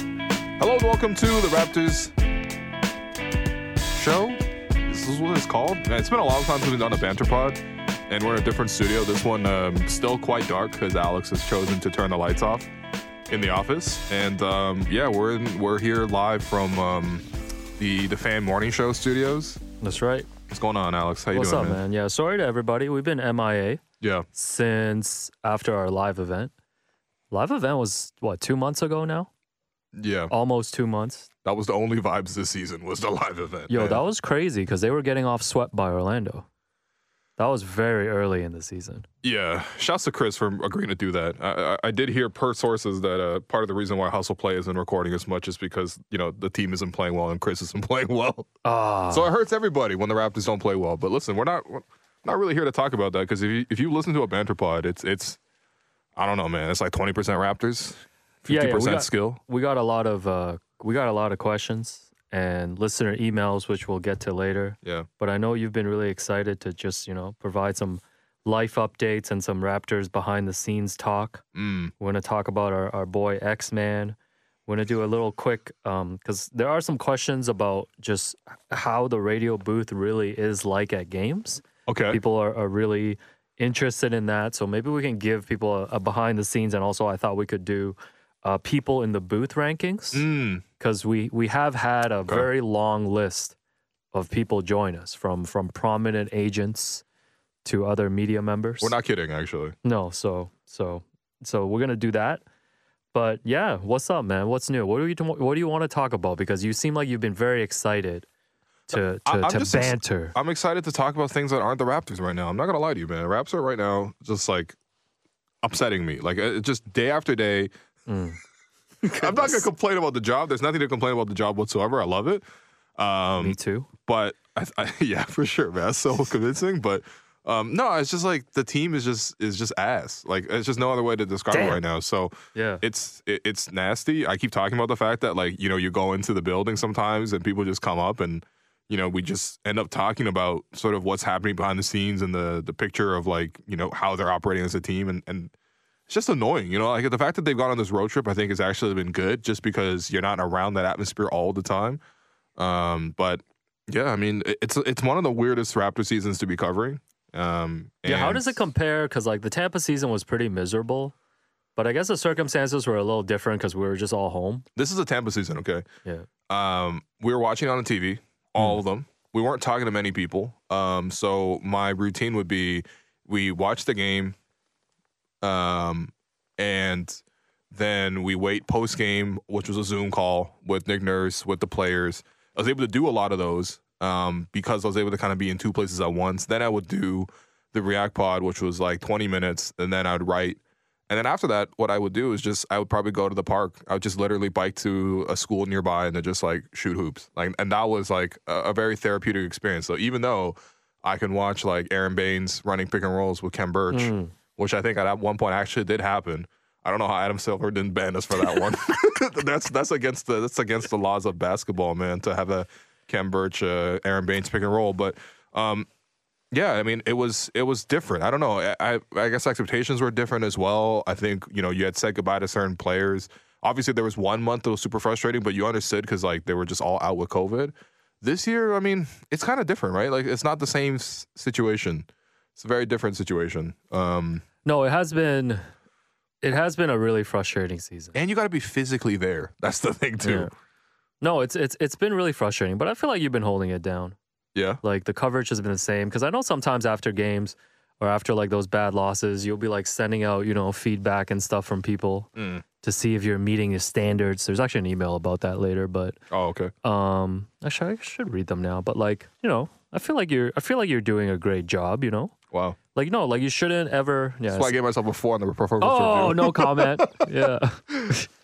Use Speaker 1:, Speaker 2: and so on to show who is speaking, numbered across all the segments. Speaker 1: Hello and welcome to the Raptors show. This is what it's called. Man, It's been a long time since we've done a banter pod, and we're in a different studio. This one um, still quite dark because Alex has chosen to turn the lights off in the office. And um, yeah, we're in, we're here live from um, the the Fan Morning Show studios.
Speaker 2: That's right.
Speaker 1: What's going on, Alex? How you
Speaker 2: What's
Speaker 1: doing,
Speaker 2: up, man? Yeah, sorry to everybody. We've been MIA
Speaker 1: Yeah,
Speaker 2: since after our live event. Live event was what two months ago now?
Speaker 1: yeah.
Speaker 2: Almost two months.
Speaker 1: That was the only vibes this season was the live event.
Speaker 2: Yo,
Speaker 1: man.
Speaker 2: that was crazy because they were getting off swept by Orlando. That was very early in the season.
Speaker 1: Yeah, shouts to Chris for agreeing to do that. I, I, I did hear per sources that uh, part of the reason why Hustle Play isn't recording as much is because you know the team isn't playing well and Chris isn't playing well.
Speaker 2: Ah,
Speaker 1: So it hurts everybody when the Raptors don't play well. But listen, we're not we're not really here to talk about that because if you if you listen to a banter pod, it's it's I don't know, man. It's like twenty percent Raptors, fifty
Speaker 2: Yeah, yeah, we
Speaker 1: percent
Speaker 2: got-
Speaker 1: skill.
Speaker 2: we got a lot of uh, we got a lot of questions and listener emails, which we'll get to later.
Speaker 1: Yeah,
Speaker 2: But I know you've been really excited to just you know provide some life updates and some Raptors behind the scenes talk.
Speaker 1: mm,
Speaker 2: We're going to talk about our, our boy X Man. We're going to do a little quick, because there are some questions about just how the radio booth really is like at games.
Speaker 1: okay,
Speaker 2: People are, are really interested in that. So maybe we can give people a, a behind the scenes. And also, I thought we could do uh, people in the booth rankings,
Speaker 1: mm,
Speaker 2: because we, we have had a very long list of people join us from, from prominent agents to other media members.
Speaker 1: we're not kidding actually.
Speaker 2: No, so so so we're gonna do that. But yeah, what's up, man? What's new? What do you what do you want to talk about? Because you seem like you've been very excited to
Speaker 1: Uh, I-
Speaker 2: to,
Speaker 1: I'm
Speaker 2: to
Speaker 1: just ex-
Speaker 2: banter.
Speaker 1: I'm excited to talk about things that aren't the Raptors right now. I'm not gonna lie to you, man. Raps are right now just like upsetting me. Like it- it's just day after day.
Speaker 2: Mm.
Speaker 1: I'm not gonna complain about the job. There's nothing to complain about the job whatsoever. I love it. Um,
Speaker 2: Me too.
Speaker 1: but I, I, yeah, for sure, man. That's so convincing. But um, no, it's just like the team is just is just ass. Like it's just no other way to describe it
Speaker 2: Damn.
Speaker 1: right now. So
Speaker 2: Yeah.
Speaker 1: it's it, it's nasty. I keep talking about the fact that like you know you go into the building sometimes and people just come up and you know we just end up talking about sort of what's happening behind the scenes and the the picture of like you know how they're operating as a team and and it's just annoying. You know, like the fact that they've gone on this road trip, I think has actually been good just because you're not around that atmosphere all the time. Um, but yeah, I mean it- it's it's one of the weirdest Raptor seasons to be covering. Um,
Speaker 2: yeah. How
Speaker 1: and-
Speaker 2: does it compare? Because like the Tampa season was pretty miserable, but I guess the circumstances were a little different because we were just all home.
Speaker 1: This is a Tampa season, okay?
Speaker 2: Yeah.
Speaker 1: Um, we were watching it on the TV, all of them. We weren't talking to many people. Um, so my routine would be we watch the game, um, and then we wait post game, which was a Zoom call with Nick Nurse, with the players. I was able to do a lot of those um, because I was able to kind of be in two places at once. Then I would do the React Pod, which was like 20 minutes, and then I'd write. And then after that, what I would do is just I would probably go to the park. I would just literally bike to a school nearby and then just like shoot hoops. Like, and that was like a, a very therapeutic experience. So even though I can watch like Aaron Baines running pick and rolls with Ken Birch,
Speaker 2: Mm.
Speaker 1: which I think at one point actually did happen. I don't know how Adam Silver didn't ban us for that one. that's that's against the that's against the laws of basketball, man. To have a Ken Birch, uh, Aaron Baines pick and roll, but um, yeah, I mean it was it was different. I don't know. I, I I guess expectations were different as well. I think you know you had said goodbye to certain players. Obviously, there was one month that was super frustrating, but you understood because like they were just all out with COVID. This year, I mean, it's kind of different, right? Like it's not the same s- situation. It's a very different situation. Um,
Speaker 2: No, it has been. It has been a really frustrating season.
Speaker 1: and you got to be physically there. That's the thing too.
Speaker 2: No, it's it's it's been really frustrating, but I feel like you've been holding it down.
Speaker 1: Yeah.
Speaker 2: like the coverage has been the same because i know sometimes after games or after like those bad losses you'll be like sending out you know feedback and stuff from people
Speaker 1: Mm.
Speaker 2: to see if you're meeting your standards there's actually an email about that later but
Speaker 1: Oh, okay.
Speaker 2: um actually i should read them now but like you know i feel like you're i feel like you're doing a great job you know
Speaker 1: Wow.
Speaker 2: like no like you shouldn't ever yeah
Speaker 1: That's why I gave myself a four on the performance
Speaker 2: oh
Speaker 1: review.
Speaker 2: no comment yeah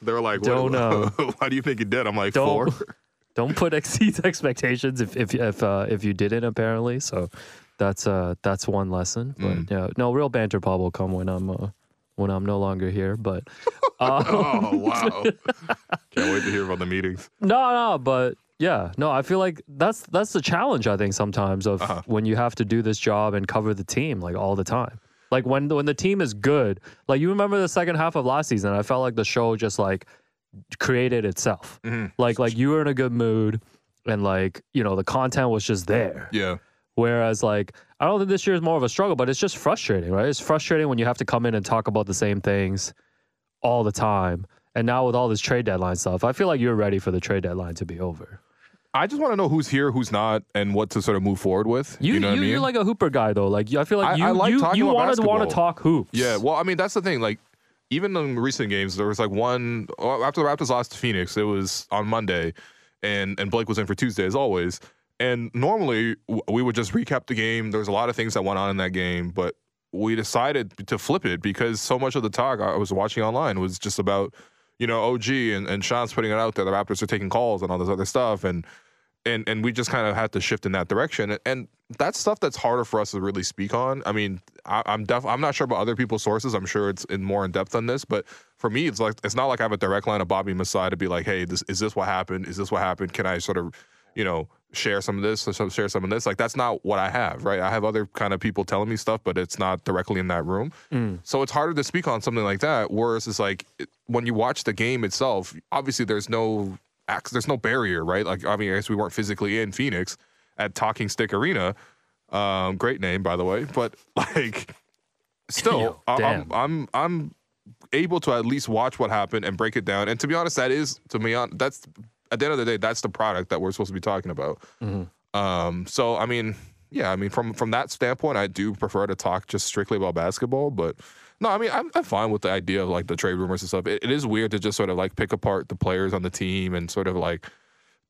Speaker 1: They were like,
Speaker 2: Don't, uh,
Speaker 1: what, why do you think you did?" I'm like,
Speaker 2: Don't-
Speaker 1: four.
Speaker 2: don't put exceeds expectations if if if uh, if you didn't apparently. So that's uh that's one lesson. But
Speaker 1: Mm.
Speaker 2: yeah, no real banter pop will come when I'm uh, when I'm no longer here. But uh,
Speaker 1: Oh wow! Can't wait to hear about the meetings.
Speaker 2: no, no, but yeah, no. I feel like that's that's the challenge. I think sometimes of
Speaker 1: Uh-huh.
Speaker 2: when you have to do this job and cover the team like all the time. Like when when the team is good, like you remember the second half of last season, I felt like the show just like created itself.
Speaker 1: Mhm.
Speaker 2: Like like you were in a good mood and like, you know, the content was just there.
Speaker 1: Yeah.
Speaker 2: Whereas like I don't think this year is more of a struggle, but it's just frustrating, right? It's frustrating when you have to come in and talk about the same things all the time. And now with all this trade deadline stuff, I feel like you're ready for the trade deadline to be over.
Speaker 1: I just want to know who's here, who's not, and what to sort of move forward with. You,
Speaker 2: You, you,
Speaker 1: know
Speaker 2: you
Speaker 1: what I mean?
Speaker 2: are like a hooper guy though. Like you- I feel like
Speaker 1: I-
Speaker 2: you
Speaker 1: I like
Speaker 2: you,
Speaker 1: talking
Speaker 2: you
Speaker 1: about
Speaker 2: wanted to want to
Speaker 1: basketball.
Speaker 2: talk hoops.
Speaker 1: yeah. Well, I mean, that's the thing. Like, even in recent games, there was like one oh, after the Raptors lost to Phoenix. It was on Monday, and and Blake was in for Tuesday as always. And normally w- we would just recap the game. There was a lot of things that went on in that game, but we decided to flip it because so much of the talk I was watching online was just about, you know, OG and, and Sean's putting it out there. The Raptors are taking calls and all this other stuff, and and and we just kind of had to shift in that direction. And that's stuff that's harder for us to really speak on. I mean, I, I'm def- I'm not sure about other people's sources. I'm sure it's in more in depth on this, but for me, it's like it's not like I have a direct line of Bobby Masai to be like, hey, this is this what happened? Is this what happened? Can I sort of, you know, share some of this or some, share some of this? Like that's not what I have, right? I have other kind of people telling me stuff, but it's not directly in that room. So it's harder to speak on something like that. Whereas it's like it, when you watch the game itself, obviously there's no ac- there's no barrier, right? Like I mean, I guess we weren't physically in Phoenix at Talking Stick Arena. Um, great name, by the way, but like still, I,
Speaker 2: Yeah,
Speaker 1: I'm
Speaker 2: damn.
Speaker 1: I'm I'm able to at least watch what happened and break it down. And to be honest, that is to me on that's at the end of the day, that's the product that we're supposed to be talking about. Um, so I mean, yeah, I mean from from that standpoint, I do prefer to talk just strictly about basketball. But no, I mean I'm, I'm fine with the idea of like the trade rumors and stuff. It, it is weird to just sort of like pick apart the players on the team and sort of like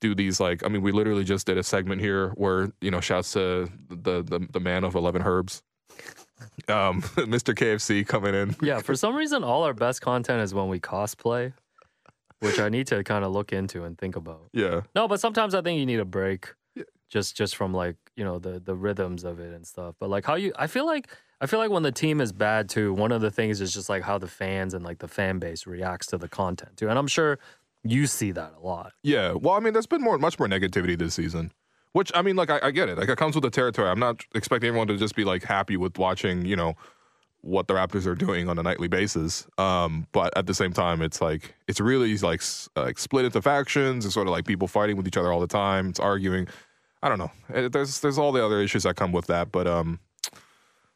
Speaker 1: do these like I mean we literally just did a segment here where you know shouts to the the, the man of eleven herbs, um, Mr. KFC coming in.
Speaker 2: yeah, for some reason, all our best content is when we cosplay, which I need to kind of look into and think about.
Speaker 1: Yeah,
Speaker 2: No, but sometimes I think you need a break, just just from like you know the the rhythms of it and stuff. But like how you, I feel like I feel like when the team is bad too, one of the things is just like how the fans and like the fan base reacts to the content too, and I'm sure you see that a lot.
Speaker 1: yeah. Well, I mean there's been more much more negativity this season. Which I mean, like I, I get it. Like it comes with the territory. I'm not expecting everyone to just be like happy with watching, you know, what the Raptors are doing on a nightly basis. Um, but at the same time, it's like it's really like s- uh, like split into factions. It's sort of like people fighting with each other all the time. It's arguing. I don't know. Uh, There's there's all the other issues that come with that. But um,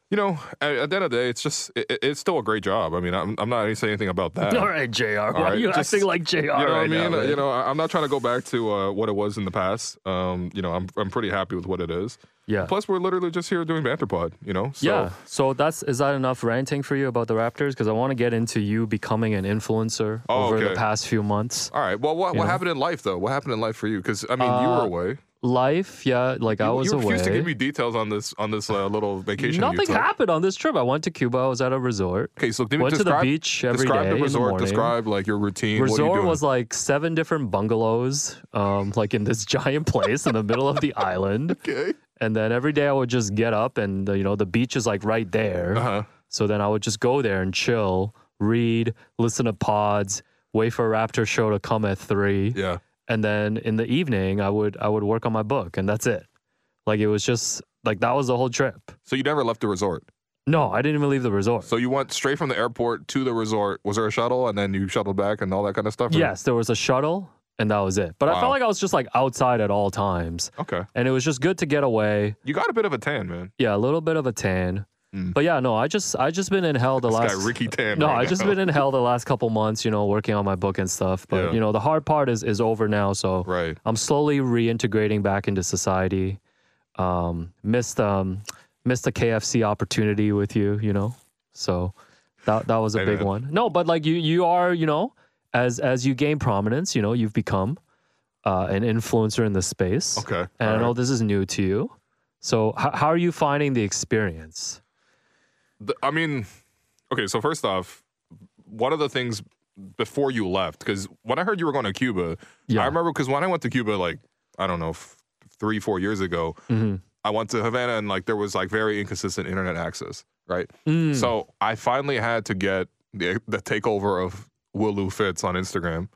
Speaker 1: you know, at, at the end of the day, it's just it, it- it's still a great job. I mean, I'm I'm not saying anything about that.
Speaker 2: all right, Jr. why are
Speaker 1: Uh, right,
Speaker 2: you
Speaker 1: just-
Speaker 2: acting like Jr.
Speaker 1: You know what I
Speaker 2: right
Speaker 1: mean?
Speaker 2: now? man?
Speaker 1: you know, I- I'm not trying to go back to uh, what it was in the past. Um, you know, I'm I'm pretty happy with what it is.
Speaker 2: yeah.
Speaker 1: Plus, we're literally just here doing banter pod. You know, so
Speaker 2: yeah. So that's is that enough ranting for you about the Raptors? Because I want to get into you becoming an influencer
Speaker 1: Oh,
Speaker 2: over the
Speaker 1: okay.
Speaker 2: past few months.
Speaker 1: All right. Well, what,
Speaker 2: You
Speaker 1: what
Speaker 2: know?
Speaker 1: happened in life though? What happened in life for you? Because I mean, you
Speaker 2: Uh,
Speaker 1: were away.
Speaker 2: Life, yeah, like I
Speaker 1: You-
Speaker 2: was
Speaker 1: you
Speaker 2: away.
Speaker 1: refused to give me details on this on this uh, little vacation. you
Speaker 2: Nothing
Speaker 1: took.
Speaker 2: happened on this trip. I went to Cuba. I was at a resort.
Speaker 1: Okay, so give me
Speaker 2: Went to the
Speaker 1: describe,
Speaker 2: beach every
Speaker 1: describe
Speaker 2: day in
Speaker 1: the
Speaker 2: the
Speaker 1: resort.
Speaker 2: morning.
Speaker 1: describe like your routine. what are you
Speaker 2: Resort
Speaker 1: doing?
Speaker 2: was like seven different bungalows, um, like in this giant place in the middle of the island.
Speaker 1: okay.
Speaker 2: And then every day I would just get up, and the, you know the beach is like right there.
Speaker 1: Uh huh.
Speaker 2: So then I would just go there and chill, read, listen to pods, wait for a Raptor show to come at three,
Speaker 1: Yeah.
Speaker 2: and then in the evening I would I would work on my book, and that's it. Like it was just like that was the whole trip.
Speaker 1: So you never left the resort.
Speaker 2: No, I didn't even leave the resort.
Speaker 1: So you went straight from the airport to the resort. Was there a shuttle, and then you shuttled back and all that kind of stuff? or-
Speaker 2: Yes, there was a shuttle, and that was it. But I
Speaker 1: Oh, Wow.
Speaker 2: felt like I was just like outside at all times,
Speaker 1: Okay.
Speaker 2: and it was just good to get away.
Speaker 1: You got a bit of a tan, man.
Speaker 2: Yeah, a little bit of a tan,
Speaker 1: Mm.
Speaker 2: but yeah, no, I just I just been in hell the
Speaker 1: This
Speaker 2: last.
Speaker 1: guy Ricky Tan.
Speaker 2: no,
Speaker 1: right
Speaker 2: I just
Speaker 1: now.
Speaker 2: been in hell the last couple months, you know, working on my book and stuff. But
Speaker 1: Yeah.
Speaker 2: you know, the hard part is is over now, so
Speaker 1: right.
Speaker 2: I'm slowly reintegrating back into society. Um, missed um, missed the KFC opportunity with you, you know. So that that was a
Speaker 1: Hey,
Speaker 2: big
Speaker 1: man.
Speaker 2: one. No, but like you you are, you know, as as you gain prominence, you know, you've become uh, an influencer in this space.
Speaker 1: Okay.
Speaker 2: And I
Speaker 1: all
Speaker 2: know
Speaker 1: right.
Speaker 2: this is new to you. So h- how are you finding the experience?
Speaker 1: The- I mean, okay. So first off, one of the things before you left, because when I heard you were going to Cuba,
Speaker 2: Yeah.
Speaker 1: I remember because when I went to Cuba, like I don't know, f- three four years ago,
Speaker 2: Mhm.
Speaker 1: I went to Havana and like there was like very inconsistent internet access, right?
Speaker 2: Mm.
Speaker 1: So I finally had to get the, the takeover of Willu Fitz on Instagram.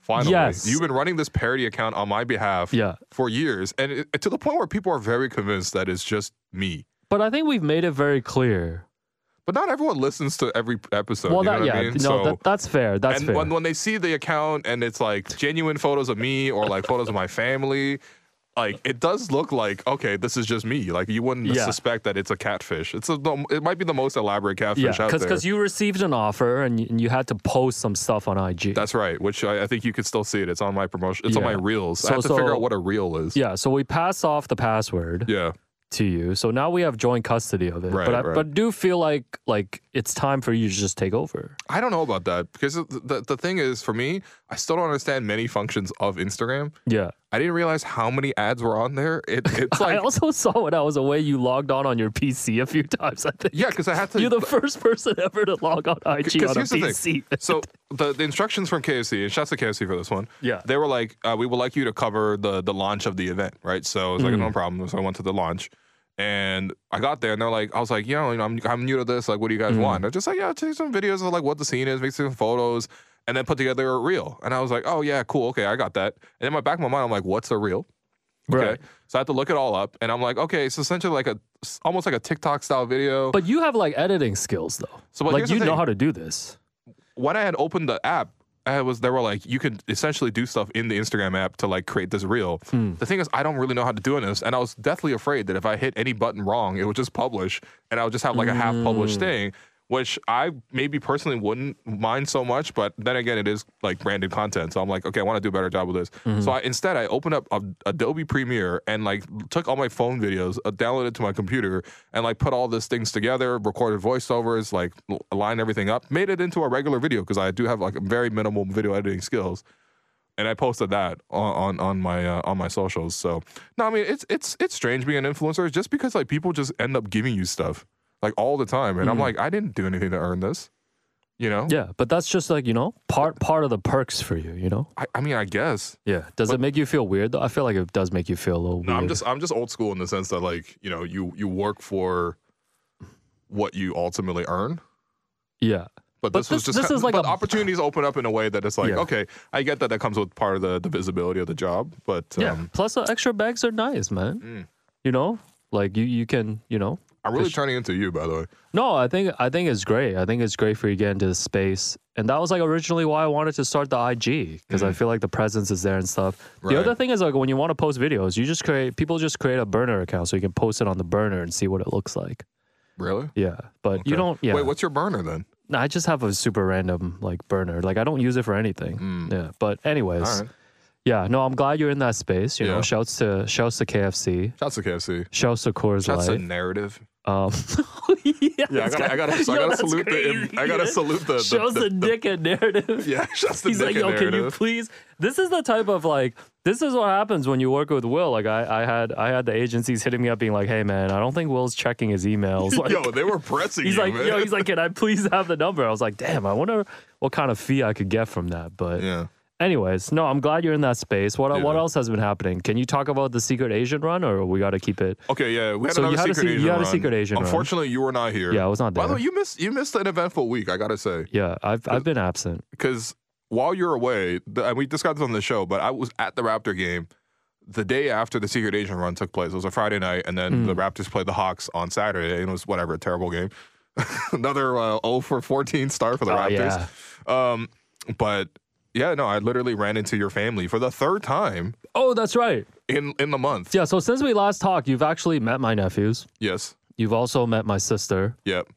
Speaker 1: Finally,
Speaker 2: Yes.
Speaker 1: you've been running this parody account on my behalf
Speaker 2: yeah.
Speaker 1: for years, and it, to the point where people are very convinced that it's just me.
Speaker 2: But I think we've made it very clear
Speaker 1: But not everyone listens to every episode.
Speaker 2: well,
Speaker 1: you know
Speaker 2: that
Speaker 1: what
Speaker 2: yeah,
Speaker 1: I mean?
Speaker 2: no,
Speaker 1: so,
Speaker 2: that, that's fair. That's
Speaker 1: and
Speaker 2: fair.
Speaker 1: when, when they see the account and it's like genuine photos of me or like photos of my family, like it does look like okay, this is just me. Like you wouldn't
Speaker 2: Yeah.
Speaker 1: suspect that it's a catfish. It's a, it might be the most elaborate
Speaker 2: yeah,
Speaker 1: catfish out there.
Speaker 2: because you received an offer and you, and you had to post some stuff on IG.
Speaker 1: That's right. Which I, I think you could still see it. It's on my promotion. It's on my
Speaker 2: Yeah.
Speaker 1: reels. I
Speaker 2: So-
Speaker 1: have to
Speaker 2: so-
Speaker 1: figure out what a reel is.
Speaker 2: yeah, so we pass off the password
Speaker 1: Yeah.
Speaker 2: to you. So now we have joint custody of it.
Speaker 1: Right,
Speaker 2: but I,
Speaker 1: right.
Speaker 2: but I do feel like like it's time for you to just take over.
Speaker 1: I don't know about that because the, the, the thing is, for me, I still don't understand many functions of Instagram.
Speaker 2: Yeah.
Speaker 1: I didn't realize how many ads were on there. It, it's
Speaker 2: I
Speaker 1: like,
Speaker 2: also saw when I was away you logged on on your PC a few times. I think
Speaker 1: yeah, because I had to.
Speaker 2: you're the first person ever to log on IG
Speaker 1: 'Cause
Speaker 2: on a
Speaker 1: here's the thing.
Speaker 2: PC.
Speaker 1: so the, the instructions from KFC, and shouts to KFC for this one.
Speaker 2: Yeah.
Speaker 1: They were like, uh, we would like you to cover the the launch of the event, right? So I was
Speaker 2: Mm.
Speaker 1: like, no problem. So I went to the launch and I got there and they're like, I was like, yo, you know, I'm, I'm new to this. Like, what do you guys
Speaker 2: Mm.
Speaker 1: want? They're just like, yeah, take some videos of like what the scene is, make some photos, and then put together a reel. And I was like, oh, yeah, cool. Okay, I got that. And in my back of my mind, I'm like, what's a reel? Okay.
Speaker 2: Right.
Speaker 1: So I have to look it all up and I'm like, okay, it's essentially like a almost like a TikTok style video.
Speaker 2: But you have like editing skills though.
Speaker 1: so but
Speaker 2: like
Speaker 1: here's the
Speaker 2: you know
Speaker 1: thing.
Speaker 2: how to do this.
Speaker 1: when I had opened the app, I was they were like, you could essentially do stuff in the Instagram app to like create this reel. The thing is, I don't really know how to do this, and I was deathly afraid that if I hit any button wrong, it would just publish, and I would just have like a half published thing, which I maybe personally wouldn't mind so much. But then again, it is like branded content, so I'm like, okay, I want to do a better job with this. So I instead I opened up a, Adobe Premiere and like took all my phone videos, uh, downloaded it to my computer, and like put all these things together, recorded voiceovers, like l- lined everything up, made it into a regular video because I do have like very minimal video editing skills, and I posted that on on, on my uh, on my socials. So no, I mean it's it's it's strange being an influencer just because like people just end up giving you stuff like all the time, and I'm like I didn't do anything to earn this, you know.
Speaker 2: Yeah, but that's just like, you know, part part of the perks for you, you know?
Speaker 1: I, I mean I guess
Speaker 2: Yeah. Does it make you feel weird though? I feel like it does make you feel a little
Speaker 1: No,
Speaker 2: weird.
Speaker 1: I'm just I'm just old school in the sense that like you know you you work for what you ultimately earn.
Speaker 2: Yeah.
Speaker 1: But,
Speaker 2: But
Speaker 1: this, was
Speaker 2: this-
Speaker 1: just
Speaker 2: this is like
Speaker 1: but
Speaker 2: a-
Speaker 1: opportunities open up in a way that it's like
Speaker 2: Yeah.
Speaker 1: okay, I get that that comes with part of the, the visibility of the job, but
Speaker 2: Yeah.
Speaker 1: um,
Speaker 2: Plus the extra bags are nice, man.
Speaker 1: Mm.
Speaker 2: You know? Like you you can, you know.
Speaker 1: I'm really
Speaker 2: Fish.
Speaker 1: turning into you by the way.
Speaker 2: No, I think I think it's great. I think it's great for you to get into the space. And that was like originally why I wanted to start the IG because
Speaker 1: Mm.
Speaker 2: I feel like the presence is there and stuff.
Speaker 1: Right.
Speaker 2: The other thing is like when you want to post videos, you just create people just create a burner account so you can post it on the burner and see what it looks like.
Speaker 1: Really?
Speaker 2: Yeah. But you
Speaker 1: Okay.
Speaker 2: don't yeah.
Speaker 1: Wait, what's your burner then?
Speaker 2: No, I just have a super random like burner. Like I don't use it for anything. Yeah. But anyways,
Speaker 1: Mm. All right.
Speaker 2: yeah. No, I'm glad you're in that space. You
Speaker 1: Yeah.
Speaker 2: know, shouts to shouts to KFC.
Speaker 1: Shouts to KFC.
Speaker 2: Shouts to Coors
Speaker 1: Shouts to
Speaker 2: Light.
Speaker 1: narrative.
Speaker 2: um,
Speaker 1: Yeah, I gotta I gotta, I gotta salute the I gotta salute the, the,
Speaker 2: Shouts
Speaker 1: the-
Speaker 2: to Dick and narrative.
Speaker 1: yeah. Shouts to
Speaker 2: He's
Speaker 1: Nick
Speaker 2: like,
Speaker 1: and
Speaker 2: yo, can you
Speaker 1: narrative.
Speaker 2: please? This is the type of like, this is what happens when you work with Will. Like, I, I had, I had the agencies hitting me up, being like, hey man, I don't think Will's checking his emails. Like,
Speaker 1: yo, they were pressing
Speaker 2: He's
Speaker 1: you,
Speaker 2: like,
Speaker 1: man.
Speaker 2: yo, he's like, can I please have the number? I was like, damn, I wonder what kind of fee I could get from that. But,
Speaker 1: yeah.
Speaker 2: anyways, no, I'm glad you're in that space. What what
Speaker 1: Yeah.
Speaker 2: else has been happening? Can you talk about the secret Asian run, or we got to keep it?
Speaker 1: Okay, yeah, we had
Speaker 2: So you
Speaker 1: another
Speaker 2: had a
Speaker 1: secret
Speaker 2: se- you
Speaker 1: Asian
Speaker 2: had a
Speaker 1: run.
Speaker 2: secret Asian run.
Speaker 1: Unfortunately, you were not here.
Speaker 2: Yeah, I was not
Speaker 1: By the
Speaker 2: there.
Speaker 1: way, you missed you missed an eventful week. I gotta say,
Speaker 2: Yeah, I've I've been absent.
Speaker 1: because while you're away, the, and we discussed this on the show, but I was at the Raptor game the day after the Secret Asian run took place. It was a Friday night, and then
Speaker 2: Mm.
Speaker 1: the Raptors played the Hawks on Saturday, and it was whatever a terrible game. Another uh, 0 for 14 star for the
Speaker 2: Oh,
Speaker 1: Raptors. Um, but yeah, no, I literally ran into your family for the third time
Speaker 2: Oh, that's right.
Speaker 1: in in the month.
Speaker 2: Yeah. So since we last talked, you've actually met my nephews.
Speaker 1: Yes.
Speaker 2: You've also met my sister
Speaker 1: Yep.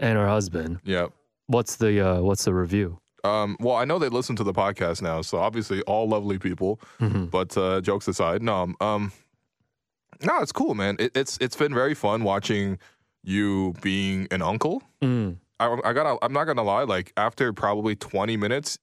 Speaker 2: and her husband.
Speaker 1: Yep.
Speaker 2: What's the uh, What's the review?
Speaker 1: Um, well, I know they listen to the podcast now, so obviously all lovely people.
Speaker 2: Mm-hmm.
Speaker 1: But uh, jokes aside, no, um, no, it's cool, man. It, it's it's been very fun watching you being an uncle.
Speaker 2: Mm.
Speaker 1: I, I gotta, I'm not gonna lie. Like after probably 20 minutes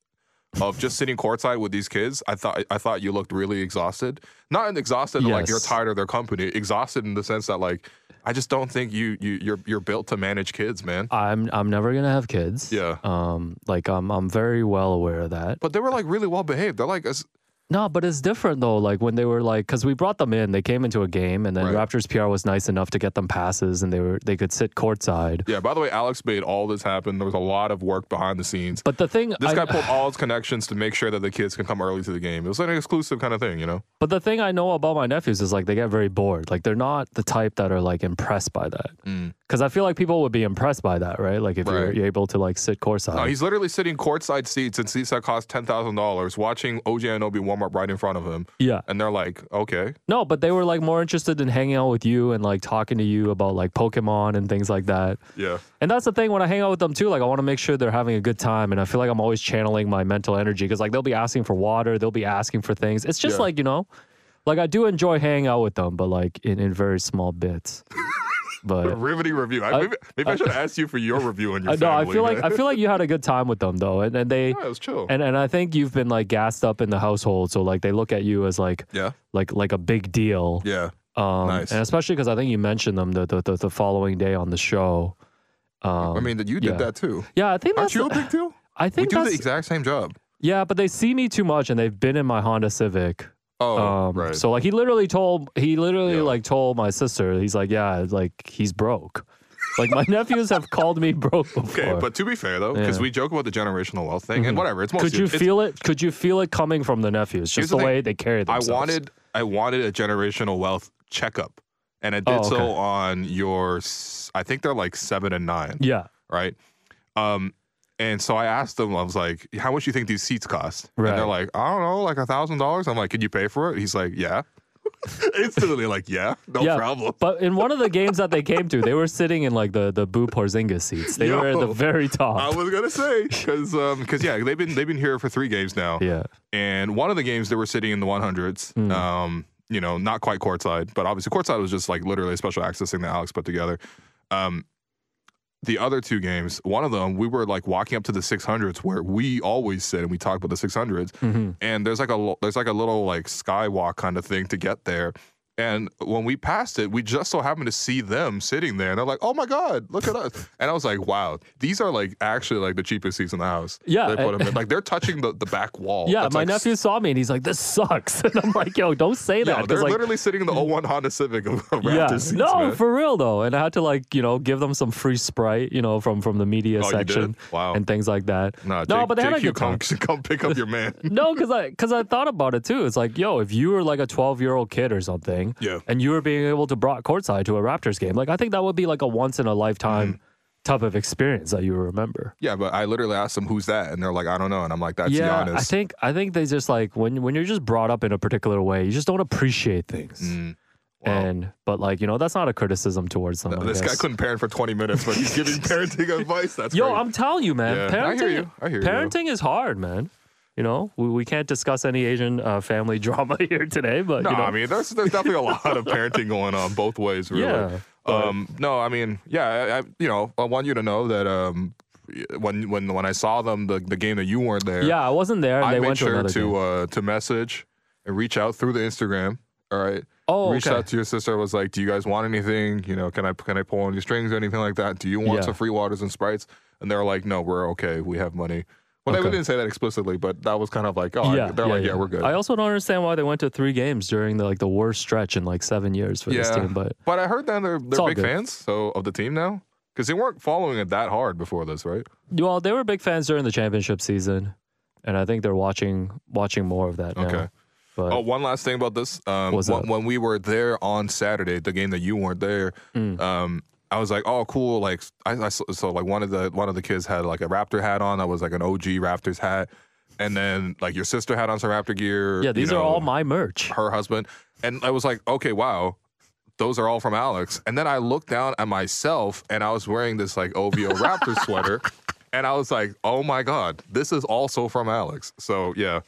Speaker 1: of just sitting courtside with these kids, I thought I thought you looked really exhausted. Not in exhausted like you're
Speaker 2: Yes.
Speaker 1: tired of their company. Exhausted in the sense that like I just don't think you you you're you're built to manage kids, man.
Speaker 2: I'm I'm never gonna have kids.
Speaker 1: Yeah.
Speaker 2: Um. Like I'm I'm very well aware of that.
Speaker 1: But they were like really well behaved. They're like as
Speaker 2: No, but it's different though. Like when they were like, because we brought them in, they came into a game, and then
Speaker 1: Right.
Speaker 2: Raptors PR was nice enough to get them passes, and they were they could sit courtside.
Speaker 1: Yeah, by the way, Alex made all this happen. There was a lot of work behind the scenes.
Speaker 2: But the thing,
Speaker 1: This
Speaker 2: I,
Speaker 1: guy pulled all his connections to make sure that the kids can come early to the game. It was like an exclusive kind of thing, you know?
Speaker 2: but the thing I know about my nephews is like they get very bored. Like they're not the type that are like impressed by that. Because I feel like people would be impressed by that, right? Like if you're,
Speaker 1: Mm. Right.
Speaker 2: you're able to like sit courtside.
Speaker 1: No, Uh, he's literally sitting courtside seats in seats that cost ten thousand dollars, watching OJ and Obi Walmart right in front of him,
Speaker 2: yeah.
Speaker 1: and they're like, "Okay,
Speaker 2: No, but they were like more interested in hanging out with you and like talking to you about like Pokemon and things like that.
Speaker 1: yeah,
Speaker 2: And that's the thing when I hang out with them too. Like I want to make sure they're having a good time, and I feel like I'm always channeling my mental energy because like they'll be asking for water, they'll be asking for things. It's just
Speaker 1: Yeah.
Speaker 2: like you know, like I do enjoy hanging out with them, but like in, in very small bits. But
Speaker 1: riveting review." I, maybe maybe I, should ask you for your review on your
Speaker 2: I, no, I
Speaker 1: family,
Speaker 2: feel like I
Speaker 1: man.
Speaker 2: feel like you had a good time with them though, and, and they
Speaker 1: yeah, it was chill.
Speaker 2: and and I think you've been like gassed up in the household, so like they look at you as like
Speaker 1: yeah,
Speaker 2: like like a big deal.
Speaker 1: yeah,
Speaker 2: Um,
Speaker 1: Nice.
Speaker 2: And especially because I think you mentioned them the the, the, the following day on the show. Um,
Speaker 1: I mean, that you did
Speaker 2: yeah.
Speaker 1: that too.
Speaker 2: yeah, I think
Speaker 1: Aren't
Speaker 2: that's.
Speaker 1: you a big deal?
Speaker 2: I
Speaker 1: We
Speaker 2: think
Speaker 1: do the
Speaker 2: that's,
Speaker 1: exact same job.
Speaker 2: yeah, but they see me too much, and they've been in my Honda Civic.
Speaker 1: Oh,
Speaker 2: um,
Speaker 1: right.
Speaker 2: So like, he literally told he literally
Speaker 1: Yeah.
Speaker 2: like told my sister. He's like, yeah, like he's broke. Like my nephews have called me broke before.
Speaker 1: okay, but to be fair though, because
Speaker 2: Yeah. Mm-hmm.
Speaker 1: we joke about the generational wealth thing, and whatever, it's mostly
Speaker 2: could you
Speaker 1: it's-
Speaker 2: feel it? Could you feel it coming from the nephews?
Speaker 1: Here's
Speaker 2: Just
Speaker 1: the
Speaker 2: the,
Speaker 1: thing.
Speaker 2: way they carry
Speaker 1: I
Speaker 2: themselves.
Speaker 1: wanted I wanted a generational wealth checkup, and I did
Speaker 2: Oh,
Speaker 1: so
Speaker 2: okay.
Speaker 1: on your. s- I think they're like seven and nine,
Speaker 2: Yeah.
Speaker 1: right? Um, and so I asked them. I was like, "How much do you think these seats cost?" And they're like, "I don't know, like a thousand dollars." I'm like, "Can you pay for it?" He's like, "Yeah." Instantly, like, "Yeah, no
Speaker 2: Yeah.
Speaker 1: problem."
Speaker 2: But in one of the games that they came to, they were sitting in like the the Boo Porzingis seats. They were at
Speaker 1: Yo.
Speaker 2: the very
Speaker 1: I
Speaker 2: top.
Speaker 1: was gonna say because because yeah, they've been they've been here for three games now.
Speaker 2: yeah.
Speaker 1: and one of the games they were sitting in the 100s
Speaker 2: Mm.
Speaker 1: um you know not quite courtside but obviously courtside was just like literally a special access thing that alex put together um the other two games one of them we were like walking up to the 600s where we always sit and we talk about the 600s
Speaker 2: Mhm.
Speaker 1: and there's like a lo- there's like a little like skywalk kind of thing to get there and when we passed it we just so happened to see them sitting there and they're like oh my god look at us and i was like wow these are like actually like the cheapest seats in the house
Speaker 2: Yeah,
Speaker 1: they put
Speaker 2: and-
Speaker 1: 'em in. like they're touching the, the back wall
Speaker 2: Yeah,
Speaker 1: That's,
Speaker 2: my
Speaker 1: like,
Speaker 2: nephew saw me and he's like, "This sucks," and I'm like, "Yo, don't say
Speaker 1: Yo,
Speaker 2: that." 'cause,
Speaker 1: they're
Speaker 2: like,
Speaker 1: literally sitting in the 01 Honda Civic of of Raptor
Speaker 2: yeah,
Speaker 1: seats,
Speaker 2: no,
Speaker 1: man.
Speaker 2: for real though. And I had to like, you know, give them some free Sprite, you know, from from the media
Speaker 1: Oh, you did?
Speaker 2: section
Speaker 1: Wow.
Speaker 2: and things like that.
Speaker 1: Nah,
Speaker 2: no,
Speaker 1: J-
Speaker 2: but they had a
Speaker 1: JQ,
Speaker 2: good
Speaker 1: come,
Speaker 2: time.
Speaker 1: come pick up your man.
Speaker 2: no, because I because I thought about it too. It's like, yo, if you were like a 12 year old kid or something,
Speaker 1: Yeah.
Speaker 2: and you were being able to brought courtside to a Raptors game, like I think that would be like a once in a lifetime
Speaker 1: Mm-hmm.
Speaker 2: type of experience that you would remember.
Speaker 1: yeah, but I literally asked them who's that, and they're like, I don't know, and I'm like, that's
Speaker 2: yeah,
Speaker 1: Giannis.
Speaker 2: I think I think they just like when when you're just brought up in a particular way, you just don't appreciate things.
Speaker 1: Mm. Wow.
Speaker 2: And but like you know, that's not a criticism towards them. eh, I
Speaker 1: this guy
Speaker 2: guess.
Speaker 1: couldn't parent for 20 minutes, but he's giving parenting advice. That's
Speaker 2: Yo,
Speaker 1: great.
Speaker 2: I'm telling you, man.
Speaker 1: Yeah, I
Speaker 2: parenting,
Speaker 1: hear you. I hear you.
Speaker 2: parenting is hard, man. You know, we, we can't discuss any Asian uh, family drama here today, but
Speaker 1: No,
Speaker 2: you know,
Speaker 1: I mean, there's there's definitely a lot of parenting going on both ways, really.
Speaker 2: Yeah,
Speaker 1: um, no, I mean, yeah, I, I, you know, I want you to know that um, when when when I saw them, the, the game that you weren't there,
Speaker 2: yeah, I wasn't there.
Speaker 1: I
Speaker 2: they
Speaker 1: made
Speaker 2: went to
Speaker 1: sure
Speaker 2: another
Speaker 1: to
Speaker 2: game.
Speaker 1: uh, to message and reach out through the Instagram. All right.
Speaker 2: Oh,
Speaker 1: Reached
Speaker 2: okay.
Speaker 1: out to your sister. Was like, "Do you guys want anything? You know, can I can I pull any strings or anything like that? Do you want
Speaker 2: Yeah.
Speaker 1: some free waters and sprites?" And they're like, "No, we're okay. We have money." Well, they
Speaker 2: Okay.
Speaker 1: didn't say that explicitly, but that was kind of like, "Oh,
Speaker 2: yeah,
Speaker 1: they're
Speaker 2: yeah,
Speaker 1: like, yeah, we're good."
Speaker 2: I also don't understand why they went to three games during the, like the worst stretch in like seven years for this
Speaker 1: Yeah.
Speaker 2: team. But
Speaker 1: But I heard that they're they're
Speaker 2: all
Speaker 1: big
Speaker 2: good.
Speaker 1: fans so of the team now because they weren't following it that hard before this, right?
Speaker 2: well, they were big fans during the championship season, and I think they're watching watching more of that now.
Speaker 1: Okay.
Speaker 2: But
Speaker 1: Oh, one last thing about this. Um,
Speaker 2: What's
Speaker 1: when,
Speaker 2: up?
Speaker 1: when we were there on Saturday, the game that you weren't there,
Speaker 2: Mm.
Speaker 1: um, I was like, "Oh, cool!" Like, I, I so, so like one of the one of the kids had like a Raptor hat on. That was like an OG Raptors hat, and then like your sister had on some Raptor gear.
Speaker 2: yeah,
Speaker 1: you
Speaker 2: these are all
Speaker 1: know,
Speaker 2: my merch.
Speaker 1: her husband, and I was like, "Okay, wow." Those are all from Alex. And then I looked down at myself and I was wearing this like OVO Raptor sweater. And I was like, oh my God, this is also from Alex. So yeah.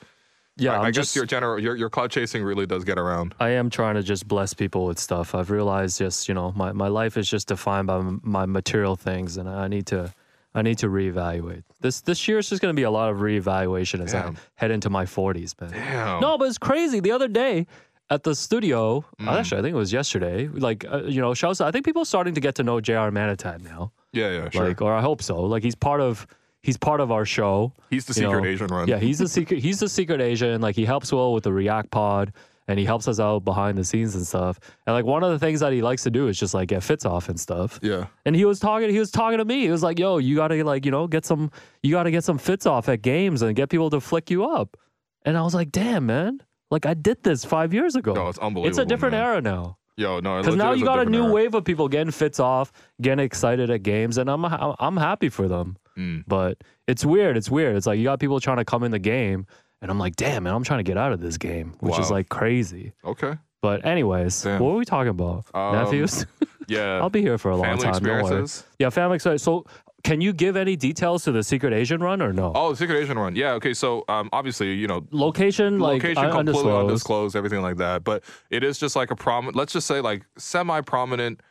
Speaker 2: Yeah,
Speaker 1: I,
Speaker 2: I'm
Speaker 1: I
Speaker 2: just,
Speaker 1: guess your general your, your cloud chasing really does get around.
Speaker 2: I am trying to just bless people with stuff. I've realized just you know my, my life is just defined by m- my material things, and I need to I need to reevaluate. This this year is just going to be a lot of reevaluation as
Speaker 1: Damn.
Speaker 2: I head into my forties, man.
Speaker 1: Damn.
Speaker 2: No, but it's crazy. The other day at the studio,
Speaker 1: Mm.
Speaker 2: uh, actually I think it was yesterday. Like uh, you know, shouts. I think people are starting to get to know Jr. Manhattan now.
Speaker 1: Yeah, yeah, sure.
Speaker 2: Like, or I hope so. Like he's part of he's part of our show.
Speaker 1: He's the
Speaker 2: you
Speaker 1: secret
Speaker 2: know,
Speaker 1: Asian run.
Speaker 2: Yeah, he's a secret. He's the secret Asian. Like he helps Will with the React pod, and he helps us out behind the scenes and stuff. And like one of the things that he likes to do is just like get fits off and stuff.
Speaker 1: Yeah.
Speaker 2: And he was talking. He was talking to me. He was like, "Yo, you gotta like you know get some. You gotta get some fits off at games and get people to flick you up." And I was like, "Damn, man! Like I did this five years ago.
Speaker 1: No, it's unbelievable.
Speaker 2: it's a different
Speaker 1: man.
Speaker 2: era now.
Speaker 1: Yo, no, it
Speaker 2: Because
Speaker 1: legit
Speaker 2: now
Speaker 1: is
Speaker 2: you got a
Speaker 1: different
Speaker 2: new
Speaker 1: era.
Speaker 2: wave of people getting fits off, getting excited at games, and I'm I'm I'm happy for them.
Speaker 1: Mm.
Speaker 2: But it's weird. It's weird. It's like you got people trying to come in the game, and I'm like, damn, man, I'm trying to get out of this game, which is
Speaker 1: Wow.
Speaker 2: like crazy.
Speaker 1: Okay.
Speaker 2: But anyways,
Speaker 1: Damn.
Speaker 2: what were we talking about,
Speaker 1: Um,
Speaker 2: nephews?
Speaker 1: Yeah.
Speaker 2: I'll be here for a long
Speaker 1: Family
Speaker 2: time. Don't worry.
Speaker 1: experiences.
Speaker 2: Yeah, family experience. So, can you give any details to the Secret Asian run or no?
Speaker 1: Oh, the Secret Asian run. Yeah. Okay. So, um, obviously, you know,
Speaker 2: location, like
Speaker 1: location
Speaker 2: un-
Speaker 1: completely
Speaker 2: undisclosed.
Speaker 1: undisclosed. everything like that. But it is just like a prominent, let's just say like semi prominent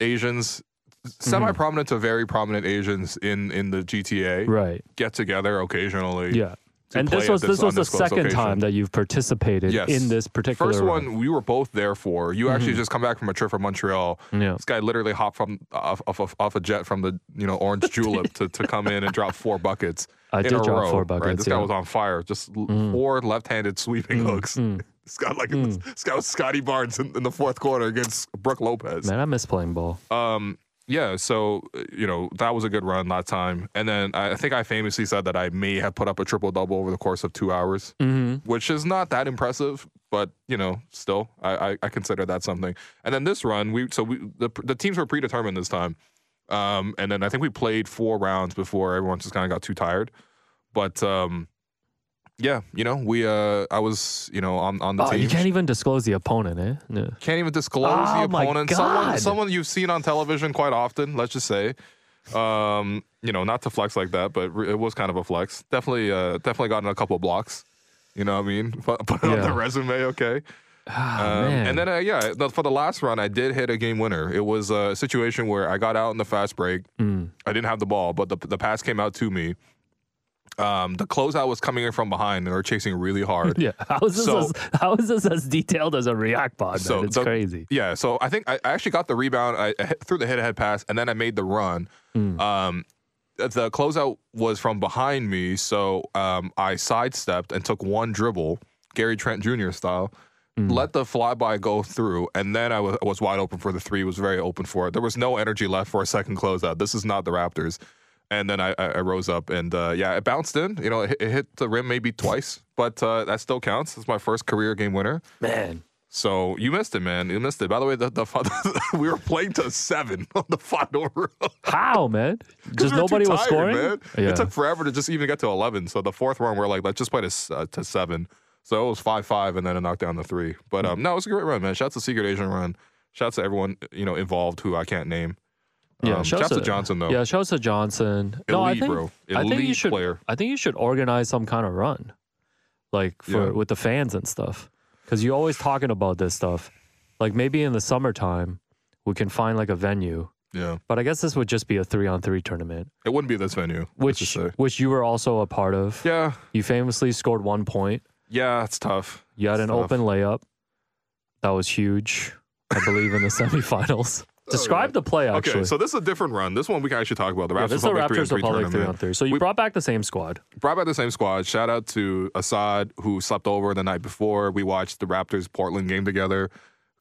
Speaker 1: Asians,
Speaker 2: Mm-hmm.
Speaker 1: semi prominent to very prominent Asians in in the GTA
Speaker 2: Right.
Speaker 1: get together occasionally.
Speaker 2: Yeah.
Speaker 1: to
Speaker 2: And
Speaker 1: play
Speaker 2: this
Speaker 1: at
Speaker 2: was
Speaker 1: this
Speaker 2: this was the
Speaker 1: undisclosed
Speaker 2: second
Speaker 1: location.
Speaker 2: time that you've participated
Speaker 1: Yes.
Speaker 2: in this particular Mm-hmm.
Speaker 1: First
Speaker 2: run.
Speaker 1: one we were both there for. You actually just come back from a trip from Montreal.
Speaker 2: Yeah.
Speaker 1: This guy literally hopped from off, off, off, off a jet from the you know orange julep to, to come in and drop four buckets.
Speaker 2: I
Speaker 1: in
Speaker 2: did
Speaker 1: a
Speaker 2: drop
Speaker 1: row,
Speaker 2: four
Speaker 1: right?
Speaker 2: buckets,
Speaker 1: This guy
Speaker 2: yeah. Mm.
Speaker 1: was on fire. Just l- four left-handed sweeping hooks. This guy like this guy was Scotty Barnes in, in the fourth quarter against Brooke Lopez.
Speaker 2: Man, I miss playing ball.
Speaker 1: Um, yeah, so uh, you know that was a good run that time. And then I I think I famously said that I may have put up a triple double over the course of two hours,
Speaker 2: Mm-hmm.
Speaker 1: which is not that impressive, but you know, still I, I, I consider that something. And then this run, we so we the the teams were predetermined this time. Um, and then I think we played four rounds before everyone just kind of got too tired. But um, yeah, you know, we uh, I was you know on on the
Speaker 2: Oh,
Speaker 1: team.
Speaker 2: you can't even disclose the opponent, eh? Yeah.
Speaker 1: Can't even disclose the
Speaker 2: Oh my
Speaker 1: opponent. Someone,
Speaker 2: God.
Speaker 1: someone you've seen on television quite often. Let's just say, um, you know, not to flex like that, but re- it was kind of a flex. Definitely, uh, definitely gotten a couple blocks. You know what I mean? Put, put it on the
Speaker 2: Yeah.
Speaker 1: resume, okay.
Speaker 2: Ah,
Speaker 1: Um,
Speaker 2: man.
Speaker 1: and then, uh, yeah, the, for the last run, I did hit a game winner. It was a situation where I got out in the fast break. I didn't have the ball, but the, the pass came out to me. Um, the closeout was coming in from behind, and they're chasing really hard.
Speaker 2: Hmm. yeah, how is this?
Speaker 1: So-
Speaker 2: as, how is this as detailed as a React pod?
Speaker 1: So
Speaker 2: man? It's
Speaker 1: the-
Speaker 2: crazy.
Speaker 1: Yeah, so I think I I actually got the rebound. I I hit- threw the head-to-head pass, and then I made the run. Um, the closeout was from behind me, so um, I sidestepped and took one dribble, Gary Trent Jr. style. Let the flyby go through, and then I was, was wide open for the three. Was very open for it. There was no energy left for a second closeout. This is not the Raptors. And then I, I I rose up, and uh, yeah, it bounced in. You know, it, hit- it hit the rim maybe twice, but uh, that still counts. It's my first career game winner.
Speaker 2: Man,
Speaker 1: So you missed it, man. You missed it. By the way, the, the, fi- we were playing to seven on the final round. 'Cause
Speaker 2: how man? Just
Speaker 1: we were too
Speaker 2: nobody was
Speaker 1: tired,
Speaker 2: scoring.
Speaker 1: Man.
Speaker 2: Yeah.
Speaker 1: It took forever to just even get to eleven. So the fourth round, we're like, let's just play to s- uh, to seven. So it was five five, and then I knocked down the three. But um, no, it was a great run, man. Shouts to Secret Asian Run. Shouts to everyone you know involved who I can't name.
Speaker 2: Yeah,
Speaker 1: Um,
Speaker 2: shouts
Speaker 1: shouts to
Speaker 2: to-
Speaker 1: Johnson though.
Speaker 2: Yeah, shouts to Johnson. no, I
Speaker 1: Elite,
Speaker 2: think
Speaker 1: bro.
Speaker 2: I think you
Speaker 1: Elite
Speaker 2: should.
Speaker 1: player.
Speaker 2: I think you should organize some kind of run, like for
Speaker 1: Yeah.
Speaker 2: with the fans and stuff, because you're always talking about this stuff. Like maybe in the summertime, we can find like a venue.
Speaker 1: Yeah,
Speaker 2: But I guess this would just be a three on three tournament,
Speaker 1: it wouldn't be this venue. let's just
Speaker 2: which
Speaker 1: say.
Speaker 2: which you were also a part of.
Speaker 1: yeah,
Speaker 2: You famously scored one point.
Speaker 1: yeah, it's tough.
Speaker 2: You had an
Speaker 1: Stuff.
Speaker 2: open layup. That was huge, I believe, in the semifinals. Describe the play, actually.
Speaker 1: Oh, Okay, so this is a different run. This one we can actually talk about. The Raptors
Speaker 2: yeah, this is the
Speaker 1: Republic three
Speaker 2: Raptors
Speaker 1: and three
Speaker 2: Republic three
Speaker 1: tournament.
Speaker 2: on three. So you
Speaker 1: We-
Speaker 2: brought back the same squad.
Speaker 1: brought by the same squad. Shout out to Assad, who slept over the night before. We watched the Raptors Portland game together.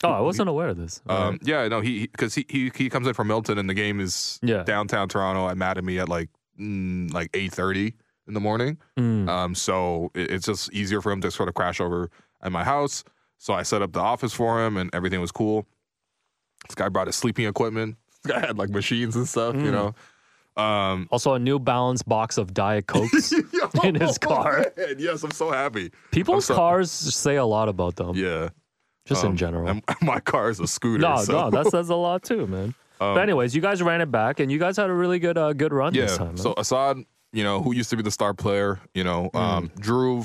Speaker 2: Oh, I wasn't aware of this. All
Speaker 1: Um,
Speaker 2: right.
Speaker 1: yeah, no, he because he, he he comes in from Milton, and the game is
Speaker 2: Yeah.
Speaker 1: downtown Toronto. I'm mad at me at like mm, like eight thirty in the morning.
Speaker 2: Mm.
Speaker 1: Um, so it, it's just easier for him to sort of crash over at my house. So I set up the office for him, and everything was cool. This guy brought his sleeping equipment. This guy had like machines and stuff, you
Speaker 2: Mm.
Speaker 1: know. Um,
Speaker 2: Also, a New Balance box of Diet Cokes.
Speaker 1: Yo,
Speaker 2: In his car.
Speaker 1: man, yes, I'm so happy.
Speaker 2: People's
Speaker 1: so-
Speaker 2: cars say a lot about them,
Speaker 1: Yeah.
Speaker 2: just
Speaker 1: um,
Speaker 2: in general.
Speaker 1: And my car is a scooter.
Speaker 2: no,
Speaker 1: so. um,
Speaker 2: no, that says a lot too, man. but anyways, you guys ran it back, and you guys had a really good, uh, good run
Speaker 1: yeah.
Speaker 2: this time. man. Mm.
Speaker 1: so Assad, you know, who used to be the star player, you know, um, Drew,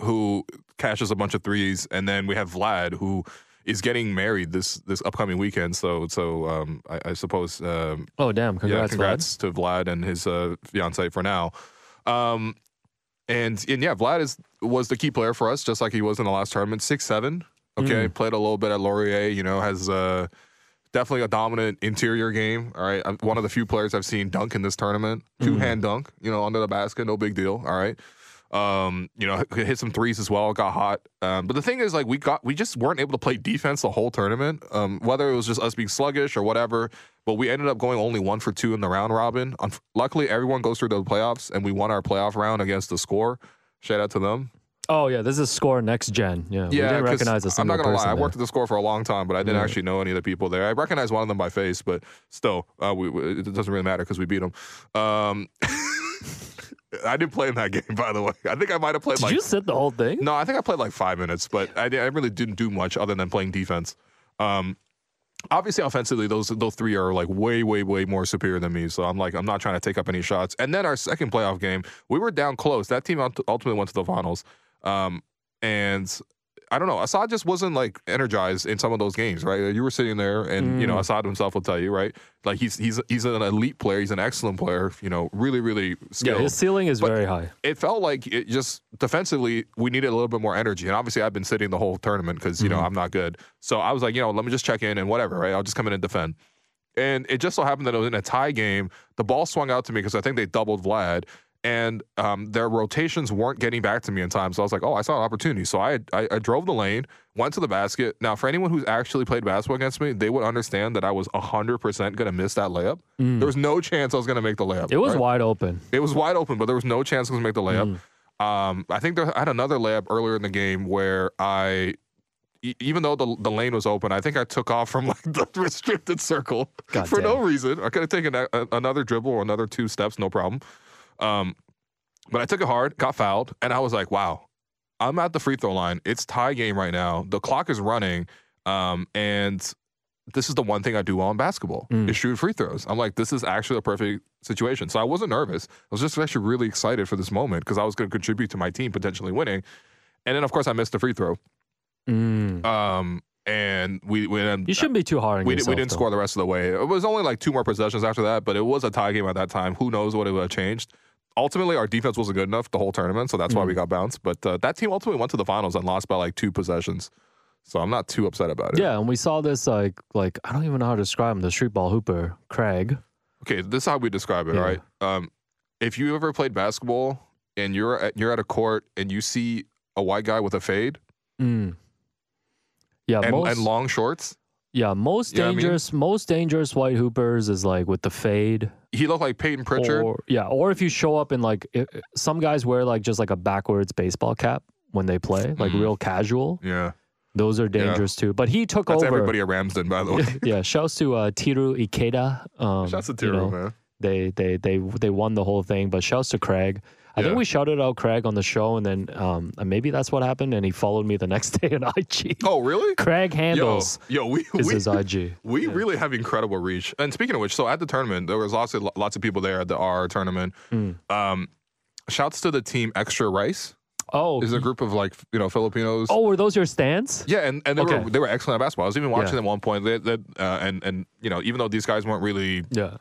Speaker 1: who cashes a bunch of threes, and then we have Vlad, who is getting married this this upcoming weekend. So so um, I, I suppose um,
Speaker 2: oh damn!
Speaker 1: yeah,
Speaker 2: Congrats, Vlad.
Speaker 1: congrats to Vlad and his uh, fiance for now. Um, and and yeah, Vlad is was the key player for us, just like he was in the last tournament. Six seven, okay,
Speaker 2: Mm.
Speaker 1: played a little bit at Laurier. You know, has uh, definitely a dominant interior game. All right, I'm one of the few players I've seen dunk in this tournament, two hand dunk. You know, under the basket, no big deal. All right. Um, you know, hit hit some threes as well. Got hot. Um, but the thing is, like, we got we just weren't able to play defense the whole tournament. Um, whether it was just us being sluggish or whatever, but we ended up going only one for two in the round robin. Unf luckily, everyone goes through the playoffs, and we won our playoff round against the score. Shout out to them.
Speaker 2: Oh yeah, this is score next gen. Yeah, we
Speaker 1: Yeah,
Speaker 2: didn't
Speaker 1: 'cause
Speaker 2: recognize a
Speaker 1: I'm
Speaker 2: single
Speaker 1: not gonna lie.
Speaker 2: person
Speaker 1: I
Speaker 2: there.
Speaker 1: worked at the score for a long time, but I didn't
Speaker 2: Yeah.
Speaker 1: actually know any of the people there. I recognized one of them by face, but still, uh, we, we, it doesn't really matter because we beat them. Um, I didn't play in that game, by the way. I think I might have played
Speaker 2: Did
Speaker 1: like
Speaker 2: you sit the whole thing?
Speaker 1: no, I think I played like five minutes, but I, di- I really didn't do much other than playing defense. Um, obviously, offensively, those those three are like way, way, way more superior than me. So I'm like, I'm not trying to take up any shots. And then our second playoff game, we were down close. That team ult- ultimately went to the finals. Um, and I don't know, Assad just wasn't like energized in some of those games, right? You were sitting there, and you know,
Speaker 2: Mm.
Speaker 1: Assad himself will tell you, right? Like he's he's he's an elite player. He's an excellent player. You know, really, really
Speaker 2: yeah,
Speaker 1: skilled
Speaker 2: his ceiling is
Speaker 1: But-
Speaker 2: very high.
Speaker 1: it felt like it just defensively we needed a little bit more energy and obviously i've been sitting the whole tournament because you know
Speaker 2: Mm-hmm.
Speaker 1: i'm not good so i was like you know let me just check in and whatever right i'll just come in and defend and it just so happened that it was in a tie game the ball swung out to me because i think they doubled vlad and um, their rotations weren't getting back to me in time so i was like oh i saw an opportunity so I, I i drove the lane went to the basket now for anyone who's actually played basketball against me they would understand that i was 100% gonna miss that layup Mm. there was no chance i was gonna make the layup
Speaker 2: Mm. It was
Speaker 1: right?
Speaker 2: wide open.
Speaker 1: It was wide open, but there was no chance I was gonna make the layup.
Speaker 2: Mm.
Speaker 1: Um, I think there, I had another layup earlier in the game where I, e- even though the the lane was open, I think I took off from like the restricted circle
Speaker 2: God
Speaker 1: for no
Speaker 2: damn.
Speaker 1: reason. I could have taken a, a- another dribble or another two steps, no problem. Um, but I took it hard, got fouled, and I was like, wow, I'm at the free throw line. It's tie game right now. The clock is running, um, and this is the one thing I do well in basketball
Speaker 2: Mm.
Speaker 1: is shoot free throws. I'm like, this is actually a perfect situation. So I wasn't nervous. I was just actually really excited for this moment because I was going to contribute to my team potentially winning. And then of course I missed the free throw.
Speaker 2: Mm.
Speaker 1: Um, and we we then
Speaker 2: You shouldn't be too hard on
Speaker 1: we, di-
Speaker 2: yourself.
Speaker 1: we didn't
Speaker 2: though.
Speaker 1: score the rest of the way. It was only like two more possessions after that, but it was a tie game at that time. Who knows what it would have changed? Ultimately, our defense wasn't good enough the whole tournament, so that's why
Speaker 2: Mm.
Speaker 1: we got bounced. But uh, that team ultimately went to the finals and lost by like two possessions. So I'm not too upset about it.
Speaker 2: Yeah, and we saw this like like I don't even know how to describe him. The street ball hooper, Craig.
Speaker 1: Okay, this is how we describe it.
Speaker 2: Yeah.
Speaker 1: All right. Um, if you ever played basketball and you're at, you're at a court and you see a white guy with a fade
Speaker 2: Mm. Yeah,
Speaker 1: and,
Speaker 2: most
Speaker 1: and long shorts,
Speaker 2: yeah most
Speaker 1: You know what I mean?
Speaker 2: dangerous most dangerous white hoopers is like with the fade.
Speaker 1: he looked like Peyton Pritchard.
Speaker 2: Or, yeah, or if you show up in like i i- some guys wear like just like a backwards baseball cap when they play, like
Speaker 1: Mm.
Speaker 2: real casual.
Speaker 1: yeah,
Speaker 2: Those are dangerous too. But he took
Speaker 1: that's
Speaker 2: over.
Speaker 1: everybody at Ramsden, by the way.
Speaker 2: yeah, shouts to uh, Tiru Ikeda. Um,
Speaker 1: Shouts to
Speaker 2: you
Speaker 1: Tiro,
Speaker 2: know,
Speaker 1: man.
Speaker 2: They they they they won the whole thing. But shouts to Craig. I
Speaker 1: Yeah.
Speaker 2: think we shouted out Craig on the show, and then um, and maybe that's what happened. And he followed me the next day on IG.
Speaker 1: Oh, really?
Speaker 2: Craig
Speaker 1: Yo,
Speaker 2: handles
Speaker 1: yo, we
Speaker 2: is
Speaker 1: we,
Speaker 2: his IG.
Speaker 1: we
Speaker 2: yeah.
Speaker 1: really have incredible reach. And speaking of which, so at the tournament, there was lots of lots of people there at the R tournament.
Speaker 2: Mm.
Speaker 1: Um, shouts to the team Extra Rice.
Speaker 2: Oh,
Speaker 1: Is a group of like you know Filipinos.
Speaker 2: oh, were those your stands?
Speaker 1: Yeah, and, and they
Speaker 2: Okay.
Speaker 1: were they were excellent at basketball. I was even watching
Speaker 2: Yeah.
Speaker 1: them at one point. They, they, uh, and and you know, even though these guys weren't really,
Speaker 2: Yeah.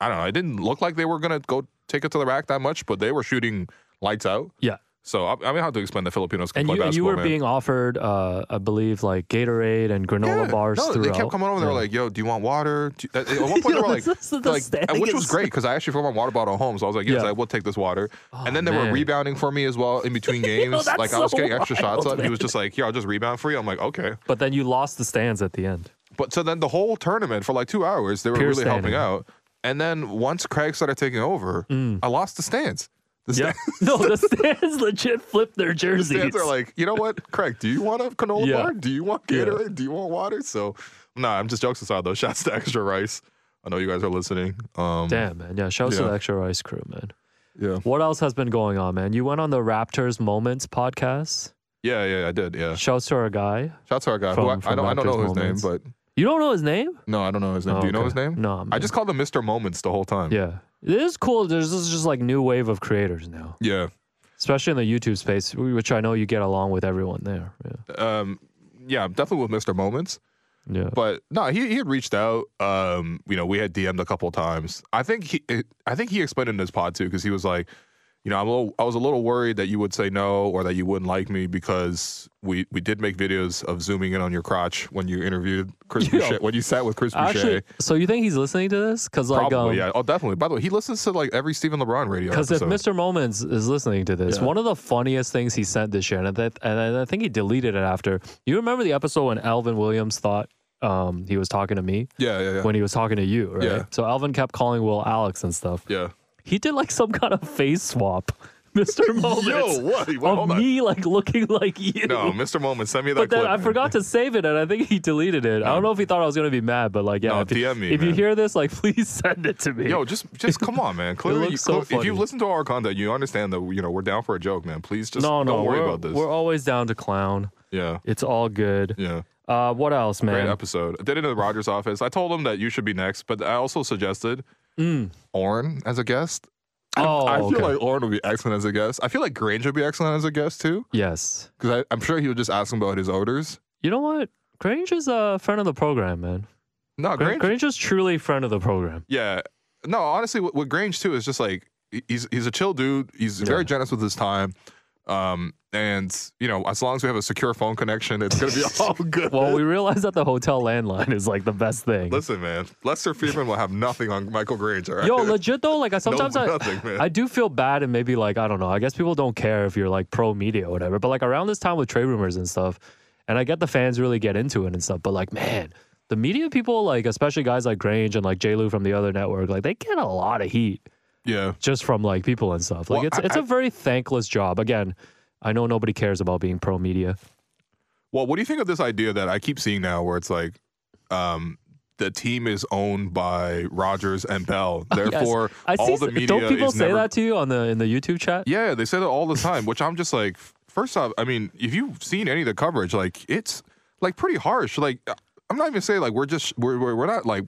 Speaker 1: I don't know, it didn't look like they were gonna go take it to the rack that much, but they were shooting lights out.
Speaker 2: Yeah.
Speaker 1: So I, I mean, how to explain the Filipinos can
Speaker 2: And
Speaker 1: play
Speaker 2: you, and you
Speaker 1: basketball?
Speaker 2: were
Speaker 1: man.
Speaker 2: being offered, uh, I believe, like Gatorade and
Speaker 1: Yeah.
Speaker 2: granola bars
Speaker 1: No,
Speaker 2: throughout.
Speaker 1: they kept coming over. They were
Speaker 2: Yeah.
Speaker 1: like, "Yo, do you want water?" Do you- at at one point,
Speaker 2: Yo,
Speaker 1: they were like,
Speaker 2: this is the
Speaker 1: like and
Speaker 2: standing
Speaker 1: which was
Speaker 2: is-
Speaker 1: great because I actually forgot my water bottle home, so I was like, "Yes,
Speaker 2: Yeah.
Speaker 1: I will take this water."
Speaker 2: Oh,
Speaker 1: and then they were
Speaker 2: man.
Speaker 1: rebounding for me as well in between games.
Speaker 2: that's
Speaker 1: like I was
Speaker 2: so
Speaker 1: getting extra shots
Speaker 2: wild,
Speaker 1: up. He was
Speaker 2: man.
Speaker 1: just like, "Here, I'll just rebound for you." I'm like, "Okay."
Speaker 2: But then you lost the stands at the end.
Speaker 1: But so then the whole tournament for like two hours, they were
Speaker 2: Pure
Speaker 1: really helping
Speaker 2: standing.
Speaker 1: out. And then once Craig started taking over, I lost the stands. The
Speaker 2: Mm. Yeah.
Speaker 1: sta-
Speaker 2: no, the stands legit flipped their
Speaker 1: the
Speaker 2: jerseys.
Speaker 1: stands are like, you know what, Craig? Do you want a canola
Speaker 2: Yeah.
Speaker 1: bar? Do you want
Speaker 2: Yeah.
Speaker 1: Gatorade? Do you want water? So, nah, I'm just jokes aside though. Shouts to extra rice. I know you guys are listening. Um,
Speaker 2: Damn, man. Yeah, shouts to
Speaker 1: Yeah.
Speaker 2: the Extra Rice crew, man.
Speaker 1: Yeah.
Speaker 2: What else has been going on, man? You went on the Raptors Moments podcast.
Speaker 1: Yeah, yeah, I did. Yeah.
Speaker 2: Shouts to our guy.
Speaker 1: Shouts to our guy.
Speaker 2: From-
Speaker 1: who I, I
Speaker 2: from
Speaker 1: don't, I don't
Speaker 2: Raptors
Speaker 1: know his
Speaker 2: moments.
Speaker 1: name, but
Speaker 2: You don't know his name?
Speaker 1: no, I don't know his name.
Speaker 2: Oh,
Speaker 1: Do you know
Speaker 2: okay.
Speaker 1: his name?
Speaker 2: No,
Speaker 1: I
Speaker 2: man.
Speaker 1: just called him Mr. Moments the whole time.
Speaker 2: Yeah. It is cool. There's this is just like new wave of creators now,
Speaker 1: Yeah.
Speaker 2: especially in the YouTube space, which I know you get along with everyone there. Yeah.
Speaker 1: Um, yeah, definitely with Mr. Moments.
Speaker 2: Yeah.
Speaker 1: But no, he, he had reached out. Um, you know, we had DM'd a couple times. I think he it- I think he explained in his pod too because he was like, you know, I'm a little, I was a little worried that you would say no or that you wouldn't like me because we we did make videos of zooming in on your crotch when you interviewed Chris
Speaker 2: Yo.
Speaker 1: Boucher, when you sat with Chris
Speaker 2: Actually,
Speaker 1: Boucher.
Speaker 2: so you think he's listening to this? Because like,
Speaker 1: Probably,
Speaker 2: um,
Speaker 1: yeah. Oh, definitely. By the way, he listens to like every Stephen LeBron radio
Speaker 2: Because
Speaker 1: episode.
Speaker 2: if Mr. Moments is listening to this,
Speaker 1: Yeah.
Speaker 2: one of the funniest things he sent this year, and I, th- and I I think he deleted it after. You remember the episode when Alvin Williams thought um, he was talking to me
Speaker 1: yeah, yeah, yeah.
Speaker 2: when he was talking to you, right?
Speaker 1: Yeah.
Speaker 2: So Alvin kept calling Will Alex and stuff.
Speaker 1: yeah.
Speaker 2: He did like some kind of face swap Mr. Moments
Speaker 1: Yo, what? Wait,
Speaker 2: of
Speaker 1: hold on.
Speaker 2: Oh, me like looking like you.
Speaker 1: No, Mr. Moment, send me that
Speaker 2: but then
Speaker 1: clip.
Speaker 2: I
Speaker 1: man.
Speaker 2: forgot to save it, and I think he deleted it. I don't know if he thought I was gonna be mad, but like, yeah,
Speaker 1: No,
Speaker 2: if, you-
Speaker 1: DM me,
Speaker 2: if you
Speaker 1: man.
Speaker 2: hear this, like, please send it to me.
Speaker 1: Yo, just just come on, man. Clearly,
Speaker 2: looks
Speaker 1: you-
Speaker 2: so
Speaker 1: if
Speaker 2: funny.
Speaker 1: you've listened to our content, you understand that you know we're down for a joke, man. Please just
Speaker 2: no, no,
Speaker 1: don't worry
Speaker 2: we're,
Speaker 1: about this.
Speaker 2: we're always down to clown.
Speaker 1: yeah,
Speaker 2: It's all good.
Speaker 1: yeah.
Speaker 2: Uh, what else,
Speaker 1: Great
Speaker 2: man?
Speaker 1: episode. I did it in the Rogers office. I told him that you should be next, but I also suggested
Speaker 2: Mm.
Speaker 1: Orn as a guest.
Speaker 2: Oh,
Speaker 1: I feel
Speaker 2: okay.
Speaker 1: like Orn would be excellent as a guest. I feel like Grange would be excellent as a guest too,
Speaker 2: yes.
Speaker 1: because I'm sure he would just ask him about his odors.
Speaker 2: You know what? Grange is a friend of the program, man.
Speaker 1: No,
Speaker 2: Grange,
Speaker 1: Grange.
Speaker 2: Grange is truly friend of the program.
Speaker 1: Yeah. No, honestly, with, with Grange too is just like he- he's he's a chill dude. He's
Speaker 2: Yeah.
Speaker 1: very generous with his time. Um, and you know, as long as we have a secure phone connection, it's gonna be all good.
Speaker 2: Well, we realized that the hotel landline is like the best thing.
Speaker 1: Listen, man, Lester Freeman will have nothing on Michael Grange. All right?
Speaker 2: Yo, legit though, like I sometimes I,
Speaker 1: nothing, man.
Speaker 2: I do feel bad and maybe like I don't know. I guess people don't care if you're like pro media or whatever. But like around this time with trade rumors and stuff, and I get the fans really get into it and stuff. But like man, the media people like especially guys like Grange and like J Lou from the other network, like they get a lot of heat
Speaker 1: yeah.
Speaker 2: just from like people and stuff. Like
Speaker 1: Well,
Speaker 2: it's
Speaker 1: I-
Speaker 2: it's a very thankless job. Again, I know nobody cares about being pro media.
Speaker 1: Well, what do you think of this idea that I keep seeing now, where it's like, um, the team is owned by Rogers and Bell, therefore
Speaker 2: I
Speaker 1: all
Speaker 2: see.
Speaker 1: the
Speaker 2: s-
Speaker 1: media
Speaker 2: don't people
Speaker 1: is
Speaker 2: say
Speaker 1: never
Speaker 2: that to you on the in the YouTube chat?
Speaker 1: Yeah, they say that all the time, which I'm just like, f- first off, I mean, if you've seen any of the coverage, like it's like pretty harsh. Like I- I'm not even saying like we're just we're we're, we're not like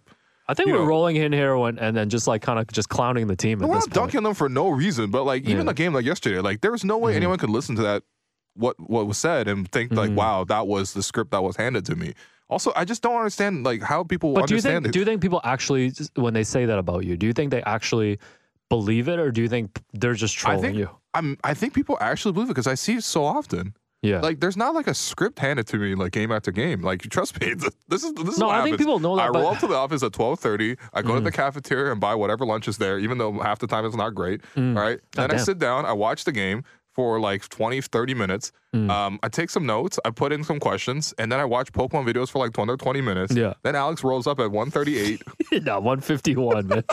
Speaker 2: I think
Speaker 1: You
Speaker 2: we're
Speaker 1: know-
Speaker 2: rolling in here when, and then just like kind of just clowning the team at
Speaker 1: we're
Speaker 2: this
Speaker 1: not
Speaker 2: point.
Speaker 1: dunking them for no reason, but like even
Speaker 2: Yeah. Mm-hmm.
Speaker 1: the game like yesterday, like there was no way anyone could listen to that what what was said and think like, wow, that was the script that was handed to me. Also, I just don't understand like how people
Speaker 2: But do you
Speaker 1: understand
Speaker 2: think do you think people actually when they say that about you, do you think they actually believe it, or do you think they're just
Speaker 1: I
Speaker 2: trolling
Speaker 1: think
Speaker 2: you?
Speaker 1: I'm I think people actually believe it because I see it so often.
Speaker 2: Yeah.
Speaker 1: Like there's not like a script handed to me like game after game. Like trust me, this is this is
Speaker 2: no,
Speaker 1: what
Speaker 2: I think
Speaker 1: happens.
Speaker 2: people know
Speaker 1: I
Speaker 2: that.
Speaker 1: roll
Speaker 2: But, Mm.
Speaker 1: up to the office at twelve thirty. I go to the cafeteria and buy whatever lunch is there, even though half the time it's not great.
Speaker 2: Mm.
Speaker 1: All right. Then I
Speaker 2: damn.
Speaker 1: sit down. I watch the game for like 20, 30 minutes.
Speaker 2: Mm.
Speaker 1: Um, I take some notes. I put in some questions, and then I watch Pokemon videos for like another twenty minutes.
Speaker 2: Yeah.
Speaker 1: Then Alex rolls up at one thirty eight.
Speaker 2: no, one fifty one, man.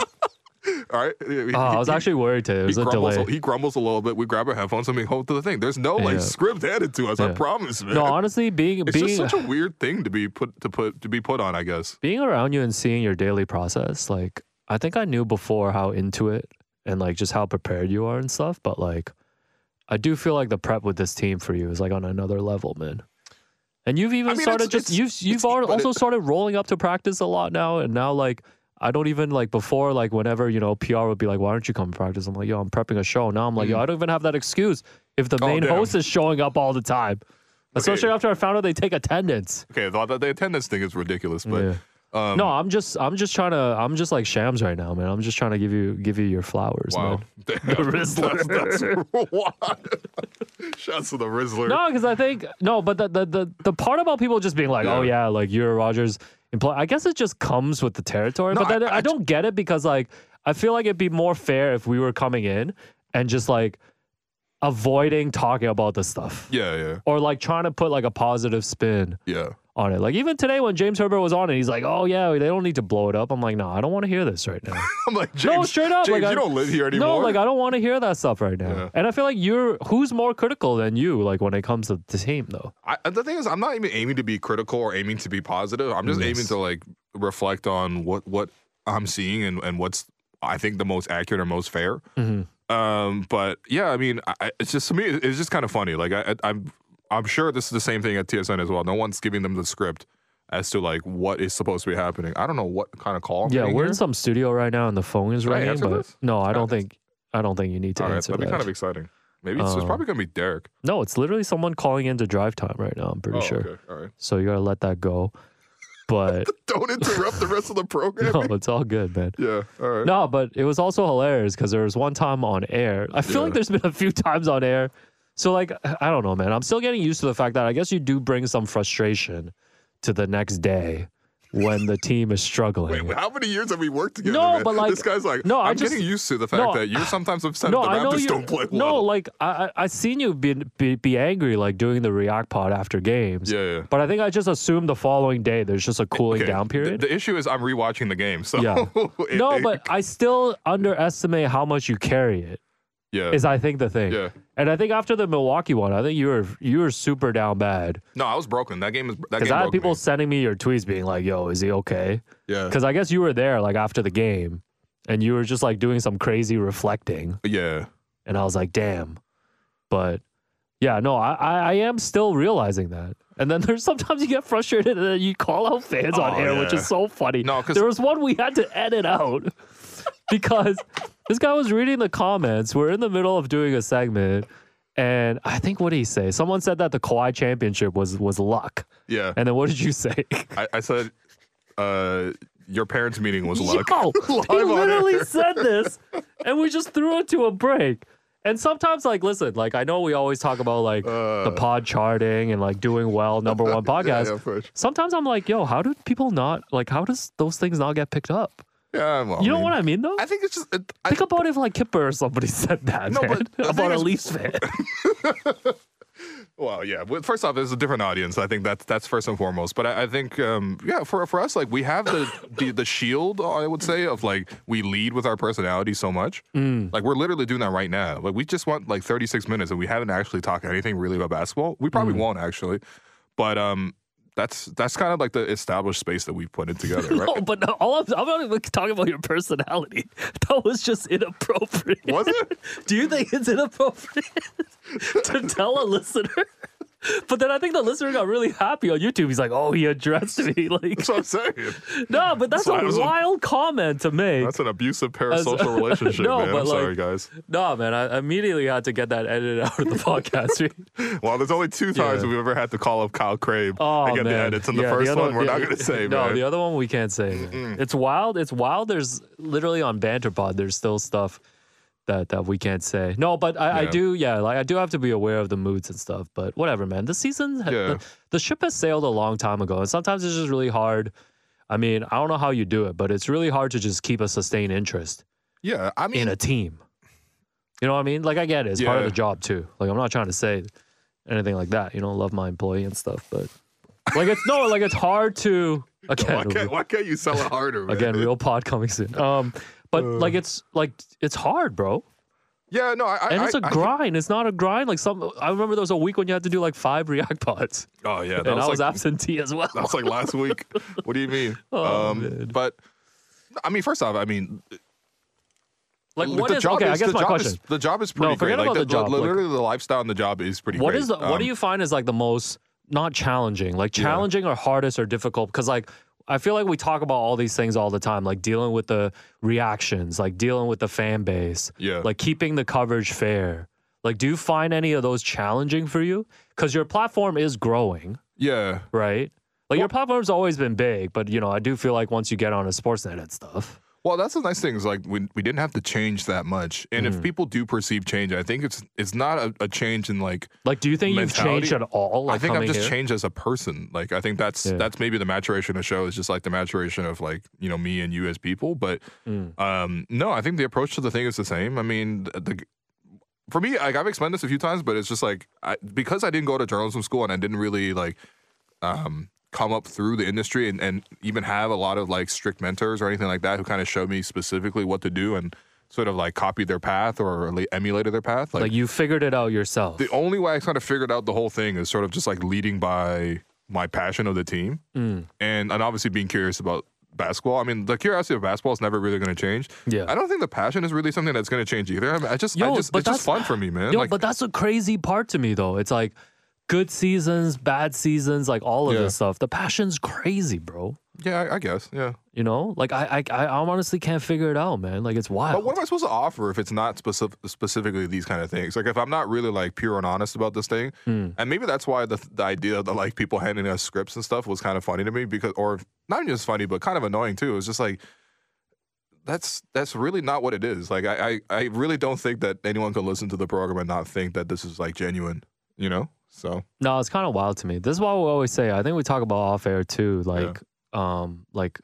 Speaker 1: all right. He-
Speaker 2: Oh, I
Speaker 1: he-
Speaker 2: was actually worried today. It
Speaker 1: He
Speaker 2: was a
Speaker 1: grumbles,
Speaker 2: delay.
Speaker 1: he grumbles a little bit. We grab our headphones and we hold to the thing. There's no like
Speaker 2: Yeah.
Speaker 1: script handed to us. I
Speaker 2: Yeah.
Speaker 1: promise, man.
Speaker 2: no, honestly, being
Speaker 1: it's
Speaker 2: being
Speaker 1: just such a weird thing to be put to put to be put on. I guess.
Speaker 2: being around you and seeing your daily process, like I think I knew before how into it and like just how prepared you are and stuff, but like I do feel like the prep with this team for you is like on another level, man. And you've even
Speaker 1: mean,
Speaker 2: started
Speaker 1: it's-
Speaker 2: just
Speaker 1: it's-
Speaker 2: you've
Speaker 1: it's-
Speaker 2: you've al-
Speaker 1: but
Speaker 2: also
Speaker 1: it-
Speaker 2: started rolling up to practice a lot now, and now like I don't even like before like whenever you know PR would be like, why aren't you coming to practice? I'm like, yo, I'm prepping a show. Now I'm like, yo, I don't even have that excuse if the
Speaker 1: Mm-hmm. Oh,
Speaker 2: main
Speaker 1: damn.
Speaker 2: host is showing up all the time, especially after I found out they take attendance.
Speaker 1: Okay, the, the- the attendance thing is ridiculous, but.
Speaker 2: Yeah.
Speaker 1: Um,
Speaker 2: No, I'm just I'm just trying to I'm just like shams right now, man. I'm just trying to give you give you your flowers,
Speaker 1: Wow.
Speaker 2: man.
Speaker 1: Damn,
Speaker 2: Rizzler.
Speaker 1: That's, that's wild. Shouts to the Rizzler.
Speaker 2: No, because I think no, but the, the the the part about people just being like,
Speaker 1: Yeah.
Speaker 2: oh yeah, like you're Rogers employee. I guess it just comes with the territory.
Speaker 1: No,
Speaker 2: but then
Speaker 1: I-
Speaker 2: I,
Speaker 1: I-
Speaker 2: don't get it because like I feel like it'd be more fair if we were coming in and just like avoiding talking about this stuff
Speaker 1: Yeah, yeah,
Speaker 2: or like trying to put like a positive spin
Speaker 1: yeah.
Speaker 2: on it. Like even today when James Herbert was on it, he's like, oh yeah, they don't need to blow it up. I'm like, no, I don't want to hear this right now.
Speaker 1: I'm like, James,
Speaker 2: straight up,
Speaker 1: James,
Speaker 2: like, I-
Speaker 1: you don't live here anymore.
Speaker 2: No, like I don't want to hear that stuff right now.
Speaker 1: Yeah.
Speaker 2: And I feel like you're who's more critical than you, like when it comes to the team though.
Speaker 1: I, the thing is, I'm not even aiming to be critical or aiming to be positive. I'm just
Speaker 2: Yes.
Speaker 1: aiming to like reflect on what what I'm seeing and and what's I think the most accurate or most fair. Um, but yeah, I mean, I- I, it's just to me, it- it's just kind of funny. Like I, I, I'm, I'm sure this is the same thing at TSN as well. No one's giving them the script as to like what is supposed to be happening. I don't know what kind of call. I'm
Speaker 2: Yeah,
Speaker 1: getting
Speaker 2: we're
Speaker 1: here.
Speaker 2: in some studio right now and the phone is
Speaker 1: Should I
Speaker 2: ringing,
Speaker 1: answer
Speaker 2: but
Speaker 1: this?
Speaker 2: no, I
Speaker 1: Should I
Speaker 2: don't think I don't think you need to
Speaker 1: All right,
Speaker 2: answer
Speaker 1: that'd be
Speaker 2: that.
Speaker 1: kind of exciting. Maybe it's, it's
Speaker 2: Uh,
Speaker 1: probably gonna be Derek.
Speaker 2: no, it's literally someone calling into drive time right now, I'm pretty
Speaker 1: Oh,
Speaker 2: sure.
Speaker 1: okay. All right.
Speaker 2: So you gotta let that go. But
Speaker 1: Don't interrupt the rest of the program.
Speaker 2: no, it's all good, man.
Speaker 1: Yeah. All right.
Speaker 2: No, but it was also hilarious because there was one time on air. I feel
Speaker 1: Yeah.
Speaker 2: like there's been a few times on air. So like I don't know, man. I'm still getting used to the fact that I guess you do bring some frustration to the next day when the team is struggling.
Speaker 1: Wait, wait, how many years have we worked together?
Speaker 2: No,
Speaker 1: man?
Speaker 2: but, like-
Speaker 1: this guy's like,
Speaker 2: no,
Speaker 1: I'm
Speaker 2: I just-
Speaker 1: getting used to the fact
Speaker 2: No,
Speaker 1: that you're sometimes upset
Speaker 2: no,
Speaker 1: that the
Speaker 2: I know
Speaker 1: Raptors
Speaker 2: you.
Speaker 1: don't play well.
Speaker 2: No, like I, I I seen you be, be be angry like doing the React pod after games.
Speaker 1: yeah, yeah.
Speaker 2: But I think I just assumed the following day there's just a cooling
Speaker 1: Okay,
Speaker 2: down
Speaker 1: the-
Speaker 2: period.
Speaker 1: The, issue is I'm rewatching the game, so
Speaker 2: Yeah.
Speaker 1: it-
Speaker 2: no,
Speaker 1: it-
Speaker 2: but I still underestimate how much you carry it.
Speaker 1: Yeah.
Speaker 2: Is I think the thing.
Speaker 1: yeah.
Speaker 2: And I think after the Milwaukee one, I think you were you were super down bad
Speaker 1: No, I was broken. That game is that
Speaker 2: because
Speaker 1: game
Speaker 2: I had
Speaker 1: broke
Speaker 2: people
Speaker 1: me.
Speaker 2: sending me your tweets being like, "Yo, is he okay?"
Speaker 1: Yeah.
Speaker 2: Because I guess you were there like after the game, and you were just like doing some crazy reflecting,
Speaker 1: Yeah.
Speaker 2: and I was like, "Damn," but yeah, no, I I, I am still realizing that. And then there's sometimes you get frustrated and then you call out fans on
Speaker 1: Oh,
Speaker 2: air, which
Speaker 1: yeah.
Speaker 2: is so funny.
Speaker 1: No, 'cause-
Speaker 2: there was one we had to edit out because this guy was reading the comments. We're in the middle of doing a segment. And I think what did he say? Someone said that the Kawhi championship was was luck.
Speaker 1: Yeah.
Speaker 2: And then what did you say?
Speaker 1: I, I said uh your parents meeting was luck.
Speaker 2: Yo,
Speaker 1: Live
Speaker 2: he
Speaker 1: on
Speaker 2: literally
Speaker 1: air.
Speaker 2: said this, and we just threw it to a break. And sometimes, like, listen, like I know we always talk about like the pod charting and like doing well, number one podcast.
Speaker 1: Uh. Yeah, yeah, of course.
Speaker 2: Sometimes I'm like, yo, how do people not like? How does those things not get picked up?
Speaker 1: Yeah, well,
Speaker 2: You know
Speaker 1: I
Speaker 2: what
Speaker 1: mean,
Speaker 2: I mean, though.
Speaker 1: I think it's just it, I,
Speaker 2: Think about if like Kipper or somebody said that
Speaker 1: No,
Speaker 2: man,
Speaker 1: but the thing
Speaker 2: about a
Speaker 1: is-
Speaker 2: Leafs fan.
Speaker 1: Well, yeah. Well, First off, it's a different audience. I think that's that's first and foremost. But I, I think, um, yeah, for for us, like we have the, the the shield. I would say of like we lead with our personality so much. Like we're literally doing that right now. Like we just want like 36 minutes, and we haven't actually talked anything really about basketball. We probably won't actually, but um, that's that's kind of like the established space that we've put in together, right?
Speaker 2: No, but no, all I'm, I'm not even talking about your personality. That was just inappropriate.
Speaker 1: Was it?
Speaker 2: Do you think it's inappropriate to tell a listener? But then I think the listener got really happy on YouTube. He's like, "Oh, he addressed me." Like,
Speaker 1: That's what I'm saying.
Speaker 2: no, but that's
Speaker 1: So I
Speaker 2: a
Speaker 1: was a-
Speaker 2: wild comment to make.
Speaker 1: That's an abusive parasocial relationship,
Speaker 2: No,
Speaker 1: man.
Speaker 3: but,
Speaker 1: I'm
Speaker 3: like-
Speaker 1: sorry, guys.
Speaker 3: No, man, I immediately had to get that edited out of the podcast. feed.
Speaker 1: Well, there's only two times
Speaker 3: Yeah.
Speaker 1: we've ever had to call up Kyle Craig
Speaker 2: Oh,
Speaker 1: and get
Speaker 2: man.
Speaker 1: the edits, and the
Speaker 2: Yeah,
Speaker 1: first
Speaker 2: other-
Speaker 1: one we're
Speaker 2: the-
Speaker 1: not going to say,
Speaker 2: No,
Speaker 1: man.
Speaker 2: the other one we can't say. man. It's wild. It's wild. There's literally on BanterPod. There's still stuff that that we can't say. No, but I, I
Speaker 1: Yeah.
Speaker 2: do. Yeah, like I do have to be aware of the moods and stuff. But whatever, man. The season, ha-
Speaker 1: Yeah.
Speaker 2: the, the ship has sailed a long time ago, and sometimes it's just really hard. I mean, I don't know how you do it, but it's really hard to just keep a sustained interest
Speaker 1: yeah, I
Speaker 2: in
Speaker 1: mean,
Speaker 2: a team. You know what I mean? Like I get it. It's part of
Speaker 1: Yeah.
Speaker 2: the job too. Like I'm not trying to say anything like that. You know, love my employee and stuff, but like it's no, like it's hard to again.
Speaker 1: why can't, why can't you sell it harder? Man? Uh.
Speaker 2: again, real pod coming soon. Um, but like it's like it's hard, bro.
Speaker 1: yeah, no, I, I,
Speaker 2: And it's
Speaker 1: a
Speaker 2: a grind. It's not a grind. Like some, I remember there was a week when you had to do like five React pods,
Speaker 1: oh yeah, that
Speaker 2: and
Speaker 1: was,
Speaker 2: I was
Speaker 1: like,
Speaker 2: absentee as well.
Speaker 1: that was like last week. What do you mean? Um,
Speaker 2: Oh, man.
Speaker 1: but I mean, first off, I mean,
Speaker 2: Like
Speaker 1: the
Speaker 2: what is
Speaker 1: job
Speaker 2: okay?
Speaker 1: is,
Speaker 2: I guess
Speaker 1: the
Speaker 2: my
Speaker 1: job
Speaker 2: question.
Speaker 1: Is, the job is pretty
Speaker 2: forget
Speaker 1: great. Like
Speaker 2: about the job, like-
Speaker 1: literally, the lifestyle and the job is pretty.
Speaker 2: What
Speaker 1: great.
Speaker 2: is the what
Speaker 1: Um,
Speaker 2: do you find is like the most not challenging, like challenging or hardest or difficult? Because like I feel like we talk about all these things all the time, like dealing with the reactions, like dealing with the fan base,
Speaker 1: Um, Yeah.
Speaker 2: like keeping the coverage fair. Like, do you find any of those challenging for you? Because your platform is growing,
Speaker 1: Yeah,
Speaker 2: right? Like your platform's always been big, but you know I do feel like once you get on a Sportsnet and stuff,
Speaker 1: Well, that's the nice thing is like we, we didn't have to change that much, and
Speaker 2: Mm.
Speaker 1: if people do perceive change, I think it's it's not a, a change in like
Speaker 2: like do you think
Speaker 1: Mentality?
Speaker 2: you've changed at all? Like
Speaker 1: I think I've
Speaker 2: coming
Speaker 1: just
Speaker 2: here?
Speaker 1: changed as a person. Like I think that's
Speaker 2: Yeah.
Speaker 1: that's maybe the maturation of the show is just like the maturation of like you know me and you as people. But
Speaker 2: Mm.
Speaker 1: um no, I think the approach to the thing is the same. I mean, th- the for me, like I've explained this a few times, but it's just like I, because I didn't go to journalism school and I didn't really like um come up through the industry and, and even have a lot of like strict mentors or anything like that who kind of showed me specifically what to do and sort of like copied their path or like, emulated their path.
Speaker 2: Like you figured it out yourself.
Speaker 1: The only way I kind of figured out the whole thing is sort of just like leading by my passion of the team
Speaker 2: Mm.
Speaker 1: and and obviously being curious about basketball. I mean, the curiosity of basketball is never really going to change.
Speaker 2: Yeah.
Speaker 1: I don't think the passion is really something that's going to change either. I, mean, I just,
Speaker 2: Yo,
Speaker 1: I just,
Speaker 2: but
Speaker 1: it's just
Speaker 2: that's-
Speaker 1: fun for me, man.
Speaker 2: Yo,
Speaker 1: like,
Speaker 2: but that's a crazy part to me though. It's like good seasons, bad seasons, like all of
Speaker 1: Yeah.
Speaker 2: this stuff. The passion's crazy, bro.
Speaker 1: yeah, I, I guess, yeah.
Speaker 2: You know, like I, I, I honestly can't figure it out, man. Like it's wild.
Speaker 1: But what am I supposed to offer if it's not specific, specifically these kind of things? Like, if I'm not really like pure and honest about this thing, and maybe that's why the the idea that like people handing us scripts and stuff was kind of funny to me because, or not just funny, but kind of annoying too. It was just like that's that's really not what it is. Like, I I, I really don't think that anyone could listen to the program and not think that this is like genuine. You know, so
Speaker 2: No, it's kind of wild to me. This is why we always say. I think we talk about off air too.
Speaker 1: Yeah.
Speaker 2: Like, um, like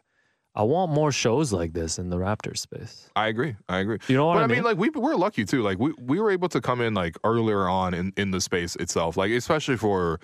Speaker 2: I want more shows like this in the Raptor space.
Speaker 1: I agree. I agree.
Speaker 2: You know what
Speaker 1: But
Speaker 2: I
Speaker 1: I mean,
Speaker 2: mean?
Speaker 1: like we we're lucky too. Like we we were able to come in like earlier on in in the space itself. Like especially for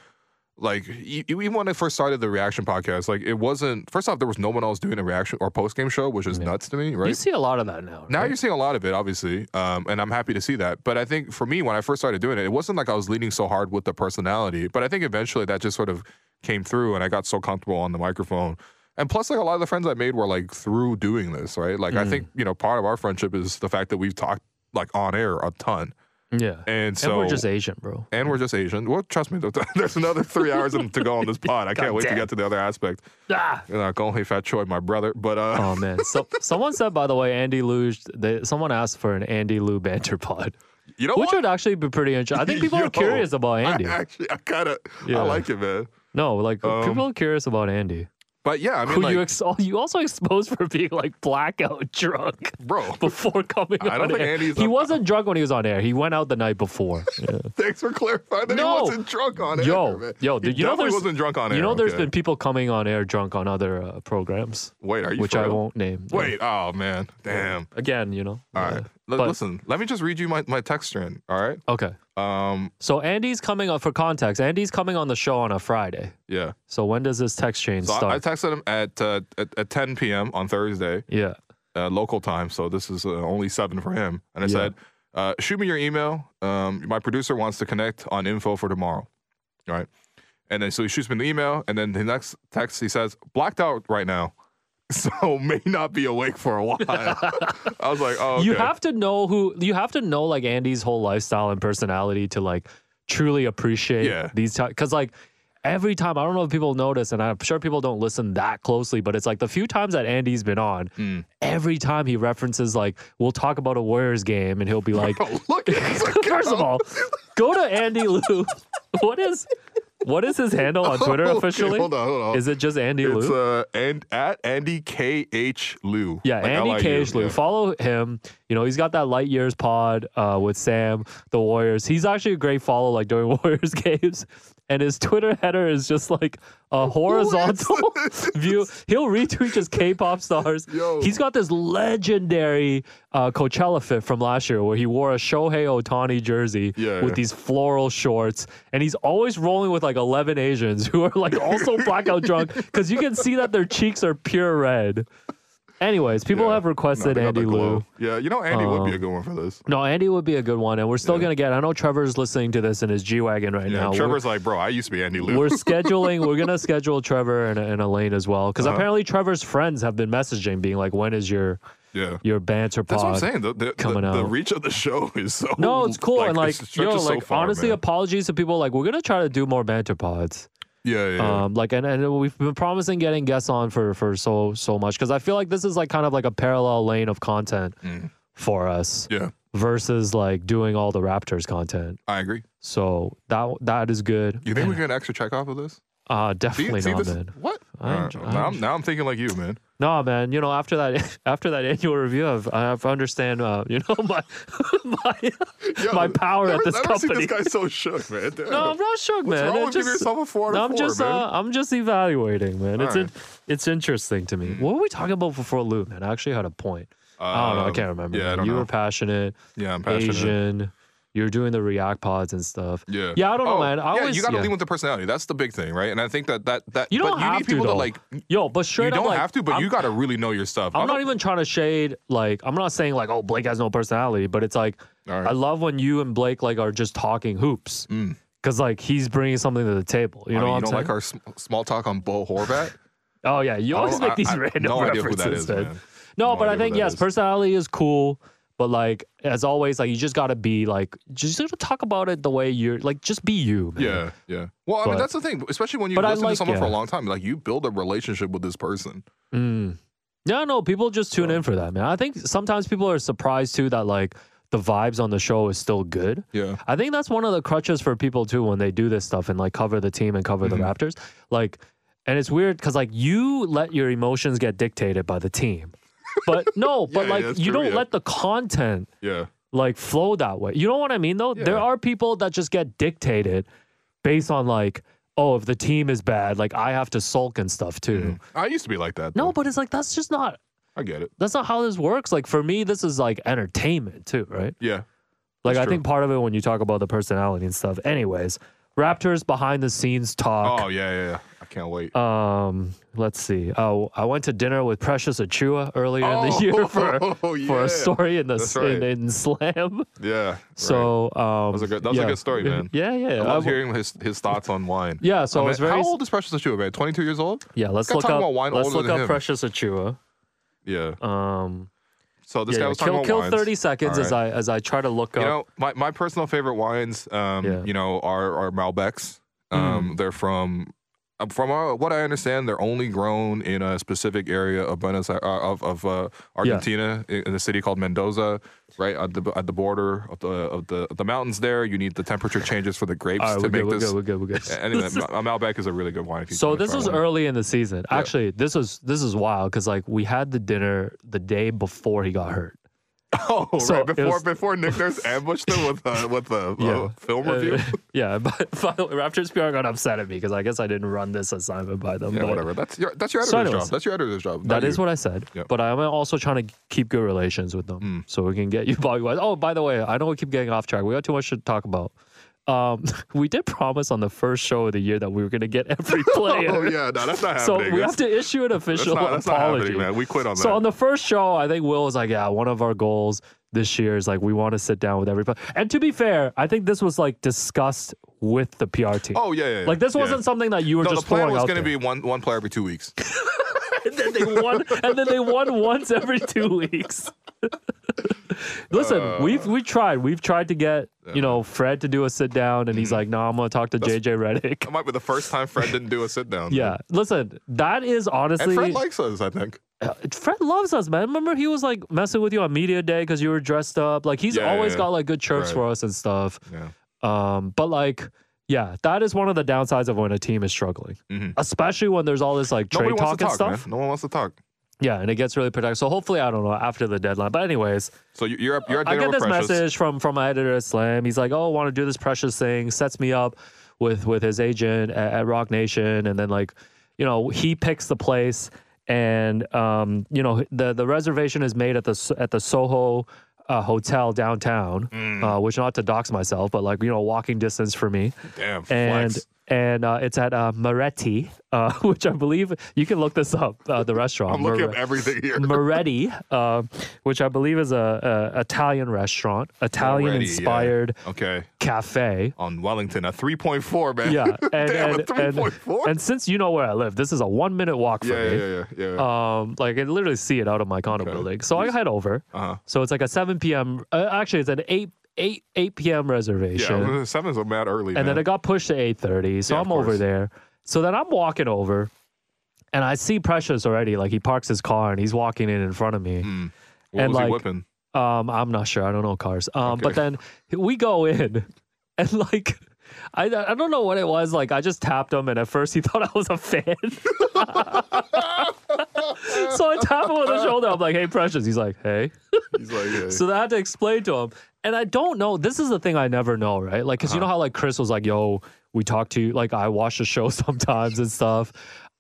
Speaker 1: Like e- even when I first started the reaction podcast, like it wasn't. First off, there was no one else doing a reaction or post game show, which is
Speaker 2: Yeah.
Speaker 1: nuts to me.
Speaker 2: You
Speaker 1: Right
Speaker 2: see a lot of that now.
Speaker 1: now,
Speaker 2: right?
Speaker 1: you're seeing a lot of it, obviously, um, and I'm happy to see that. But I think for me, when I first started doing it, it wasn't like I was leading so hard with the personality. But I think eventually that just sort of came through, and I got so comfortable on the microphone. And plus, like a lot of the friends I made were like through doing this, right? Like I
Speaker 2: Mm.
Speaker 1: think you know part of our friendship is the fact that we've talked like on air a ton,
Speaker 2: yeah.
Speaker 1: and so
Speaker 2: and we're just Asian, bro.
Speaker 1: and we're just Asian. Well, trust me, there's another three hours to go on this pod. I can't wait to
Speaker 2: Goddamn.
Speaker 1: get to the other aspect.
Speaker 2: Ah!
Speaker 1: And I call hey Fat Choi my brother, but uh,
Speaker 2: Oh man! So someone said, by the way, Andy Lou. They, someone asked for an Andy Lou banter pod,
Speaker 1: you know
Speaker 2: which
Speaker 1: what?
Speaker 2: would actually be pretty interesting. I think people
Speaker 1: Yo.
Speaker 2: are curious about
Speaker 1: I
Speaker 2: Andy.
Speaker 1: actually, I kind of,
Speaker 2: Yeah.
Speaker 1: I like it, man.
Speaker 2: no, like
Speaker 1: Um,
Speaker 2: people are curious about Andy,
Speaker 1: But yeah, I mean,
Speaker 2: who
Speaker 1: like,
Speaker 2: you ex- you also exposed for being like blackout drunk
Speaker 1: bro,
Speaker 2: before coming.
Speaker 1: I don't
Speaker 2: on
Speaker 1: think
Speaker 2: air.
Speaker 1: Andy's
Speaker 2: He
Speaker 1: a-
Speaker 2: wasn't drunk when he was on air. He went out the night before. Yeah.
Speaker 1: thanks for clarifying that
Speaker 2: No.
Speaker 1: he wasn't drunk on it.
Speaker 2: Yo,
Speaker 1: man. He
Speaker 2: yo, dude, you know
Speaker 1: definitely
Speaker 2: there's-
Speaker 1: wasn't drunk on it.
Speaker 2: you know,
Speaker 1: there's
Speaker 2: there's been people coming on air drunk on other uh, programs,
Speaker 1: wait, are you
Speaker 2: which
Speaker 1: for
Speaker 2: I
Speaker 1: real?
Speaker 2: won't name. Yeah.
Speaker 1: Wait, oh man, damn.
Speaker 2: Again, you know.
Speaker 1: All
Speaker 2: yeah.
Speaker 1: right, L-
Speaker 2: But-
Speaker 1: listen, let me just read you my my text string. All right,
Speaker 2: Okay.
Speaker 1: um,
Speaker 2: So Andy's coming up for context. Andy's coming on the show on a Friday.
Speaker 1: yeah.
Speaker 2: So when does this text chain
Speaker 1: So
Speaker 2: start?
Speaker 1: I, I texted him at, uh, at at 10 p.m. on Thursday.
Speaker 2: yeah.
Speaker 1: uh, local time, so this is uh, only seven for him. And I
Speaker 2: Yeah.
Speaker 1: said, uh, shoot me your email. Um, my producer wants to connect on info for tomorrow. All right. And then so he shoots me the email, and then the next text he says, blacked out right now. So may not be awake for a while. I was like, oh,
Speaker 2: You
Speaker 1: okay.
Speaker 2: have to know who you have to know like Andy's whole lifestyle and personality to like truly appreciate
Speaker 1: Yeah.
Speaker 2: these times. Cause like every time I don't know if people notice, and I'm sure people don't listen that closely, but it's like the few times that Andy's been on,
Speaker 1: Mm.
Speaker 2: every time he references like we'll talk about a Warriors game and he'll be like
Speaker 1: Oh, look, it's like,
Speaker 2: First of all, go to Andy Lou. What is what is his handle on Twitter
Speaker 1: Oh, okay,
Speaker 2: officially?
Speaker 1: hold on, hold on.
Speaker 2: Is it just Andy
Speaker 1: it's
Speaker 2: Lou?
Speaker 1: uh, and at Andy K H Lou.
Speaker 2: Yeah,
Speaker 1: Like
Speaker 2: Andy
Speaker 1: LIU,
Speaker 2: Cage Lou.
Speaker 1: yeah.
Speaker 2: Follow him. You know, he's got that light years pod uh, with Sam, the Warriors. He's actually a great follow like during Warriors games. And his Twitter header is just like a horizontal view. He'll retweet just K-pop stars.
Speaker 1: Yo.
Speaker 2: He's got this legendary uh, Coachella fit from last year where he wore a Shohei Otani jersey
Speaker 1: Yeah,
Speaker 2: with
Speaker 1: yeah.
Speaker 2: these floral shorts. And he's always rolling with like 11 Asians who are like also blackout drunk because you can see that their cheeks are pure red. Anyways, people
Speaker 1: Yeah.
Speaker 2: have
Speaker 1: No,
Speaker 2: requested
Speaker 1: they got
Speaker 2: Andy
Speaker 1: the glow.
Speaker 2: Lou.
Speaker 1: Yeah, you know Andy would be
Speaker 2: Um,
Speaker 1: a good one for this.
Speaker 2: No, Andy would be a good one, and we're still
Speaker 1: Yeah.
Speaker 2: gonna get. I know Trevor's listening to this in his G wagon right
Speaker 1: Yeah,
Speaker 2: now.
Speaker 1: Trevor's like, bro, I used to be Andy
Speaker 2: We're,
Speaker 1: Lou.
Speaker 2: we're scheduling. We're gonna schedule Trevor and, and Elaine as well,
Speaker 1: Uh-huh.
Speaker 2: because apparently Trevor's friends have been messaging, being like, "When is your
Speaker 1: yeah.
Speaker 2: your banter pod?"
Speaker 1: That's what I'm saying. The, the,
Speaker 2: coming
Speaker 1: the, the
Speaker 2: out.
Speaker 1: reach of the show is so.
Speaker 2: No, it's cool, and like,
Speaker 1: it's stretches
Speaker 2: yo,
Speaker 1: so
Speaker 2: like
Speaker 1: far,
Speaker 2: honestly, uh,
Speaker 1: man.
Speaker 2: apologies to people. Like, we're gonna try to do more banter pods.
Speaker 1: yeah, yeah, yeah.
Speaker 2: Um, like, and, and we've been promising getting guests on for for so so much because I feel like this is like kind of like a parallel lane of content
Speaker 1: Mm.
Speaker 2: for us
Speaker 1: yeah.
Speaker 2: versus like doing all the Raptors content.
Speaker 1: I agree.
Speaker 2: So that that is good.
Speaker 1: You think we get an extra check off of this?
Speaker 2: Uh,
Speaker 1: See,
Speaker 2: definitely
Speaker 1: see
Speaker 2: not,
Speaker 1: this?
Speaker 2: man.
Speaker 1: What?
Speaker 2: I
Speaker 1: All right,
Speaker 2: enjoy- I
Speaker 1: now, I'm,
Speaker 2: enjoy-
Speaker 1: now I'm thinking like you, man.
Speaker 2: No, man. You know, after that, after that annual review, I've, I have understand. Uh, you know, my my
Speaker 1: Yo,
Speaker 2: my power
Speaker 1: never,
Speaker 2: at this
Speaker 1: never
Speaker 2: company.
Speaker 1: Seen this guy so shook, man. Damn.
Speaker 2: No, I'm not shook,
Speaker 1: What's
Speaker 2: man.
Speaker 1: wrong
Speaker 2: It
Speaker 1: with
Speaker 2: just-
Speaker 1: giving yourself a four out of
Speaker 2: I'm
Speaker 1: four,
Speaker 2: just
Speaker 1: man?
Speaker 2: uh, I'm just evaluating, man. it's
Speaker 1: All
Speaker 2: in, it's interesting to me.
Speaker 1: Hmm.
Speaker 2: What were we talking about before Lou, man? I actually had a point. I don't know. I
Speaker 1: Um,
Speaker 2: can't remember.
Speaker 1: Yeah, I
Speaker 2: man.
Speaker 1: don't
Speaker 2: you
Speaker 1: know.
Speaker 2: were passionate,
Speaker 1: yeah, I'm passionate.
Speaker 2: Asian. You're doing the React pods and stuff.
Speaker 1: Yeah.
Speaker 2: Yeah, I don't know,
Speaker 1: Oh,
Speaker 2: man. I
Speaker 1: yeah,
Speaker 2: always-
Speaker 1: you got to
Speaker 2: yeah.
Speaker 1: lead with the personality. That's the big thing, right? And I think that that that
Speaker 2: You
Speaker 1: but
Speaker 2: don't
Speaker 1: you
Speaker 2: have
Speaker 1: need
Speaker 2: to,
Speaker 1: people to,
Speaker 2: though.
Speaker 1: like.
Speaker 2: Yo, but straight
Speaker 1: You
Speaker 2: up,
Speaker 1: don't
Speaker 2: like,
Speaker 1: have to, but
Speaker 2: I'm-
Speaker 1: you got to really know your stuff. I
Speaker 2: I'm not
Speaker 1: don't-
Speaker 2: even trying to shade like I'm not saying like oh Blake has no personality, but it's like
Speaker 1: All right.
Speaker 2: I love when you and Blake like are just talking hoops
Speaker 1: Mm.
Speaker 2: because like he's bringing something to the table. You
Speaker 1: I
Speaker 2: know
Speaker 1: mean,
Speaker 2: what
Speaker 1: you
Speaker 2: I'm
Speaker 1: don't
Speaker 2: saying?
Speaker 1: like our sm- small talk on Bo Horvat?
Speaker 2: oh yeah, you
Speaker 1: I
Speaker 2: always
Speaker 1: don't-
Speaker 2: make
Speaker 1: I-
Speaker 2: these
Speaker 1: I-
Speaker 2: random
Speaker 1: no idea who
Speaker 2: references.
Speaker 1: that is,
Speaker 2: man.
Speaker 1: man.
Speaker 2: No,
Speaker 1: No
Speaker 2: but I
Speaker 1: idea who
Speaker 2: think
Speaker 1: that
Speaker 2: yes,
Speaker 1: is.
Speaker 2: personality is cool. But like as always, like you just gotta be like just gotta talk about it the way you're like just be you. Man.
Speaker 1: Yeah, yeah. Well, I mean,
Speaker 2: But-
Speaker 1: that's the thing, especially when you
Speaker 2: but I
Speaker 1: listen to
Speaker 2: like-
Speaker 1: someone for a
Speaker 2: yeah.
Speaker 1: long time. Like, you build a relationship with this person.
Speaker 2: Mm. No, no, people just tune in for that, man. I think sometimes people are surprised too that like the vibes on the show is still good.
Speaker 1: Yeah.
Speaker 2: I think that's one of the crutches for people too when they do this stuff and like cover the team and cover
Speaker 1: Mhm.
Speaker 2: the Raptors. Like, and it's weird because like you let your emotions get dictated by the team, but no,
Speaker 1: Yeah,
Speaker 2: but
Speaker 1: yeah,
Speaker 2: like
Speaker 1: that's
Speaker 2: you
Speaker 1: true,
Speaker 2: don't
Speaker 1: yeah.
Speaker 2: let the content
Speaker 1: Yeah.
Speaker 2: like flow that way. You know what I mean though? There
Speaker 1: Yeah.
Speaker 2: are people that just get dictated based on like, oh, if the team is bad, like I have to sulk and stuff too.
Speaker 1: I used to be like that.
Speaker 2: No,
Speaker 1: though.
Speaker 2: but it's like that's just not
Speaker 1: I get it.
Speaker 2: that's not how this works. Like for me, this is like entertainment too, right?
Speaker 1: Yeah.
Speaker 2: Like
Speaker 1: That's
Speaker 2: I
Speaker 1: true.
Speaker 2: think part of it when you talk about the personality and stuff. Anyways, Raptors behind the scenes talk.
Speaker 1: Oh yeah, yeah, yeah. I can't wait.
Speaker 2: Um, let's see. Oh, I went to dinner with Precious Achua earlier in the year for
Speaker 1: Oh,
Speaker 2: for
Speaker 1: yeah.
Speaker 2: a story in the
Speaker 1: That's
Speaker 2: in,
Speaker 1: right.
Speaker 2: in Slam.
Speaker 1: Yeah. right.
Speaker 2: So um,
Speaker 1: was a good- that was a good story, man.
Speaker 2: Yeah, yeah.
Speaker 1: I
Speaker 2: I
Speaker 1: love
Speaker 2: w-
Speaker 1: hearing his his thoughts on wine.
Speaker 2: yeah, so I
Speaker 1: Man,
Speaker 2: was very
Speaker 1: How old is Precious Achua, man? Twenty two years old.
Speaker 2: yeah. Let's
Speaker 1: Gotta
Speaker 2: look
Speaker 1: talk
Speaker 2: up.
Speaker 1: about wine
Speaker 4: Let's
Speaker 1: older
Speaker 4: look
Speaker 1: than
Speaker 4: up
Speaker 1: him.
Speaker 4: Precious Achua.
Speaker 1: Yeah.
Speaker 4: Um,
Speaker 1: So this
Speaker 4: yeah,
Speaker 1: guy
Speaker 4: yeah,
Speaker 1: was talking
Speaker 4: kill
Speaker 1: about
Speaker 4: kill
Speaker 1: wines.
Speaker 4: thirty seconds
Speaker 1: All
Speaker 4: as I as I try to look
Speaker 1: You
Speaker 4: up.
Speaker 1: know, my, my personal favorite wines, um,
Speaker 4: Yeah.
Speaker 1: you know, are are Malbecs. Um,
Speaker 2: Mm.
Speaker 1: They're from, uh, from uh, what I understand, they're only grown in a specific area of Buenos uh, of of uh, Argentina, i- in a city called Mendoza, right at the at the border of the of the of the mountains. There, you need the temperature changes for the grapes
Speaker 2: All right,
Speaker 1: to
Speaker 2: we're
Speaker 1: make
Speaker 2: good, we're
Speaker 1: this.
Speaker 2: good. We're good. We're good.
Speaker 1: A- Anyway, Ma- a Malbec is a really good wine. If you
Speaker 2: So
Speaker 1: wanna
Speaker 2: this
Speaker 1: try
Speaker 2: was
Speaker 1: one.
Speaker 2: early in the season.
Speaker 1: Yeah.
Speaker 2: Actually, this was this is wild because like we had the dinner the day before he got hurt.
Speaker 1: Oh,
Speaker 2: so
Speaker 1: right
Speaker 2: it
Speaker 1: before
Speaker 2: was-
Speaker 1: before Nick Nurse ambushed them with a, with a,
Speaker 2: Yeah.
Speaker 1: a film
Speaker 2: Uh,
Speaker 1: review.
Speaker 2: yeah, but finally, Raptors PR got upset at me because I guess I didn't run this assignment by them.
Speaker 1: yeah,
Speaker 2: but
Speaker 1: whatever. That's your that's your
Speaker 2: So
Speaker 1: editor's
Speaker 2: anyways,
Speaker 1: job. That's your editor's job.
Speaker 2: That is
Speaker 1: what.
Speaker 2: what I said.
Speaker 1: Yep.
Speaker 2: But I'm also trying to keep good relations with them,
Speaker 1: Mm.
Speaker 2: so we can get you Bobby Wise. Oh, by the way, I know we keep getting off track. We got too much to talk about. Um, we did promise on the first show of the year that we were going to get every player.
Speaker 1: Oh yeah, no, that's not
Speaker 2: So
Speaker 1: happening.
Speaker 2: we
Speaker 1: That's-
Speaker 2: have to issue an official
Speaker 1: not- that's not happening,
Speaker 2: apology.
Speaker 1: man. We quit on
Speaker 2: so
Speaker 1: that.
Speaker 2: on the first show, I think Will was like, "Yeah, one of our goals this year is like we want to sit down with everybody." And to be fair, I think this was like discussed with the PR team.
Speaker 1: Oh yeah, yeah, yeah.
Speaker 2: like this
Speaker 1: Yeah.
Speaker 2: wasn't something that you were
Speaker 1: No, the
Speaker 2: just
Speaker 1: plan
Speaker 2: throwing
Speaker 1: was
Speaker 2: out
Speaker 1: going to
Speaker 2: there.
Speaker 1: be one one player every two weeks.
Speaker 2: and then they won, and then they won once every two weeks. Listen,
Speaker 1: Uh,
Speaker 2: we've we tried. We've tried to get you know Fred to do a sit down,
Speaker 1: Mm-hmm.
Speaker 2: and he's like, "No, I'm gonna talk to JJ Redick."
Speaker 1: That might be the first time Fred didn't do a sit down.
Speaker 2: Yeah, listen, that is
Speaker 1: and
Speaker 2: honestly
Speaker 1: Fred likes us, I think.
Speaker 2: Uh, Fred loves us, man. Remember he was like messing with you on media day because you were dressed up. Like he's
Speaker 1: Yeah,
Speaker 2: always
Speaker 1: yeah,
Speaker 2: got like good chirps
Speaker 1: right.
Speaker 2: for us and stuff.
Speaker 1: Yeah,
Speaker 2: Um, but like, yeah, that is one of the downsides of when a team is struggling, especially when there's all this like
Speaker 1: Mm-hmm. nobody
Speaker 2: trade
Speaker 1: wants
Speaker 2: talk
Speaker 1: to
Speaker 2: and
Speaker 1: talk,
Speaker 2: stuff.
Speaker 1: man. No one wants to talk.
Speaker 2: Yeah, and it gets really productive. So hopefully, I don't know after the deadline. But anyways,
Speaker 1: So you- you're at- you're at
Speaker 2: I
Speaker 1: dinner
Speaker 2: get
Speaker 1: with
Speaker 2: this
Speaker 1: Precious.
Speaker 2: message from from my editor at Slam. He's like, "Oh, want to do this precious thing." Sets me up with with his agent at, at Rock Nation, and then like, you know, he picks the place, and um, you know, the the reservation is made at the S- at the Soho. Uh, hotel downtown,
Speaker 1: Mm.
Speaker 2: uh, which not to dox myself, but like you know, walking distance for me,
Speaker 1: Damn,
Speaker 2: and
Speaker 1: flex.
Speaker 2: and uh, it's at uh, Moretti, uh, which I believe you can look this up. Uh, the restaurant.
Speaker 1: I'm looking
Speaker 2: More-
Speaker 1: up everything here.
Speaker 2: Moretti, uh, which I believe is a, a Italian restaurant, Italian
Speaker 1: Already, yeah.
Speaker 2: inspired
Speaker 1: Okay,
Speaker 2: cafe.
Speaker 1: on Wellington, a 3.4 man.
Speaker 2: Yeah, and
Speaker 1: Damn, a
Speaker 2: and, and,
Speaker 1: 3.4.
Speaker 2: and since you know where I live, this is a one minute walk for
Speaker 1: yeah, yeah,
Speaker 2: me.
Speaker 1: yeah, yeah. yeah.
Speaker 2: Um, like I can literally see it out of my condo building. So I head over.
Speaker 1: Uh-huh.
Speaker 2: So it's like a 7 p.m. Uh, actually, it's an 8 8 8 p.m. reservation.
Speaker 1: yeah, seven's a mad early.
Speaker 2: and then
Speaker 1: man.
Speaker 2: it got pushed to 8.30 so
Speaker 1: Yeah, of
Speaker 2: i'm over
Speaker 1: course.
Speaker 2: there so then i'm walking over and i see precious already like he parks his car and he's walking in in front of
Speaker 1: Mm.
Speaker 2: me
Speaker 1: Hmm. what
Speaker 2: and
Speaker 1: was he
Speaker 2: like-
Speaker 1: whipping?
Speaker 2: um, I'm not sure. I don't know cars. Um, but
Speaker 1: Okay.
Speaker 2: then we go in, and like, I I don't know what it was. Like, I just tapped him, and at first he thought I was a fan. so I tap him on the shoulder. I'm like, "Hey, precious." He's like, "Hey."
Speaker 1: He's like, yeah.
Speaker 2: So then I had to explain to him, and I don't know. This is the thing I never know, right? Like, because you know how like Chris was like, "Yo, we talk to you." Like, I watch the show sometimes and stuff.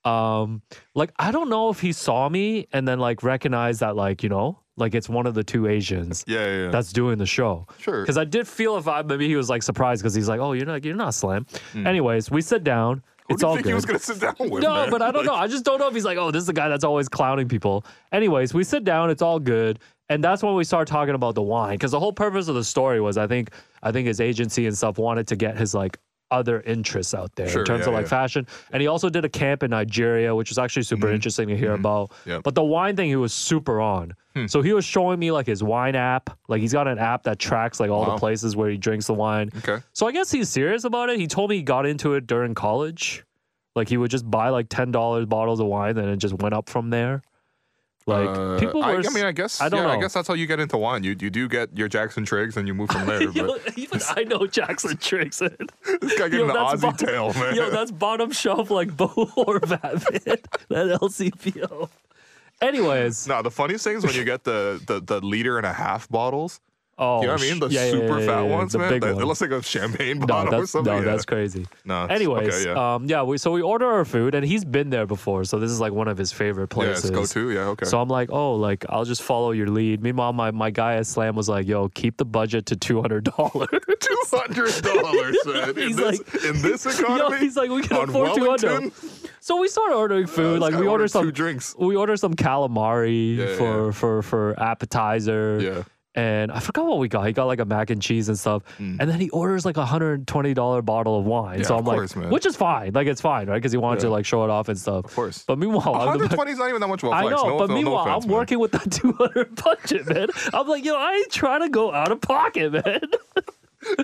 Speaker 2: Um, like I don't know if he saw me and then like recognized that like you know like it's one of the two Asians
Speaker 1: yeah, yeah, yeah.
Speaker 2: that's doing the show.
Speaker 1: Sure.
Speaker 2: Because I did feel a vibe. Maybe he was like surprised because he's like, "Oh, you're not, you're not slim." Anyways, we sit down.
Speaker 1: Hmm. Who
Speaker 2: it's
Speaker 1: do you
Speaker 2: all
Speaker 1: think
Speaker 2: good.
Speaker 1: he was going to sit down with?
Speaker 2: no,
Speaker 1: man?
Speaker 2: but I don't know. I just don't know if he's like, "Oh, this is the guy that's always clowning people." Anyways, we sit down. It's all good, and that's when we start talking about the wine. Because the whole purpose of the story was, I think, I think his agency and stuff wanted to get his like other interests out there
Speaker 1: Sure,
Speaker 2: in terms
Speaker 1: yeah,
Speaker 2: of like
Speaker 1: yeah.
Speaker 2: fashion. And he also did a camp in Nigeria, which was actually
Speaker 1: Mm-hmm.
Speaker 2: super interesting to hear about.
Speaker 1: Yep.
Speaker 2: But the wine thing, he was super on.
Speaker 1: Hmm.
Speaker 2: So he was showing me like his wine app. Like he's got an app that tracks like all
Speaker 1: Wow.
Speaker 2: the places where he drinks the wine.
Speaker 1: Okay.
Speaker 2: So I guess he's serious about it. He told me he got into it during college. Like he would just buy like ten dollars bottles of wine, and it just went up from there. Like
Speaker 1: Uh,
Speaker 2: people
Speaker 1: I,
Speaker 2: were.
Speaker 1: I mean, I guess.
Speaker 2: I don't
Speaker 1: yeah, I
Speaker 2: know.
Speaker 1: guess that's how you get into wine. You you do get your Jackson Triggs and you move from there.
Speaker 2: Yo,
Speaker 1: but
Speaker 2: even I know Jackson tricks it.
Speaker 1: this guy
Speaker 2: Yo,
Speaker 1: getting an
Speaker 2: that's
Speaker 1: Aussie
Speaker 2: bot-
Speaker 1: tail, man.
Speaker 2: Yo, that's bottom shelf like Bo Horvat, man. That LCBO. Anyways,
Speaker 1: no, the funniest thing is when you get the, the the liter and a half bottles.
Speaker 2: Oh,
Speaker 1: you know what I mean? The
Speaker 2: sh- yeah, yeah,
Speaker 1: super
Speaker 2: yeah, yeah,
Speaker 1: fat
Speaker 2: yeah,
Speaker 1: ones,
Speaker 2: the
Speaker 1: man.
Speaker 2: big
Speaker 1: They, they
Speaker 2: one.
Speaker 1: look like a champagne
Speaker 2: No,
Speaker 1: bottle or
Speaker 2: that's,
Speaker 1: something.
Speaker 2: no,
Speaker 1: yeah.
Speaker 2: that's crazy.
Speaker 1: No, it's-
Speaker 2: Anyways,
Speaker 1: okay, yeah.
Speaker 2: um, yeah, we, so we order our food, and he's been there before, so this is like one of his favorite
Speaker 1: yeah, it's
Speaker 2: places.
Speaker 1: go to. Yeah, okay.
Speaker 2: So I'm like, oh, like I'll just follow your lead. Meanwhile, my, my guy at Slam was like, yo, keep the budget to two hundred dollars.
Speaker 1: Two hundred dollars, man. In,
Speaker 2: He's
Speaker 1: this, in this
Speaker 2: yo,
Speaker 1: economy,
Speaker 2: he's like, we can
Speaker 1: on
Speaker 2: afford two
Speaker 1: Wellington, Uh,
Speaker 2: hundred. So we started ordering food.
Speaker 1: this
Speaker 2: like
Speaker 1: guy
Speaker 2: we
Speaker 1: ordered
Speaker 2: order some
Speaker 1: two drinks.
Speaker 2: We order some calamari
Speaker 1: Yeah,
Speaker 2: for
Speaker 1: yeah.
Speaker 2: for for appetizer.
Speaker 1: Yeah.
Speaker 2: And I forgot what we got. He got like a mac and cheese and stuff. And then he orders like a hundred twenty dollar bottle of wine.
Speaker 1: Mm. Yeah,
Speaker 2: so
Speaker 1: of
Speaker 2: I'm like,
Speaker 1: course, man.
Speaker 2: which is fine. Like it's fine, right? Because he wanted
Speaker 1: Yeah.
Speaker 2: to like show it off and stuff.
Speaker 1: Of course.
Speaker 2: But meanwhile, I'm the-
Speaker 1: 120 is not even that much of a
Speaker 2: I
Speaker 1: flex.
Speaker 2: know,
Speaker 1: no,
Speaker 2: but
Speaker 1: no, no
Speaker 2: meanwhile,
Speaker 1: offense,
Speaker 2: I'm
Speaker 1: man.
Speaker 2: working with that 200 budget, man. I'm like, yo, I ain't trying to go out of pocket, man.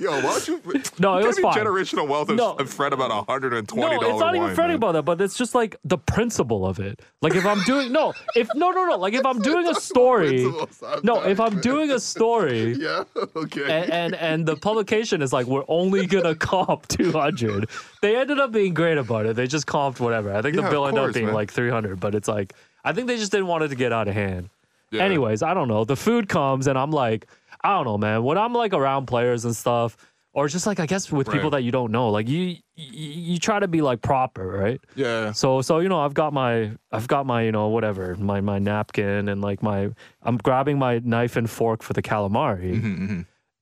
Speaker 1: Yo, why don't you?
Speaker 2: No, it
Speaker 1: you can't
Speaker 2: was
Speaker 1: be
Speaker 2: fine.
Speaker 1: generational wealth and
Speaker 2: No.
Speaker 1: and fret about a hundred and
Speaker 2: No,
Speaker 1: twenty
Speaker 2: it's not even
Speaker 1: wine,
Speaker 2: fretting
Speaker 1: man.
Speaker 2: about that, but it's just like the principle of it. Like if I'm doing no, if no, no, no, like if I'm doing a story,
Speaker 1: Principles,
Speaker 2: no,
Speaker 1: I'm
Speaker 2: if I'm doing a story,
Speaker 1: Yeah. Okay.
Speaker 2: and, and and the publication is like we're only gonna comp 200 they ended up being great about it they just comped whatever i think
Speaker 1: Yeah,
Speaker 2: the
Speaker 1: of
Speaker 2: bill ended up
Speaker 1: course,
Speaker 2: being
Speaker 1: man.
Speaker 2: like 300 but it's like i think they just didn't want it to get out of hand
Speaker 1: Yeah.
Speaker 2: anyways i don't know the food comes and i'm like i don't know man when i'm like around players and stuff or just like i guess with people
Speaker 1: Right.
Speaker 2: that you don't know like you, you you try to be like proper right
Speaker 1: yeah.
Speaker 2: so so you know I've got my I've got my you know whatever my my napkin and like my I'm grabbing my knife and fork for the calamari,
Speaker 1: Mm-hmm,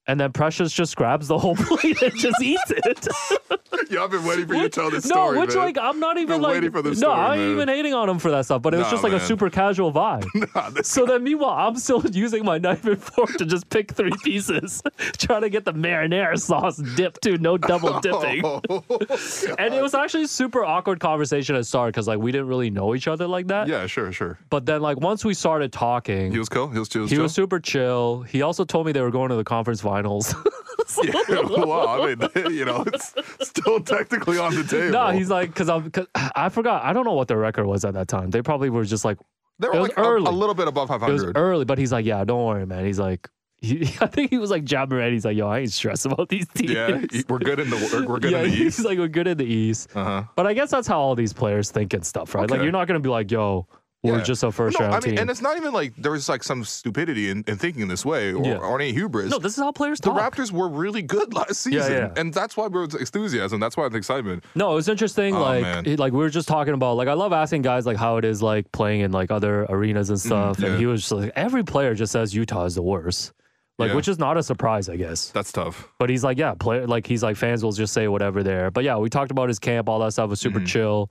Speaker 2: and then Precious just grabs the whole plate and just eats it.
Speaker 1: Yo, I've been waiting for you to
Speaker 2: Which-
Speaker 1: tell this
Speaker 2: no,
Speaker 1: story,
Speaker 2: which
Speaker 1: man.
Speaker 2: like I'm not even
Speaker 1: Been
Speaker 2: like
Speaker 1: waiting for this
Speaker 2: no
Speaker 1: story,
Speaker 2: I'm
Speaker 1: man.
Speaker 2: even hating on him for that stuff, but it was
Speaker 1: Nah,
Speaker 2: just like a
Speaker 1: man.
Speaker 2: super casual vibe.
Speaker 1: Nah, this-
Speaker 2: So then, meanwhile, I'm still using my knife and fork to just pick three pieces, trying to get the marinara sauce dipped too, no double dipping
Speaker 1: Oh, God.
Speaker 2: and it was actually a super awkward conversation at start because like we didn't really know each other like that.
Speaker 1: yeah, sure, sure.
Speaker 2: But then like once we started talking,
Speaker 1: He
Speaker 2: he
Speaker 1: was
Speaker 2: was,
Speaker 1: cool. He was chill. He
Speaker 2: super chill. He also told me they were going to the conference finals.
Speaker 1: chill. Yeah. Wow. I mean, you know, it's still technically on the table.
Speaker 2: no, he's like because I'm cause I forgot. I don't know what their record was at that time. They probably were just like
Speaker 1: they were
Speaker 2: it was
Speaker 1: like a-
Speaker 2: early.
Speaker 1: A, little bit above
Speaker 2: it was
Speaker 1: 500.
Speaker 2: early, but he's like, yeah, don't worry, man. He's like, he, I think he was like John Moran. He's like, yo, I ain't stressed about these teams.
Speaker 1: yeah, he- we're good in the we're- we're good
Speaker 2: Yeah,
Speaker 1: in the
Speaker 2: he's
Speaker 1: east.
Speaker 2: like, we're good in the East.
Speaker 1: Uh huh.
Speaker 2: But I guess that's how all these players think and stuff, right? Like
Speaker 1: Okay.
Speaker 2: you're not gonna be like, yo, we're
Speaker 1: Yeah.
Speaker 2: just a first
Speaker 1: no,
Speaker 2: round
Speaker 1: I mean,
Speaker 2: team.
Speaker 1: and it's not even like there was like some stupidity in, in thinking this way or,
Speaker 2: Yeah.
Speaker 1: or any hubris.
Speaker 2: no, this is how players
Speaker 1: the
Speaker 2: talk.
Speaker 1: Raptors were really good last
Speaker 2: Yeah,
Speaker 1: season,
Speaker 2: yeah.
Speaker 1: and that's why there was enthusiasm. That's why it's excitement.
Speaker 2: No, it was interesting.
Speaker 1: Oh, man.
Speaker 2: like, it, like we were just talking about. Like, I love asking guys like how it is like playing in like other arenas and stuff.
Speaker 1: Mm, yeah.
Speaker 2: And he was just like, every player just says Utah is the worst. Like,
Speaker 1: Yeah.
Speaker 2: which is not a surprise, I guess.
Speaker 1: That's tough.
Speaker 2: But he's like, yeah, player. Like he's like fans will just say whatever there. But yeah, we talked about his camp, all that stuff was
Speaker 1: Mm.
Speaker 2: super chill.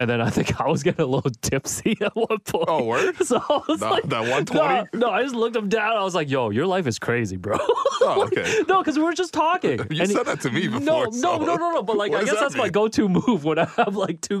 Speaker 2: And then I think I was getting a little tipsy at one point.
Speaker 1: Oh, word?
Speaker 2: So I was
Speaker 1: Nah,
Speaker 2: like,
Speaker 1: that
Speaker 2: no,
Speaker 1: 120?
Speaker 2: no, I just looked him down. I was like, yo, your life is crazy, bro.
Speaker 1: Oh, okay.
Speaker 2: No, because we were just talking.
Speaker 1: You
Speaker 2: And he-
Speaker 1: said that to me before.
Speaker 2: No,
Speaker 1: so-
Speaker 2: no, no, no, no. But like,
Speaker 1: What
Speaker 2: I
Speaker 1: does
Speaker 2: guess
Speaker 1: that
Speaker 2: that's my
Speaker 1: mean?
Speaker 2: go-to move when I have like two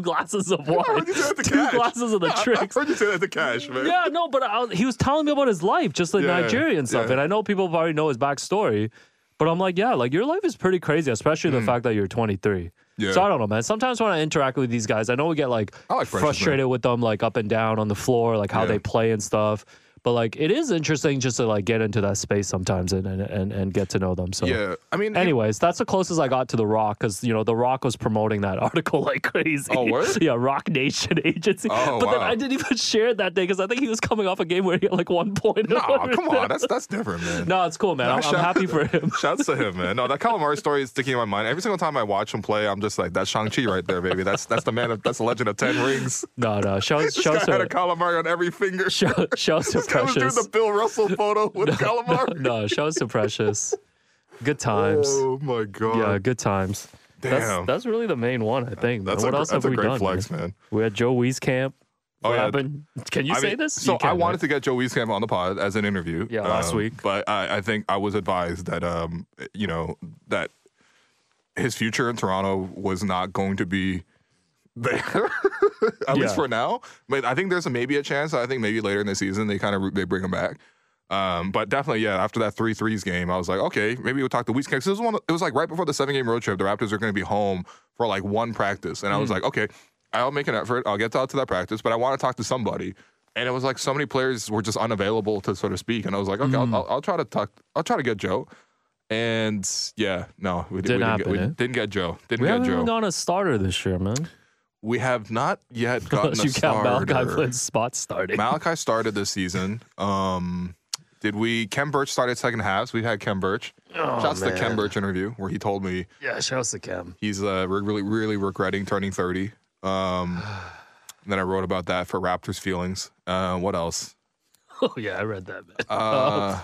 Speaker 2: glasses of
Speaker 1: I
Speaker 2: wine,
Speaker 1: heard you say that to
Speaker 2: two
Speaker 1: Cash.
Speaker 2: glasses of the
Speaker 1: Yeah, I-
Speaker 2: tricks.
Speaker 1: I heard you say that to Cash, man.
Speaker 2: Yeah, no, but I, was- he was telling me about his life, just the
Speaker 1: Yeah,
Speaker 2: Nigerian stuff,
Speaker 1: yeah.
Speaker 2: and I know people probably know his backstory. But I'm like, yeah, like your life is pretty crazy, especially the fact that you're 23.
Speaker 1: Hmm. Yeah.
Speaker 2: So I don't know, man. Sometimes when I interact with these guys, I know we get like,
Speaker 1: I like Precious, man.
Speaker 2: frustrated with them, like up and down on the floor, like how
Speaker 1: Yeah.
Speaker 2: they play and stuff. But like, it is interesting just to like get into that space sometimes and and, and, and get to know them. So
Speaker 1: Yeah, I mean, it-
Speaker 2: Anyways, that's the closest I got to The Rock because, you know, The Rock was promoting that article like crazy.
Speaker 1: Oh, word?
Speaker 2: Yeah, Rock Nation Agency.
Speaker 1: Oh,
Speaker 2: but then
Speaker 1: wow.
Speaker 2: I didn't even share it that day because I think he was coming off a game where he had like one point. or
Speaker 1: nah,
Speaker 2: whatever.
Speaker 1: come on, that's that's different, man.
Speaker 2: No, it's cool, man. I'm, I'm
Speaker 1: shout-
Speaker 2: happy for him.
Speaker 1: Shouts to him, man. No, that calamari story is sticking in my mind. Every single time I watch him play, I'm just like, that's Shang Chi right there, baby. That's that's the man. Of, that's the legend of ten rings.
Speaker 2: No, no.
Speaker 1: This
Speaker 2: Shouts,
Speaker 1: guy
Speaker 2: shouts,
Speaker 1: had a
Speaker 2: to,
Speaker 1: calamari on every finger.
Speaker 2: shout- shouts to
Speaker 1: This guy was doing
Speaker 2: Precious.
Speaker 1: the Bill Russell photo with calamari.
Speaker 2: No, shouts to Precious. Good times.
Speaker 1: Oh my
Speaker 2: Yeah,
Speaker 1: god.
Speaker 2: good times. That's,
Speaker 1: Damn.
Speaker 2: that's really the main one, I think. man.
Speaker 1: That's
Speaker 2: what
Speaker 1: a,
Speaker 2: else
Speaker 1: that's
Speaker 2: have
Speaker 1: a
Speaker 2: we
Speaker 1: great
Speaker 2: done?
Speaker 1: flex,
Speaker 2: man?
Speaker 1: man.
Speaker 2: We had Joe Wieskamp.
Speaker 1: Oh,
Speaker 2: what
Speaker 1: yeah.
Speaker 2: happened? Can you
Speaker 1: I
Speaker 2: say
Speaker 1: mean,
Speaker 2: this?
Speaker 1: So
Speaker 2: You can,
Speaker 1: I
Speaker 2: right?
Speaker 1: wanted to get Joe Wieskamp on the pod as an interview. um,
Speaker 2: Yeah, last week.
Speaker 1: But I, I think I was advised that um, you know, that his future in Toronto was not going to be there. At
Speaker 2: Yeah.
Speaker 1: least for now. But I think there's a, maybe a chance. I think maybe later in the season they kind of they bring him back. Um, but definitely, yeah. After that three threes game, I was like, okay, maybe we'll talk to Wieskamp. 'Cause It was one. It was like right before the seven game road trip. The Raptors are going to be home for like one practice, and I
Speaker 2: Mm.
Speaker 1: was like, okay, I'll make an effort. I'll get out to that practice, but I want to talk to somebody. And it was like so many players were just unavailable to sort of speak, and I was like, okay,
Speaker 2: Mm.
Speaker 1: I'll, I'll, I'll try to talk. I'll try to get Joe. And yeah, no, we, we
Speaker 2: Didn't
Speaker 1: didn't, get,
Speaker 2: happen,
Speaker 1: we
Speaker 2: eh?
Speaker 1: didn't get Joe. Didn't
Speaker 2: We
Speaker 1: get
Speaker 2: haven't
Speaker 1: Joe.
Speaker 2: even gone a starter this year, man.
Speaker 1: we have not yet gotten
Speaker 2: Unless
Speaker 1: a
Speaker 2: you count
Speaker 1: starter.
Speaker 2: Malachi playing spot starting.
Speaker 1: Malachi started this season. Um, Did we? Ken Birch started second halves. We've had Ken Birch.
Speaker 2: Oh,
Speaker 1: Shouts to the Ken Birch interview where he told me
Speaker 5: Oh, Yeah, shouts to Kem.
Speaker 1: he's uh, re- really, really regretting turning 30. Um, and then I wrote about that for Raptors feelings. Uh, what else?
Speaker 5: Oh yeah, I read that. Man.
Speaker 1: Uh,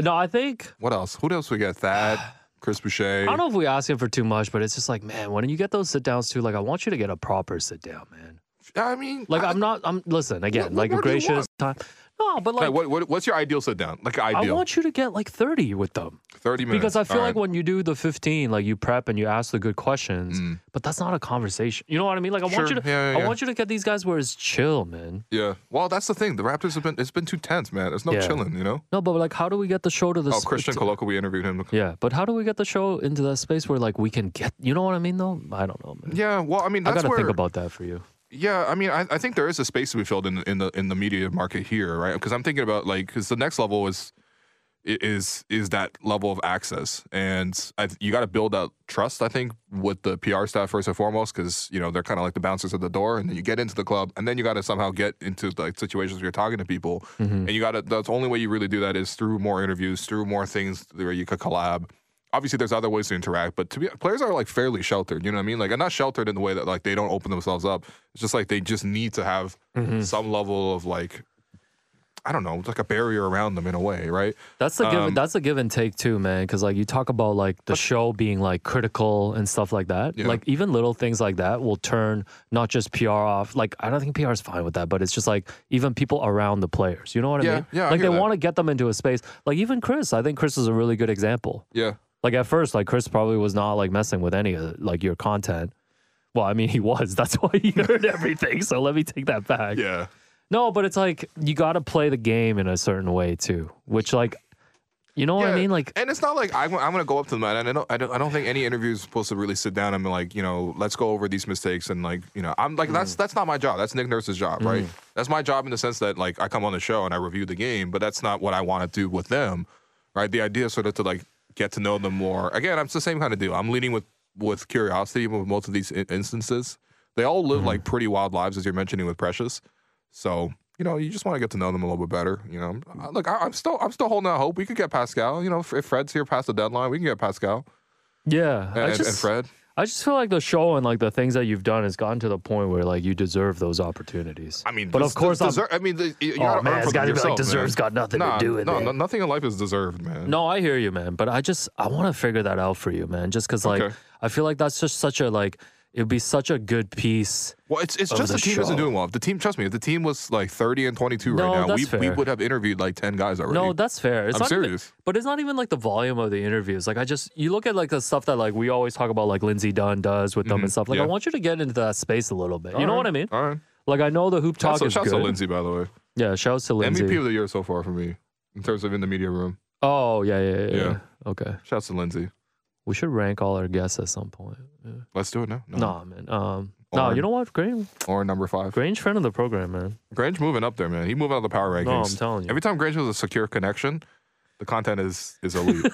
Speaker 2: No, I think
Speaker 1: what else? Who else we got? Thad, Chris Boucher.
Speaker 2: I don't know if we ask him for too much, but it's just like, man, when you get those sit downs too, like I want you to get a proper sit down, man.
Speaker 1: I mean,
Speaker 2: Like I'm not, I'm listen again,
Speaker 1: what-
Speaker 2: like a
Speaker 1: what more do you
Speaker 2: gracious time. No, but
Speaker 1: Hey,
Speaker 2: like
Speaker 1: what, what, what's your ideal sit down? Like
Speaker 2: I
Speaker 1: ideal,
Speaker 2: want you to get like 30 with them
Speaker 1: 30 minutes.
Speaker 2: because I feel
Speaker 1: All
Speaker 2: like
Speaker 1: right.
Speaker 2: when you do the 15, like you prep and you ask the good questions,
Speaker 1: Mm.
Speaker 2: but that's not a conversation. You know what I mean? Like I
Speaker 1: Sure.
Speaker 2: want you to,
Speaker 1: Yeah, yeah,
Speaker 2: I
Speaker 1: yeah.
Speaker 2: want you to get these guys where it's chill, man.
Speaker 1: yeah. Well, that's the thing. The Raptors have been. It's been too tense, man. There's no
Speaker 2: Yeah.
Speaker 1: chilling. You know.
Speaker 2: No, but like, how do we get the show to the?
Speaker 1: Oh,
Speaker 2: sp-
Speaker 1: Christian
Speaker 2: to-
Speaker 1: Coloco, we interviewed him.
Speaker 2: Yeah, but how do we get the show into that space where like we can get? You know what I mean? Though I don't know, man.
Speaker 1: Yeah. Well, I mean,
Speaker 2: I
Speaker 1: that's
Speaker 2: gotta
Speaker 1: where.
Speaker 2: think about that for you.
Speaker 1: yeah, I mean, I, I think there is a space to be filled in in the in the media market here, right? Because I'm thinking about like because the next level is i- is is that level of access, and I, th- you got to build that trust. I think with the PR staff first and foremost, because you know they're kind of like the bouncers at the door, and then you get into the club, and then you got to somehow get into like situations where you're talking to people, and you got to. That's the only way you really do that is through more interviews, through more things where you could collab. Obviously, there's other ways to interact, but to be players are like fairly sheltered. You know what I mean? Like, and not sheltered in the way that like they don't open themselves up. It's just like they just need to have some level of like, I don't know, like a barrier around them in a way, right?
Speaker 2: That's the
Speaker 1: Um,
Speaker 2: give. That's the give and take too, man. Because like you talk about like the show being like critical and stuff like that.
Speaker 1: Yeah.
Speaker 2: Like even little things like that will turn not just PR off. Like I don't think PR is fine with that, but it's just like even people around the players. You know what
Speaker 1: Yeah,
Speaker 2: I mean?
Speaker 1: yeah, I
Speaker 2: Like
Speaker 1: hear
Speaker 2: they
Speaker 1: that.
Speaker 2: want to get them into a space. Like even Chris, I think Chris is a really good example.
Speaker 1: Yeah.
Speaker 2: Like at first, like Chris probably was not like messing with any of like your content. Well, I mean, he was. That's why he heard everything. So let me take that back.
Speaker 1: Yeah.
Speaker 2: No, but it's like you got to play the game in a certain way too, which like, you know what I
Speaker 1: Yeah,
Speaker 2: mean? Like,
Speaker 1: and it's not like I'm, I'm going to go up to them, and I don't, I don't, I don't think any interview is supposed to really sit down and be like, you know, let's go over these mistakes, and like, you know, I'm like, that's that's not my job. That's Nick Nurse's job, right? That's my job in the sense that like I come on the show and I review the game, but that's not what I want to do with them, right? The idea is sort of to like get to know them more. Again, I'm it's the same kind of deal. I'm leading with with curiosity with most of these in- instances. They all live like pretty wild lives, as you're mentioning with Precious. So you know, you just want to get to know them a little bit better. You know, I- look, I, I'm still I'm still holding out hope. We could get Pascal. You know, if, if Fred's here past the deadline, we can get Pascal
Speaker 2: yeah,
Speaker 1: and,
Speaker 2: I
Speaker 1: and-
Speaker 2: just,
Speaker 1: and Fred.
Speaker 2: I just feel like the show and like the things that you've done has gotten to the point where like you deserve those opportunities.
Speaker 1: I mean,
Speaker 2: but
Speaker 1: des-
Speaker 2: of course,
Speaker 1: des-
Speaker 2: I'm-
Speaker 1: deser- I mean, the, you
Speaker 2: Oh,
Speaker 1: gotta
Speaker 2: man,
Speaker 1: earn
Speaker 2: it's
Speaker 1: from
Speaker 2: gotta be like
Speaker 1: yourself, man.
Speaker 2: deserves got nothing to
Speaker 1: Nah,
Speaker 2: do with
Speaker 1: no,
Speaker 2: it.
Speaker 1: No, nothing in life is deserved, man.
Speaker 2: No, I hear you, man. But I just I want to figure that out for you, man. Just because like
Speaker 1: Okay.
Speaker 2: I feel like that's just such a like it'd be such a good piece.
Speaker 1: Well, it's it's
Speaker 2: of
Speaker 1: just
Speaker 2: the
Speaker 1: the, team isn't
Speaker 2: show.
Speaker 1: doing well. If the team, trust me, if the team was like 30 and 22
Speaker 2: No,
Speaker 1: right now, we,
Speaker 2: that's
Speaker 1: we
Speaker 2: fair.
Speaker 1: would have interviewed like 10 guys already.
Speaker 2: No, that's fair. It's
Speaker 1: I'm
Speaker 2: not even-
Speaker 1: serious.
Speaker 2: but it's not even like the volume of the interviews. Like I just you look at like the stuff that like we always talk about like Lindsay Dunn does with them and stuff. Like I
Speaker 1: Mm-hmm. yeah.
Speaker 2: want you to get into that space a little bit. you know what I mean?
Speaker 1: All right.
Speaker 2: Like I know the hoop talk
Speaker 1: Shouts, to-
Speaker 2: is
Speaker 1: shouts
Speaker 2: good.
Speaker 1: to Lindsay, by the way.
Speaker 2: Yeah, shouts to Lindsay.
Speaker 1: MVP of the year so far for me in terms of in the media room.
Speaker 2: oh yeah, yeah, yeah, yeah.
Speaker 1: Yeah.
Speaker 2: Okay,
Speaker 1: Shouts to Lindsay.
Speaker 2: we should rank all our guests at some point. Yeah.
Speaker 1: Let's do it now. No.
Speaker 2: Nah, man. Um, nah,
Speaker 1: Or-
Speaker 2: you know what? Grange,
Speaker 1: Or number five.
Speaker 2: Grange, friend of the program, man.
Speaker 1: Grange moving up there, man. He moving out of the power rankings.
Speaker 2: No, I'm telling you.
Speaker 1: Every time Grange has a secure connection, the content is is elite.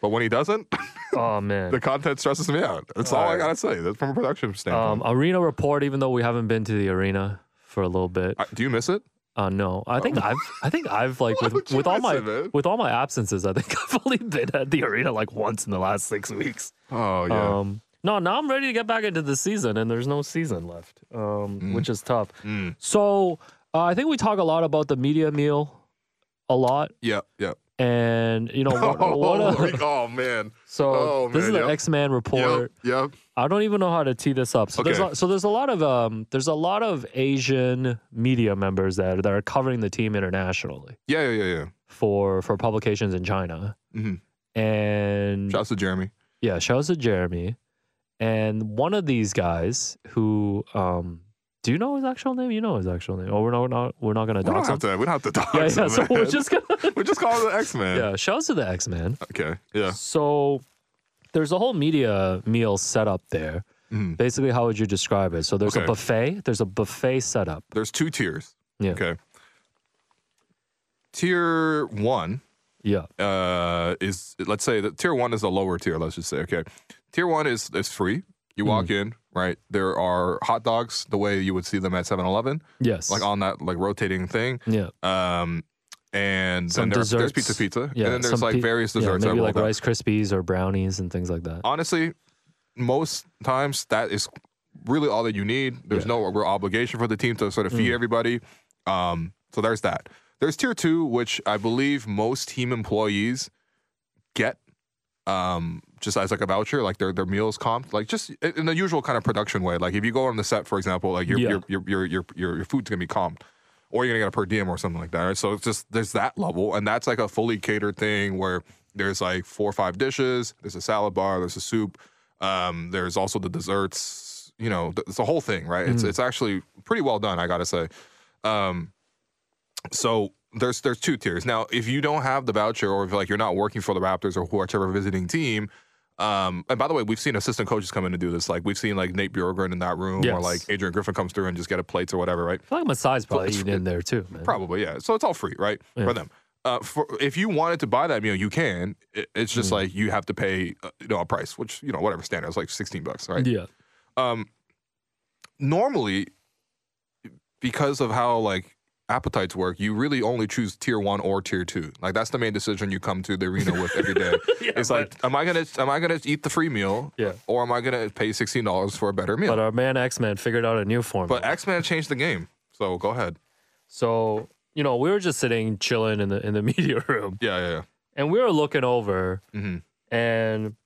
Speaker 1: but when he doesn't,
Speaker 2: Oh man.
Speaker 1: the content stresses me out. That's all I gotta say. That's from a production
Speaker 2: Um,
Speaker 1: standpoint.
Speaker 2: arena report. Even though we haven't been to the arena for a little bit,
Speaker 1: I- do you miss it?
Speaker 2: uh, no, I think I've, I think I've like with,
Speaker 1: Oh. would you
Speaker 2: with all
Speaker 1: miss
Speaker 2: my
Speaker 1: it, man?
Speaker 2: with all my absences, I think I've only been at the arena like once in the last six weeks.
Speaker 1: Oh yeah.
Speaker 2: Um, no, now I'm ready to get back into the season, and there's no season left, um,
Speaker 1: Mm.
Speaker 2: which is tough. So uh, I think we talk a lot about the media meal, a lot,
Speaker 1: yeah, yeah.
Speaker 2: and you know what.
Speaker 1: Oh,
Speaker 2: what a-
Speaker 1: we- oh, man.
Speaker 2: so
Speaker 1: oh,
Speaker 2: this is
Speaker 1: man,
Speaker 2: the
Speaker 1: yep.
Speaker 2: X Man report.
Speaker 1: Yep, yep.
Speaker 2: I don't even know how to tee this up. So there's
Speaker 1: Okay.
Speaker 2: a, so there's a lot of um there's a lot of Asian media members that that are covering the team internationally
Speaker 1: Yeah, yeah, yeah,
Speaker 2: for for publications in China.
Speaker 1: yeah. hmm
Speaker 2: And
Speaker 1: Shouts to Jeremy.
Speaker 2: yeah, shouts to Jeremy. And one of these guys who um do you know his actual name? You know his actual name. Oh, we're not we're not we're not gonna
Speaker 1: We don't
Speaker 2: dox him.
Speaker 1: have to. We don't have to talk.
Speaker 2: yeah, yeah. So we're just gonna
Speaker 1: we just call it the X Men.
Speaker 2: yeah. Shouts to the X Man.
Speaker 1: Okay. Yeah.
Speaker 2: So there's a whole media meal set up there.
Speaker 1: Mhm.
Speaker 2: Basically, how would you describe it? So there's a
Speaker 1: Okay.
Speaker 2: buffet. There's a buffet setup.
Speaker 1: There's two tiers.
Speaker 2: Yeah.
Speaker 1: Okay. Tier one
Speaker 2: Yeah.
Speaker 1: uh, is let's say that tier one is the lower tier. Let's just say okay. Tier one is is free. You walk
Speaker 6: Mm.
Speaker 1: in, right? There are hot dogs the way you would see them at 7-Eleven,
Speaker 2: Yes.
Speaker 1: like on that like rotating thing.
Speaker 2: yeah.
Speaker 1: Um, and
Speaker 6: Some
Speaker 1: then there's, there's
Speaker 6: desserts.
Speaker 1: pizza pizza,
Speaker 6: Yeah,
Speaker 1: and then there's
Speaker 6: some
Speaker 1: like
Speaker 6: pi-
Speaker 1: various
Speaker 6: Yeah,
Speaker 1: desserts. I
Speaker 6: maybe
Speaker 1: rolled
Speaker 6: like
Speaker 1: up.
Speaker 6: Rice Krispies or brownies and things like that.
Speaker 1: Honestly, most times that is really all that you need. There's
Speaker 6: Yeah. Mm.
Speaker 1: no real obligation for the team to sort of feed everybody. Um, so there's that. There's tier two, which I believe most team employees get um, just as like a voucher, like their their meals comped, like just in in the usual kind of production way. Like if you go on the set, for example, like your
Speaker 6: Yeah.
Speaker 1: your, your your your your your food's gonna be comped, or you're gonna get a per diem or something like that. Right? So it's just there's that level, and that's like a fully catered thing where there's like four or five dishes, there's a salad bar, there's a soup, um, there's also the desserts. You know, th- it's a whole thing, right? It's it's actually pretty well done, I gotta say. Um, so there's there's two tiers. Now, if you don't have the voucher or if like you're not working for the Raptors or whichever visiting team, um, and by the way, we've seen assistant coaches come in to do this. Like we've seen like Nate Bjorgren in that room, or
Speaker 6: Yes.
Speaker 1: like Adrian Griffin comes through and just get a plates or whatever, right?
Speaker 6: I feel like Masai's probably
Speaker 1: it's-
Speaker 6: eating in there too, man.
Speaker 1: Probably, yeah. So it's all free, right,
Speaker 6: Yeah.
Speaker 1: for them. Uh, for if you wanted to buy that meal, you can. It, it's
Speaker 6: Mm.
Speaker 1: just like you have to pay, uh, you know, a price, which you know, whatever standard, it's like sixteen bucks, right?
Speaker 6: Yeah.
Speaker 1: um normally because of how like appetites work you really only choose tier one or tier two like that's the main decision you come to the arena with every day it's like am i gonna am i gonna eat the free meal
Speaker 2: Yeah.
Speaker 1: or am i gonna pay $16 for a better meal
Speaker 2: But um, our man X Man figured out a new formula.
Speaker 1: but x-men changed the game so go ahead
Speaker 2: so you know, we were just sitting chilling in the in the media room,
Speaker 1: yeah yeah, yeah.
Speaker 2: and we were looking over,
Speaker 1: Mhm.
Speaker 2: and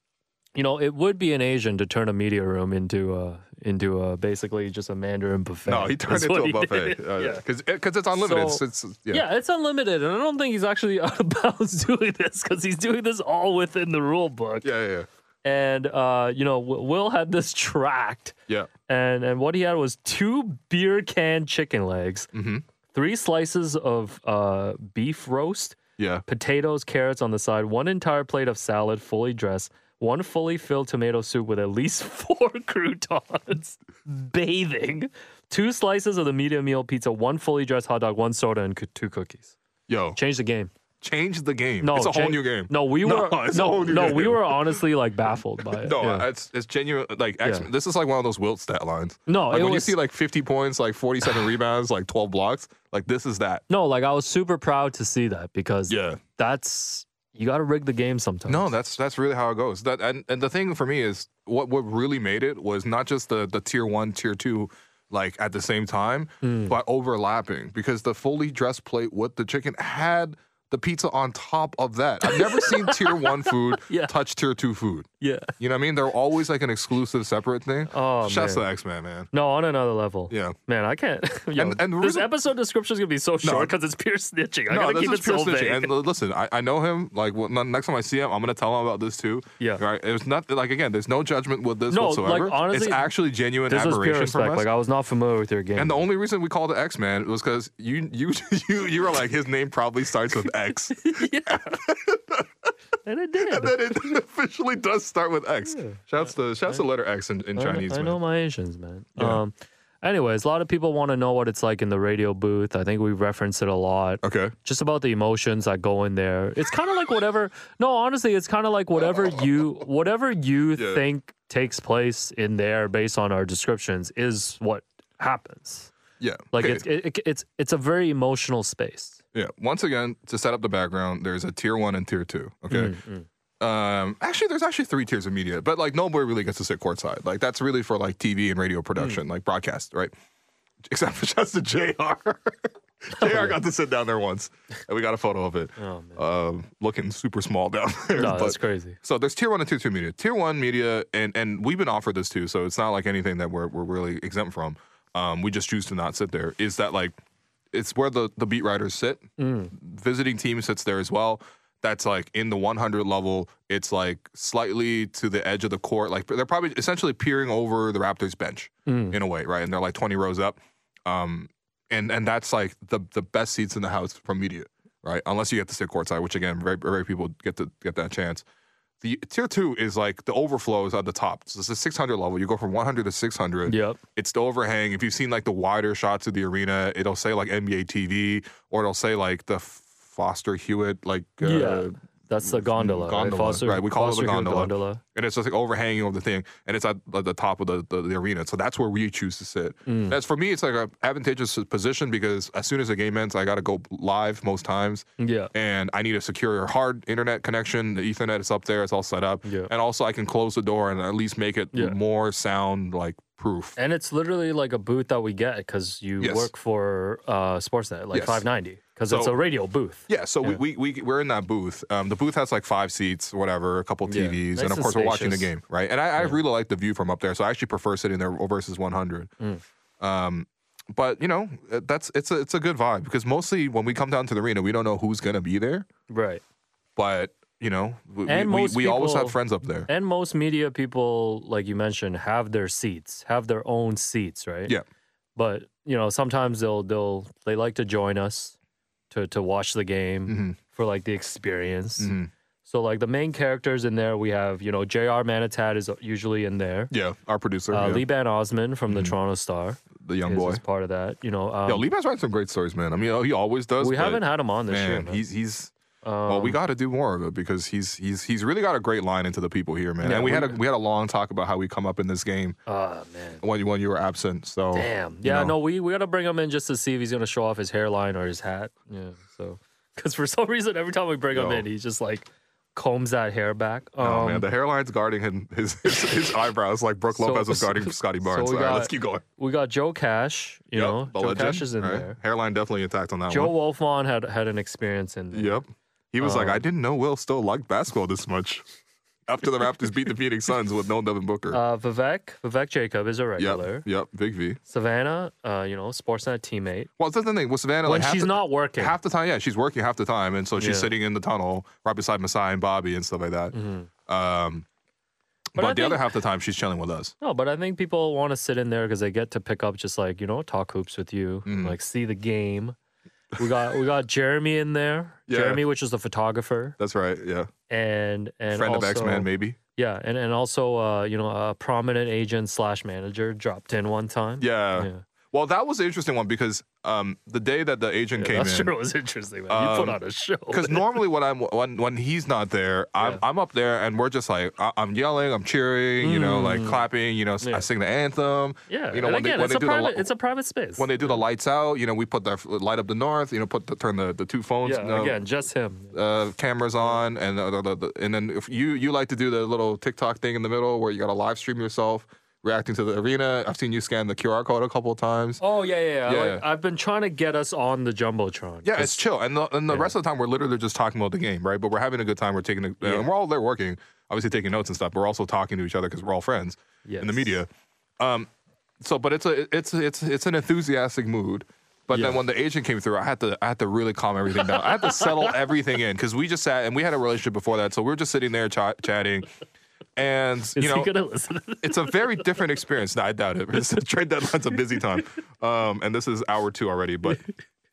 Speaker 2: you know, it would be an Asian to turn a media room into a into a basically just a Mandarin buffet.
Speaker 1: no he turned
Speaker 2: That's
Speaker 1: it
Speaker 2: what
Speaker 1: to a
Speaker 2: he
Speaker 1: buffet Uh,
Speaker 2: did.
Speaker 1: because it's unlimited
Speaker 2: So-
Speaker 1: it's, it's-
Speaker 2: Yeah. it's unlimited, and I don't think he's actually out of bounds doing this because he's doing this all within the rule book.
Speaker 1: yeah yeah yeah
Speaker 2: And uh, you know, Wi- Will had this tracked,
Speaker 1: yeah
Speaker 2: and and what he had was two beer can chicken legs,
Speaker 1: Mhm.
Speaker 2: three slices of uh, beef roast,
Speaker 1: yeah
Speaker 2: potatoes, carrots on the side, one entire plate of salad, fully dressed, one fully filled tomato soup with at least four croutons, bathing, two slices of the medium meal pizza, one fully dressed hot dog, one soda, and c- two cookies.
Speaker 1: yo
Speaker 2: Change the game.
Speaker 1: change the game
Speaker 2: No,
Speaker 1: it's a whole
Speaker 2: change-
Speaker 1: new game
Speaker 2: No, we
Speaker 1: No,
Speaker 2: were no,
Speaker 1: it's a
Speaker 2: no,
Speaker 1: whole new game.
Speaker 2: we were honestly like baffled by it.
Speaker 1: No,
Speaker 2: Yeah.
Speaker 1: it's it's genuine. Like X,
Speaker 2: Yeah.
Speaker 1: this is like one of those Wilt stat lines.
Speaker 2: No,
Speaker 1: like
Speaker 2: Oh, it
Speaker 1: when you
Speaker 2: was-
Speaker 1: see like fifty points, like forty-seven rebounds, like twelve blocks. Like this is that.
Speaker 2: no, like I was super proud to see that because
Speaker 1: Yeah.
Speaker 2: that's you got to rig the game sometimes.
Speaker 1: No, that's that's really how it goes. That and, and the thing for me is what what really made it was not just the the tier one, tier two, like at the same time,
Speaker 2: Hmm.
Speaker 1: but overlapping because the fully dressed plate with the chicken had the pizza on top of that. I've never seen tier one food
Speaker 2: Yeah.
Speaker 1: touch tier two food.
Speaker 2: yeah.
Speaker 1: You know what I mean? They're always like an exclusive, separate thing.
Speaker 2: Oh
Speaker 1: Shouts
Speaker 2: man.
Speaker 1: to X Man, man.
Speaker 2: No, on another level.
Speaker 1: Yeah.
Speaker 2: Man, I can't. Yo,
Speaker 1: And- and the
Speaker 2: this
Speaker 1: reason-
Speaker 2: episode description is gonna be so short because it's pure snitching. I gotta
Speaker 1: this
Speaker 2: keep
Speaker 1: is
Speaker 2: it so
Speaker 1: pure snitching.
Speaker 2: vague.
Speaker 1: And l- listen, I, I know him. Like well, n- next time I see him, I'm gonna tell him about this too.
Speaker 2: Yeah.
Speaker 1: Right. It was not like again. There's no judgment with this
Speaker 2: No, like,
Speaker 1: whatsoever.
Speaker 2: honestly,
Speaker 1: it's actually genuine
Speaker 2: this was pure
Speaker 1: admiration from
Speaker 2: respect.
Speaker 1: us.
Speaker 2: Like I was not familiar with your game.
Speaker 1: and the only reason we called it X Man was because you you you you were like his name probably starts with X,
Speaker 2: and it did.
Speaker 1: and then it officially does start with X. Shouts to shouts to letter X in, in
Speaker 2: I kn-
Speaker 1: Chinese.
Speaker 2: I
Speaker 1: man.
Speaker 2: know my Asians, man.
Speaker 1: Yeah.
Speaker 2: Um, anyways, a lot of people want to know what it's like in the radio booth. I think we reference it a lot.
Speaker 1: Okay.
Speaker 2: Just about the emotions that go in there. It's kind of like whatever. No, honestly, it's kind of like whatever you whatever you
Speaker 1: Yeah.
Speaker 2: think takes place in there, based on our descriptions, is what happens.
Speaker 1: Yeah.
Speaker 2: Like
Speaker 1: okay.
Speaker 2: it's it, it, it's it's a very emotional space.
Speaker 1: Yeah. Once again, to set up the background, there's a tier one and tier two. Okay.
Speaker 2: Mm,
Speaker 1: Um, actually, there's actually three tiers of media, but like nobody really gets to sit courtside. Like that's really for like TV and radio
Speaker 2: Mm.
Speaker 1: production, like broadcast, right? Except for just the JR. JR got to sit down there once, and we got a photo of it.
Speaker 2: Oh man,
Speaker 1: Um, looking super small down there.
Speaker 2: no,
Speaker 1: but-
Speaker 2: that's crazy.
Speaker 1: so there's tier one and tier two media. Tier one media, and and we've been offered this too, so it's not like anything that we're we're really exempt from. Um, we just choose to not sit there. Is that like, it's where the the beat writers sit. Visiting team sits there as well. That's like in the 100 level. It's like slightly to the edge of the court. Like they're probably essentially peering over the Raptors bench
Speaker 2: Mm.
Speaker 1: in a way, right? And they're like 20 rows up. Um, and and that's like the the best seats in the house from media, right? Unless you get to sit courtside, which again, very very people get to get that chance. The tier two is like the overflow is at the top. So it's a 600 level. You go from 100 to 600.
Speaker 2: Yep.
Speaker 1: It's the overhang. If you've seen like the wider shots of the arena, it'll say like NBA TV or it'll say like the Foster Hewitt like uh,
Speaker 2: Yeah. That's the gondola.
Speaker 1: Gondola,
Speaker 2: right? Foster,
Speaker 1: right, we call it the
Speaker 2: Foster Hill
Speaker 1: gondola. and it's just like overhanging over the thing, and it's at like, the top of the, the, the arena. So that's where we choose to sit.
Speaker 2: Mm.
Speaker 1: That's for me, it's like a advantageous position because as soon as the game ends, I got to go live most times,
Speaker 2: Yeah.
Speaker 1: and I need a secure hard internet connection. The Ethernet is up there; it's all set up,
Speaker 2: Yeah.
Speaker 1: and also I can close the door and at least make it
Speaker 2: Yeah.
Speaker 1: more sound like proof.
Speaker 2: And it's literally like a booth that we get because you
Speaker 1: Yes.
Speaker 2: work for uh, Sportsnet, like
Speaker 1: Yes.
Speaker 2: 590, because it's
Speaker 1: So-
Speaker 2: a radio booth.
Speaker 1: Yeah, so
Speaker 2: Yeah.
Speaker 1: We, we we we're in that booth. Um, the booth has like five seats, whatever, a couple TVs,
Speaker 2: Yeah.
Speaker 1: and
Speaker 2: Nice
Speaker 1: of
Speaker 2: and
Speaker 1: course we're watching the
Speaker 2: spacious.
Speaker 1: game, right? And I, I really like the view from up there, so I actually prefer sitting there versus 100.
Speaker 2: Mm.
Speaker 1: Um, but you know, uh, that's it's a it's a good vibe because mostly when we come down to the arena, we don't know who's gonna be there,
Speaker 2: Right.
Speaker 1: but you know, we
Speaker 2: And
Speaker 1: we,
Speaker 2: most
Speaker 1: we always
Speaker 2: people-
Speaker 1: have friends up there.
Speaker 2: And most media people, like you mentioned, have their seats, have their own seats, right?
Speaker 1: Yeah.
Speaker 2: But you know, sometimes they'll they'll they like to join us to to watch the game
Speaker 1: Mhm.
Speaker 2: for like the experience.
Speaker 1: Mhm.
Speaker 2: So like the main characters in there, we have you know J.R. Manitat is usually in there.
Speaker 1: Yeah, our producer,
Speaker 2: Uh,
Speaker 1: yeah,
Speaker 2: Lee Ban Osman from the Toronto Star
Speaker 1: the Mm-hmm. young
Speaker 2: is,
Speaker 1: boy.
Speaker 2: is part of that. You know, um,
Speaker 1: Yo, Lee has writing some great stories, man. I mean, oh, he always does.
Speaker 2: we
Speaker 1: but,
Speaker 2: haven't had him on this
Speaker 1: man,
Speaker 2: year. Man.
Speaker 1: he's he's
Speaker 2: um,
Speaker 1: Well, we got to do more of it because he's he's he's really got a great line into the people here, man.
Speaker 2: Yeah,
Speaker 1: and we
Speaker 2: we-
Speaker 1: had a we had a long talk about how we come up in this game
Speaker 2: Ah man.
Speaker 1: when you when you were absent. So
Speaker 2: Damn.
Speaker 1: Oh, you
Speaker 2: Yeah,
Speaker 1: know.
Speaker 2: no, we, we gotta bring him in just to see if he's gonna show off his hairline or his hat. Yeah. So, because for some reason, every time we bring him
Speaker 1: Yo.
Speaker 2: in, he just like combs that hair back. Um,
Speaker 1: Oh man, the hairline's guarding him, his his, his eyebrows like Brooke
Speaker 2: So-
Speaker 1: Lopez was guarding Scotty Barnes.
Speaker 2: we
Speaker 1: All right, let's
Speaker 2: got-
Speaker 1: keep going.
Speaker 2: we got Joe Cash. You
Speaker 1: Yep,
Speaker 2: know,
Speaker 1: the
Speaker 2: Joe
Speaker 1: legend,
Speaker 2: Cash is in
Speaker 1: all right.
Speaker 2: there.
Speaker 1: Hairline definitely attacked on that
Speaker 2: Joe
Speaker 1: one.
Speaker 2: Wolfman had had an experience in there.
Speaker 1: Yep, he was like,
Speaker 2: Um,
Speaker 1: I didn't know Will still liked basketball this much. After the Raptors beat the Phoenix Suns with no Devin Booker.
Speaker 2: Uh, Vivek Vivek Jacob is a regular.
Speaker 1: yep, yep, big V.
Speaker 2: Savannah, uh, you know, Sportsnet teammate.
Speaker 1: Well, that's the thing with Savannah.
Speaker 2: When
Speaker 1: like half
Speaker 2: she's
Speaker 1: the-
Speaker 2: not working,
Speaker 1: Half the time, yeah, she's working half the time, and so she's
Speaker 2: Yeah.
Speaker 1: sitting in the tunnel right beside Masai and Bobby and stuff like that.
Speaker 2: Mm-hmm.
Speaker 1: Um,
Speaker 2: Mm. But
Speaker 1: but
Speaker 2: I
Speaker 1: the other
Speaker 2: think-
Speaker 1: half the time, she's chilling with us.
Speaker 2: No, but I think people want to sit in there because they get to pick up just like you know talk hoops with you,
Speaker 1: Mhm.
Speaker 2: like see the game. We got we got Jeremy in there,
Speaker 1: Yeah.
Speaker 2: Jeremy, which is the photographer,
Speaker 1: That's right, yeah.
Speaker 2: and and
Speaker 1: Friend
Speaker 2: also,
Speaker 1: of X Man, maybe.
Speaker 2: yeah, and and also uh, you know a prominent agent slash manager dropped in one time.
Speaker 1: Yeah.
Speaker 2: yeah.
Speaker 1: Well, that was an interesting one because um, the day that the agent
Speaker 2: Yeah,
Speaker 1: came
Speaker 2: that
Speaker 1: in,
Speaker 2: sure was interesting. Man. you put
Speaker 1: Um,
Speaker 2: on a show.
Speaker 1: because normally when I'm when when he's not there, I'm
Speaker 2: Yeah.
Speaker 1: I'm up there and we're just like I, I'm yelling, I'm cheering, you know, like clapping, you know, s I
Speaker 2: Mm. Yeah.
Speaker 1: I sing the anthem.
Speaker 2: yeah,
Speaker 1: you know,
Speaker 2: and
Speaker 1: when they-
Speaker 2: again,
Speaker 1: when
Speaker 2: it's
Speaker 1: they
Speaker 2: a
Speaker 1: do the lo-
Speaker 2: private, it's a private space.
Speaker 1: When they do the lights out, you know, we put the f- light up the north, you know, put the, turn the, the two phones
Speaker 2: yeah,
Speaker 1: uh,
Speaker 2: again, just him.
Speaker 1: uh, cameras on, and the, the, the, the- and then if you you like to do the little TikTok thing in the middle where you got to live stream yourself reacting to the arena. I've seen you scan the QR code a couple of times.
Speaker 2: Oh yeah, yeah, yeah.
Speaker 1: Yeah.
Speaker 2: Like, I've been trying to get us on the jumbotron.
Speaker 1: Yeah, it's chill, and the, and the rest of the time we're literally just talking about the game, right? But we're having a good time. We're taking, a, and we're all there working, obviously taking notes and stuff. But we're also talking to each other because we're all friends in the
Speaker 2: Yes.
Speaker 1: media. Um, so, but it's a it's it's it's an enthusiastic mood. But then
Speaker 2: Yeah.
Speaker 1: when the agent came through, I had to I had to really calm everything down. I had to settle everything in because we just sat and we had a relationship before that, so we were just sitting there ch- chatting, and
Speaker 2: Is
Speaker 1: you know
Speaker 2: he gonna listen? To this?
Speaker 1: it's a very different experience. No, I doubt it. It's- trade deadline's a busy time, um, and this is hour two already. But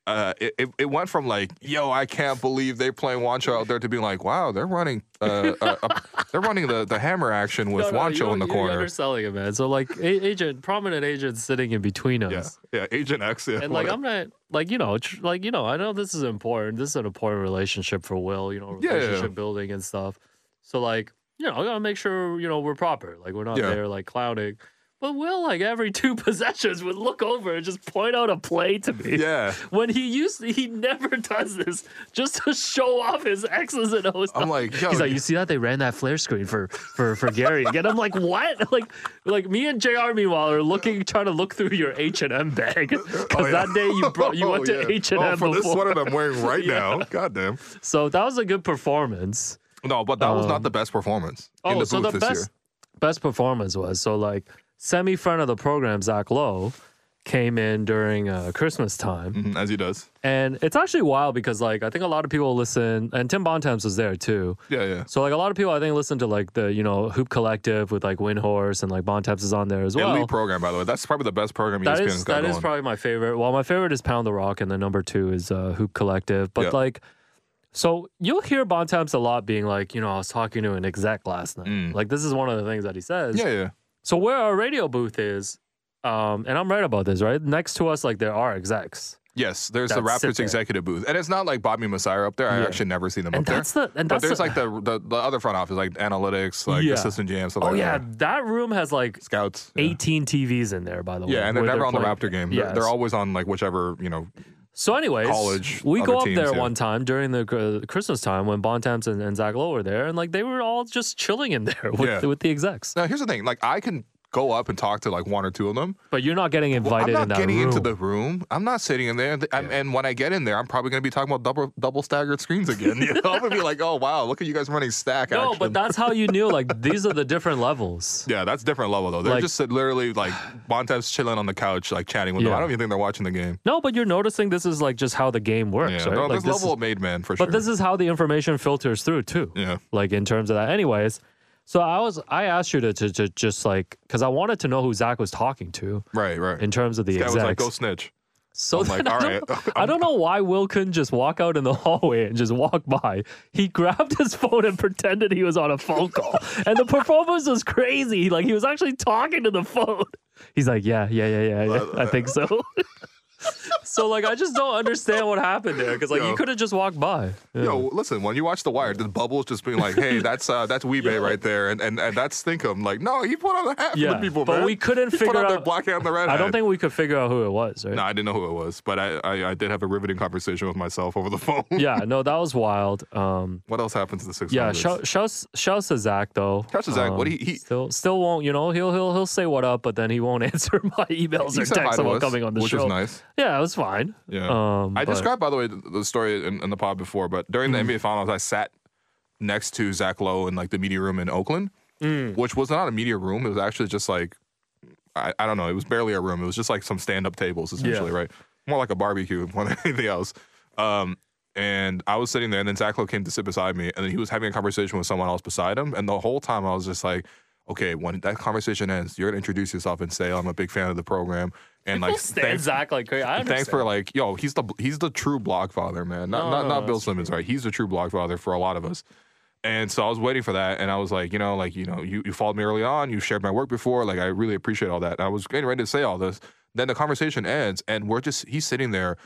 Speaker 1: uh, it, it it went from like, yo, I can't believe they're playing Wancho out there to being like, wow, they're running, uh, uh, uh, they're running the, the hammer action with
Speaker 2: No, no, you
Speaker 1: Wancho in the
Speaker 2: don't- you- You're
Speaker 1: corner.
Speaker 2: underselling it, man. So like, a- agent, prominent agent sitting in between us,
Speaker 1: Yeah, yeah, Agent X. Yeah,
Speaker 2: and like
Speaker 1: whatever.
Speaker 2: I'm not like you know, tr- like you know, I know this is important. This is an important relationship for Will, you know,
Speaker 1: Yeah, yeah, yeah.
Speaker 2: relationship building and stuff. So like, you know, I gotta make sure you know we're proper. Like we're not
Speaker 1: Yeah.
Speaker 2: there like clowning. But Will, like every two possessions, would look over and just point out a play to me.
Speaker 1: yeah.
Speaker 2: When he used, he never does this just to show off his X's and O's.
Speaker 1: I'm like, yo,
Speaker 2: He's like, you see that they ran that flare screen for for for Gary again. I'm like, what? Like, like me and Jr. Meanwhile are looking, trying to look through your H and M bag because
Speaker 1: yeah.
Speaker 2: that day you brought you went
Speaker 1: oh,
Speaker 2: to
Speaker 1: yeah.
Speaker 2: H and
Speaker 1: Oh,
Speaker 2: M
Speaker 1: for this
Speaker 2: before.
Speaker 1: sweater that I'm wearing right now. Goddamn.
Speaker 2: So that was a good performance.
Speaker 1: No, but that was not the best performance in
Speaker 2: Um, Oh,
Speaker 1: the
Speaker 2: so
Speaker 1: booth
Speaker 2: the
Speaker 1: this
Speaker 2: best
Speaker 1: year.
Speaker 2: best performance was so like semi friend of the program Zach Lowe came in during uh, Christmas time.
Speaker 1: Mhm, as he does.
Speaker 2: And it's actually wild because like I think a lot of people listen, and Tim Bontemps was there too.
Speaker 1: Yeah, yeah.
Speaker 2: So like a lot of people I think listen to like the you know Hoop Collective with like Windhorse and like Bontemps is on there as well.
Speaker 1: Elite program, by the way. That's probably the best program E
Speaker 2: That
Speaker 1: ESPN's
Speaker 2: is
Speaker 1: got
Speaker 2: that is
Speaker 1: going.
Speaker 2: probably my favorite. Well, my favorite is Pound the Rock, and the number two is uh, Hoop Collective. But
Speaker 1: Yeah.
Speaker 2: like, so you'll hear Bontemps a lot being like, you know, I was talking to an exec last night.
Speaker 1: Mm.
Speaker 2: Like this is one of the things that he says.
Speaker 1: yeah, yeah.
Speaker 2: So where our radio booth is, um, and I'm right about this, right? Next to us, like there are execs.
Speaker 1: Yes, there's the
Speaker 2: That sit
Speaker 1: Raptors
Speaker 2: there.
Speaker 1: executive booth, and it's not like Bobby Messiah up there. I
Speaker 2: Yeah.
Speaker 1: actually never seen them
Speaker 2: and
Speaker 1: up there.
Speaker 2: that's the and
Speaker 1: But
Speaker 2: that's
Speaker 1: there's
Speaker 2: the,
Speaker 1: like the, the the other front office, like analytics, like
Speaker 2: Yeah.
Speaker 1: assistant GM, stuff
Speaker 2: oh
Speaker 1: like
Speaker 2: yeah,
Speaker 1: that.
Speaker 2: that room has like
Speaker 1: Scouts. yeah.
Speaker 2: 18 TVs in there by the way.
Speaker 1: Yeah, and they're
Speaker 2: where
Speaker 1: never on
Speaker 2: playing-
Speaker 1: the Raptor game. They're, they're
Speaker 2: Yes.
Speaker 1: always on like whichever you know.
Speaker 2: So, anyways,
Speaker 1: college,
Speaker 2: we
Speaker 1: other
Speaker 2: go up
Speaker 1: teams,
Speaker 2: there
Speaker 1: yeah.
Speaker 2: one time during the uh, Christmas time when Bontemps and, and Zach Lowe were there, and like they were all just chilling in there with,
Speaker 1: Yeah.
Speaker 2: with the execs.
Speaker 1: Now here's the thing: like I can go up and talk to like one or two of them.
Speaker 6: But you're not getting
Speaker 1: Well, I'm
Speaker 6: invited
Speaker 1: not
Speaker 6: in that
Speaker 1: getting
Speaker 6: room.
Speaker 1: into the room. I'm not sitting in there. Th- I'm- And when I get in there, I'm probably going to be talking about double double staggered screens again. You know? I'm going to be like, oh wow, look at you guys running stack
Speaker 2: No,
Speaker 1: action.
Speaker 2: but that's how you knew like these are the different levels.
Speaker 1: yeah, that's different level though. They're
Speaker 2: Like-
Speaker 1: just sit- literally like Montez chilling on the couch, like chatting with them.
Speaker 6: Yeah.
Speaker 1: I don't even think they're watching the game.
Speaker 2: No, but you're noticing this is like just how the game works,
Speaker 1: Yeah,
Speaker 2: right?
Speaker 1: no,
Speaker 2: like,
Speaker 1: there's
Speaker 2: this
Speaker 1: level
Speaker 2: is-
Speaker 1: of made man for sure.
Speaker 2: but this is how the information filters through too.
Speaker 1: yeah,
Speaker 2: Like in terms of that, anyways. So I was I asked you to to, to just like because I wanted to know who Zach was talking to
Speaker 1: right, right.
Speaker 2: in terms of the
Speaker 1: Guy was
Speaker 2: execs.
Speaker 1: like, go snitch.
Speaker 2: So
Speaker 1: I'm like,
Speaker 2: then I
Speaker 1: all
Speaker 2: don't-
Speaker 1: right.
Speaker 2: I don't know why Will couldn't just walk out in the hallway and just walk by. He grabbed his phone and pretended he was on a phone call. and the performance was crazy. Like he was actually talking to the phone. He's like, yeah, yeah, yeah, yeah, yeah. I think so. so like I just don't understand what happened there because like
Speaker 1: Yo.
Speaker 2: you could have just walked by. Yeah.
Speaker 1: Yo, listen. When you watch The Wire, the bubbles just being like, "Hey, that's uh, that's Weebay right there," and, and and that's Thinkum. Like, no, he put on the hat for
Speaker 2: Yeah,
Speaker 1: the people,
Speaker 2: but
Speaker 1: man.
Speaker 2: we couldn't
Speaker 1: he
Speaker 2: figure
Speaker 1: put on the
Speaker 2: out-
Speaker 1: black hat and the red
Speaker 2: I
Speaker 1: hat.
Speaker 2: don't think we could figure out who it was, right?
Speaker 1: No, I didn't know who it was, but I, I, I did have a riveting conversation with myself over the phone.
Speaker 2: Yeah, no, that was wild. Um
Speaker 1: What else happens to the six?
Speaker 2: yeah, shout, shouts, shouts to Zach though.
Speaker 1: Shouts to Zach. What he- he-
Speaker 2: still still won't you know he'll he'll he'll say what up, but then he won't answer my emails or texts about coming on the
Speaker 1: which
Speaker 2: show.
Speaker 1: is nice.
Speaker 2: Yeah, it was fine.
Speaker 1: Yeah,
Speaker 2: Um,
Speaker 1: I
Speaker 2: but-
Speaker 1: described by the way the, the story in, in the pod before, but during the NBA Finals, I sat next to Zach Lowe in like the media room in Oakland, which was not a media room. It was actually just like I, I don't know. It was barely a room. It was just like some stand up tables essentially, right? More like a barbecue more than anything else. Um, and I was sitting there, and then Zach Lowe came to sit beside me, and then he was having a conversation with someone else beside him. And the whole time, I was just like, okay, when that conversation ends, you're gonna introduce yourself and say, I'm a big fan of the program. And like,
Speaker 2: Stan
Speaker 1: thanks-
Speaker 2: Zach like crazy. I understand.
Speaker 1: thanks for like yo he's the he's the true blog father man not
Speaker 2: No,
Speaker 1: not,
Speaker 2: no,
Speaker 1: not
Speaker 2: no,
Speaker 1: bill
Speaker 2: that's
Speaker 1: simmons right he's the true blog father for a lot of us and so i was waiting for that and i was like you know like you know you, you followed me early on you shared my work before like i really appreciate all that and i was getting ready to say all this then the conversation ends and we're just he's sitting there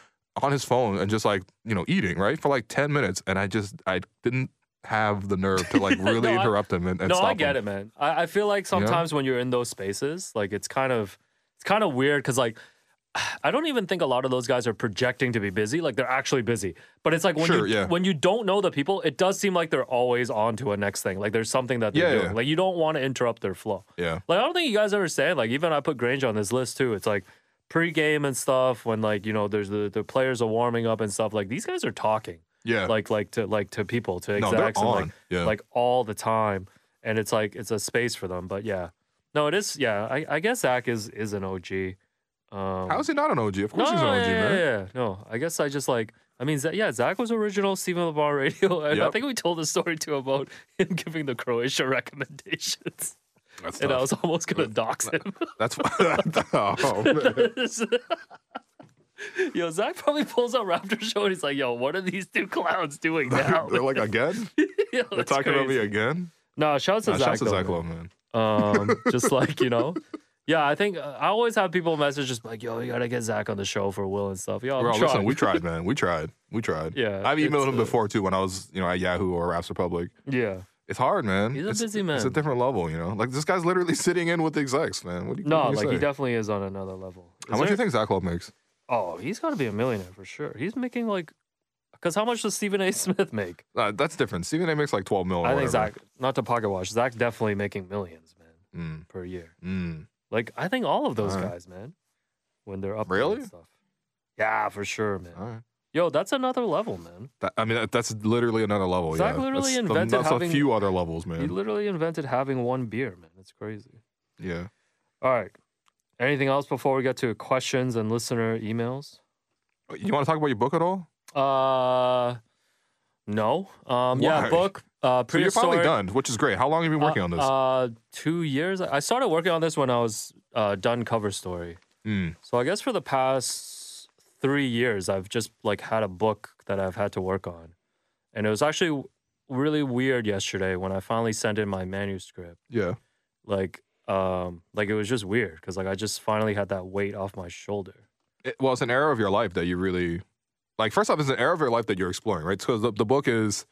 Speaker 1: on his phone and just like you know eating right for like 10 minutes and i just i didn't have the nerve to like really
Speaker 2: No, I-
Speaker 1: interrupt him and, and
Speaker 2: no,
Speaker 1: stop
Speaker 2: I get
Speaker 1: him.
Speaker 2: it, man. I, I feel like
Speaker 1: know?
Speaker 2: sometimes when you're in those spaces, like it's kind of it's kind of weird because like I don't even think a lot of those guys are projecting to be busy. Like they're actually busy, but it's like when
Speaker 1: Sure,
Speaker 2: you
Speaker 1: yeah.
Speaker 2: when you don't know the people, it does seem like they're always on to a next thing. Like there's something that they're
Speaker 1: Yeah,
Speaker 2: doing.
Speaker 1: yeah.
Speaker 2: Like you don't want to interrupt their flow.
Speaker 1: yeah
Speaker 2: Like I don't think you guys understand. Like even I put Grange on this list too. It's like pregame and stuff when like you know there's the, the players are warming up and stuff. Like these guys are talking
Speaker 1: yeah
Speaker 2: like like to like to people to
Speaker 1: No, they're
Speaker 2: execs and like
Speaker 1: on. Yeah.
Speaker 2: like all the time and it's like it's a space for them but yeah no it is yeah i, I guess zach is is an og um
Speaker 1: how is he not an og of
Speaker 2: no,
Speaker 1: course he's an
Speaker 2: no,
Speaker 1: og
Speaker 2: yeah, yeah,
Speaker 1: man
Speaker 2: yeah, yeah. no i guess i just like i mean Za- yeah zach was original stephen labar radio and i
Speaker 1: Yep.
Speaker 2: think we told the story too about him giving the croatia recommendations
Speaker 1: that's
Speaker 2: and i
Speaker 1: tough.
Speaker 2: was almost gonna dox him
Speaker 1: that's oh, man.
Speaker 2: yo zach probably pulls out raptor show and he's like yo what are these two clowns doing now
Speaker 1: They're like again?
Speaker 2: Yo,
Speaker 1: They're
Speaker 2: that's
Speaker 1: talking about
Speaker 2: crazy.
Speaker 1: me again?
Speaker 2: No, shouts to
Speaker 1: Nah,
Speaker 2: Zach.
Speaker 1: shouts to
Speaker 2: though,
Speaker 1: Zach
Speaker 2: man.
Speaker 1: Lowe, man.
Speaker 2: Um, just like you know, yeah. I think uh, I always have people message just like, "Yo, you gotta get Zach on the show for Will and stuff." Yo, Oh, I'm
Speaker 1: Bro,
Speaker 2: trying.
Speaker 1: listen, we tried, man. We tried. We tried.
Speaker 2: Yeah,
Speaker 1: I've
Speaker 2: it's,
Speaker 1: emailed him
Speaker 2: uh,
Speaker 1: before too when I was, you know, at Yahoo or Raps Republic.
Speaker 2: yeah.
Speaker 1: It's hard, man.
Speaker 2: He's a
Speaker 1: it's,
Speaker 2: busy
Speaker 1: It's a
Speaker 2: man.
Speaker 1: different level, you know. Like this guy's literally sitting in with the execs, man. What do you
Speaker 2: No,
Speaker 1: what do you
Speaker 2: like he
Speaker 1: say?
Speaker 2: definitely is on another level. Is
Speaker 1: How much do
Speaker 2: there-
Speaker 1: you think Zach Lowe makes?
Speaker 2: Oh, he's got to be a millionaire for sure. He's making like, because how much does Stephen A. Smith make?
Speaker 1: Uh, that's different. Stephen A makes like twelve mil. or
Speaker 2: I think
Speaker 1: Oh, whatever.
Speaker 2: Zach, not to pocket watch, Zach definitely making millions, man,
Speaker 1: Mm,
Speaker 2: per year.
Speaker 1: mm.
Speaker 2: Like I think all of those
Speaker 1: Alright.
Speaker 2: guys, man, when they're up there
Speaker 1: Really?
Speaker 2: and stuff. Yeah, for sure, man.
Speaker 1: All right.
Speaker 2: Yo, that's another level, man.
Speaker 1: That, I mean, that, that's literally another level.
Speaker 2: Zach
Speaker 1: yeah.
Speaker 2: literally
Speaker 1: that's, the-
Speaker 2: invented
Speaker 1: that's
Speaker 2: having-
Speaker 1: a few other levels,
Speaker 2: He
Speaker 1: man.
Speaker 2: literally invented having one beer, man. It's crazy.
Speaker 1: Yeah.
Speaker 2: All right. Anything else before we get to questions and listener emails?
Speaker 1: You want to talk about your book at all?
Speaker 2: Uh, no. Um, yeah,
Speaker 1: Why?
Speaker 2: book. Uh,
Speaker 1: So you're finally
Speaker 2: prehistoric-
Speaker 1: done, which is great. How long have you been working
Speaker 2: uh,
Speaker 1: on this?
Speaker 2: Uh, two years. I started working on this when I was uh, done cover story.
Speaker 1: Mm.
Speaker 2: So I guess for the past three years, I've just like had a book that I've had to work on, and it was actually really weird yesterday when I finally sent in my manuscript.
Speaker 1: Yeah.
Speaker 2: Like, um, like it was just weird because like I just finally had that weight off my shoulder.
Speaker 1: it- well, it's an era of your life that you really like. First off, it's an era of your life that you're exploring, right? Because the, the book is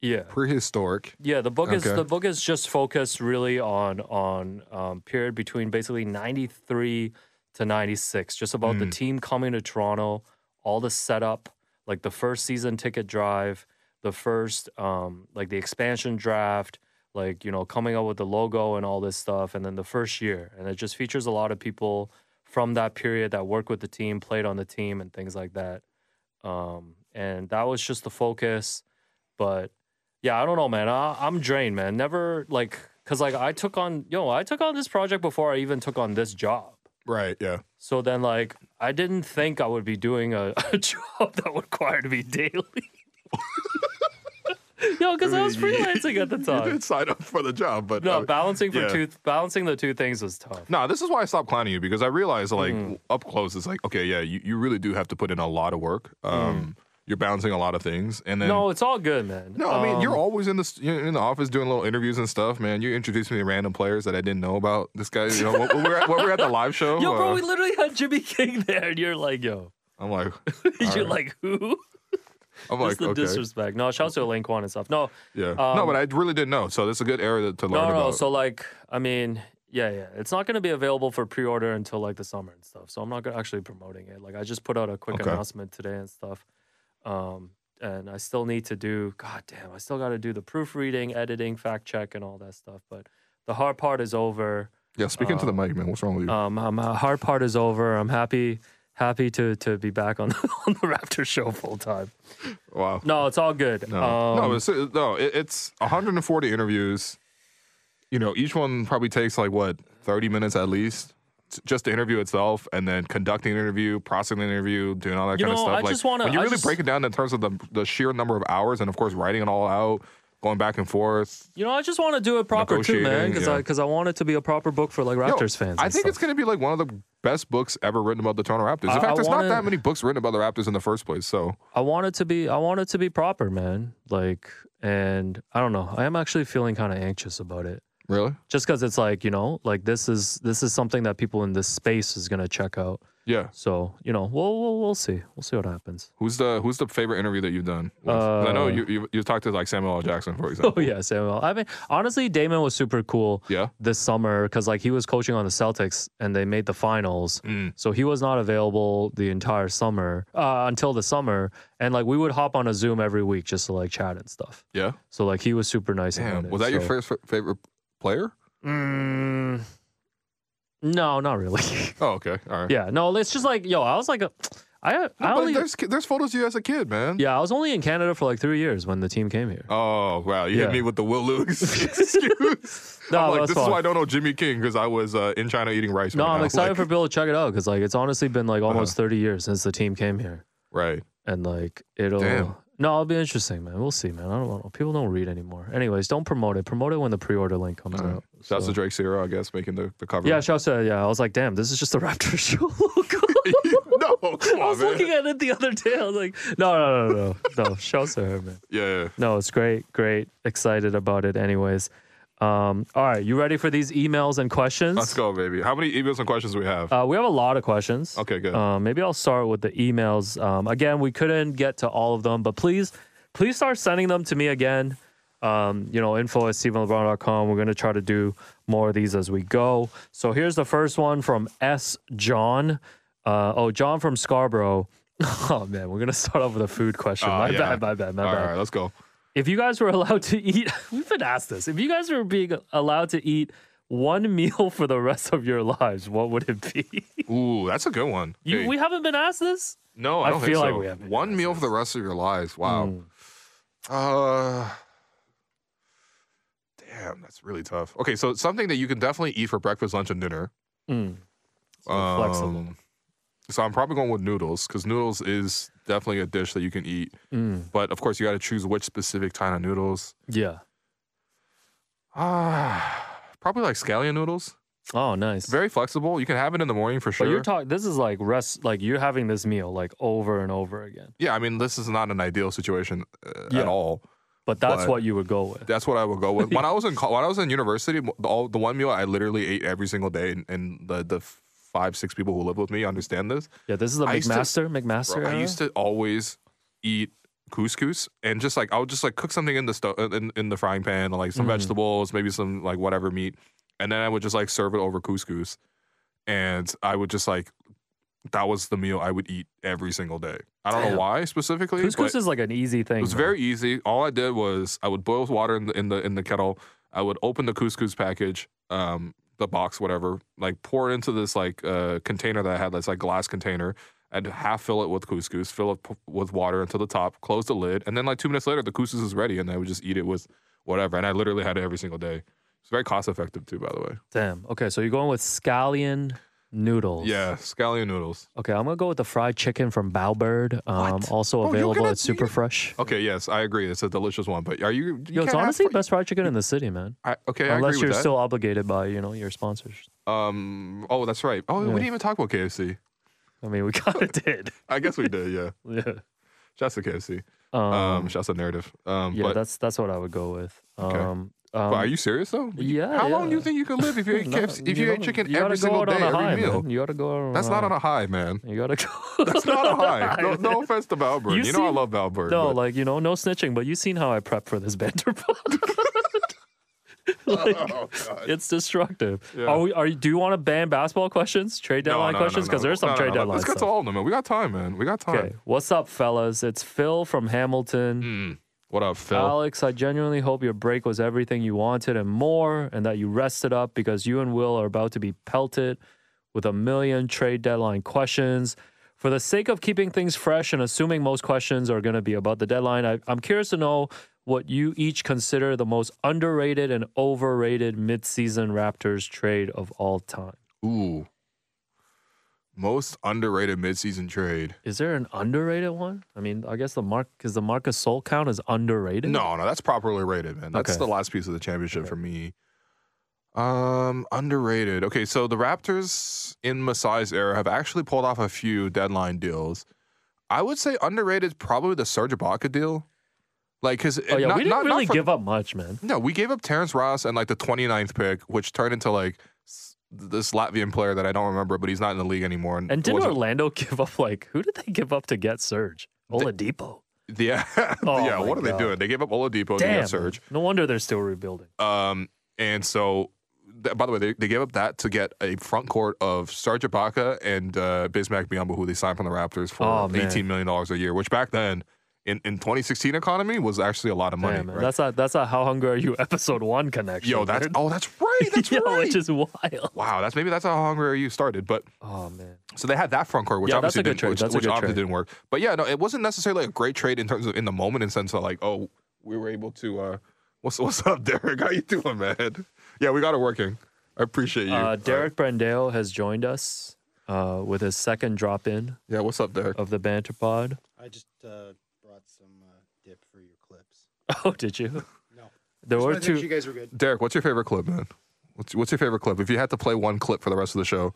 Speaker 2: Yeah.
Speaker 1: prehistoric.
Speaker 2: Yeah, the book is
Speaker 1: Okay.
Speaker 2: the book is just focused really on on um, period between basically ninety three to ninety six, just about the
Speaker 1: Mm.
Speaker 2: team coming to Toronto, all the setup, like the first season ticket drive, the first um, like the expansion draft, like you know coming up with the logo and all this stuff, and then the first year, and it just features a lot of people from that period that worked with the team, played on the team, and things like that. Um, and that was just the focus, but yeah, I don't know, man. I, I'm drained, man. Never like, cause like I took on, yo, I took on this project before I even took on this job.
Speaker 1: Right. Yeah.
Speaker 2: So then, like, I didn't think I would be doing a, a job that would require to be daily. yo, cause I was freelancing at the
Speaker 1: You
Speaker 2: time.
Speaker 1: did sign up for the job, but
Speaker 2: No,
Speaker 1: uh,
Speaker 2: balancing for
Speaker 1: yeah.
Speaker 2: two, balancing the two things was tough.
Speaker 1: No, this is why I stopped clowning you because I realized like
Speaker 2: Mm-hmm.
Speaker 1: up close it's like, okay, yeah, you, you really do have to put in a lot of work. Um you're balancing a lot of things. And then
Speaker 2: Mm. No, it's all good, man.
Speaker 1: No, I mean
Speaker 2: Um,
Speaker 1: you're always in the st- you're in the office doing little interviews and stuff, man. You introduced me to random players that I didn't know about. This guy, you know, when, when we were at, when we were at the live show,
Speaker 2: Yo, bro,
Speaker 1: uh,
Speaker 2: we literally had Jimmy King there, and you're like, yo,
Speaker 1: I'm like,
Speaker 2: you're
Speaker 1: right.
Speaker 2: like, who?
Speaker 1: I'm
Speaker 2: What's
Speaker 1: Oh, like,
Speaker 2: the
Speaker 1: okay,
Speaker 2: disrespect? No, shout out to Elaine Kwan and stuff. No,
Speaker 1: yeah, no,
Speaker 2: um,
Speaker 1: but I really didn't know. So that's a good area to, to learn
Speaker 2: No, no.
Speaker 1: about.
Speaker 2: So like, I mean, yeah, yeah. It's not going to be available for pre-order until like the summer and stuff. So I'm not gonna, actually promoting it. Like, I just put out a quick
Speaker 1: Okay.
Speaker 2: announcement today and stuff. Um, and I still need to do. God damn, I still got to do the proofreading, editing, fact check, and all that stuff. But the hard part is over.
Speaker 1: yeah, speaking to the mic, man. What's wrong with you?
Speaker 2: Um, I'm, uh, hard part is over. I'm happy, happy to to be back on the, on the Raptor show full time.
Speaker 1: wow,
Speaker 2: No, it's all good.
Speaker 1: no,
Speaker 2: um,
Speaker 1: no, it's no, it, it's 140 interviews. You know, each one probably takes like what 30 minutes at least. t- Just the interview itself, and then conducting an interview, processing an interview, doing all that
Speaker 2: You
Speaker 1: kind
Speaker 2: know,
Speaker 1: of stuff.
Speaker 2: I
Speaker 1: like
Speaker 2: just wanna-
Speaker 1: when you
Speaker 2: I
Speaker 1: really
Speaker 2: just-
Speaker 1: break it down in terms of the the sheer number of hours, and of course writing it all out, going back and forth.
Speaker 2: You know, I just want to do it proper too, man,
Speaker 1: Negotiating,
Speaker 2: because
Speaker 1: yeah.
Speaker 2: I because I want it to be a proper book for like
Speaker 1: Yo,
Speaker 2: Raptors fans.
Speaker 1: I
Speaker 2: and
Speaker 1: think
Speaker 2: stuff.
Speaker 1: it's going to be like one of the best books ever written about the Toronto Raptors. In
Speaker 2: I-
Speaker 1: fact,
Speaker 2: I
Speaker 1: there's
Speaker 2: wanna-
Speaker 1: not that many books written about the Raptors in the first place. So
Speaker 2: I want it to be I want it to be proper, man. Like, and I don't know. I am actually feeling kind of anxious about it,
Speaker 1: really,
Speaker 2: just because it's like you know, like this is this is something that people in this space is gonna check out.
Speaker 1: yeah.
Speaker 2: So you know, we'll we'll, we'll see. We'll see what happens.
Speaker 1: Who's the Who's the favorite interview that you've done? with? 'Cause I know
Speaker 2: Uh,
Speaker 1: you you you talked to like Samuel L. Jackson, for example.
Speaker 2: Oh yeah, Samuel. I mean, honestly, Damon was super cool
Speaker 1: Yeah.
Speaker 2: this summer because like he was coaching on the Celtics and they made the finals.
Speaker 1: Mm.
Speaker 2: So he was not available the entire summer uh, until the summer, and like we would hop on a Zoom every week just to like chat and stuff.
Speaker 1: Yeah.
Speaker 2: So like he was super nice. about
Speaker 1: Damn.
Speaker 2: it,
Speaker 1: Was that your
Speaker 2: so-
Speaker 1: first f- favorite player?
Speaker 2: Mm, no, not really.
Speaker 1: Oh, okay. All right.
Speaker 2: yeah, no, it's just like yo, I was like, a, I I
Speaker 1: No, but
Speaker 2: only
Speaker 1: there's ki- there's photos of you as a kid, man.
Speaker 2: yeah, I was only in Canada for like three years when the team came here.
Speaker 1: Oh wow, you
Speaker 2: Yeah.
Speaker 1: hit me with the Will Lewis excuse.
Speaker 2: No,
Speaker 1: I'm Oh, like,
Speaker 2: that's
Speaker 1: this is
Speaker 2: fine.
Speaker 1: why I don't know Jimmy King because I was uh, in China eating rice.
Speaker 2: No,
Speaker 1: right
Speaker 2: I'm
Speaker 1: now.
Speaker 2: excited
Speaker 1: Like, Uh-huh.
Speaker 2: for people to check it out because like it's honestly been like almost 30 years since the team came here,
Speaker 1: right.
Speaker 2: and like it'll.
Speaker 1: Damn.
Speaker 2: No, it'll be interesting, man. We'll see, man. I don't know. People don't read anymore. Anyways, don't promote it. Promote it when the pre-order link comes out.
Speaker 1: Uh, Shouts
Speaker 2: so.
Speaker 1: to Drake Sierra, I guess, making the, the cover.
Speaker 2: Yeah, shouts to yeah. I was like, damn, this is just the Raptors show logo.
Speaker 1: no, come
Speaker 2: I was
Speaker 1: on, man.
Speaker 2: looking at it the other day. I was like, no, no, no, no, no. Shouts to her, man.
Speaker 1: yeah, yeah.
Speaker 2: No, it's great, great. Excited about it, anyways. Um, all right, you ready for these emails and questions?
Speaker 1: let's go, baby. How many emails and questions do we have?
Speaker 2: Uh, we have a lot of questions.
Speaker 1: Okay, good.
Speaker 2: Uh, maybe I'll start with the emails. Um, again, we couldn't get to all of them, but please, please start sending them to me again. Um, you know, info at StephenLeBron.com. We're going to try to do more of these as we go. So here's the first one from S. John. Uh, oh, John from Scarborough. Oh, man, we're going to start off with a food question.
Speaker 1: Oh,
Speaker 2: my
Speaker 1: yeah.
Speaker 2: bad, my bad, my
Speaker 1: all
Speaker 2: bad
Speaker 1: right, let's go.
Speaker 2: if you guys were allowed to eat we've been asked this if you guys were being allowed to eat one meal for the rest of your lives what would it be
Speaker 1: Ooh, that's a good one.
Speaker 2: you,
Speaker 1: Hey,
Speaker 2: we haven't been asked this
Speaker 1: no, I
Speaker 2: I
Speaker 1: don't
Speaker 2: feel like
Speaker 1: think so.
Speaker 2: we haven't
Speaker 1: One
Speaker 2: asked
Speaker 1: meal for the rest of your lives. Wow.
Speaker 2: Hmm.
Speaker 1: Uh, damn, that's really tough. Okay, so something that you can definitely eat for breakfast, lunch, and dinner.
Speaker 2: Mm. So flexible.
Speaker 1: Um, So I'm probably going with noodles because noodles is definitely a dish that you can eat.
Speaker 2: Mm.
Speaker 1: But of course, you got to choose which specific kind of noodles.
Speaker 2: yeah
Speaker 1: Ah, probably like scallion noodles.
Speaker 2: oh nice
Speaker 1: Very flexible. You can have it in the morning for sure.
Speaker 2: but you're talking this is like rest like you're having this meal like over and over again
Speaker 1: yeah, I mean, this is not an ideal situation uh,
Speaker 2: Yeah.
Speaker 1: at all.
Speaker 2: but that's
Speaker 1: But-
Speaker 2: what you would go with
Speaker 1: That's what I would go with. When I was in co- when I was in university, all the one meal I literally ate every single day, and, and the the five, six people who live with me understand this.
Speaker 6: Yeah, this is the
Speaker 1: I used to-
Speaker 6: McMaster. McMaster.
Speaker 1: Bro, I
Speaker 6: era?
Speaker 1: used to always eat couscous and just like I would just like cook something in the stove in, in the frying pan, like some
Speaker 6: Mhm.
Speaker 2: Mm-hmm.
Speaker 1: vegetables, maybe some like whatever meat, and then I would just like serve it over couscous, and I would just like that was the meal I would eat every single day. I don't
Speaker 2: Damn.
Speaker 1: know why specifically, but
Speaker 2: Couscous is like an easy thing.
Speaker 1: it was
Speaker 2: bro.
Speaker 1: very easy. All I did was I would boil water in the in the in the kettle. I would open the couscous package, um, the box, whatever, like pour it into this like uh, container that I had, that's like glass container. I'd half fill it with couscous, fill it p- with water until the top, close the lid, and then like two minutes later, the couscous is ready, and I would just eat it with whatever. And I literally had it every single day. It's very cost effective too, by the way.
Speaker 6: Damn.
Speaker 2: Okay, so you're going with scallion noodles.
Speaker 1: Yeah, scallion noodles.
Speaker 6: Okay, I'm gonna go with the fried chicken from Bowbird. Um, also
Speaker 1: you're
Speaker 6: available
Speaker 1: gonna-
Speaker 6: at
Speaker 1: you're gonna-
Speaker 6: Superfresh.
Speaker 1: Okay, yes, I agree. It's a delicious one, but are you? you
Speaker 6: Yo, it's
Speaker 1: can't have
Speaker 6: honestly
Speaker 1: fr-
Speaker 6: best fried chicken in the city, man.
Speaker 1: I, okay, I
Speaker 6: Unless
Speaker 1: agree
Speaker 6: you're
Speaker 1: with that.
Speaker 6: still obligated by you know your sponsors.
Speaker 1: um, oh, that's right. Oh, we
Speaker 6: Yeah.
Speaker 1: didn't even talk about KFC.
Speaker 6: I mean, we kind of did.
Speaker 1: I guess we did, yeah.
Speaker 6: Yeah.
Speaker 1: Shouts to KFC.
Speaker 2: Um,
Speaker 1: Um, shouts to narrative. Um,
Speaker 2: yeah,
Speaker 1: but,
Speaker 2: that's that's what I would go with. Um,
Speaker 1: Okay.
Speaker 2: um,
Speaker 1: but are you serious though?
Speaker 2: yeah,
Speaker 1: How long
Speaker 2: yeah.
Speaker 1: do you think you could live if you ate
Speaker 2: No,
Speaker 1: KFC, if you, ate
Speaker 2: know,
Speaker 1: chicken
Speaker 2: you gotta
Speaker 1: every
Speaker 2: go
Speaker 1: single
Speaker 2: out
Speaker 1: day,
Speaker 2: on a
Speaker 1: every
Speaker 2: high,
Speaker 1: meal?
Speaker 2: Man. You gotta go. out On
Speaker 1: That's
Speaker 2: a
Speaker 1: not on
Speaker 2: high.
Speaker 1: a high, man.
Speaker 2: You gotta go.
Speaker 1: That's not a high. No, no
Speaker 2: man.
Speaker 1: offense to Valbert. You,
Speaker 2: You
Speaker 1: know I
Speaker 2: see-
Speaker 1: love Valbert.
Speaker 2: No,
Speaker 1: but-
Speaker 2: like you know, no snitching. But you've seen how I prep for this banter pod. like,
Speaker 1: oh, God.
Speaker 2: it's destructive.
Speaker 1: Yeah.
Speaker 2: Are we? Are you? Do you want to ban basketball questions, trade
Speaker 1: No,
Speaker 2: deadline
Speaker 1: no, no,
Speaker 2: questions?
Speaker 1: no,
Speaker 2: Because
Speaker 1: no.
Speaker 2: there's some
Speaker 1: No, no,
Speaker 2: trade
Speaker 1: no.
Speaker 2: deadline
Speaker 1: Let's get to
Speaker 2: stuff.
Speaker 1: all of them, man. We got time, man. We got time.
Speaker 2: Okay, what's up, fellas? It's Phil from Hamilton.
Speaker 1: Mm. What up, Phil?
Speaker 2: Alex, I genuinely hope your break was everything you wanted and more, and that you rested up because you and Will are about to be pelted with a million trade deadline questions. For the sake of keeping things fresh and assuming most questions are going to be about the deadline, I, I'm curious to know what you each consider the most underrated and overrated midseason Raptors trade of all time.
Speaker 1: Ooh. Most underrated midseason trade.
Speaker 2: Is there an underrated one? I mean, I guess the mark because the Marcus Sol count is underrated.
Speaker 1: No, no, that's properly rated, man. That's
Speaker 2: Okay.
Speaker 1: the last piece of the championship for me. Um, underrated. Okay, so the Raptors in Masai's era have actually pulled off a few deadline deals. I would say underrated is probably the Serge Ibaka deal. Like, because
Speaker 2: Oh yeah,
Speaker 1: not,
Speaker 2: we didn't
Speaker 1: not,
Speaker 2: really
Speaker 1: not for,
Speaker 2: give up much, man.
Speaker 1: No, we gave up Terrence Ross and like the 29th pick, which turned into like s- this Latvian player that I don't remember, but he's not in the league anymore.
Speaker 2: And did
Speaker 1: wasn't-
Speaker 2: Orlando give up? Like, who did they give up to get Serge Oladipo?
Speaker 1: yeah,
Speaker 2: Oh
Speaker 1: yeah.
Speaker 2: my
Speaker 1: What are they
Speaker 2: God.
Speaker 1: doing? They gave up Oladipo to
Speaker 2: Damn,
Speaker 1: get Serge.
Speaker 2: no wonder they're still rebuilding.
Speaker 1: Um, and so, th- by the way, they, they gave up that to get a front court of Serge Ibaka and uh, Bismack Biyombo, who they signed from the Raptors for
Speaker 2: Oh, man.
Speaker 1: eighteen million dollars a year, which back then in, in 2016 economy was actually a lot of money.
Speaker 2: Damn, man.
Speaker 1: right?
Speaker 2: that's a that's a How Hungry Are You episode one connection.
Speaker 1: Yo, that's
Speaker 2: dude.
Speaker 1: oh, that's right, that's
Speaker 2: Yo,
Speaker 1: right.
Speaker 2: which is wild.
Speaker 1: wow, that's maybe that's how hungry are you started, but
Speaker 2: Oh man,
Speaker 1: so they had that front court, which
Speaker 2: Yeah, that's
Speaker 1: obviously
Speaker 2: a good
Speaker 1: didn't,
Speaker 2: trade.
Speaker 1: which,
Speaker 2: That's a
Speaker 1: which
Speaker 2: good
Speaker 1: obviously
Speaker 2: trade.
Speaker 1: didn't work. But yeah, no, it wasn't necessarily a great trade in terms of in the moment, in sense of like, oh, we were able to. Uh, what's what's up, Derek? How you doing, man? Yeah, we got it working. I appreciate you,
Speaker 2: uh, Derek Brandeo has joined us uh, with his second drop in
Speaker 1: Yeah, what's up, Derek?
Speaker 2: of the banter pod.
Speaker 7: I just uh, brought some uh, dip for your clips.
Speaker 2: Oh, did you?
Speaker 7: No,
Speaker 2: There
Speaker 7: Just
Speaker 2: were
Speaker 7: wanted to make
Speaker 2: two.
Speaker 7: sure You guys were good.
Speaker 1: Derek, what's your favorite clip, man? What's, what's your favorite clip? If you had to play one clip for the rest of the show,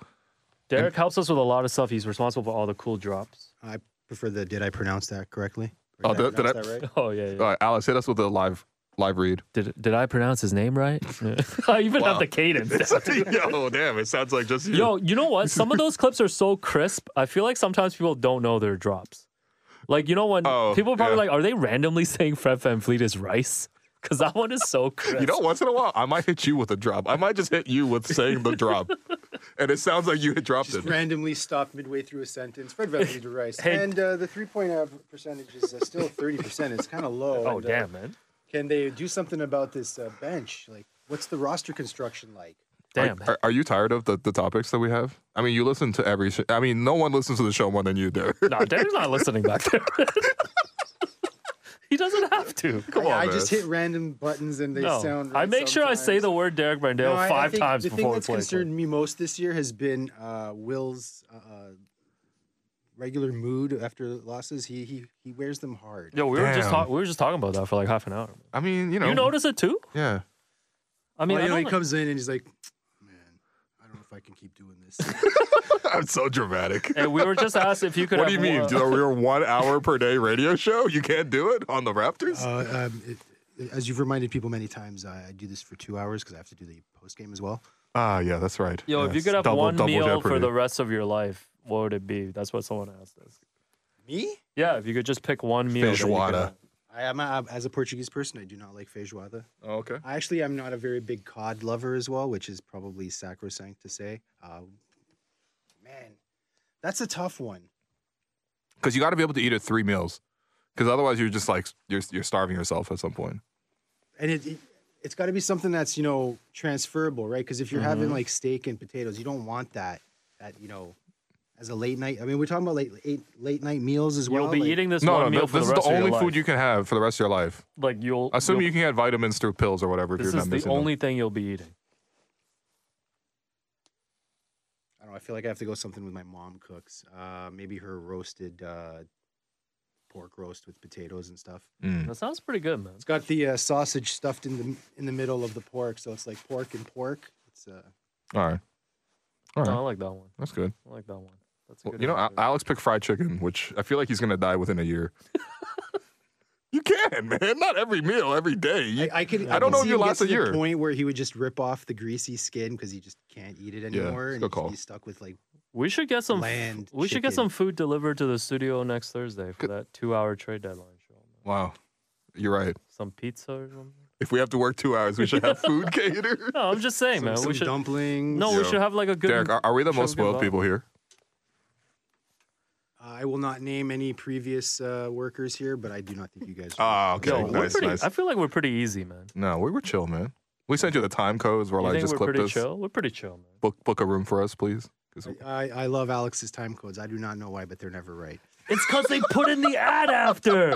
Speaker 2: Derek helps us with a lot of stuff. He's responsible for all the cool drops.
Speaker 7: I prefer the. Did I pronounce that correctly?
Speaker 1: Oh, did- did I-
Speaker 7: pronounce that right?
Speaker 2: Oh yeah. yeah.
Speaker 1: all right, Alex, hit us with a live live read.
Speaker 2: Did did I pronounce his name right? I even
Speaker 1: Wow.
Speaker 2: have the cadence.
Speaker 1: Yo, damn, it sounds like just you.
Speaker 2: Yo, you know what? Some of those clips are so crisp. I feel like sometimes people don't know their drops. Like, you know, when
Speaker 1: Oh,
Speaker 2: people are probably
Speaker 1: yeah.
Speaker 2: like, are they randomly saying Fred Van Fleet is rice? Because that one is so crisp.
Speaker 1: You know, once in a while, I might hit you with a drop. I might just hit you with saying the drop, and it sounds like you had dropped
Speaker 7: Just
Speaker 1: it.
Speaker 7: randomly stopped midway through a sentence. Fred VanVleet to Rice,
Speaker 2: Hey.
Speaker 7: and uh, the three point percentage is uh, still thirty percent. It's kind of low.
Speaker 2: oh,
Speaker 7: and, uh,
Speaker 2: damn, man.
Speaker 7: can they do something about this uh, bench? Like, what's the roster construction like?
Speaker 1: Are-
Speaker 2: Damn.
Speaker 1: Are, are you tired of the, the topics that we have? I mean, you listen to every. Sh- I mean, no one listens to the show more than you, Derek.
Speaker 2: nah, Derek's not listening back there. he doesn't have to.
Speaker 1: Come
Speaker 7: I,
Speaker 1: on,
Speaker 7: I
Speaker 1: man.
Speaker 7: just hit random buttons and they
Speaker 2: No.
Speaker 7: sound.
Speaker 2: I
Speaker 7: right
Speaker 2: make sure I say
Speaker 7: sometimes.
Speaker 2: the word Derek Brandale
Speaker 7: No, I- I
Speaker 2: five
Speaker 7: think
Speaker 2: times
Speaker 7: the
Speaker 2: before
Speaker 7: thing
Speaker 2: we
Speaker 7: that's
Speaker 2: play.
Speaker 7: concerned me most this year has been uh, Will's uh, uh, regular mood after losses. He he he wears them hard.
Speaker 2: Yo, we were just
Speaker 1: Damn.
Speaker 2: talk- we were just talking about that for like half an hour.
Speaker 1: I mean, you know.
Speaker 2: You notice it too?
Speaker 1: Yeah.
Speaker 2: I mean,
Speaker 7: Well,
Speaker 2: I
Speaker 7: you know, he
Speaker 2: don't-
Speaker 7: comes in and he's like, "Man, I don't know if I can keep doing this."
Speaker 1: I'm so dramatic.
Speaker 2: and we were just asked if you could.
Speaker 1: What do you
Speaker 2: have
Speaker 1: mean?
Speaker 2: one-
Speaker 1: Do your one hour per day radio show? You can't do it on the Raptors?
Speaker 7: uh, um, it, as you've reminded people many times, I, I do this for two hours because I have to do the post game as well.
Speaker 1: Ah, yeah, that's right.
Speaker 2: Yo, if you
Speaker 1: Yes.
Speaker 2: could have
Speaker 1: Double-
Speaker 2: one
Speaker 1: double
Speaker 2: meal for
Speaker 1: jeopardy.
Speaker 2: the rest of your life, what would it be? That's what someone asked us.
Speaker 7: Me?
Speaker 2: Yeah, if you could just pick one meal. that you could
Speaker 1: Feijoada.
Speaker 2: have.
Speaker 7: I am a, as a Portuguese person, I do not like feijoada.
Speaker 1: Oh, okay.
Speaker 7: I actually am not a very big cod lover as well, which is probably sacrosanct to say. Uh, man, that's a tough one.
Speaker 1: Because you got to be able to eat at three meals. Because otherwise, you're just like you're you're starving yourself at some point.
Speaker 7: and it, it it's got to be something that's you know transferable, right? Because if you're having
Speaker 2: Mm-hmm.
Speaker 7: like steak and potatoes, you don't want that that you know as a late night. I mean, we're talking about late late, late night meals as well.
Speaker 2: You'll be
Speaker 7: like-
Speaker 2: eating this
Speaker 1: no,
Speaker 2: one
Speaker 1: no,
Speaker 2: meal
Speaker 1: th-
Speaker 2: for
Speaker 1: this is
Speaker 2: the rest
Speaker 1: the only
Speaker 2: of your
Speaker 1: food
Speaker 2: life.
Speaker 1: you can have for the rest of your life.
Speaker 2: like you'll.
Speaker 1: Assume
Speaker 2: you'll-
Speaker 1: you can get vitamins through pills or whatever. if
Speaker 2: This
Speaker 1: you're
Speaker 2: is
Speaker 1: not
Speaker 2: the
Speaker 1: missing them.
Speaker 2: only thing you'll be eating.
Speaker 7: I don't know. I feel like I have to go something with my mom cooks. Uh, maybe her roasted uh, pork roast with potatoes and stuff.
Speaker 1: Mm.
Speaker 2: That sounds pretty good, man.
Speaker 7: It's got the uh, sausage stuffed in the in the middle of the pork, so it's like pork and pork. It's uh,
Speaker 1: All right, all
Speaker 2: No, I
Speaker 1: right,
Speaker 2: like that one.
Speaker 1: that's good.
Speaker 2: I like that one. That's a
Speaker 1: Well,
Speaker 2: good
Speaker 1: you know,
Speaker 2: answer.
Speaker 1: Al- Alex picked fried chicken, which I feel like he's gonna die within a year. you can, man. Not every meal, every day. You-
Speaker 7: I, I could.
Speaker 1: I don't know if
Speaker 7: could see
Speaker 1: you
Speaker 7: him get
Speaker 1: last
Speaker 7: to
Speaker 1: a
Speaker 7: the
Speaker 1: year.
Speaker 7: Point where he would just rip off the greasy skin because he just can't eat it
Speaker 1: Yeah,
Speaker 7: anymore,
Speaker 1: it's a good
Speaker 7: and he'd just
Speaker 1: call.
Speaker 7: be stuck with like
Speaker 2: we should get some. f-
Speaker 7: bland
Speaker 2: we should get
Speaker 7: chicken.
Speaker 2: some food delivered to the studio next Thursday for
Speaker 1: Good.
Speaker 2: that two-hour trade deadline show. man.
Speaker 1: wow, you're right.
Speaker 2: Some pizza or something.
Speaker 1: If we have to work two hours, we should have food catered.
Speaker 2: No, I'm just saying,
Speaker 7: some,
Speaker 2: man.
Speaker 7: some
Speaker 2: we should.
Speaker 7: dumplings. Uh,
Speaker 2: No, we
Speaker 1: Yo.
Speaker 2: should have like a good.
Speaker 1: Derek, are, are we the
Speaker 2: should have
Speaker 1: most
Speaker 2: a good
Speaker 1: spoiled
Speaker 2: vibe.
Speaker 1: people here?
Speaker 7: I will not name any previous uh, workers here, but I do not think you guys.
Speaker 1: Ah, okay.
Speaker 2: Yo,
Speaker 1: Nice,
Speaker 2: we're pretty.
Speaker 1: nice.
Speaker 2: I feel like we're pretty easy, man.
Speaker 1: No, we were chill, man. We sent you the time codes where
Speaker 2: You
Speaker 1: like
Speaker 2: think
Speaker 1: just
Speaker 2: we're
Speaker 1: clip
Speaker 2: pretty
Speaker 1: this.
Speaker 2: chill? Oh, We're pretty chill, man.
Speaker 1: Book book a room for us, please. 'Cause-
Speaker 7: I, I love Alex's time codes. I do not know why, but they're never right.
Speaker 2: It's because they put in the ad after.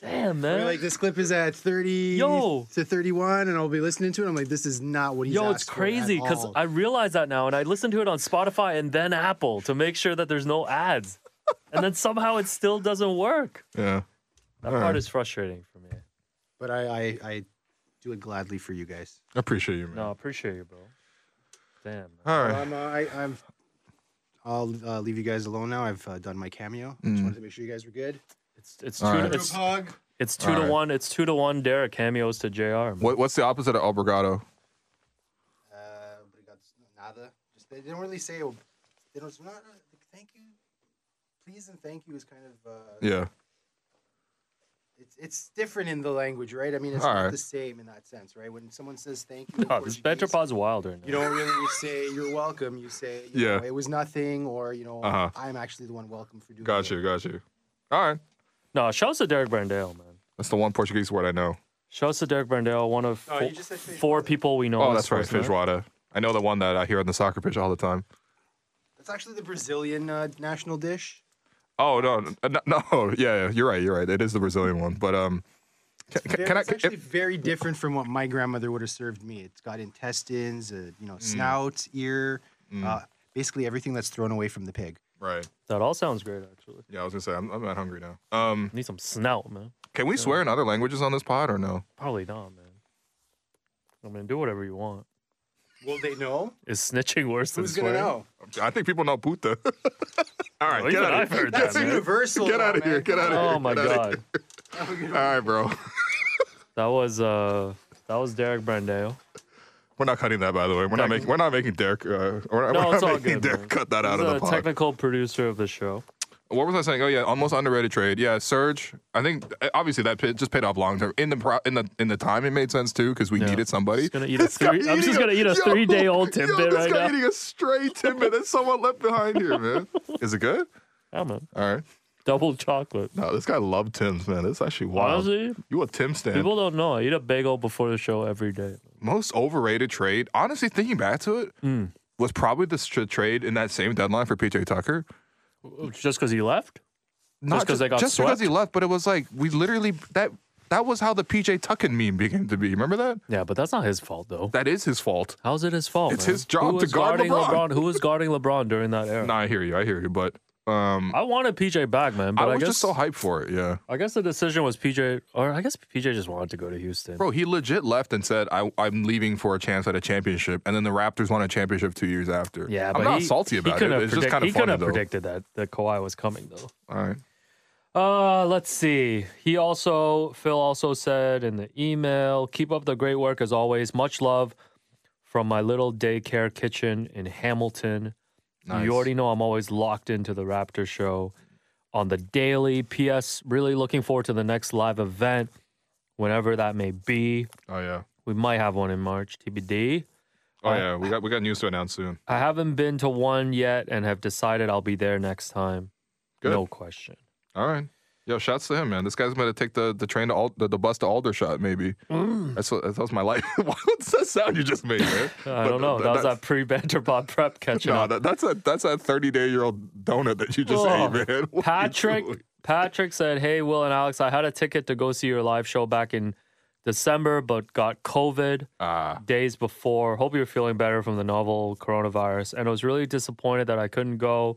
Speaker 2: Damn,
Speaker 7: They're
Speaker 2: man.
Speaker 7: Like this clip is at thirty
Speaker 2: Eh? Yo.
Speaker 7: to thirty-one, and I'll be listening to it. I'm like, this is not what he's.
Speaker 2: Yo, it's
Speaker 7: asked for at
Speaker 2: crazy because
Speaker 7: all.
Speaker 2: I realize that now, and I listen to it on Spotify and then Apple to make sure that there's no ads, and then somehow it still doesn't work.
Speaker 1: yeah.
Speaker 2: That
Speaker 1: All
Speaker 2: part
Speaker 1: right.
Speaker 2: is frustrating for me.
Speaker 7: But I, I, I do it gladly for you guys.
Speaker 1: I appreciate you, man.
Speaker 2: No, I appreciate you, bro. Damn. Man.
Speaker 1: All right.
Speaker 7: Um, uh, I, I've, I'll uh, leave you guys alone now. I've uh, done my cameo.
Speaker 1: Mm.
Speaker 7: Just wanted to make sure you guys were good.
Speaker 2: It's it's two
Speaker 1: All
Speaker 2: to,
Speaker 1: right.
Speaker 2: it's,
Speaker 7: hug.
Speaker 2: it's two
Speaker 1: All
Speaker 2: to
Speaker 1: right.
Speaker 2: one. It's two to one. Derek cameos to Jr. man.
Speaker 1: What, what's the opposite of obrigado?
Speaker 7: Uh, obrigados- nada. Just they don't really say. ob- They don't. it's Not, uh, like, thank you. Please and thank you is kind of. Uh,
Speaker 1: Yeah.
Speaker 7: It's it's different in the language, right? I mean, it's
Speaker 1: All
Speaker 7: not
Speaker 1: right.
Speaker 7: the same in that sense, right? When someone says thank you, in
Speaker 2: Oh, this
Speaker 7: Portuguese,
Speaker 2: Petropod's wild right now.
Speaker 7: you don't really say you're welcome. You say you
Speaker 1: Yeah.
Speaker 7: know, it was nothing, or you know,
Speaker 1: Uh-huh.
Speaker 7: I'm actually the one welcome for doing.
Speaker 1: Got
Speaker 7: it.
Speaker 1: you. Got you. All right.
Speaker 2: no, shouts to Derek Brandale, man.
Speaker 1: That's the one Portuguese word I know.
Speaker 2: Shouts to Derek Brandale, one of
Speaker 7: Oh,
Speaker 2: fo-
Speaker 7: you just said Feijoada.
Speaker 2: four people we know.
Speaker 1: Oh,
Speaker 2: on
Speaker 1: that's right.
Speaker 2: Sportsnet.
Speaker 1: Feijoada. I know the one that I hear on the soccer pitch all the time.
Speaker 7: That's actually the Brazilian uh, national dish.
Speaker 1: Oh no, n- n- no, yeah, yeah, you're right, you're right. It is the Brazilian one, but um, can,
Speaker 7: It's
Speaker 1: can,
Speaker 7: very-
Speaker 1: can I?
Speaker 7: it's actually
Speaker 1: if-
Speaker 7: very different from what my grandmother would have served me. It's got intestines, uh, you
Speaker 1: Mm.
Speaker 7: know, snout, ear, uh, basically everything that's thrown away from the pig.
Speaker 1: right.
Speaker 2: That all sounds great, actually.
Speaker 1: Yeah, I was gonna say I'm, I'm not hungry now. Um,
Speaker 2: Need some snout, man.
Speaker 1: can we swear in other languages on this pod or no?
Speaker 2: Probably not, man. I mean, do whatever you want.
Speaker 7: Will they know?
Speaker 2: Is snitching worse than
Speaker 7: Who's gonna
Speaker 2: swearing?
Speaker 7: know?
Speaker 1: I think people know puta. all right,
Speaker 2: Well,
Speaker 1: get
Speaker 2: even
Speaker 1: out
Speaker 2: I've
Speaker 1: of here.
Speaker 2: heard
Speaker 1: Get
Speaker 2: that,
Speaker 7: That's
Speaker 2: man.
Speaker 7: universal.
Speaker 1: Get out of here. Get out of here.
Speaker 2: Oh my
Speaker 1: Get outta
Speaker 2: god,
Speaker 1: here. All right, bro.
Speaker 2: that was uh, that was Derek Brandale.
Speaker 1: We're not cutting that, by the way. We're not making. We're not making Derek. Uh, we're,
Speaker 2: No,
Speaker 1: we're
Speaker 2: it's all
Speaker 1: not making
Speaker 2: good.
Speaker 1: Derek
Speaker 2: man.
Speaker 1: cut that out
Speaker 2: He's
Speaker 1: of
Speaker 2: a
Speaker 1: the pod.
Speaker 2: technical producer of the show.
Speaker 1: what was I saying? Oh yeah, almost underrated trade. Yeah, Surge. I think uh, obviously that pa- just paid off long term in the pro- in the in the time. It made sense too because we
Speaker 2: Yeah.
Speaker 1: needed somebody.
Speaker 2: Just gonna eat a
Speaker 1: This guy
Speaker 2: three- I'm just
Speaker 1: eating
Speaker 2: gonna eat a
Speaker 1: yo,
Speaker 2: three-day-old
Speaker 1: yo,
Speaker 2: Timbit
Speaker 1: this
Speaker 2: right
Speaker 1: guy
Speaker 2: now.
Speaker 1: Eating a stray Timbit that someone left behind here, man. Is it good?
Speaker 2: Yeah, man.
Speaker 1: All right.
Speaker 2: Double chocolate.
Speaker 1: No, this guy loved Tim's, man. It's actually wild.
Speaker 2: Honestly,
Speaker 1: you a Tim stand?
Speaker 2: people don't know. I eat a bagel before the show every day.
Speaker 1: Most overrated trade. Honestly, thinking back to it,
Speaker 2: Hmm.
Speaker 1: was probably the str- trade in that same deadline for PJ Tucker.
Speaker 2: Just because he left?
Speaker 1: Not
Speaker 2: 'cause they got
Speaker 1: just because
Speaker 2: swept?
Speaker 1: he left, but it was like we literally that that was how the PJ Tucker meme began to be. Remember that?
Speaker 2: Yeah, but that's not his fault though.
Speaker 1: That is his fault.
Speaker 2: How's it his fault?
Speaker 1: It's
Speaker 2: man?
Speaker 1: his job
Speaker 2: Who
Speaker 1: to
Speaker 2: was
Speaker 1: guard
Speaker 2: guarding
Speaker 1: LeBron.
Speaker 2: Who was guarding LeBron during that era?
Speaker 1: No, I hear you. I hear you. But um,
Speaker 2: I wanted PJ back, man.
Speaker 1: I
Speaker 2: But I,
Speaker 1: was
Speaker 2: guess
Speaker 1: just so hyped for it. Yeah,
Speaker 2: I guess the decision was PJ, or I guess PJ just wanted to go to Houston.
Speaker 1: bro, he legit left and said, I, "I'm leaving for a chance at a championship," and then the Raptors won a championship two years after.
Speaker 2: Yeah,
Speaker 1: I'm
Speaker 2: but
Speaker 1: not
Speaker 2: he,
Speaker 1: salty
Speaker 2: he
Speaker 1: about it.
Speaker 2: couldn't have
Speaker 1: It's just
Speaker 2: predict-
Speaker 1: kind
Speaker 2: He
Speaker 1: of
Speaker 2: could
Speaker 1: funny
Speaker 2: have
Speaker 1: though.
Speaker 2: predicted that that Kawhi was coming though.
Speaker 1: All right,
Speaker 2: Uh, let's see. He also Phil also said in the email, "Keep up the great work as always. Much love from my little daycare kitchen in Hamilton.
Speaker 1: Nice.
Speaker 2: You already know I'm always locked into the Raptor show on the daily. P.S. Really looking forward to the next live event, whenever that may be.
Speaker 1: Oh yeah.
Speaker 2: We might have one in March, TBD.
Speaker 1: Oh
Speaker 2: I-
Speaker 1: yeah. We got we got news to announce soon.
Speaker 2: I haven't been to one yet and have decided I'll be there next time.
Speaker 1: Good.
Speaker 2: No question.
Speaker 1: All right. Yo, shouts to him, man. This guy's gonna take the, the train to Al- the, the bus to Aldershot, maybe.
Speaker 2: Mm.
Speaker 1: That's what that was my life. What's that sound you just made, man?
Speaker 2: I
Speaker 1: But
Speaker 2: don't know.
Speaker 1: th-
Speaker 2: That was
Speaker 1: that's-
Speaker 2: that pre banter bot prep catching
Speaker 1: No,
Speaker 2: up.
Speaker 1: that, that's a that's a thirty day year old donut that you just
Speaker 2: Oh,
Speaker 1: ate, man. What are you doing?
Speaker 2: Patrick Patrick said, "Hey Will and Alex, I had a ticket to go see your live show back in December, but got COVID
Speaker 1: Ah,
Speaker 2: days before. Hope you're feeling better from the novel coronavirus, and I was really disappointed that I couldn't go.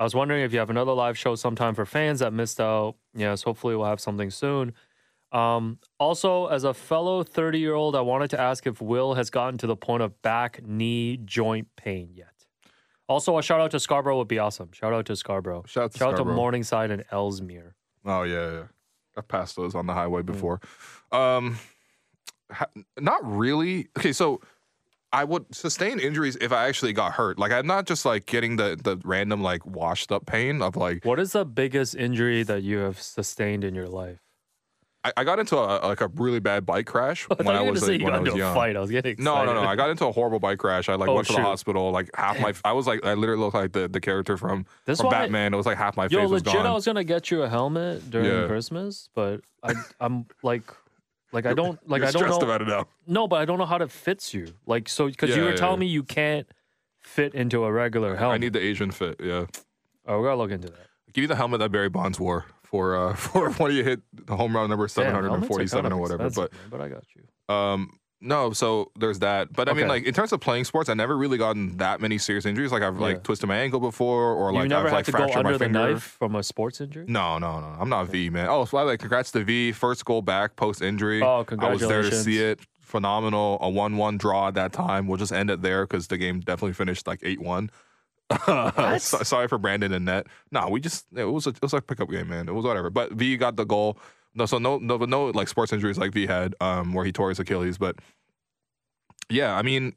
Speaker 2: I was wondering if you have another live show sometime for fans that missed out. Yes, hopefully we'll have something soon. Um, also, as a fellow 30 year old, I wanted to ask if Will has gotten to the point of back knee joint pain yet. Also, a shout out to Scarborough would be awesome. Shout out to Scarborough.
Speaker 1: shout out to,
Speaker 2: Shout out to
Speaker 1: Scarborough.
Speaker 2: Morningside and Ellesmere.
Speaker 1: Oh yeah, yeah. I've passed those on the highway before. Um, ha- not really. Okay, so I would sustain injuries if I actually got hurt. Like I'm not just like getting the the random like washed up pain of like
Speaker 2: What is the biggest injury that you have sustained in your life?
Speaker 1: I, I got into a like a really bad bike crash
Speaker 2: Oh, I
Speaker 1: when
Speaker 2: thought
Speaker 1: I
Speaker 2: you were
Speaker 1: was
Speaker 2: gonna say
Speaker 1: like,
Speaker 2: you
Speaker 1: when
Speaker 2: got
Speaker 1: I was
Speaker 2: into a
Speaker 1: young.
Speaker 2: fight. I was getting
Speaker 1: No, no, no. I
Speaker 2: excited.
Speaker 1: got into a horrible bike crash. I like
Speaker 2: Oh,
Speaker 1: went to
Speaker 2: shoot.
Speaker 1: the hospital. Like half my, I was like, I literally looked like the, the character from,
Speaker 2: This
Speaker 1: from
Speaker 2: one I-
Speaker 1: Batman. it was like half my
Speaker 2: Yo,
Speaker 1: face was
Speaker 2: legit,
Speaker 1: gone.
Speaker 2: I was gonna get you a helmet during
Speaker 1: Yeah.
Speaker 2: Christmas, but I, I'm like, like I don't, like
Speaker 1: You're
Speaker 2: I don't
Speaker 1: stressed
Speaker 2: know.
Speaker 1: about it now.
Speaker 2: No, but I don't know how it fits you. Like, so because
Speaker 1: Yeah,
Speaker 2: you were
Speaker 1: yeah,
Speaker 2: telling
Speaker 1: yeah.
Speaker 2: me you can't fit into a regular helmet.
Speaker 1: I need the Asian fit. Yeah,
Speaker 2: oh, we gotta look into that.
Speaker 1: give you the helmet that Barry Bonds wore for uh for when you hit the home run number
Speaker 2: Damn,
Speaker 1: seven hundred and
Speaker 2: helmets are
Speaker 1: forty seven
Speaker 2: kind
Speaker 1: or
Speaker 2: of
Speaker 1: whatever.
Speaker 2: expensive, man, but I got you.
Speaker 1: But um, no. So there's that. But I mean,
Speaker 2: Okay.
Speaker 1: like in terms of playing sports, I never really gotten that many serious injuries. Like I've
Speaker 2: Yeah.
Speaker 1: like twisted my ankle before, or like
Speaker 2: you never
Speaker 1: I've
Speaker 2: had
Speaker 1: like
Speaker 2: to go
Speaker 1: fractured my
Speaker 2: under the
Speaker 1: finger.
Speaker 2: knife from a sports injury.
Speaker 1: No, no, no. I'm not V, man. Oh, so I like congrats to V. First goal back post injury.
Speaker 2: Oh,
Speaker 1: I was there to
Speaker 2: congratulations.
Speaker 1: see it. Phenomenal. A 1 1 draw at that time. We'll just end it there because the game definitely finished like 8 1. sorry for Brandon and net. No, we just it was a, it was a pickup game, man. It was whatever. But V got the goal. No, so no no no like sports injuries like V had, um, where he tore his Achilles. But yeah, I mean,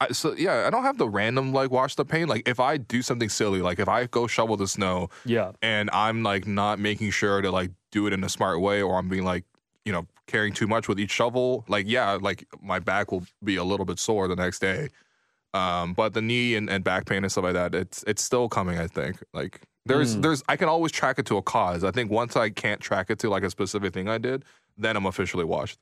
Speaker 1: I, so yeah, I don't have the random like wash the pain. Like if I do something silly, like if I go shovel the snow
Speaker 2: Yeah,
Speaker 1: and I'm like not making sure to like do it in a smart way or I'm being like, you know, carrying too much with each shovel, like yeah, like my back will be a little bit sore the next day. Um, but the knee and, and back pain and stuff like that, it's it's still coming, I think. Like there's
Speaker 2: Mm.
Speaker 1: there's I can always track it to a cause. I think once I can't track it to like a specific thing I did, then I'm officially washed.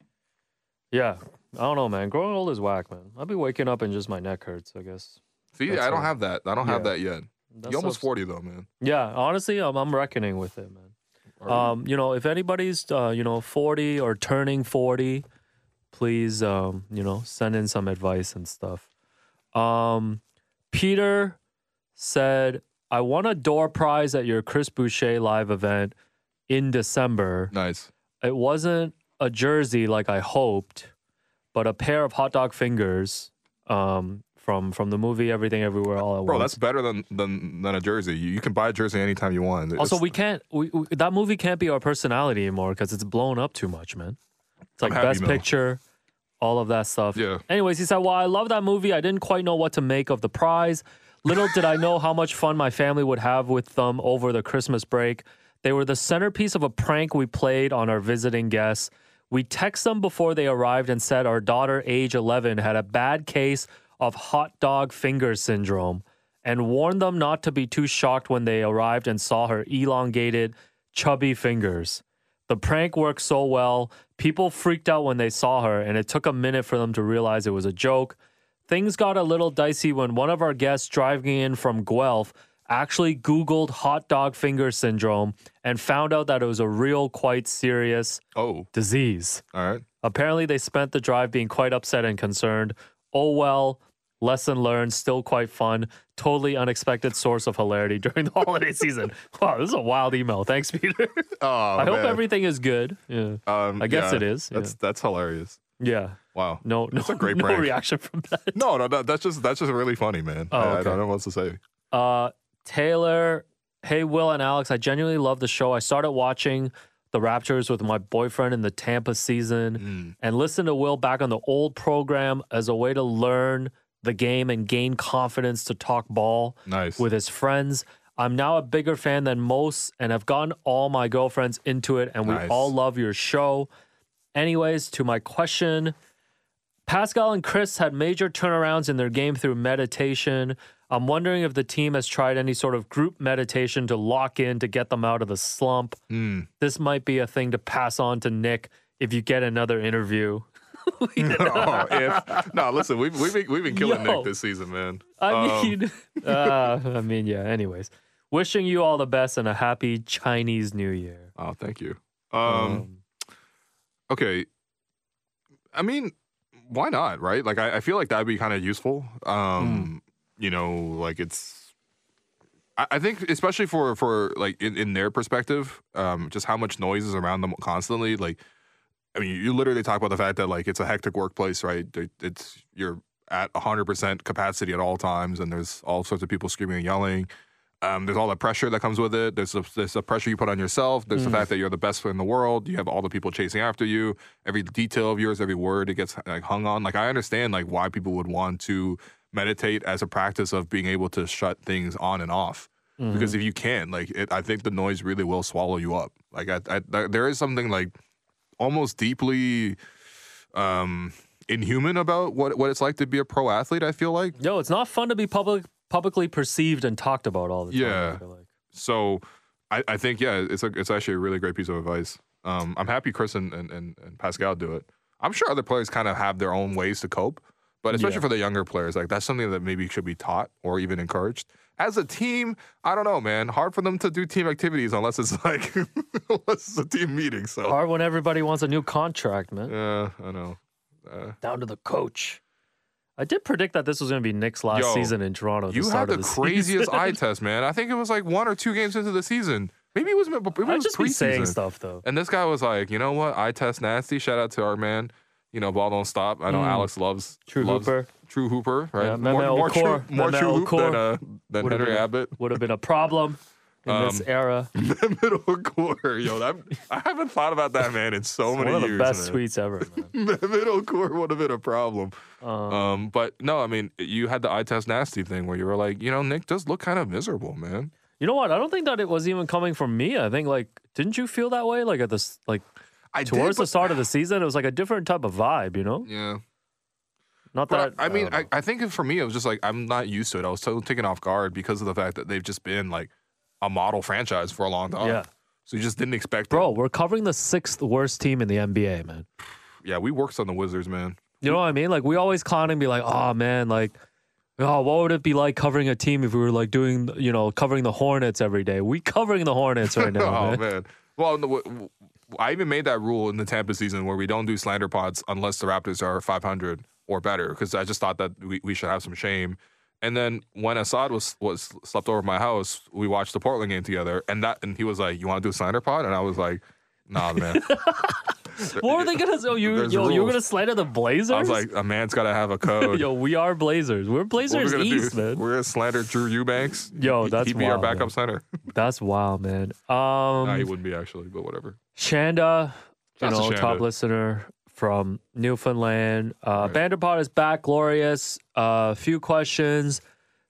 Speaker 2: yeah. I don't know, man. Growing old is whack, man. I'll be waking up and just my neck hurts. I guess.
Speaker 1: See,
Speaker 2: That's
Speaker 1: I don't
Speaker 2: it.
Speaker 1: have that. I don't have
Speaker 2: Yeah.
Speaker 1: that yet.
Speaker 2: That
Speaker 1: You're almost
Speaker 2: sucks.
Speaker 1: 40 though, man.
Speaker 2: Yeah, honestly, I'm, I'm reckoning with it, man.
Speaker 1: Are you-
Speaker 2: Um, you know, if anybody's uh, you know, 40 or turning 40, please um, you know, send in some advice and stuff. Um, Peter said, "I won a door prize at your Chris Boucher live event in December.
Speaker 1: nice.
Speaker 2: It wasn't a jersey like I hoped, but a pair of hot dog fingers um from from the movie Everything Everywhere All at
Speaker 1: Bro,
Speaker 2: Once."
Speaker 1: that's better than than, than a jersey. You, you can buy a jersey anytime you want.
Speaker 2: Also,
Speaker 1: It's-
Speaker 2: we can't. We, we, that movie can't be our personality anymore because it's blown up too much, man. It's like
Speaker 1: happy,
Speaker 2: best
Speaker 1: Mel.
Speaker 2: picture, all of that stuff.
Speaker 1: Yeah.
Speaker 2: Anyways, he said, "Well, I love that movie. I didn't quite know what to make of the prize. Little did I know how much fun my family would have with them over the Christmas break. They were the centerpiece of a prank we played on our visiting guests. We text them before they arrived and said our daughter, age 11, had a bad case of hot dog finger syndrome." and warned them not to be too shocked when they arrived and saw her elongated, chubby fingers. The prank worked so well, people freaked out when they saw her, and it took a minute for them to realize it was a joke. Things got a little dicey when one of our guests driving in from Guelph actually Googled hot dog finger syndrome and found out that it was a real, quite serious
Speaker 1: oh,
Speaker 2: disease.
Speaker 1: all right.
Speaker 2: Apparently, they spent the drive being quite upset and concerned. Oh well, lesson learned, still quite fun. Totally unexpected source of hilarity during the holiday season. Wow, this is a wild email. Thanks, Peter.
Speaker 1: Oh,
Speaker 2: I hope everything is good. Yeah.
Speaker 1: Um,
Speaker 2: I guess
Speaker 1: yeah,
Speaker 2: it is, yeah.
Speaker 1: That's that's hilarious.
Speaker 2: Yeah.
Speaker 1: Wow.
Speaker 2: No, no,
Speaker 1: That's a great
Speaker 2: no
Speaker 1: prank.
Speaker 2: reaction from that.
Speaker 1: No, no, no, that's just that's just really funny, man.
Speaker 2: Oh,
Speaker 1: I- I,
Speaker 2: okay.
Speaker 1: don't know what else to say.
Speaker 2: Uh, Taylor, hey, Will and Alex, I genuinely love the show. I started watching the Raptors with my boyfriend in the Tampa season
Speaker 1: Mm.
Speaker 2: and listen to Will back on the old program as a way to learn the game and gain confidence to talk ball
Speaker 1: Nice.
Speaker 2: with his friends. I'm now a bigger fan than most and have gotten all my girlfriends into it, and we
Speaker 1: Nice.
Speaker 2: all love your show. Anyways, to my question Pascal and Chris had major turnarounds in their game through meditation. I'm wondering if the team has tried any sort of group meditation to lock in to get them out of the slump.
Speaker 1: Mm.
Speaker 2: This might be a thing to pass on to Nick if you get another interview.
Speaker 1: oh, if no, listen, we've we've been, we've been killing
Speaker 2: Yo.
Speaker 1: Nick this season, man.
Speaker 2: I
Speaker 1: Um,
Speaker 2: mean, uh, I mean, yeah. Anyways, wishing you all the best and a happy Chinese New Year.
Speaker 1: oh, thank you. um okay i mean why not right like i, I feel like that'd be kind of useful
Speaker 2: Hmm.
Speaker 1: um you know like it's I, I think especially for for like in, in their perspective um just how much noise is around them constantly like i mean you literally talk about the fact that like it's a hectic workplace right There- it's you're at 100% capacity at all times and there's all sorts of people screaming and yelling um, there's all the pressure that comes with it. There's the, there's the pressure you put on yourself. There's the fact that you're the best in the world. You have all the people chasing after you. Every detail of yours, every word, it gets like hung on. Like I understand like why people would want to meditate as a practice of being able to shut things on and off.
Speaker 2: Mm-hmm.
Speaker 1: Because if you can, like it, I think the noise really will swallow you up. Like I, I, th- there is something like almost deeply um, inhuman about what what it's like to be a pro athlete. I feel like.
Speaker 2: Yo, it's not fun to be public publicly perceived and talked about all the time.
Speaker 1: Yeah.
Speaker 2: I feel like.
Speaker 1: So I, I think yeah, it's a, it's actually a really great piece of advice. Um, I'm happy Chris and, and, and and Pascal do it. I'm sure other players kind of have their own ways to cope, but especially
Speaker 2: Yeah.
Speaker 1: for the younger players, like that's something that maybe should be taught or even encouraged. As a team, I don't know, man. Hard for them to do team activities unless it's like unless it's a team meeting. So
Speaker 2: Hard when everybody wants a new contract, man.
Speaker 1: yeah, I know.
Speaker 2: Down to the coach. I did predict that this was going to be Nick's last
Speaker 1: Yo,
Speaker 2: season in Toronto. at
Speaker 1: You
Speaker 2: start
Speaker 1: had the
Speaker 2: of
Speaker 1: craziest
Speaker 2: season.
Speaker 1: eye test, man. I think it was like one or two games into the season. Maybe it was, maybe it
Speaker 2: I'd
Speaker 1: was
Speaker 2: just
Speaker 1: preseason.
Speaker 2: be saying stuff though.
Speaker 1: And this guy was like, you know what? I test nasty. Shout out to our man. You know, ball don't stop. I know
Speaker 2: Mm.
Speaker 1: Alex loves
Speaker 2: True
Speaker 1: loves
Speaker 2: hooper.
Speaker 1: True hooper, right?
Speaker 2: Yeah,
Speaker 1: more
Speaker 2: Meme
Speaker 1: more true,
Speaker 2: Okor.
Speaker 1: more
Speaker 2: Meme
Speaker 1: true hoop than,
Speaker 2: Okor.
Speaker 1: uh, than
Speaker 2: Would've
Speaker 1: Henry
Speaker 2: been a-
Speaker 1: Abbott.
Speaker 2: Would have been a problem in this
Speaker 1: Um,
Speaker 2: era. It's
Speaker 1: Middle core, yo, that I haven't thought about that man in so many
Speaker 2: one of the
Speaker 1: years.
Speaker 2: best
Speaker 1: man.
Speaker 2: tweets ever. Man.
Speaker 1: Middle core would have been a problem.
Speaker 2: Um,
Speaker 1: Um, but no, I mean, you had the eye test nasty thing where you were like, you know, Nick does look kind of miserable, man.
Speaker 2: You know what? I don't think that it was even coming from me. I think like didn't you feel that way like at this like
Speaker 1: I did,
Speaker 2: towards the
Speaker 1: but-
Speaker 2: start of the season it was like a different type of vibe, you know?
Speaker 1: yeah.
Speaker 2: Not that
Speaker 1: But I, I mean,
Speaker 2: don't
Speaker 1: I,
Speaker 2: know.
Speaker 1: I think for me, it was just like I'm not used to it. I was so taken off guard because of the fact that they've just been like a model franchise for a long time.
Speaker 2: Yeah.
Speaker 1: So you just didn't expect,
Speaker 6: Bro,
Speaker 1: It.
Speaker 6: we're covering the sixth worst team in the NBA, man.
Speaker 1: Yeah, we worked on the Wizards, man.
Speaker 2: you know what I mean? Like we always con and be like, "Oh man, like oh, what would it be like covering a team if we were like doing, you know, covering the Hornets every day? We covering the Hornets right now,
Speaker 1: oh
Speaker 2: man.
Speaker 1: man. Well, no, w- w- I even made that rule in the Tampa season where we don't do slander pods unless the Raptors are 500 or better because I just thought that we, we should have some shame. And then when Assad was was slept over at my house, we watched the Portland game together, and that and he was like, "You want to do a slander pod?" And I was like, "Nah, man."
Speaker 2: What were they gonna? Oh, you,
Speaker 1: There's
Speaker 2: yo, you're
Speaker 1: rules.
Speaker 2: gonna slander the Blazers?
Speaker 1: I was like, a man's got to have a code.
Speaker 2: yo, we are Blazers. We're
Speaker 1: What
Speaker 2: Blazers
Speaker 1: we're gonna
Speaker 2: East,
Speaker 1: do-
Speaker 2: man.
Speaker 1: We're gonna slander Drew Eubanks.
Speaker 2: Yo,
Speaker 1: He-
Speaker 2: that's
Speaker 1: he'd be our
Speaker 2: wild, man.
Speaker 1: backup center.
Speaker 2: That's wild, man.
Speaker 1: nah, he
Speaker 2: Um,
Speaker 1: wouldn't be actually, but whatever.
Speaker 2: Shanda, you
Speaker 1: Shouts to
Speaker 2: know,
Speaker 1: Shanda.
Speaker 2: top listener from Newfoundland. Uh, Vanderpot is back, glorious. A few questions,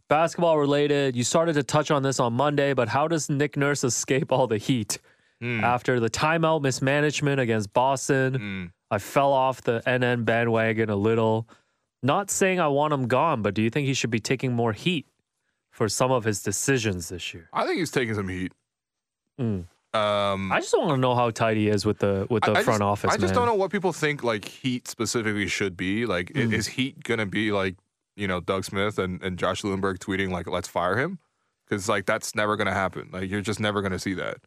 Speaker 2: basketball related. You started to touch on this on Monday, but how does Nick Nurse escape all the heat
Speaker 1: Hmm.
Speaker 2: after the timeout mismanagement against Boston?
Speaker 1: Mm.
Speaker 2: I fell off the NN bandwagon a little. Not saying I want him gone, but do you think he should be taking more heat for some of his decisions this year?
Speaker 1: I think he's taking some heat.
Speaker 2: Mm.
Speaker 1: Um,
Speaker 2: I just want to know how tight he is with the with the
Speaker 1: I- I
Speaker 2: front
Speaker 1: just-
Speaker 2: office.
Speaker 1: I just don't
Speaker 2: man.
Speaker 1: know what people think like Heat specifically should be. Like, i-
Speaker 2: Hmm.
Speaker 1: is Heat gonna be like you know Doug Smith and, and Josh Lundberg tweeting like "Let's fire him"? Because like that's never gonna happen. Like you're just never gonna see that,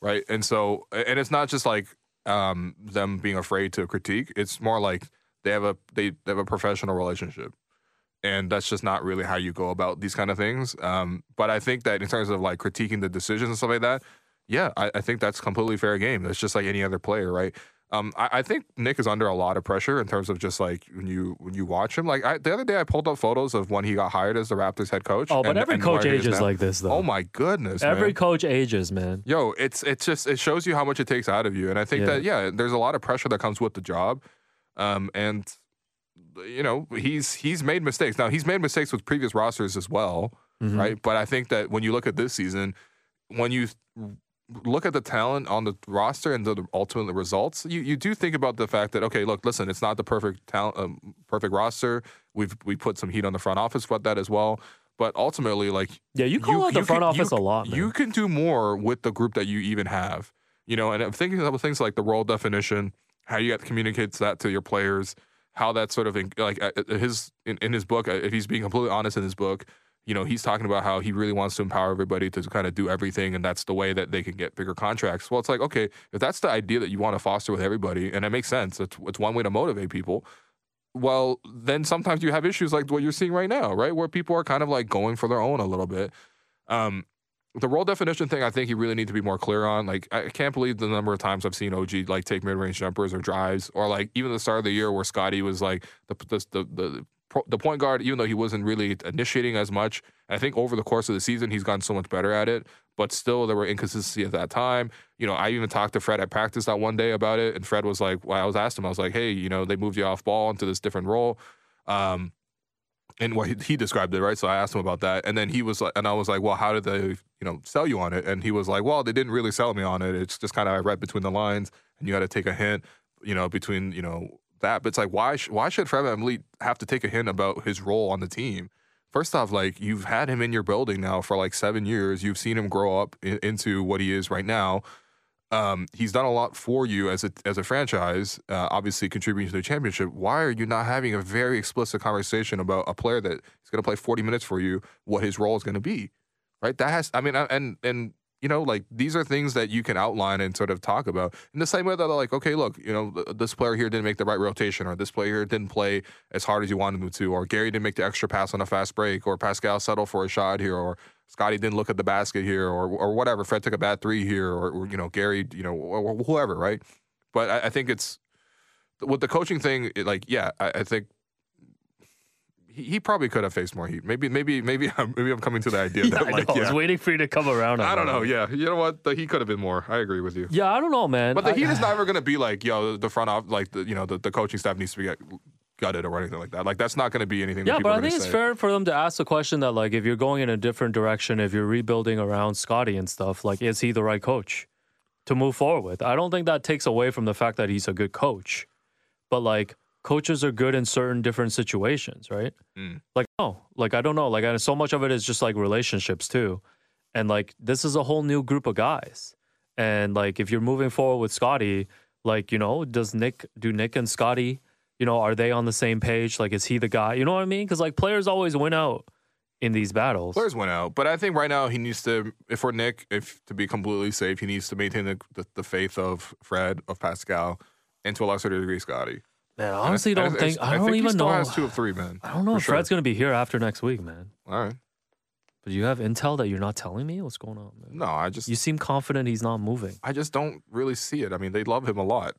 Speaker 1: right? And so a- and it's not just like um, them being afraid to critique. It's more like they have a they, they have a professional relationship. And that's just not really how you go about these kind of things. Um, but I think that in terms of like critiquing the decisions and stuff like that, yeah, I, I think that's completely fair game. That's just like any other player, right? Um, I, I think Nick is under a lot of pressure in terms of just like when you when you watch him. Like I, the other day, I pulled up photos of when he got hired as the Raptors head coach.
Speaker 2: Oh, but
Speaker 1: and-
Speaker 2: every
Speaker 1: and
Speaker 2: coach
Speaker 1: where he is
Speaker 2: ages
Speaker 1: now.
Speaker 2: like this though.
Speaker 1: Oh my goodness!
Speaker 2: every
Speaker 1: man.
Speaker 2: coach ages, man.
Speaker 1: Yo, it's it's just it shows you how much it takes out of you, and I think
Speaker 2: Yeah.
Speaker 1: that yeah, there's a lot of pressure that comes with the job, um, and you know he's he's made mistakes. Now he's made mistakes with previous rosters as well,
Speaker 2: Mhm.
Speaker 1: right? But I think that when you look at this season, when you look at the talent on the roster and the ultimate results, you, you do think about the fact that okay, look, listen, it's not the perfect talent, um, perfect roster. We've we put some heat on the front office with that as well. But ultimately, like
Speaker 2: Yeah, you call out the front
Speaker 1: can-
Speaker 2: office
Speaker 1: you-
Speaker 2: a lot, man.
Speaker 1: You can do more with the group that you even have. You know, and I'm thinking about things like the role definition, how you have to communicate that to your players, how that sort of like uh, uh, his in, in his book. uh, If he's being completely honest in his book, you know, he's talking about how he really wants to empower everybody to kind of do everything, and that's the way that they can get bigger contracts. Well, it's like okay, if that's the idea that you want to foster with everybody, and it makes sense. It's it's one way to motivate people well, then sometimes you have issues like what you're seeing right now, right? Where people are kind of like going for their own a little bit. Um, the role definition thing, I think you really need to be more clear on. Like, I can't believe the number of times I've seen OG like take mid range jumpers or drives, or like even the start of the year where Scotty was like the the the, the pro- the point guard, even though he wasn't really initiating as much. And I think over the course of the season, he's gotten so much better at it. But still, there were inconsistencies at that time. You know, I even talked to Fred at practice that one day about it, and Fred was like, well, I was asked him, I was like, hey, you know, they moved you off ball into this different role." Um, and what he, he described it right. So I asked him about that, and then he was like, and I was like, well, how did they, you know, sell you on it? And he was like, well, they didn't really sell me on it. It's just kind of I read between the lines, and you had to take a hint, you know, between you know that. But it's like, why sh- why should Fred VanVleet have to take a hint about his role on the team? First off, like you've had him in your building now for like seven years. You've seen him grow up i- into what he is right now um, he's done a lot for you as a as a franchise, uh, obviously contributing to the championship. Why are you not having a very explicit conversation about a player that is going to play 40 minutes for you, what his role is going to be, right? That has, I mean, I- and and you know, like these are things that you can outline and sort of talk about in the same way that like, okay, look, you know, th- this player here didn't make the right rotation, or this player here didn't play as hard as you wanted him to, or Gary didn't make the extra pass on a fast break, or Pascal settled for a shot here, or Scotty didn't look at the basket here, or or whatever. Fred took a bad three here, or, or, you know Gary, you know wh- wh- whoever, right? But I, I think it's with the coaching thing. It, like, yeah, I, I think he, he probably could have faced more heat. Maybe, maybe, maybe, I'm, maybe I'm coming to the idea
Speaker 8: Yeah,
Speaker 1: that
Speaker 8: I,
Speaker 1: like,
Speaker 8: know. I
Speaker 1: yeah,
Speaker 8: was waiting for you to come around. on
Speaker 1: I don't
Speaker 8: that
Speaker 1: know.
Speaker 8: one.
Speaker 1: Yeah, you know what? The heat could have been more. I agree with you.
Speaker 2: yeah, I don't know, man.
Speaker 1: But the
Speaker 2: I-
Speaker 1: heat is not ever going to be like, yo, the front off, like the you know, the, the coaching staff needs to be gutted or anything like that. Like that's not going to be anything.
Speaker 2: Yeah,
Speaker 1: that people are
Speaker 2: but I
Speaker 1: gonna
Speaker 2: think it's
Speaker 1: say.
Speaker 2: fair for them to ask the question that like if you're going in a different direction, if you're rebuilding around Scotty and stuff, like is he the right coach to move forward with? I don't think that takes away from the fact that he's a good coach. But like coaches are good in certain different situations, right?
Speaker 1: Mm.
Speaker 2: Like no, like I don't know, like I, so much of it is just like relationships too. And like this is a whole new group of guys. And like if you're moving forward with Scotty, like you know, does Nick do Nick and Scotty you know, are they on the same page? Like, is he the guy? You know what I mean? Because like players always win out in these battles.
Speaker 1: Players went out, but I think right now he needs to. If we're Nick, if to be completely safe, he needs to maintain the, the, the faith of Fred, of Pascal, and to a lesser degree Scotty.
Speaker 2: man,
Speaker 1: And
Speaker 2: I honestly
Speaker 1: and
Speaker 2: don't think I, don't
Speaker 1: he
Speaker 2: even
Speaker 1: still
Speaker 2: know.
Speaker 1: Has two of three, man.
Speaker 2: I don't know
Speaker 1: for
Speaker 2: if
Speaker 1: sure.
Speaker 2: Fred's gonna be here after next week, man.
Speaker 1: All right.
Speaker 2: But you have intel that you're not telling me what's going on. Man?
Speaker 1: No, I just
Speaker 2: You seem confident he's not moving.
Speaker 1: I just don't really see it. I mean, they love him a lot.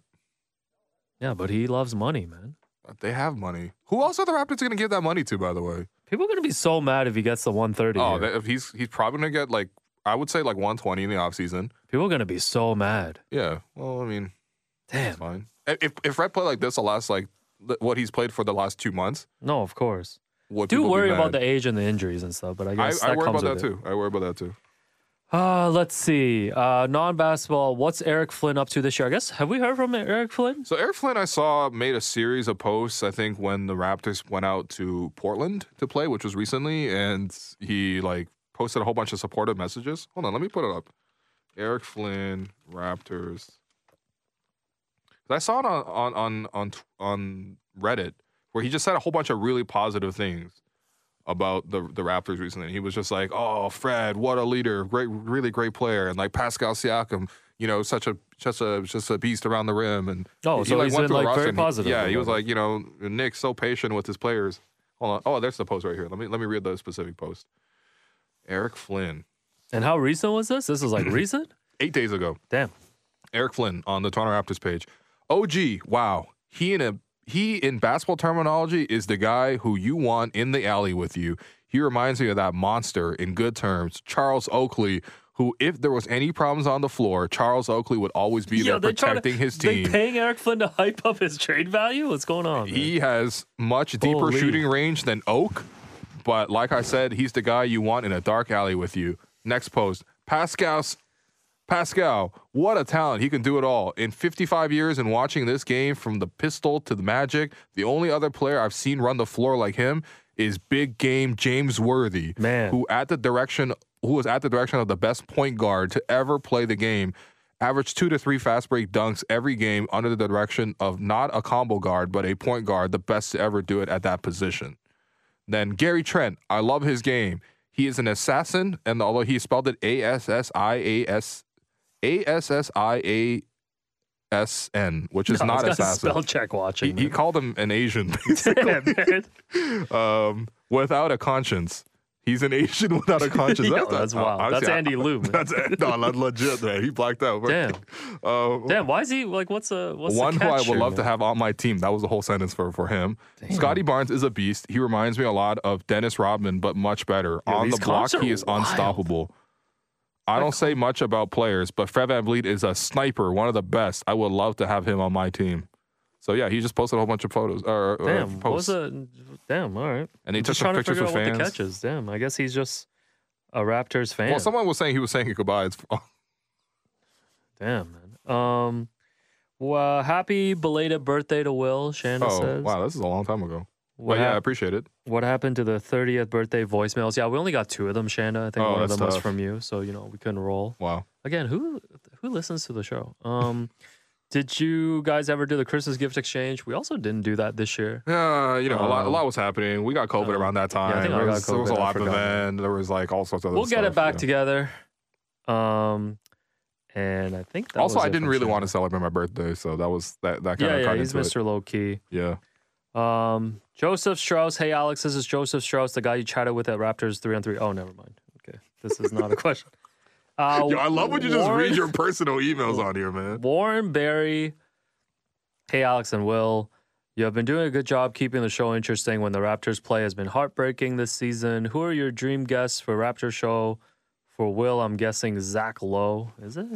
Speaker 2: Yeah, but he loves money, man.
Speaker 1: They have money. Who else are the Raptors going to give that money to? By the way,
Speaker 2: People are gonna be so mad if he gets the 130.
Speaker 1: oh,
Speaker 2: here.
Speaker 1: that, if he's he's probably going to get like I would say like 120 in the offseason.
Speaker 2: People are gonna be so mad.
Speaker 1: Yeah. Well, I mean,
Speaker 2: Damn.
Speaker 1: it's fine. If if Fred played like this the last like th- what he's played for the last two months,
Speaker 2: No, of course.
Speaker 1: would
Speaker 2: Do
Speaker 1: people be
Speaker 2: worry about
Speaker 1: mad?
Speaker 2: the age and the injuries and stuff, but I
Speaker 1: I,
Speaker 2: guess
Speaker 1: I
Speaker 2: that
Speaker 1: worry
Speaker 2: comes
Speaker 1: about that
Speaker 2: with it.
Speaker 1: too. I worry about that too.
Speaker 2: Uh, let's see. Uh, non basketball. What's Eric Flynn up to this year? I guess have we heard from Eric Flynn?
Speaker 1: So Eric Flynn, I saw made a series of posts. I think when the Raptors went out to Portland to play, which was recently, and he like posted a whole bunch of supportive messages. Hold on, let me put it up. Eric Flynn, Raptors. 'Cause I saw it on on on on tw- on Reddit where he just said a whole bunch of really positive things about the the Raptors recently. He was just like, "Oh, Fred, what a leader! Great, really great player!" And like Pascal Siakam, you know, such a such a just a beast around the rim. And
Speaker 2: Oh, so he's
Speaker 1: through
Speaker 2: been,
Speaker 1: the
Speaker 2: like,
Speaker 1: roster
Speaker 2: very
Speaker 1: and he-
Speaker 2: positive
Speaker 1: yeah, he
Speaker 2: about
Speaker 1: was
Speaker 2: it.
Speaker 1: like, you know, Nick's so patient with his players. Hold on. Oh, there's the post right here. Let me let me read the specific post. Eric Flynn,
Speaker 2: And how recent was this? This is like recent.
Speaker 1: eight days ago.
Speaker 2: Damn.
Speaker 1: Eric Flynn on the Toronto Raptors page. OG, wow. He in a he in basketball terminology is the guy who you want in the alley with you. He reminds me of that monster in good terms, Charles Oakley, who if there was any problems on the floor, Charles Oakley would always be
Speaker 2: Yo,
Speaker 1: there
Speaker 2: they're trying to-
Speaker 1: protecting his
Speaker 2: They
Speaker 1: team.
Speaker 2: paying Eric Flynn to hype up his trade value? What's going on? man?
Speaker 1: he has much deeper
Speaker 2: Holy.
Speaker 1: shooting range than Oak, but like I said, he's the guy you want in a dark alley with you. Next post, Pascal's Pascal, what a talent. He can do it all. In 55 years and watching this game from the pistol to the magic, the only other player I've seen run the floor like him is big game James Worthy,
Speaker 2: Man.
Speaker 1: who at the direction who was at the direction of the best point guard to ever play the game. Averaged two to three fast break dunks every game under the direction of not a combo guard, but a point guard, the best to ever do it at that position. Then Gary Trent, I love his game. He is an assassin, and although he spelled it A S S I A S A S S I A S N, which is
Speaker 2: No,
Speaker 1: not
Speaker 2: this guy's
Speaker 1: assassin.
Speaker 2: Spell check
Speaker 1: he,
Speaker 2: watching.
Speaker 1: he called him an Asian,
Speaker 2: man. Yeah, man.
Speaker 1: um, without a conscience. He's an Asian without a conscience.
Speaker 2: Yo,
Speaker 1: That's, not-
Speaker 2: that's wild.
Speaker 1: honestly,
Speaker 2: That's
Speaker 1: I-
Speaker 2: Andy Liu, man.
Speaker 1: That's no, that's legit, man. He blacked out.
Speaker 2: Damn.
Speaker 1: Um,
Speaker 2: Damn, why is he like? What's a what's the
Speaker 1: one who I
Speaker 2: catch
Speaker 1: would
Speaker 2: here,
Speaker 1: love to
Speaker 2: man?
Speaker 1: have on my team. That was the whole sentence for for him. Scotty Barnes is a beast. He reminds me a lot of Dennis Rodman, but much better. on
Speaker 2: these
Speaker 1: the block,
Speaker 2: comps are
Speaker 1: he is
Speaker 2: wild.
Speaker 1: unstoppable. I don't say much about players, but Fred Van Vliet is a sniper, one of the best. I would love to have him on my team. So yeah, he just posted a whole bunch of photos or or
Speaker 2: Damn, what was
Speaker 1: posts,
Speaker 2: a damn? All right,
Speaker 1: and he
Speaker 2: I'm
Speaker 1: took
Speaker 2: just
Speaker 1: some
Speaker 2: trying to
Speaker 1: pictures
Speaker 2: figure
Speaker 1: with
Speaker 2: out what the
Speaker 1: fans.
Speaker 2: catch is. Damn, I guess he's just a Raptors fan.
Speaker 1: Well, someone was saying he was saying goodbye. It's,
Speaker 2: Damn, man. Um, well, happy belated birthday to Will. Shannon
Speaker 1: oh
Speaker 2: says.
Speaker 1: wow, this is a long time ago.
Speaker 2: What,
Speaker 1: but yeah, I
Speaker 2: hap-
Speaker 1: appreciate it.
Speaker 2: what happened to the 30th birthday voicemails? Yeah, we only got two of them, Shanda. I think
Speaker 1: Oh,
Speaker 2: one of
Speaker 1: that's
Speaker 2: them was
Speaker 1: tough.
Speaker 2: from you, so you know we couldn't roll.
Speaker 1: Wow.
Speaker 2: Again, who who listens to the show? Um, did you guys ever do the Christmas gift exchange? We also didn't do that this year.
Speaker 1: Yeah, Uh, you know, a lot, a
Speaker 2: Um,
Speaker 1: lot was happening. We got COVID
Speaker 2: uh,
Speaker 1: around that time.
Speaker 2: I think I
Speaker 1: there,
Speaker 2: got
Speaker 1: was, there was a
Speaker 2: COVID, I
Speaker 1: lot of
Speaker 2: forgot.
Speaker 1: event. There was like all sorts of. Other
Speaker 2: we'll get it
Speaker 1: stuff,
Speaker 2: back
Speaker 1: yeah.
Speaker 2: together. Um, and I think that
Speaker 1: also,
Speaker 2: was
Speaker 1: I
Speaker 2: it
Speaker 1: didn't
Speaker 2: from
Speaker 1: really
Speaker 2: Shanda.
Speaker 1: want to celebrate my birthday, so that was that. That kind
Speaker 2: Yeah,
Speaker 1: of cut
Speaker 2: yeah, he's
Speaker 1: into it.
Speaker 2: Mr. Low Key.
Speaker 1: Yeah,
Speaker 2: Um, Joseph Strauss. Hey, Alex, this is Joseph Strauss, the guy you chatted with at Raptors three on three. Oh, never mind. Okay, this is not a question. Uh,
Speaker 1: Yo, I love when you just
Speaker 2: Warren-
Speaker 1: read your personal emails on here, man.
Speaker 2: Warren Barry. Hey, Alex and Will. You have been doing a good job keeping the show interesting when the Raptors play has been heartbreaking this season. Who are your dream guests for Raptor show? For Will, I'm guessing Zach Lowe. Is it?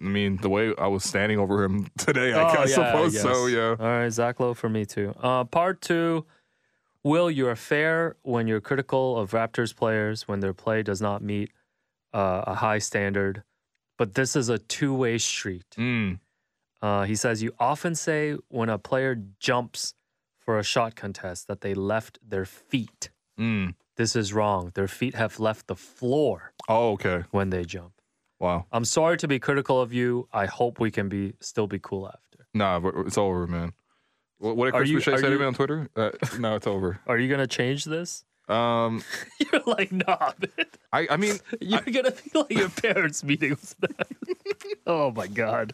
Speaker 1: I mean, the way I was standing over him today,
Speaker 2: Oh,
Speaker 1: I guess, suppose so. Yeah.
Speaker 2: All right, Zach Lowe for me too. Uh, part two. Will, you are fair when you're critical of Raptors players when their play does not meet uh, a high standard, but this is a two way street.
Speaker 1: Mm.
Speaker 2: Uh, he says, You often say when a player jumps for a shot contest that they left their feet.
Speaker 1: Mm.
Speaker 2: This is wrong. Their feet have left the floor
Speaker 1: Oh, okay.
Speaker 2: when they jump.
Speaker 1: Wow.
Speaker 2: I'm sorry to be critical of you. I hope we can be still be cool after.
Speaker 1: Nah, but it's over, man. What, what did
Speaker 2: Are
Speaker 1: Chris
Speaker 2: you-
Speaker 1: Boucher
Speaker 2: are
Speaker 1: say to
Speaker 2: you-
Speaker 1: me on Twitter? Uh, no, it's over.
Speaker 2: Are you gonna change this?
Speaker 1: Um,
Speaker 2: You're like, nah, man.
Speaker 1: I, I mean,
Speaker 2: You're gonna be like your parents' meetings. oh my god.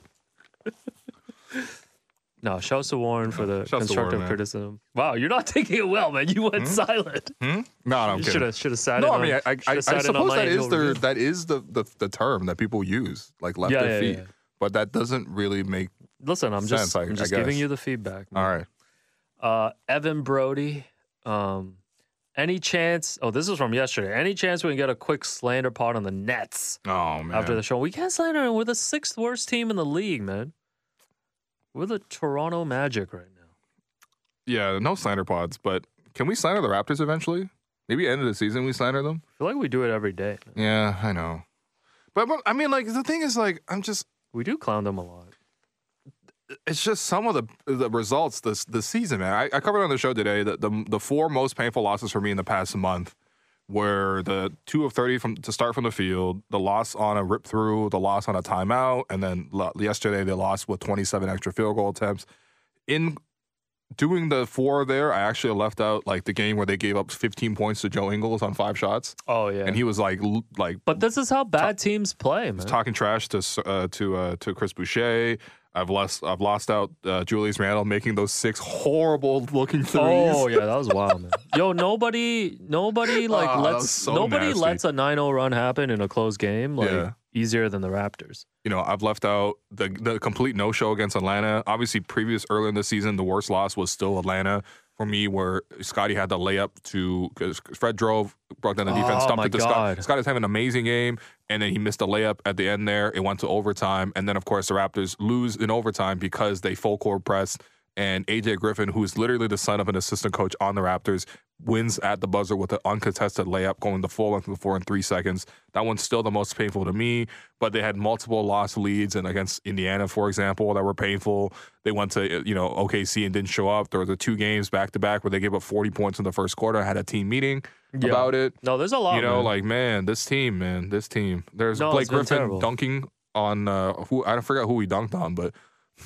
Speaker 2: No, shouts to Warren for the
Speaker 1: Shouts to Warren,
Speaker 2: constructive
Speaker 1: man.
Speaker 2: criticism. Wow, you're not taking it well, man. You went silent.
Speaker 1: hmm? no, I'm
Speaker 2: You
Speaker 1: kidding.
Speaker 2: should have should have sat.
Speaker 1: No,
Speaker 2: in
Speaker 1: I mean,
Speaker 2: on-
Speaker 1: I, I,
Speaker 2: should
Speaker 1: I,
Speaker 2: have sat
Speaker 1: I
Speaker 2: in on
Speaker 1: suppose
Speaker 2: my
Speaker 1: that is
Speaker 2: annual
Speaker 1: the
Speaker 2: review.
Speaker 1: that is the, the the term that people use, like left
Speaker 2: Yeah,
Speaker 1: their
Speaker 2: yeah,
Speaker 1: feet.
Speaker 2: yeah.
Speaker 1: But that doesn't really make.
Speaker 2: Listen, I'm just
Speaker 1: sense, I-
Speaker 2: I'm
Speaker 1: I
Speaker 2: just giving
Speaker 1: guess.
Speaker 2: you the feedback. man.
Speaker 1: All right,
Speaker 2: Uh, Evan Brody. Um, any chance? Oh, this is from yesterday. Any chance we can get a quick slander pod on the Nets?
Speaker 1: oh man,
Speaker 2: after the show. We can't slander them. We're the sixth worst team in the league, man. We're the Toronto Magic right now.
Speaker 1: yeah, no slander pods. But can we slander the Raptors eventually? Maybe end of the season we slander them.
Speaker 2: I feel like we do it every day. man.
Speaker 1: Yeah, I know. But, but I mean, like the thing is, like I'm just.
Speaker 2: We do clown them a lot.
Speaker 1: It's just some of the the results this this season, man. I, I covered on the show today that the the four most painful losses for me in the past month were the two of thirty from to start from the field, the loss on a rip through, the loss on a timeout, and then lo- yesterday they lost with twenty seven extra field goal attempts. In doing the four there, I actually left out like the game where they gave up fifteen points to Joe Ingles on five shots,
Speaker 2: Oh yeah.
Speaker 1: and he was like l- like
Speaker 2: but this is how bad teams play, man.
Speaker 1: talking trash to uh, to uh, to Chris Boucher. I've lost I've lost out uh, Julius Randle making those six horrible looking threes.
Speaker 2: Oh yeah, that was wild, man. Yo, nobody, nobody like
Speaker 1: Ah, that
Speaker 2: lets
Speaker 1: was so
Speaker 2: nobody
Speaker 1: nasty.
Speaker 2: lets a 9-0 run happen oh in a close game. Like
Speaker 1: Yeah.
Speaker 2: easier than the Raptors.
Speaker 1: You know, I've left out the the complete no show against Atlanta. Obviously, previous earlier in the season, the worst loss was still Atlanta for me, where Scotty had the layup to because Fred drove, broke down the defense,
Speaker 2: Oh,
Speaker 1: stumped
Speaker 2: my
Speaker 1: it to Scotty.
Speaker 2: God.
Speaker 1: Scotty was having an amazing game, and then he missed a layup at the end there. It went to overtime, and then of course the Raptors lose in overtime because they full court press. And AJ Griffin, who is literally the son of an assistant coach on the Raptors, wins at the buzzer with an uncontested layup going the full length of the floor in three seconds. That one's still the most painful to me, but they had multiple lost leads and against Indiana, for example, that were painful. They went to you know OKC and didn't show up. There were the two games back to back where they gave up 40 points in the first quarter. I had a team meeting about it.
Speaker 2: No, there's a lot.
Speaker 1: you know,
Speaker 2: Oh, man.
Speaker 1: like man, this team, man, this team. There's
Speaker 2: No,
Speaker 1: Blake
Speaker 2: it's been
Speaker 1: Griffin
Speaker 2: terrible.
Speaker 1: dunking on uh, who I forgot who he dunked on, but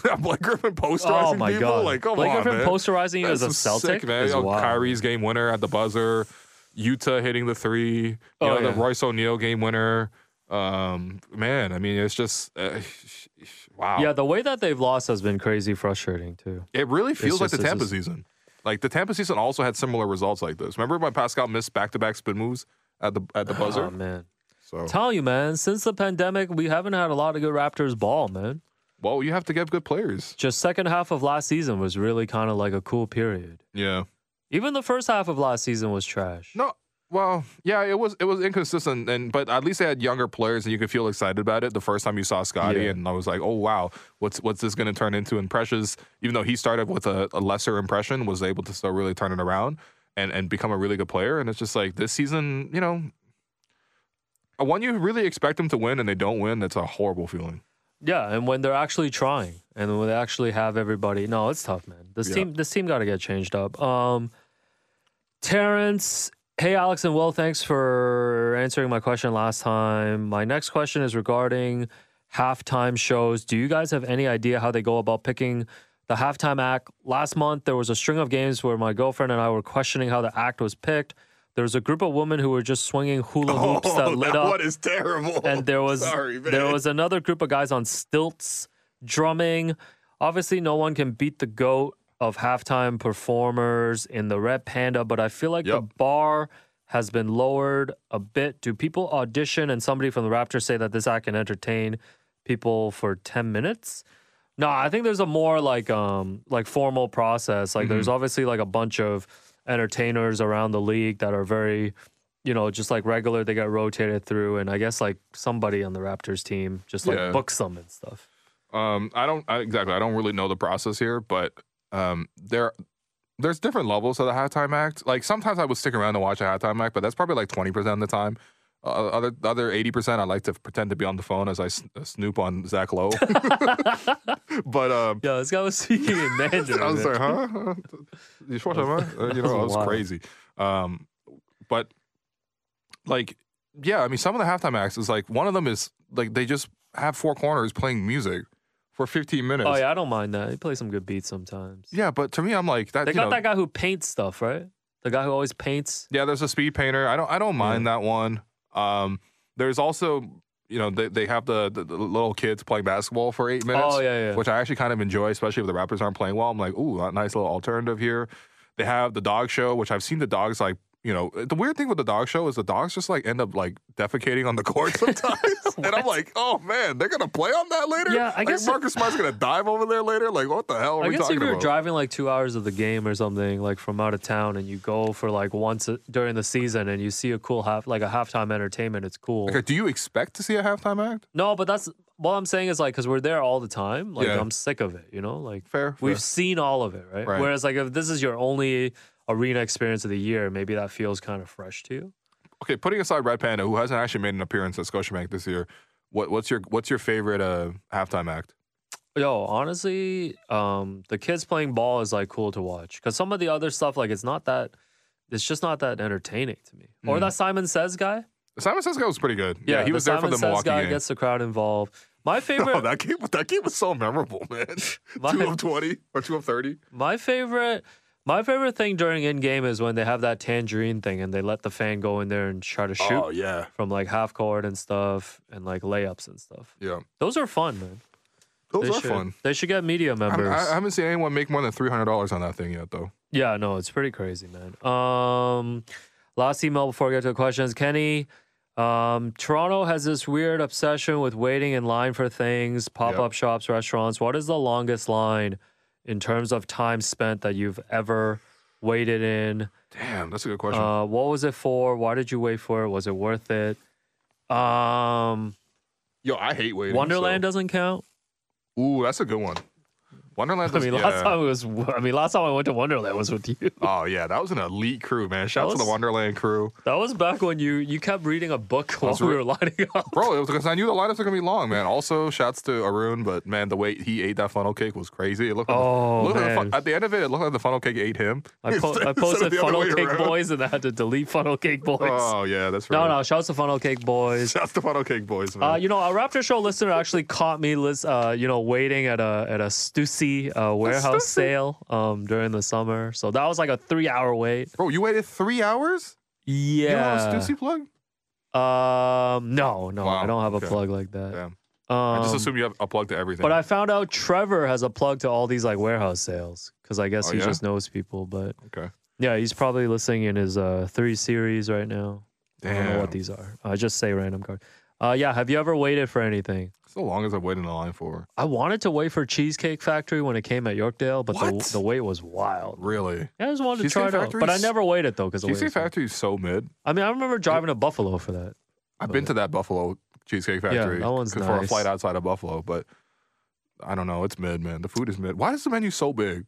Speaker 1: Blake Griffin posterizing
Speaker 2: oh my
Speaker 1: people.
Speaker 2: god!
Speaker 1: Like come
Speaker 2: Blake
Speaker 1: on,
Speaker 2: Griffin
Speaker 1: man.
Speaker 2: posterizing you as a
Speaker 1: That's so
Speaker 2: Celtic,
Speaker 1: sick, man.
Speaker 2: is
Speaker 1: You know,
Speaker 2: wild.
Speaker 1: Kyrie's game winner at the buzzer. Utah hitting the three. You
Speaker 2: Oh,
Speaker 1: know, the
Speaker 2: yeah.
Speaker 1: Royce O'Neal game winner. Um, man, I mean, it's just uh, wow.
Speaker 2: Yeah, the way that they've lost has been crazy frustrating too.
Speaker 1: It really feels like
Speaker 2: just-
Speaker 1: the
Speaker 2: it's
Speaker 1: Tampa
Speaker 2: just-
Speaker 1: season. Like the Tampa season also had similar results like this. Remember when Pascal missed back to back spin moves at the at the
Speaker 2: Oh
Speaker 1: buzzer?
Speaker 2: man,
Speaker 1: So
Speaker 2: tell you man, since the pandemic, we haven't had a lot of good Raptors ball, man.
Speaker 1: well, you have to get good players.
Speaker 2: Just second half of last season was really kind of like a cool period.
Speaker 1: Yeah.
Speaker 2: Even the first half of last season was trash.
Speaker 1: No. Well, yeah, it was it was inconsistent, and but at least they had younger players, and you could feel excited about it the first time you saw Scotty,
Speaker 2: Yeah.
Speaker 1: and I was like, oh wow, what's what's this going to turn into? And Precious, even though he started with a, a lesser impression, was able to still really turn it around and and become a really good player. And it's just like this season, you know, uh, when you really expect them to win and they don't win, that's a horrible feeling.
Speaker 2: Yeah, and when they're actually trying and when they actually have everybody. No, it's tough, man. This
Speaker 1: Yeah.
Speaker 2: team this team gotta get changed up. Um Terrence, hey Alex and Will, thanks for answering my question last time. My next question is regarding halftime shows. Do you guys have any idea how they go about picking the halftime act? Last month there was a string of games where my girlfriend and I were questioning how the act was picked. There was a group of women who were just swinging hula hoops
Speaker 1: Oh,
Speaker 2: that lit up
Speaker 1: is terrible.
Speaker 2: and there was there was another group of guys on stilts drumming. Obviously, no one can beat the goat of halftime performers in the Red Panda, but I feel like the
Speaker 1: Yep.
Speaker 2: bar has been lowered a bit. Do people audition and somebody from the Raptors say that this act can entertain people for ten minutes? No, I think there's a more like um like formal process. Like
Speaker 1: Mm-hmm.
Speaker 2: there's obviously like a bunch of entertainers around the league that are very you know, just like regular, they got rotated through, and I guess like somebody on the Raptors team just like
Speaker 1: Yeah.
Speaker 2: books them and stuff.
Speaker 1: Um, I don't I, exactly. I don't really know the process here, but um, there there's different levels of the halftime act. Like sometimes I would stick around to watch a halftime act, but that's probably like twenty percent of the time. Uh, other the other eighty percent, I like to pretend to be on the phone as I s- uh, snoop on Zach Lowe. but um,
Speaker 2: Yeah, this guy was speaking in Mandarin.
Speaker 1: I was
Speaker 2: man.
Speaker 1: like, huh? You sure, huh? You know, it was
Speaker 2: wild.
Speaker 1: crazy. Um, but like, yeah, I mean, some of the halftime acts is like one of them is like they just have four corners playing music for 15 minutes.
Speaker 2: oh yeah, I don't mind that. He plays some good beats sometimes.
Speaker 1: Yeah, but to me, I'm like that.
Speaker 2: they
Speaker 1: you
Speaker 2: got
Speaker 1: know,
Speaker 2: that guy who paints stuff, right? The guy who always paints.
Speaker 1: Yeah, there's a speed painter. I don't. I don't mind that one. Um, there's also, you know, they, they have the, the, the little kids playing basketball for eight minutes.
Speaker 2: Oh yeah, yeah.
Speaker 1: which I actually kind of enjoy, especially if the Raptors aren't playing well. I'm like, ooh, a nice little alternative here. They have the dog show, which I've seen the dogs like, you know, the weird thing with the dog show is the dogs just like end up like defecating on the court sometimes, and I'm like, oh man, they're gonna play on that later.
Speaker 2: Yeah, I
Speaker 1: Like,
Speaker 2: guess-
Speaker 1: Marcus Smart's gonna dive over there later. Like, what the hell are
Speaker 2: I
Speaker 1: we
Speaker 2: guess
Speaker 1: talking
Speaker 2: if you're
Speaker 1: about?
Speaker 2: driving like two hours of the game or something, like from out of town, and you go for like once a- during the season, and you see a cool half like a halftime entertainment, it's cool.
Speaker 1: okay, do you expect to see a halftime act?
Speaker 2: No, but that's what I'm saying is like because we're there all the time. Like
Speaker 1: Yeah.
Speaker 2: I'm sick of it, you know. Like
Speaker 1: Fair,
Speaker 2: we've
Speaker 1: fair.
Speaker 2: seen all of it, right?
Speaker 1: Right.
Speaker 2: Whereas like if this is your only arena experience of the year, maybe that feels kind of fresh to you.
Speaker 1: Okay, putting aside Red Panda, who hasn't actually made an appearance at Scotiabank this year, what, what's your what's your favorite uh, halftime act?
Speaker 2: Yo, honestly, um, the kids playing ball is like cool to watch because some of the other stuff, like it's not that, it's just not that entertaining to me.
Speaker 1: Mm-hmm.
Speaker 2: Or that Simon Says guy.
Speaker 1: Simon Says guy was pretty good. Yeah, he
Speaker 2: the
Speaker 1: was there for
Speaker 2: Simon
Speaker 1: the
Speaker 2: Says
Speaker 1: Milwaukee
Speaker 2: guy
Speaker 1: game.
Speaker 2: gets the crowd involved. My favorite,
Speaker 1: Oh, that game, that game was so memorable, man.
Speaker 2: My-
Speaker 1: two of 20 or two of 30.
Speaker 2: My favorite, my favorite thing during in game is when they have that tangerine thing and they let the fan go in there and try to shoot
Speaker 1: Oh, yeah.
Speaker 2: from like half court and stuff and like layups and stuff.
Speaker 1: Yeah.
Speaker 2: Those are fun, man.
Speaker 1: Those
Speaker 2: they
Speaker 1: are
Speaker 2: should,
Speaker 1: fun.
Speaker 2: They should get media
Speaker 1: I,
Speaker 2: members.
Speaker 1: haven't- I haven't seen anyone make more than $300 on that thing yet, though.
Speaker 2: yeah, no, it's pretty crazy, man. Um, last email before I get to the questions, Kenny. Um, Toronto has this weird obsession with waiting in line for things, pop up shops, restaurants. What is the longest line in terms of time spent that you've ever waited in?
Speaker 1: Damn, that's a good question.
Speaker 2: Uh, what was it for? Why did you wait for it? Was it worth it? Um,
Speaker 1: Yo, I hate waiting.
Speaker 2: Wonderland doesn't count.
Speaker 1: So. Ooh, that's a good one. Wonderland.
Speaker 6: I mean,
Speaker 1: does-
Speaker 6: last
Speaker 1: yeah.
Speaker 6: time it was. I mean, last time I went to Wonderland was with you.
Speaker 1: Oh yeah, that was an elite crew, man. Shout out to
Speaker 2: was-
Speaker 1: the Wonderland crew,
Speaker 2: That was back when you you kept reading a book while
Speaker 1: That's
Speaker 2: we
Speaker 1: right.
Speaker 2: were lining up.
Speaker 1: bro. It was because I knew the lineups were gonna be long, man. Also, shouts to Arun, but man, the way he ate that funnel cake was crazy. It looked. like the-
Speaker 2: Oh,
Speaker 1: looked like the
Speaker 2: man.
Speaker 1: fu- at the end of it, it looked like the funnel cake ate him.
Speaker 2: I, po- I
Speaker 1: Instead of
Speaker 2: posted
Speaker 1: the other
Speaker 2: Funnel
Speaker 1: way
Speaker 2: Cake
Speaker 1: around.
Speaker 2: Boys and I had to delete Funnel Cake Boys.
Speaker 1: Oh yeah, that's right.
Speaker 2: no, no, shouts to Funnel Cake Boys.
Speaker 1: Shouts to funnel cake boys, man.
Speaker 2: Uh, you know, a Raptor Show listener actually caught me, lis- uh, you know, waiting at a at a Stussy uh, warehouse sale um, during the summer. So that was like a three hour wait.
Speaker 1: bro, you waited three hours. You
Speaker 2: Yeah.
Speaker 1: don't have a Stussy plug.
Speaker 2: um. No, no, I
Speaker 1: Wow,
Speaker 2: don't have a
Speaker 1: okay.
Speaker 2: plug like that.
Speaker 1: Damn.
Speaker 2: Um,
Speaker 1: I just assume you have a plug to everything.
Speaker 2: But I found out Trevor has a plug to all these like warehouse sales because I guess
Speaker 1: Oh,
Speaker 2: he
Speaker 1: yeah?
Speaker 2: just knows people. But
Speaker 1: okay.
Speaker 2: yeah, he's probably listening in his uh, three series right now. I don't know
Speaker 1: Damn.
Speaker 2: what these are. I just say random card. Uh, yeah. Have you ever waited for anything?
Speaker 1: It's the longest I've waited in line for.
Speaker 2: I wanted to wait for Cheesecake Factory when it came at Yorkdale, but
Speaker 1: What?
Speaker 2: the, the wait was wild.
Speaker 1: Really?
Speaker 2: Yeah, I just wanted
Speaker 1: Cheesecake
Speaker 2: to try it out, but I
Speaker 1: Factory's-
Speaker 2: never waited though because
Speaker 1: Cheesecake Factory is so mid.
Speaker 2: I mean, I remember driving to Buffalo for that.
Speaker 1: I've been to that Buffalo Cheesecake Factory
Speaker 2: that one's
Speaker 1: c- for a
Speaker 2: nice.
Speaker 1: flight outside of Buffalo, but I don't know. It's mid, man. The food is mid. Why is the menu so big?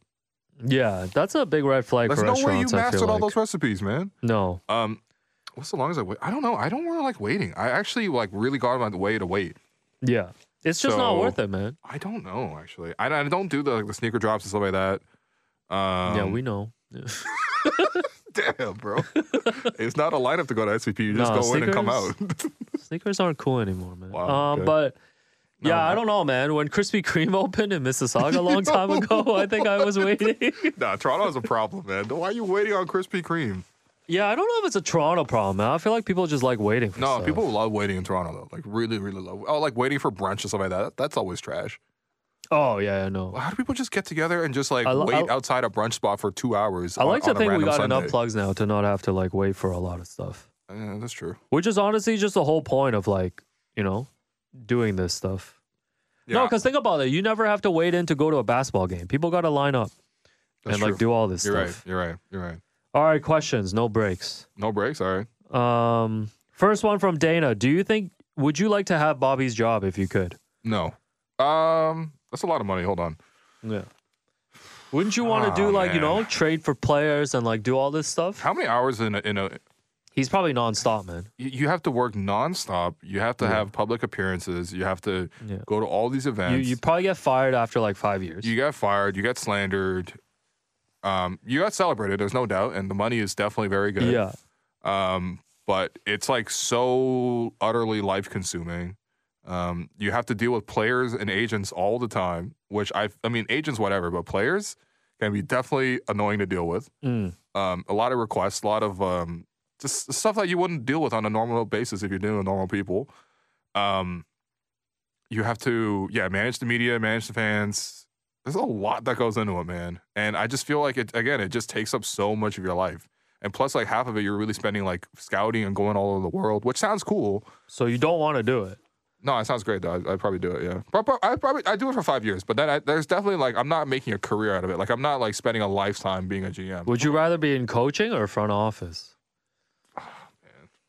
Speaker 2: Yeah, that's a big red flag
Speaker 1: There's
Speaker 2: for
Speaker 1: no way you
Speaker 2: restaurants. I
Speaker 1: mastered
Speaker 2: feel
Speaker 1: all
Speaker 2: like.
Speaker 1: those recipes, man.
Speaker 2: No,
Speaker 1: Um, what's the longest I wait? I don't know. I don't really like waiting. I actually like really got my way to wait.
Speaker 2: yeah, it's just not
Speaker 1: So-
Speaker 2: worth it, man.
Speaker 1: I don't know actually. I, I don't do the like, the sneaker drops and stuff like that. Um,
Speaker 2: yeah, we know.
Speaker 1: damn, bro. it's not a lineup to go to SVP. You just
Speaker 2: Nah,
Speaker 1: go in and come out.
Speaker 2: sneakers- Sneakers aren't cool anymore, man.
Speaker 1: Wow,
Speaker 2: um,
Speaker 1: okay.
Speaker 2: but
Speaker 1: No,
Speaker 2: yeah, I
Speaker 1: I-
Speaker 2: don't know, man. When Krispy Kreme opened in Mississauga a long time ago, I think I was waiting.
Speaker 1: nah, Toronto is a problem, man. Why are you waiting on Krispy Kreme?
Speaker 2: yeah, I don't know if it's a Toronto problem, man. I feel like people just like waiting. For
Speaker 1: No,
Speaker 2: stuff.
Speaker 1: people love waiting in Toronto though. Like really, really love. Oh, like waiting for brunch or something like that. That's always trash.
Speaker 2: Oh yeah, I know.
Speaker 1: How do people just get together and just like
Speaker 2: I lo-
Speaker 1: wait
Speaker 2: I-
Speaker 1: outside a brunch spot for two hours?
Speaker 2: I like
Speaker 1: on,
Speaker 2: to
Speaker 1: on a
Speaker 2: think we
Speaker 1: random
Speaker 2: got
Speaker 1: Sunday?
Speaker 2: enough plugs now to not have to like wait for a lot of stuff,
Speaker 1: Yeah, that's true.
Speaker 2: which is honestly just the whole point of like you know doing this stuff. No,
Speaker 1: Yeah,
Speaker 2: because think about it, you never have to wait in to go to a basketball game. People got to line up
Speaker 1: that's
Speaker 2: and
Speaker 1: true.
Speaker 2: like do all this
Speaker 1: You're
Speaker 2: stuff.
Speaker 1: right. You're right. You're right.
Speaker 2: All right, questions, no breaks.
Speaker 1: No breaks. All right.
Speaker 2: Um, first one from Dana. Do you think would you like to have Bobby's job if you could?
Speaker 1: No. Um, that's a lot of money. Hold on.
Speaker 2: Yeah. Wouldn't you want to
Speaker 1: Oh,
Speaker 2: do like you
Speaker 1: man.
Speaker 2: know trade for players and like do all this stuff?
Speaker 1: How many hours in a, in a
Speaker 2: He's probably nonstop, man.
Speaker 1: you- you have to work nonstop. You have to
Speaker 2: Yeah.
Speaker 1: have public appearances. You have to
Speaker 2: Yeah.
Speaker 1: go to all these
Speaker 2: You
Speaker 1: events.
Speaker 2: you probably get fired after like five years.
Speaker 1: you got fired. You got slandered. Um, you got celebrated. There's no doubt, and the money is definitely very good.
Speaker 2: yeah.
Speaker 1: Um, but it's like so utterly life consuming. Um, you have to deal with players and agents all the time, which I, I mean, agents whatever, but players can be definitely annoying to deal with.
Speaker 2: Mm.
Speaker 1: Um, a lot of requests, a lot of um, just stuff that you wouldn't deal with on a normal basis if you're dealing with normal people. Um, you have to, yeah, manage the media, manage the fans. There's a lot that goes into it, man. And I just feel like it again, it just takes up so much of your life. And plus, like half of it, you're really spending like scouting and going all over the world, which sounds cool.
Speaker 2: So you don't want to do it.
Speaker 1: No, it sounds great though. I'd, I'd probably do it. Yeah, but, but I probably I do it for five years. But then I, there's definitely like I'm not making a career out of it. Like I'm not like spending a lifetime being a GM.
Speaker 2: Would you rather be in coaching or front office?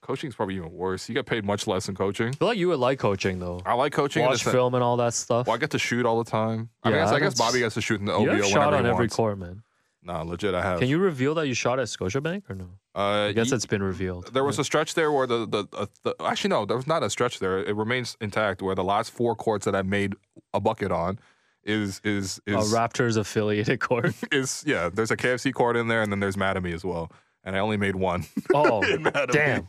Speaker 1: Coaching's probably even worse. You get paid much less in coaching.
Speaker 2: I feel like you would like coaching though.
Speaker 1: I like coaching. in the
Speaker 2: Watch
Speaker 1: sen-
Speaker 2: film and all that stuff.
Speaker 1: Well, I get to shoot all the time. I,
Speaker 2: Yeah,
Speaker 1: mean, I guess, I
Speaker 2: that's-
Speaker 1: guess Bobby gets to shoot in the OBO
Speaker 2: you have
Speaker 1: whenever
Speaker 2: shot on
Speaker 1: he
Speaker 2: every
Speaker 1: wants.
Speaker 2: court, man.
Speaker 1: Nah, legit, I have.
Speaker 2: Can you reveal that you shot at Scotiabank or no?
Speaker 1: Uh,
Speaker 2: I guess
Speaker 1: ye-
Speaker 2: it's been revealed.
Speaker 1: There was a stretch there where the the, uh, the actually no, there was not a stretch there. It remains intact where the last four courts that I made a bucket on is is
Speaker 2: a
Speaker 1: is
Speaker 2: Raptors affiliated court.
Speaker 1: is yeah. There's a KFC court in there, and then there's Madame as well. And I only made one.
Speaker 2: Oh,
Speaker 1: in Madame.
Speaker 2: damn.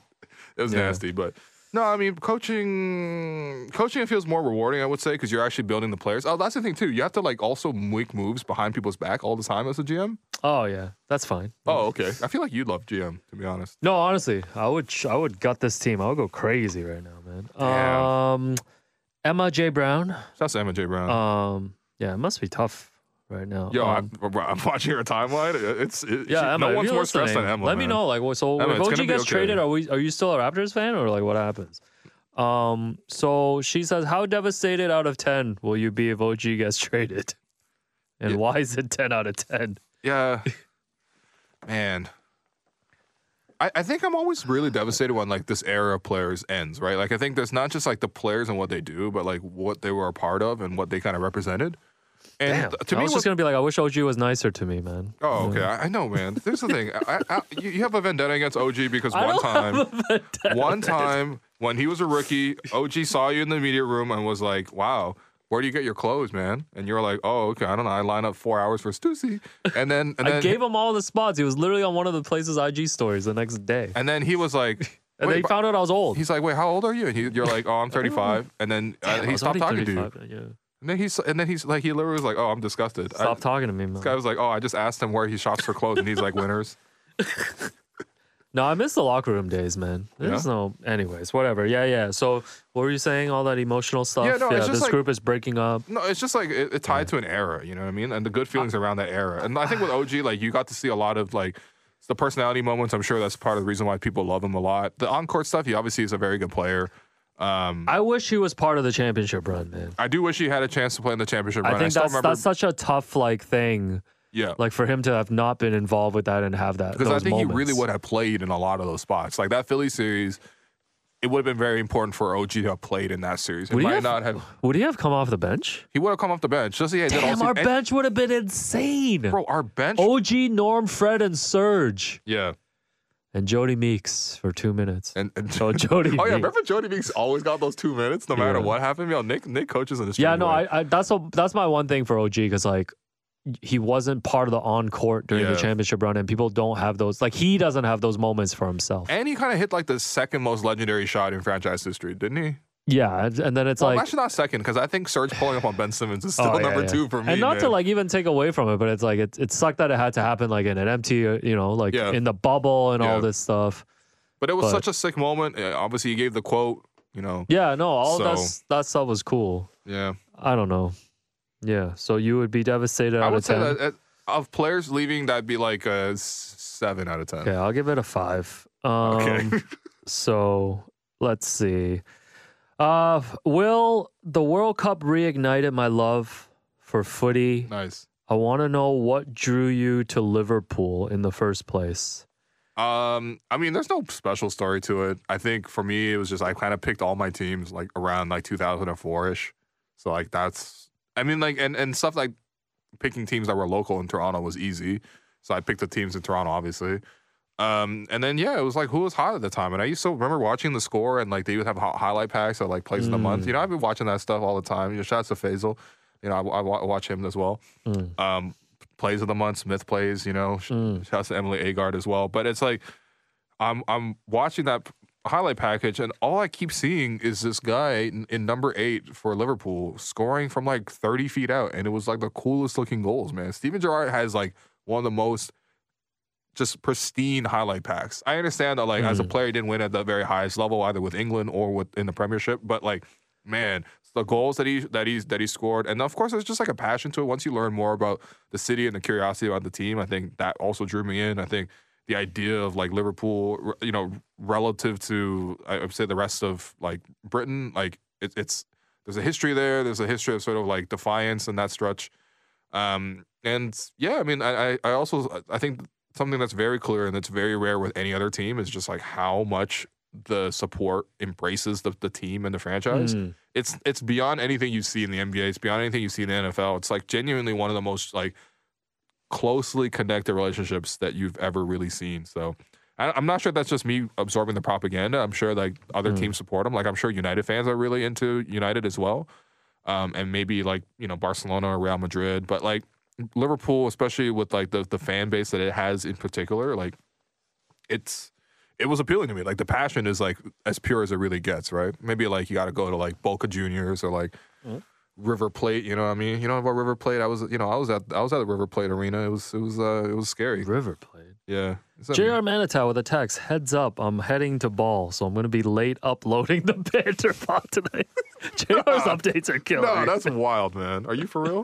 Speaker 1: it was
Speaker 2: Yeah.
Speaker 1: nasty, but. No, I mean coaching. Coaching it feels more rewarding, I would say, because you're actually building the players. Oh, that's the thing too. You have to like also make moves behind people's back all the time as a GM.
Speaker 2: Oh yeah, that's fine.
Speaker 1: Oh, okay. I feel like you'd love GM, to be honest.
Speaker 2: No, honestly, I would sh- I would gut this team. I would go crazy right now, man.
Speaker 1: Yeah.
Speaker 2: Um, Emma J Brown.
Speaker 1: That's Emma J. Brown.
Speaker 2: Um, yeah, it must be tough right now.
Speaker 1: Yo,
Speaker 2: Uh, Um,
Speaker 1: I'm, I'm watching her timeline. It's it, she-
Speaker 2: yeah, Emma,
Speaker 1: no
Speaker 2: if
Speaker 1: one's
Speaker 2: you're
Speaker 1: more stressed than
Speaker 2: listening,
Speaker 1: Emma.
Speaker 2: Let me
Speaker 1: man.
Speaker 2: know, like, what- so
Speaker 1: Emma, it's
Speaker 2: if
Speaker 1: gonna
Speaker 2: OG
Speaker 1: be
Speaker 2: gets
Speaker 1: okay.
Speaker 2: traded, are we are you still a Raptors fan or like what happens? Um, so she says, how devastated out of ten will you be if OG gets traded? And
Speaker 1: Yeah.
Speaker 2: why is it ten out of ten?
Speaker 1: Yeah. Man. I, I think I'm always really devastated when like this era of players ends, right? Like I think there's not just like the players and what they do, but like what they were a part of and what they kind of represented. And
Speaker 2: Damn,
Speaker 1: th- to
Speaker 2: I
Speaker 1: me,
Speaker 2: was
Speaker 1: what-
Speaker 2: just gonna be like, I wish OG was nicer to me, man.
Speaker 1: oh okay, I, I know, man. Here's the thing: I, I, you, you have a vendetta against OG because
Speaker 2: I
Speaker 1: one
Speaker 2: don't have
Speaker 1: time,
Speaker 2: a vendetta.
Speaker 1: one time when he was a rookie, OG saw you in the media room and was like, "Wow, where do you get your clothes, man?" And you're like, "Oh, okay, I don't know. I line up four hours for Stussy," and then and then
Speaker 2: I gave him all the spots. He was literally on one of the places IG stories the next day,
Speaker 1: And then he was like,
Speaker 2: and
Speaker 1: wait,
Speaker 2: they
Speaker 1: but-
Speaker 2: found out I was old.
Speaker 1: he's like, wait, how old are you? And he, you're like, oh, I'm 35. And then uh,
Speaker 2: Damn, I
Speaker 1: he
Speaker 2: was
Speaker 1: stopped
Speaker 2: already
Speaker 1: talking to you.
Speaker 2: 35, Yeah.
Speaker 1: And then he's and then he's like, he literally was like, oh, I'm disgusted. I,
Speaker 2: Stop talking to me, man.
Speaker 1: this guy was like, oh, I just asked him where he shops for clothes, and he's like, winners.
Speaker 2: No, I miss the locker room days, man. There's
Speaker 1: Yeah?
Speaker 2: no, anyways, whatever. Yeah, yeah. So, what were you saying? All that emotional stuff.
Speaker 1: Yeah, no, it's just
Speaker 2: this
Speaker 1: like-
Speaker 2: group is breaking up.
Speaker 1: No, it's just like it, it tied to an era, you know what I mean? And the good feelings around that era. And I think with OG, like you got to see a lot of like the personality moments. I'm sure that's part of the reason why people love him a lot. The on-court stuff, he obviously is a very good player. Um,
Speaker 2: I wish he was part of the championship run, man.
Speaker 1: I do wish he had a chance to play in the championship run.
Speaker 2: I think
Speaker 1: still
Speaker 2: that's
Speaker 1: remember,
Speaker 2: that's such a tough like thing,
Speaker 1: yeah,
Speaker 2: like for him to have not been involved with that and have that.
Speaker 1: because I
Speaker 2: those
Speaker 1: think he really
Speaker 2: moments.
Speaker 1: would have played in a lot of those spots. Like that Philly series, it would have been very important for OG to have played in that series. It
Speaker 2: Would he
Speaker 1: might
Speaker 2: have-
Speaker 1: not have.
Speaker 2: Would he have come off the bench?
Speaker 1: He would have come off the bench. Just yeah, did all
Speaker 2: Damn,
Speaker 1: season.
Speaker 2: our
Speaker 1: and-
Speaker 2: bench Oh. would have been insane.
Speaker 1: bro, our bench.
Speaker 2: OG, Norm, Fred, and Serge,
Speaker 1: Yeah,
Speaker 2: and Jody Meeks for two minutes.
Speaker 1: and, and
Speaker 2: Oh, Jody.
Speaker 1: oh yeah,
Speaker 2: Meeks.
Speaker 1: remember Jody Meeks always got those two minutes no matter
Speaker 2: Yeah.
Speaker 1: what happened. Yo, Nick Nick coaches in this.
Speaker 2: Yeah, no, I, I that's a, that's my one thing for OG because like he wasn't part of the on court during
Speaker 1: Yeah.
Speaker 2: the championship run, and people don't have those. Like he doesn't have those moments for himself.
Speaker 1: And he kind of hit like the second most legendary shot in franchise history, didn't he?
Speaker 2: yeah, and, and then it's
Speaker 1: Well,
Speaker 2: like
Speaker 1: actually not second because I think Serge pulling up on Ben Simmons is
Speaker 2: oh,
Speaker 1: still
Speaker 2: yeah,
Speaker 1: number
Speaker 2: yeah.
Speaker 1: two for me.
Speaker 2: And not to
Speaker 1: man.
Speaker 2: like even take away from it, but it's like it it sucked that it had to happen like in an empty, uh, you know, like
Speaker 1: Yeah.
Speaker 2: in the bubble and
Speaker 1: Yeah.
Speaker 2: all this stuff.
Speaker 1: but it was
Speaker 2: but-
Speaker 1: such a sick moment. Uh, Obviously, he gave the quote. You know,
Speaker 2: Yeah, no, all
Speaker 1: So-
Speaker 2: that s- that stuff was cool.
Speaker 1: yeah.
Speaker 2: I don't know. Yeah, so you would be devastated.
Speaker 1: I
Speaker 2: out
Speaker 1: would
Speaker 2: of
Speaker 1: say
Speaker 2: 10.
Speaker 1: that uh, of players leaving, that'd be like a s- seven out of ten.
Speaker 2: Okay, I'll give it a five. Um,
Speaker 1: Okay.
Speaker 2: so let's see. Uh, will the World Cup reignited my love for footy?
Speaker 1: Nice.
Speaker 2: I want to know what drew you to Liverpool in the first place.
Speaker 1: Um, I mean, there's no special story to it. I think for me, it was just I kind of picked all my teams like around like 2004 ish. So like that's, I mean, like and and stuff like picking teams that were local in Toronto was easy. So I picked the teams in Toronto, obviously. Um, and then yeah, it was like who was hot at the time, and I used to remember watching the score and like they would have hot highlight packs of like plays of the month. You know, I've been watching that stuff all the time. You know, shouts to Faisal. You know, I, I wa- watch him as well. Um, plays of the month, Smith plays. You know, sh- shouts to Emily Agard as well. But it's like I'm I'm watching that p- highlight package, and all I keep seeing is this guy in, in number eight for Liverpool scoring from like 30 feet out, and it was like the coolest looking goals, man. Steven Gerrard has like one of the most just pristine highlight packs. I understand that like as a player, he didn't win at the very highest level, either with England or with in the Premiership, but like. Man, the goals that he that he's that he scored, and of course, there's just like a passion to it. Once you learn more about the city and the curiosity about the team, I think that also drew me in. I think the idea of like Liverpool, r- you know, relative to I would say the rest of like Britain, like it, it's there's a history there. There's a history of sort of like defiance and that stretch. Um, and yeah, I mean, I I I also I think something that's very clear and that's very rare with any other team is just like how much the support embraces the, the team and the franchise
Speaker 2: Mm.
Speaker 1: it's it's beyond anything you see in the NBA. It's beyond anything you see in the NFL. It's like genuinely one of the most like closely connected relationships that you've ever really seen. So I, I'm not sure that's just me absorbing the propaganda. I'm sure like other teams support them. Like I'm sure United fans are really into United as well, um, and maybe like you know Barcelona or Real Madrid. But like Liverpool, especially with like the the fan base that it has in particular, like it's it was appealing to me. Like the passion is like as pure as it really gets, right? Maybe like you got to go to like Boca Juniors or like River Plate. You know what I mean? You know about River Plate? I was you know I was at I was at the River Plate Arena. It was it was uh it was scary.
Speaker 2: River played.
Speaker 1: Yeah. Is that
Speaker 2: JR Manitow with a text. Heads up, I'm heading to ball, so I'm gonna be late uploading the banter pod tonight. JR's updates are
Speaker 1: me?
Speaker 2: killing.
Speaker 1: No,
Speaker 2: me.
Speaker 1: that's wild, man. Are you for real?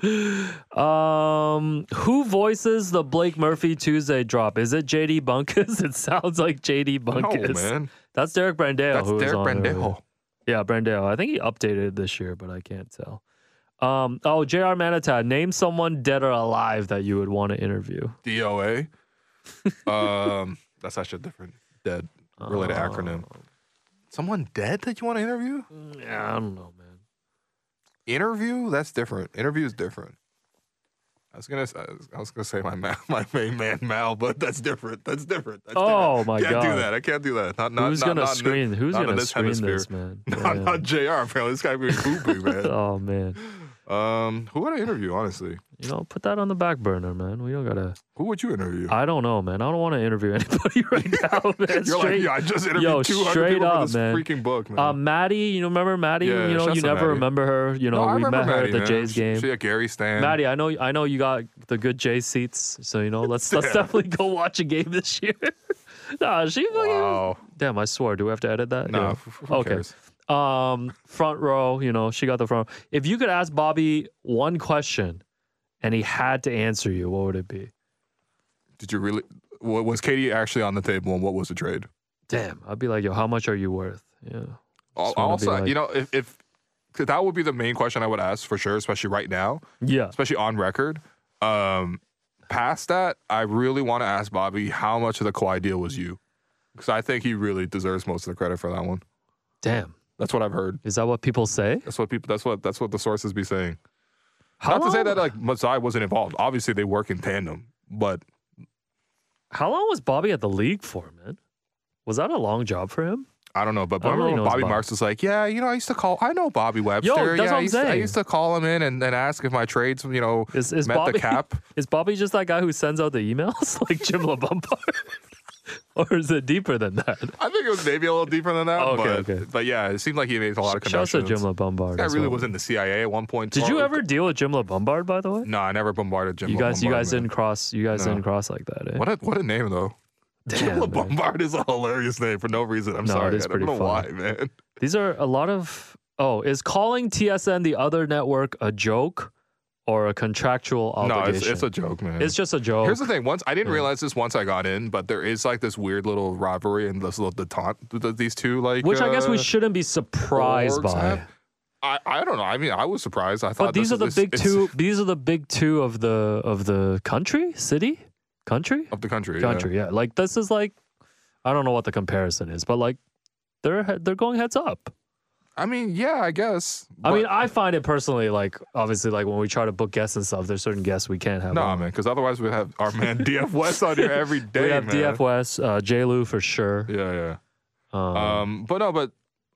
Speaker 2: Um, who voices the Blake Murphy Tuesday drop? Is it JD Bunkus? It sounds like JD
Speaker 1: no,
Speaker 2: Bunkus.
Speaker 1: man.
Speaker 2: That's Derek Brandale.
Speaker 1: That's
Speaker 2: who was
Speaker 1: Derek
Speaker 2: on earlier.
Speaker 1: Brandejo.
Speaker 2: Yeah, Brandale. I think he updated it this year, but I can't tell. Um, oh, JR Manata, name someone dead or alive that you would want to interview.
Speaker 1: DOA. um, that's actually a different dead related
Speaker 2: Uh,
Speaker 1: acronym. Someone dead that you want to interview?
Speaker 2: Yeah, I don't know, man.
Speaker 1: Interview? That's different. Interview is different. I was gonna, s- I was- I was gonna say my ma- my main man Mal, but that's different. That's different. That's
Speaker 2: Oh,
Speaker 1: different.
Speaker 2: my
Speaker 1: can't
Speaker 2: God.
Speaker 1: do that. I can't do that. Not, not,
Speaker 2: who's
Speaker 1: not,
Speaker 2: gonna
Speaker 1: not in thi-
Speaker 2: screen? who's
Speaker 1: not in
Speaker 2: gonna
Speaker 1: this
Speaker 2: screen
Speaker 1: hemisphere.
Speaker 2: this, man?
Speaker 1: Not,
Speaker 2: Yeah.
Speaker 1: not Jr. Apparently, this guy be pooping, man.
Speaker 2: oh man,
Speaker 1: um, who would I interview? Honestly,
Speaker 2: you know, put that on the back burner, man. We don't gotta.
Speaker 1: who would you interview?
Speaker 2: I don't know, man. I don't want to interview anybody right now, man.
Speaker 1: You're like,
Speaker 2: Straight-
Speaker 1: yeah, I just interviewed
Speaker 2: yo,
Speaker 1: 200
Speaker 2: straight
Speaker 1: people
Speaker 2: up,
Speaker 1: for this
Speaker 2: man.
Speaker 1: freaking book, man.
Speaker 2: Uh, Maddie, you know, remember Maddie?
Speaker 1: Yeah,
Speaker 2: you know,
Speaker 1: shouts
Speaker 2: you
Speaker 1: to
Speaker 2: never
Speaker 1: Maddie.
Speaker 2: remember her. You know,
Speaker 1: I
Speaker 2: we
Speaker 1: remember
Speaker 2: met her at
Speaker 1: Maddie,
Speaker 2: the
Speaker 1: man.
Speaker 2: Jays
Speaker 1: She-
Speaker 2: game.
Speaker 1: She a Gary Stan.
Speaker 2: Maddie, I know, I know you got the good Jay seats, so you know, let's let's definitely go watch a game this year. nah, she fucking.
Speaker 1: Wow.
Speaker 2: Damn, I swore. Do we have to edit that?
Speaker 1: No.
Speaker 2: Yeah.
Speaker 1: Who
Speaker 2: okay.
Speaker 1: cares?
Speaker 2: Um, front row. You know, she got the front. row. If you could ask Bobby one question, and he had to answer you, what would it be?
Speaker 1: Did you really? wa- Was Katie actually on the table, and what was the trade?
Speaker 2: Damn, I'd be like, yo, how much are you worth? Yeah.
Speaker 1: Al-
Speaker 2: wanna be
Speaker 1: Also,
Speaker 2: like-
Speaker 1: you know, if, if 'cause that would be the main question I would ask for sure, especially right now,
Speaker 2: Yeah.
Speaker 1: especially on record. Um, past that, I really want to ask Bobby how much of the Kawhi deal was you, because I think he really deserves most of the credit for that one.
Speaker 2: Damn.
Speaker 1: That's what I've heard.
Speaker 2: Is that what people say?
Speaker 1: That's what people. That's what. That's what the sources be saying.
Speaker 2: How
Speaker 1: Not to say
Speaker 2: long-
Speaker 1: that like Masai wasn't involved. Obviously, they work in tandem, but
Speaker 2: How long was Bobby at the league for, man? Was that a long job for him?
Speaker 1: I don't know, but,
Speaker 2: I
Speaker 1: I
Speaker 2: don't really
Speaker 1: remember
Speaker 2: know
Speaker 1: Bobby
Speaker 2: about-
Speaker 1: Marks was like, yeah, you know, I used to call, I know Bobby Webster.
Speaker 2: that's
Speaker 1: yeah,
Speaker 2: what
Speaker 1: I
Speaker 2: I'm
Speaker 1: used, to, I
Speaker 2: saying.
Speaker 1: used to call him in and, and ask if my trades, you know,
Speaker 2: Is is
Speaker 1: met
Speaker 2: Bobby
Speaker 1: the cap.
Speaker 2: Is Bobby just that guy who sends out the emails like Jim LaBumpa? or is it deeper than that?
Speaker 1: I think it was maybe a little deeper than that,
Speaker 2: Okay,
Speaker 1: but
Speaker 2: okay.
Speaker 1: but yeah, it seemed like he made a lot of
Speaker 2: Shouts to
Speaker 1: connections.
Speaker 2: Jim LaBumba.
Speaker 1: This guy really was in the CIA at one point.
Speaker 2: Did
Speaker 1: Or-
Speaker 2: you ever deal with Jim LaBombard, by the way?
Speaker 1: No, I never bombarded Jim.
Speaker 2: you guys, you
Speaker 1: Lombard,
Speaker 2: guys
Speaker 1: man.
Speaker 2: didn't cross. You guys
Speaker 1: No.
Speaker 2: didn't cross like that. Eh?
Speaker 1: What a what a name though.
Speaker 2: Damn,
Speaker 1: Jim
Speaker 2: man.
Speaker 1: Bombard is a hilarious name for no reason. I'm
Speaker 2: No, it
Speaker 1: sorry,
Speaker 2: is
Speaker 1: I don't
Speaker 2: pretty
Speaker 1: know
Speaker 2: funny.
Speaker 1: why, man.
Speaker 2: These are a lot of. Oh, is calling TSN the other network a joke or a contractual
Speaker 1: No,
Speaker 2: obligation?
Speaker 1: it's, it's a joke, man.
Speaker 2: It's just a joke.
Speaker 1: Here's the thing. Once I didn't
Speaker 2: Yeah.
Speaker 1: realize this once I got in, but there is like this weird little rivalry and this little detente that these two like.
Speaker 2: which I guess we
Speaker 1: uh,
Speaker 2: shouldn't be surprised
Speaker 1: orgs
Speaker 2: by.
Speaker 1: have. I, I don't know. I mean, I was surprised. I thought
Speaker 2: But these
Speaker 1: this
Speaker 2: are the
Speaker 1: is-
Speaker 2: big
Speaker 1: it's-
Speaker 2: two. These are the big two of the of the country, city, country,
Speaker 1: of the country. yeah.
Speaker 2: country. Yeah, like this is like I don't know what the comparison is, but like they're he- they're going heads up.
Speaker 1: I mean, yeah, I guess.
Speaker 2: I mean,
Speaker 1: but-
Speaker 2: I find it personally like obviously like when we try to book guests and stuff, there's certain guests we can't have.
Speaker 1: nah,
Speaker 2: on.
Speaker 1: man, because otherwise we'd have our man DF West on here every day.
Speaker 2: we have
Speaker 1: man.
Speaker 2: DF West, uh, J Lou for sure.
Speaker 1: Yeah, yeah.
Speaker 2: Um,
Speaker 1: Um, but no, but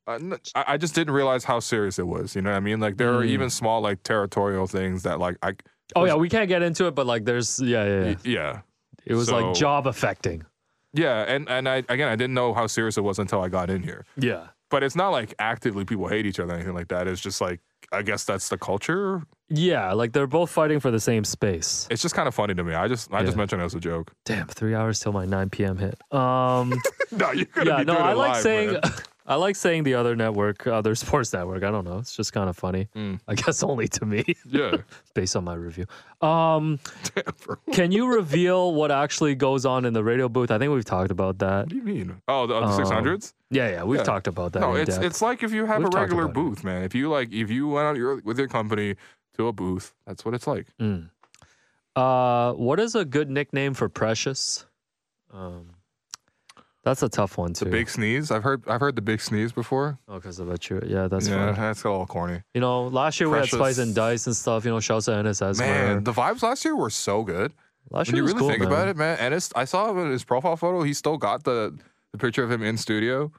Speaker 1: uh, n- I, I just didn't realize how serious it was. You know what I mean? Like there are
Speaker 2: Mm.
Speaker 1: even small like territorial things that like I.
Speaker 2: oh yeah, we can't get into it, but like there's yeah yeah. yeah.
Speaker 1: y- yeah.
Speaker 2: It was
Speaker 1: so-
Speaker 2: like job affecting.
Speaker 1: Yeah, and and I again I didn't know how serious it was until I got in here.
Speaker 2: Yeah.
Speaker 1: But it's not like actively people hate each other or anything like that. It's just like I guess that's the culture.
Speaker 2: Yeah, like they're both fighting for the same space.
Speaker 1: It's just kind of funny to me. I just I
Speaker 2: Yeah.
Speaker 1: just mentioned it as a joke.
Speaker 2: Damn, three hours till my 9 p.m. hit. Um,
Speaker 1: No, you could
Speaker 2: yeah,
Speaker 1: be
Speaker 2: no,
Speaker 1: doing
Speaker 2: I
Speaker 1: it
Speaker 2: like
Speaker 1: live,
Speaker 2: saying,
Speaker 1: man.
Speaker 2: I like saying the other network, other sports network. I don't know. It's just kind of funny.
Speaker 1: Mm.
Speaker 2: I guess only to me,
Speaker 1: yeah.
Speaker 2: based on my review. Um,
Speaker 1: Damn, bro. What
Speaker 2: can you reveal what actually goes on in the radio booth? I think we've talked about that.
Speaker 1: do you mean? Oh, the
Speaker 2: Um,
Speaker 1: other six hundreds?
Speaker 2: Yeah, yeah, we've
Speaker 1: Yeah.
Speaker 2: talked about that.
Speaker 1: No,
Speaker 2: in
Speaker 1: it's
Speaker 2: depth.
Speaker 1: it's like if you have
Speaker 2: We've
Speaker 1: a
Speaker 2: talked
Speaker 1: regular
Speaker 2: about it.
Speaker 1: booth, man. If you like, if you went out your, with your company to a booth, that's what it's like.
Speaker 2: Mm. Uh, what is a good nickname for Precious? Um, that's a tough one too.
Speaker 1: The big sneeze. I've heard I've heard the big sneeze before.
Speaker 2: oh, because of a cheer. Yeah, that's
Speaker 1: yeah,
Speaker 2: fine.
Speaker 1: that's a little corny.
Speaker 2: You know, last year we had Spice
Speaker 1: Precious.
Speaker 2: and Dice and stuff. You know, shouts to Ennis Esmer.
Speaker 1: Man, the vibes last year were so good.
Speaker 2: last
Speaker 1: When you
Speaker 2: year was
Speaker 1: really
Speaker 2: cool,
Speaker 1: think
Speaker 2: man.
Speaker 1: about it, man, and it's, I saw him in his profile photo. He still got the, the picture of him in studio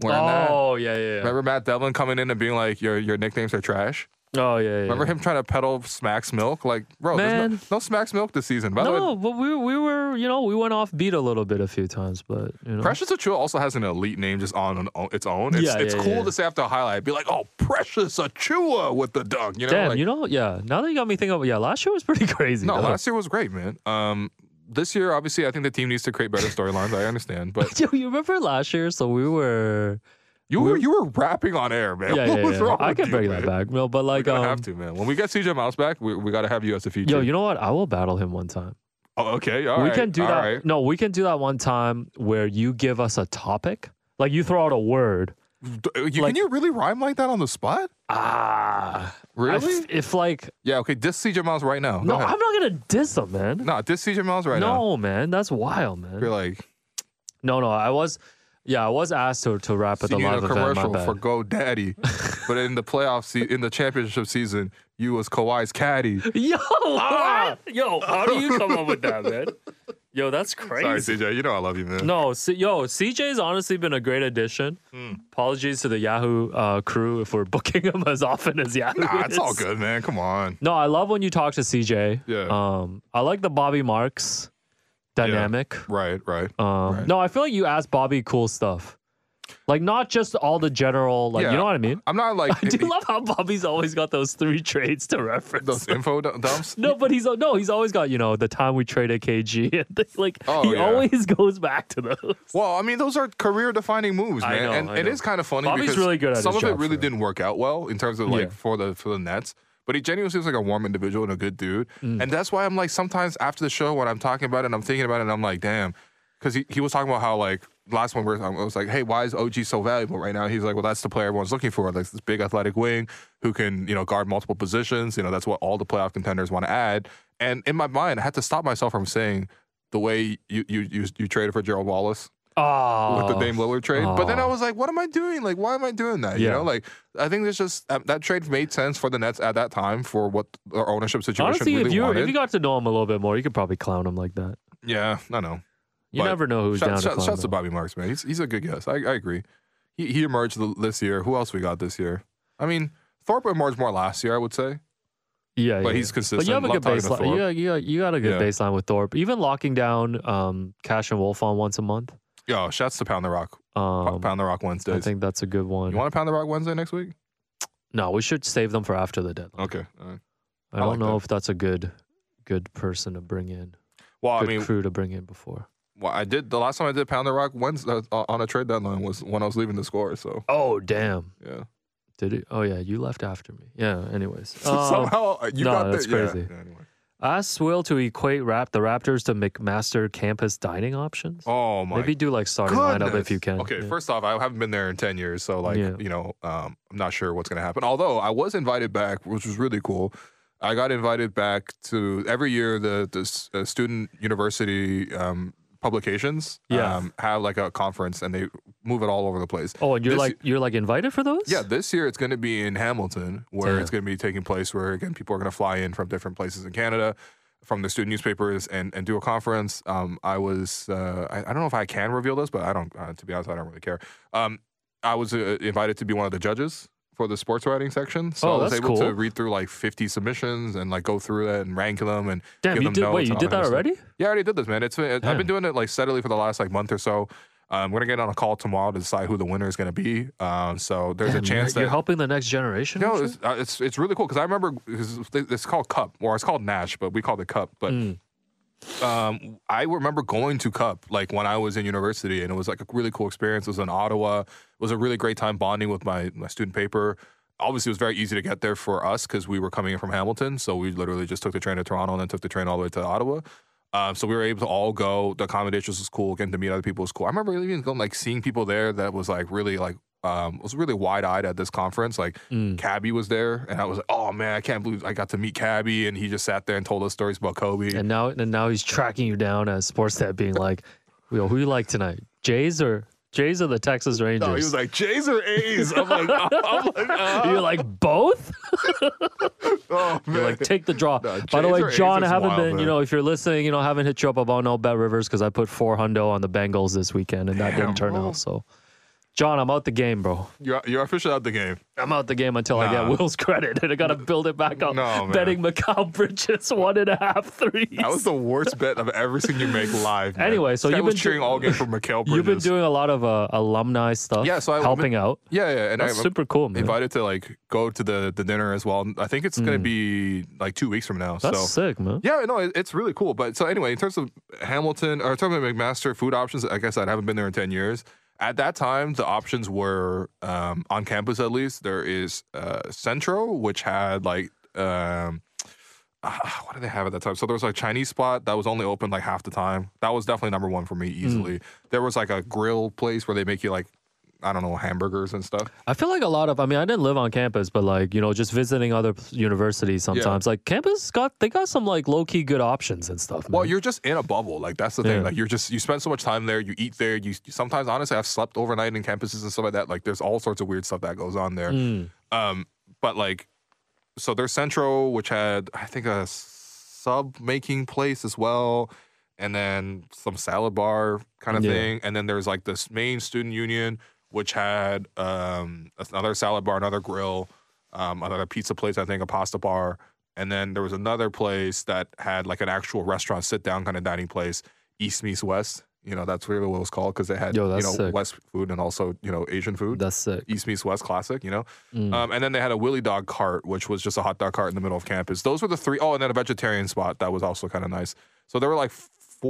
Speaker 1: wearing that.
Speaker 2: Oh yeah, yeah. yeah.
Speaker 1: Remember Matt Devlin coming in and being like, "Your your nicknames are trash."
Speaker 2: oh yeah, yeah.
Speaker 1: Remember him trying to peddle Smacks Milk? Like, bro, there's no,
Speaker 2: Man.
Speaker 1: no Smacks Milk this season. By the
Speaker 2: No,
Speaker 1: way,
Speaker 2: but we we were you know we went off beat a little bit a few times, but you know.
Speaker 1: Precious Achua also has an elite name just on, an- on its own. It's,
Speaker 2: Yeah,
Speaker 1: it's
Speaker 2: yeah,
Speaker 1: cool
Speaker 2: yeah.
Speaker 1: to say after a highlight, be like, "Oh, Precious Achua with the dunk." You know,
Speaker 2: Damn,
Speaker 1: like,
Speaker 2: you know, yeah. Now that you got me thinking, about, yeah, last year was pretty crazy.
Speaker 1: no,
Speaker 2: though.
Speaker 1: last year was great, man. Um, this year, obviously, I think the team needs to create better storylines. I understand, but
Speaker 2: Yo, you remember last year? So we were.
Speaker 1: you were
Speaker 2: We're-
Speaker 1: you were rapping on air, man.
Speaker 2: Yeah,
Speaker 1: what
Speaker 2: yeah,
Speaker 1: was
Speaker 2: yeah.
Speaker 1: wrong
Speaker 2: I
Speaker 1: with
Speaker 2: can
Speaker 1: you,
Speaker 2: bring
Speaker 1: man?
Speaker 2: that back. No, but
Speaker 1: We
Speaker 2: like,
Speaker 1: gotta
Speaker 2: um,
Speaker 1: have to, man. When we get CJ Mouse back, we, we gotta have you as a feature.
Speaker 2: yo, you know what? I will battle him one time.
Speaker 1: oh, okay, all
Speaker 2: we
Speaker 1: right,
Speaker 2: can do
Speaker 1: all
Speaker 2: that.
Speaker 1: right.
Speaker 2: No, we can do that one time where you give us a topic. Like you throw out a word.
Speaker 1: D- uh, you-
Speaker 2: Like-
Speaker 1: can you really rhyme like that on the spot?
Speaker 2: Ah, I f-
Speaker 1: Really?
Speaker 2: if like,
Speaker 1: yeah. Okay, diss CJ Mouse right now. Go
Speaker 2: no,
Speaker 1: ahead.
Speaker 2: I'm not gonna diss him, man.
Speaker 1: no, diss CJ Mouse right now.
Speaker 2: no, man, that's wild, man.
Speaker 1: You're like
Speaker 2: No, no, I was, yeah, I was asked to to rap at the
Speaker 1: you need
Speaker 2: live
Speaker 1: a
Speaker 2: event. My
Speaker 1: commercial
Speaker 2: bad.
Speaker 1: for GoDaddy, but in the playoff se- in the championship season, you was Kawhi's caddy.
Speaker 2: Yo,
Speaker 9: Ah! Yo, how do you come up with that, man? Yo, that's
Speaker 1: Sorry,
Speaker 9: crazy.
Speaker 1: CJ. You know I love you, man.
Speaker 2: No, C- yo, CJ's honestly been a great addition.
Speaker 9: Hmm.
Speaker 2: Apologies to the Yahoo uh, crew if we're booking him as often as Yahoo.
Speaker 1: Nah, it's all
Speaker 2: is.
Speaker 1: good, man. Come on.
Speaker 2: No, I love when you talk to CJ.
Speaker 1: Yeah.
Speaker 2: Um, I like the Bobby Marks dynamic.
Speaker 1: Right, right.
Speaker 2: Um,
Speaker 1: Right.
Speaker 2: no, I feel like you asked Bobby cool stuff, like not just all the general, like
Speaker 1: Yeah.
Speaker 2: you know what I mean.
Speaker 1: I'm not like
Speaker 2: I do love how Bobby's always got those three trades to reference.
Speaker 1: those info d- dumps.
Speaker 2: No, but he's no, he's always got you know the time we traded KG and things, like
Speaker 1: Oh,
Speaker 2: he
Speaker 1: yeah.
Speaker 2: always goes back to those.
Speaker 1: Well, I mean, those are career-defining moves, man,
Speaker 9: I know,
Speaker 1: and
Speaker 9: I
Speaker 1: it
Speaker 9: know.
Speaker 1: is kind of funny
Speaker 2: Bobby's
Speaker 1: because
Speaker 2: really good at
Speaker 1: some
Speaker 2: his
Speaker 1: of it
Speaker 2: job,
Speaker 1: really
Speaker 2: for
Speaker 1: didn't work out well in terms of like
Speaker 2: Yeah.
Speaker 1: for the for the Nets. But he genuinely seems like a warm individual and a good dude,
Speaker 2: Mm.
Speaker 1: and that's why I'm like sometimes after the show when I'm talking about it, and I'm thinking about it, and I'm like, damn, because he, he was talking about how like last one where I was like, hey, why is OG so valuable right now? He's like, well, that's the player everyone's looking for, like this big athletic wing who can you know guard multiple positions. You know, that's what all the playoff contenders want to add. And in my mind, I had to stop myself from saying the way you you you, you traded for Gerald Wallace
Speaker 2: Oh,
Speaker 1: with the Dame Lillard trade. But then I
Speaker 2: Oh.
Speaker 1: was like, what am I doing? Like, why am I doing that? You
Speaker 2: Yeah.
Speaker 1: know, like I think there's just uh, that trade made sense for the Nets at that time for what their ownership situation
Speaker 2: honestly,
Speaker 1: really
Speaker 2: if you
Speaker 1: wanted.
Speaker 2: if you got to know him a little bit more, you could probably clown him like that.
Speaker 1: yeah, I know.
Speaker 2: You
Speaker 1: But
Speaker 2: never know who's down
Speaker 1: Shout,
Speaker 2: to
Speaker 1: shout,
Speaker 2: clown.
Speaker 1: shouts to
Speaker 2: though.
Speaker 1: Bobby Marks, man. He's he's a good guess. I, I agree. He he emerged th- this year. Who else we got this year? I mean, Thorpe emerged more last year, I would say,
Speaker 2: Oh, yeah,
Speaker 1: but
Speaker 2: yeah.
Speaker 1: he's consistent.
Speaker 2: But you have a
Speaker 1: Love
Speaker 2: good
Speaker 1: talking to
Speaker 2: baseline.
Speaker 1: Thorpe.
Speaker 2: You got, you, got, you got a good
Speaker 1: Yeah.
Speaker 2: baseline with Thorpe. Even locking down um, Cash and Wolf on once a month.
Speaker 1: Yo, shouts to Pound the Rock. Pa-
Speaker 2: Um,
Speaker 1: Pound the Rock Wednesdays.
Speaker 2: I think that's a good one.
Speaker 1: you want to Pound the Rock Wednesday next week?
Speaker 2: no, we should save them for after the deadline.
Speaker 1: Okay. all right.
Speaker 2: I
Speaker 1: I
Speaker 2: don't
Speaker 1: like
Speaker 2: know
Speaker 1: that.
Speaker 2: if that's a good good person to bring in,
Speaker 1: Well, Oh, I
Speaker 2: good
Speaker 1: mean,
Speaker 2: crew to bring in before.
Speaker 1: Well, I did the last time I did Pound the Rock Wednesday uh, on a trade deadline was when I was leaving the score. So
Speaker 2: Oh damn!
Speaker 1: yeah,
Speaker 2: Did it? Oh yeah, you left after me. Yeah. Anyways,
Speaker 1: So
Speaker 2: Um,
Speaker 1: somehow uh, you
Speaker 2: no,
Speaker 1: got
Speaker 2: that's
Speaker 1: the, yeah,
Speaker 2: crazy.
Speaker 1: yeah, anyway.
Speaker 2: I swill to equate rap the Raptors to McMaster campus dining options.
Speaker 1: Oh my
Speaker 2: Maybe do like starting lineup if
Speaker 1: goodness.
Speaker 2: you can.
Speaker 1: Okay,
Speaker 2: Yeah.
Speaker 1: first off, I haven't been there in ten years, so like
Speaker 2: Yeah.
Speaker 1: you know, um, I'm not sure what's gonna happen. Although I was invited back, which was really cool. I got invited back to every year the the s- uh, student university um, publications
Speaker 2: Yeah.
Speaker 1: um, have like a conference and they move it all over the place.
Speaker 2: Oh, and you're
Speaker 1: This-
Speaker 2: like you're like invited for those?
Speaker 1: Yeah, this year it's going to be in Hamilton, where
Speaker 2: Damn.
Speaker 1: it's going to be taking place. Where again, people are going to fly in from different places in Canada, from the student newspapers, and and do a conference. Um, I was uh, I, I don't know if I can reveal this, but I don't. Uh, to be honest, I don't really care. Um, I was uh, invited to be one of the judges for the sports writing section, so
Speaker 2: Oh,
Speaker 1: I was
Speaker 2: that's
Speaker 1: able to
Speaker 2: cool.
Speaker 1: read through like 50 submissions and like go through that and rank them. And
Speaker 2: Damn,
Speaker 1: give
Speaker 2: you
Speaker 1: them
Speaker 2: did.
Speaker 1: notes
Speaker 2: Wait, you
Speaker 1: and all
Speaker 2: did
Speaker 1: that
Speaker 2: that
Speaker 1: stuff.
Speaker 2: already?
Speaker 1: yeah, I already did this, man. It's been, it, I've
Speaker 2: Damn.
Speaker 1: been doing it like steadily for the last like month or so. I'm gonna get on a call tomorrow to decide who the winner is gonna be. Um, so there's
Speaker 2: Damn,
Speaker 1: a chance
Speaker 2: you're,
Speaker 1: that
Speaker 2: you're helping the next generation.
Speaker 1: no,
Speaker 2: with
Speaker 1: it's, uh, it's it's really cool because I remember 'cause it's it's called Cup or it's called Nash, but we called it Cup. But um, I remember going to Cup like when I was in university, and it was like a really cool experience. It was in Ottawa. It was a really great time bonding with my my student paper. Obviously, it was very easy to get there for us because we were coming in from Hamilton, so we literally just took the train to Toronto and then took the train all the way to Ottawa. Um, so we were able to all go. The accommodations was cool. Getting to meet other people was cool. I remember even going like seeing people there that was like really like um, was really wide eyed at this conference. Like
Speaker 2: Mm.
Speaker 1: Cabby was there, and I was like, oh man, I can't believe I got to meet Cabby, and he just sat there and told us stories about Kobe.
Speaker 2: And now and now he's tracking you down as Sportsnet, being like, "Yo, who you like tonight? Jays or Jays or the Texas Rangers?"
Speaker 1: no, Oh, he was like Jays or A's. I'm like, "Oh, I'm like, uh,
Speaker 2: you're like both.
Speaker 1: oh man.
Speaker 2: You're like take the draw.
Speaker 1: No,
Speaker 2: By the
Speaker 1: Jays
Speaker 2: way,
Speaker 1: or A's
Speaker 2: John, I
Speaker 1: is
Speaker 2: haven't
Speaker 1: wild,
Speaker 2: been.
Speaker 1: man.
Speaker 2: You know, if you're listening, you know, I haven't hit you up about no bet rivers because I put four hundo on the Bengals this weekend and that
Speaker 1: Damn,
Speaker 2: didn't turn
Speaker 1: bro.
Speaker 2: out. So John, I'm out the game, bro.
Speaker 1: You're you're officially out the game.
Speaker 2: I'm out the game until I
Speaker 1: Nah.
Speaker 2: get Will's credit, and I gotta build it back up.
Speaker 1: No, man.
Speaker 2: Betting Macau Bridges one and a half threes.
Speaker 1: That was the worst bet I've ever seen you make live. man.
Speaker 2: Anyway, so
Speaker 1: This guy
Speaker 2: you've
Speaker 1: was
Speaker 2: been do-
Speaker 1: cheering all game for Mikael Bridges.
Speaker 2: You've been doing a lot of uh, alumni stuff.
Speaker 1: Yeah, so I-
Speaker 2: helping out.
Speaker 1: yeah, yeah, and
Speaker 2: That's
Speaker 1: I'm
Speaker 2: super cool, man.
Speaker 1: invited to like go to the the dinner as well. I think it's gonna be like two weeks from now.
Speaker 2: That's
Speaker 1: so
Speaker 2: sick, man.
Speaker 1: Yeah, no, it- it's really cool. But so anyway, in terms of Hamilton or in terms of McMaster food options, like I said, I haven't been there in ten years. At that time, the options were um, on campus at least. There is uh, Centro, which had like um, ah, what did they have at that time? So there was like Chinese spot that was only open like half the time. That was definitely number one for me easily. There was like a grill place where they make you like I don't know hamburgers and stuff.
Speaker 2: I feel like a lot of. I mean, I didn't live on campus, but like you know, just visiting other p- universities sometimes. Like campus got they got some like low key good options and stuff.
Speaker 1: Well,
Speaker 2: man.
Speaker 1: you're just in a bubble. Like that's the thing.
Speaker 2: Yeah.
Speaker 1: Like you're just you spend so much time there. You eat there. You you- sometimes honestly, I've slept overnight in campuses and stuff like that. Like there's all sorts of weird stuff that goes on there.
Speaker 2: Mm.
Speaker 1: Um, but like, so there's Centro, which had I think a sub making place as well, and then some salad bar kind of
Speaker 2: Yeah.
Speaker 1: thing. And then there's like this main student union, which had um another salad bar, another grill, um, another pizza place, I think a pasta bar, and then there was another place that had like an actual restaurant sit down kind of dining place, East meets West. You know, that's really what it was called because they had
Speaker 2: Yo,
Speaker 1: you
Speaker 2: that's
Speaker 1: know
Speaker 2: sick.
Speaker 1: West food and also you know Asian food.
Speaker 2: that's sick.
Speaker 1: East meets West classic, you know.
Speaker 2: Mm.
Speaker 1: Um, and then they had a Willy Dog cart, which was just a hot dog cart in the middle of campus. Those were the three oh and then a vegetarian spot that was also kind of nice. So there were like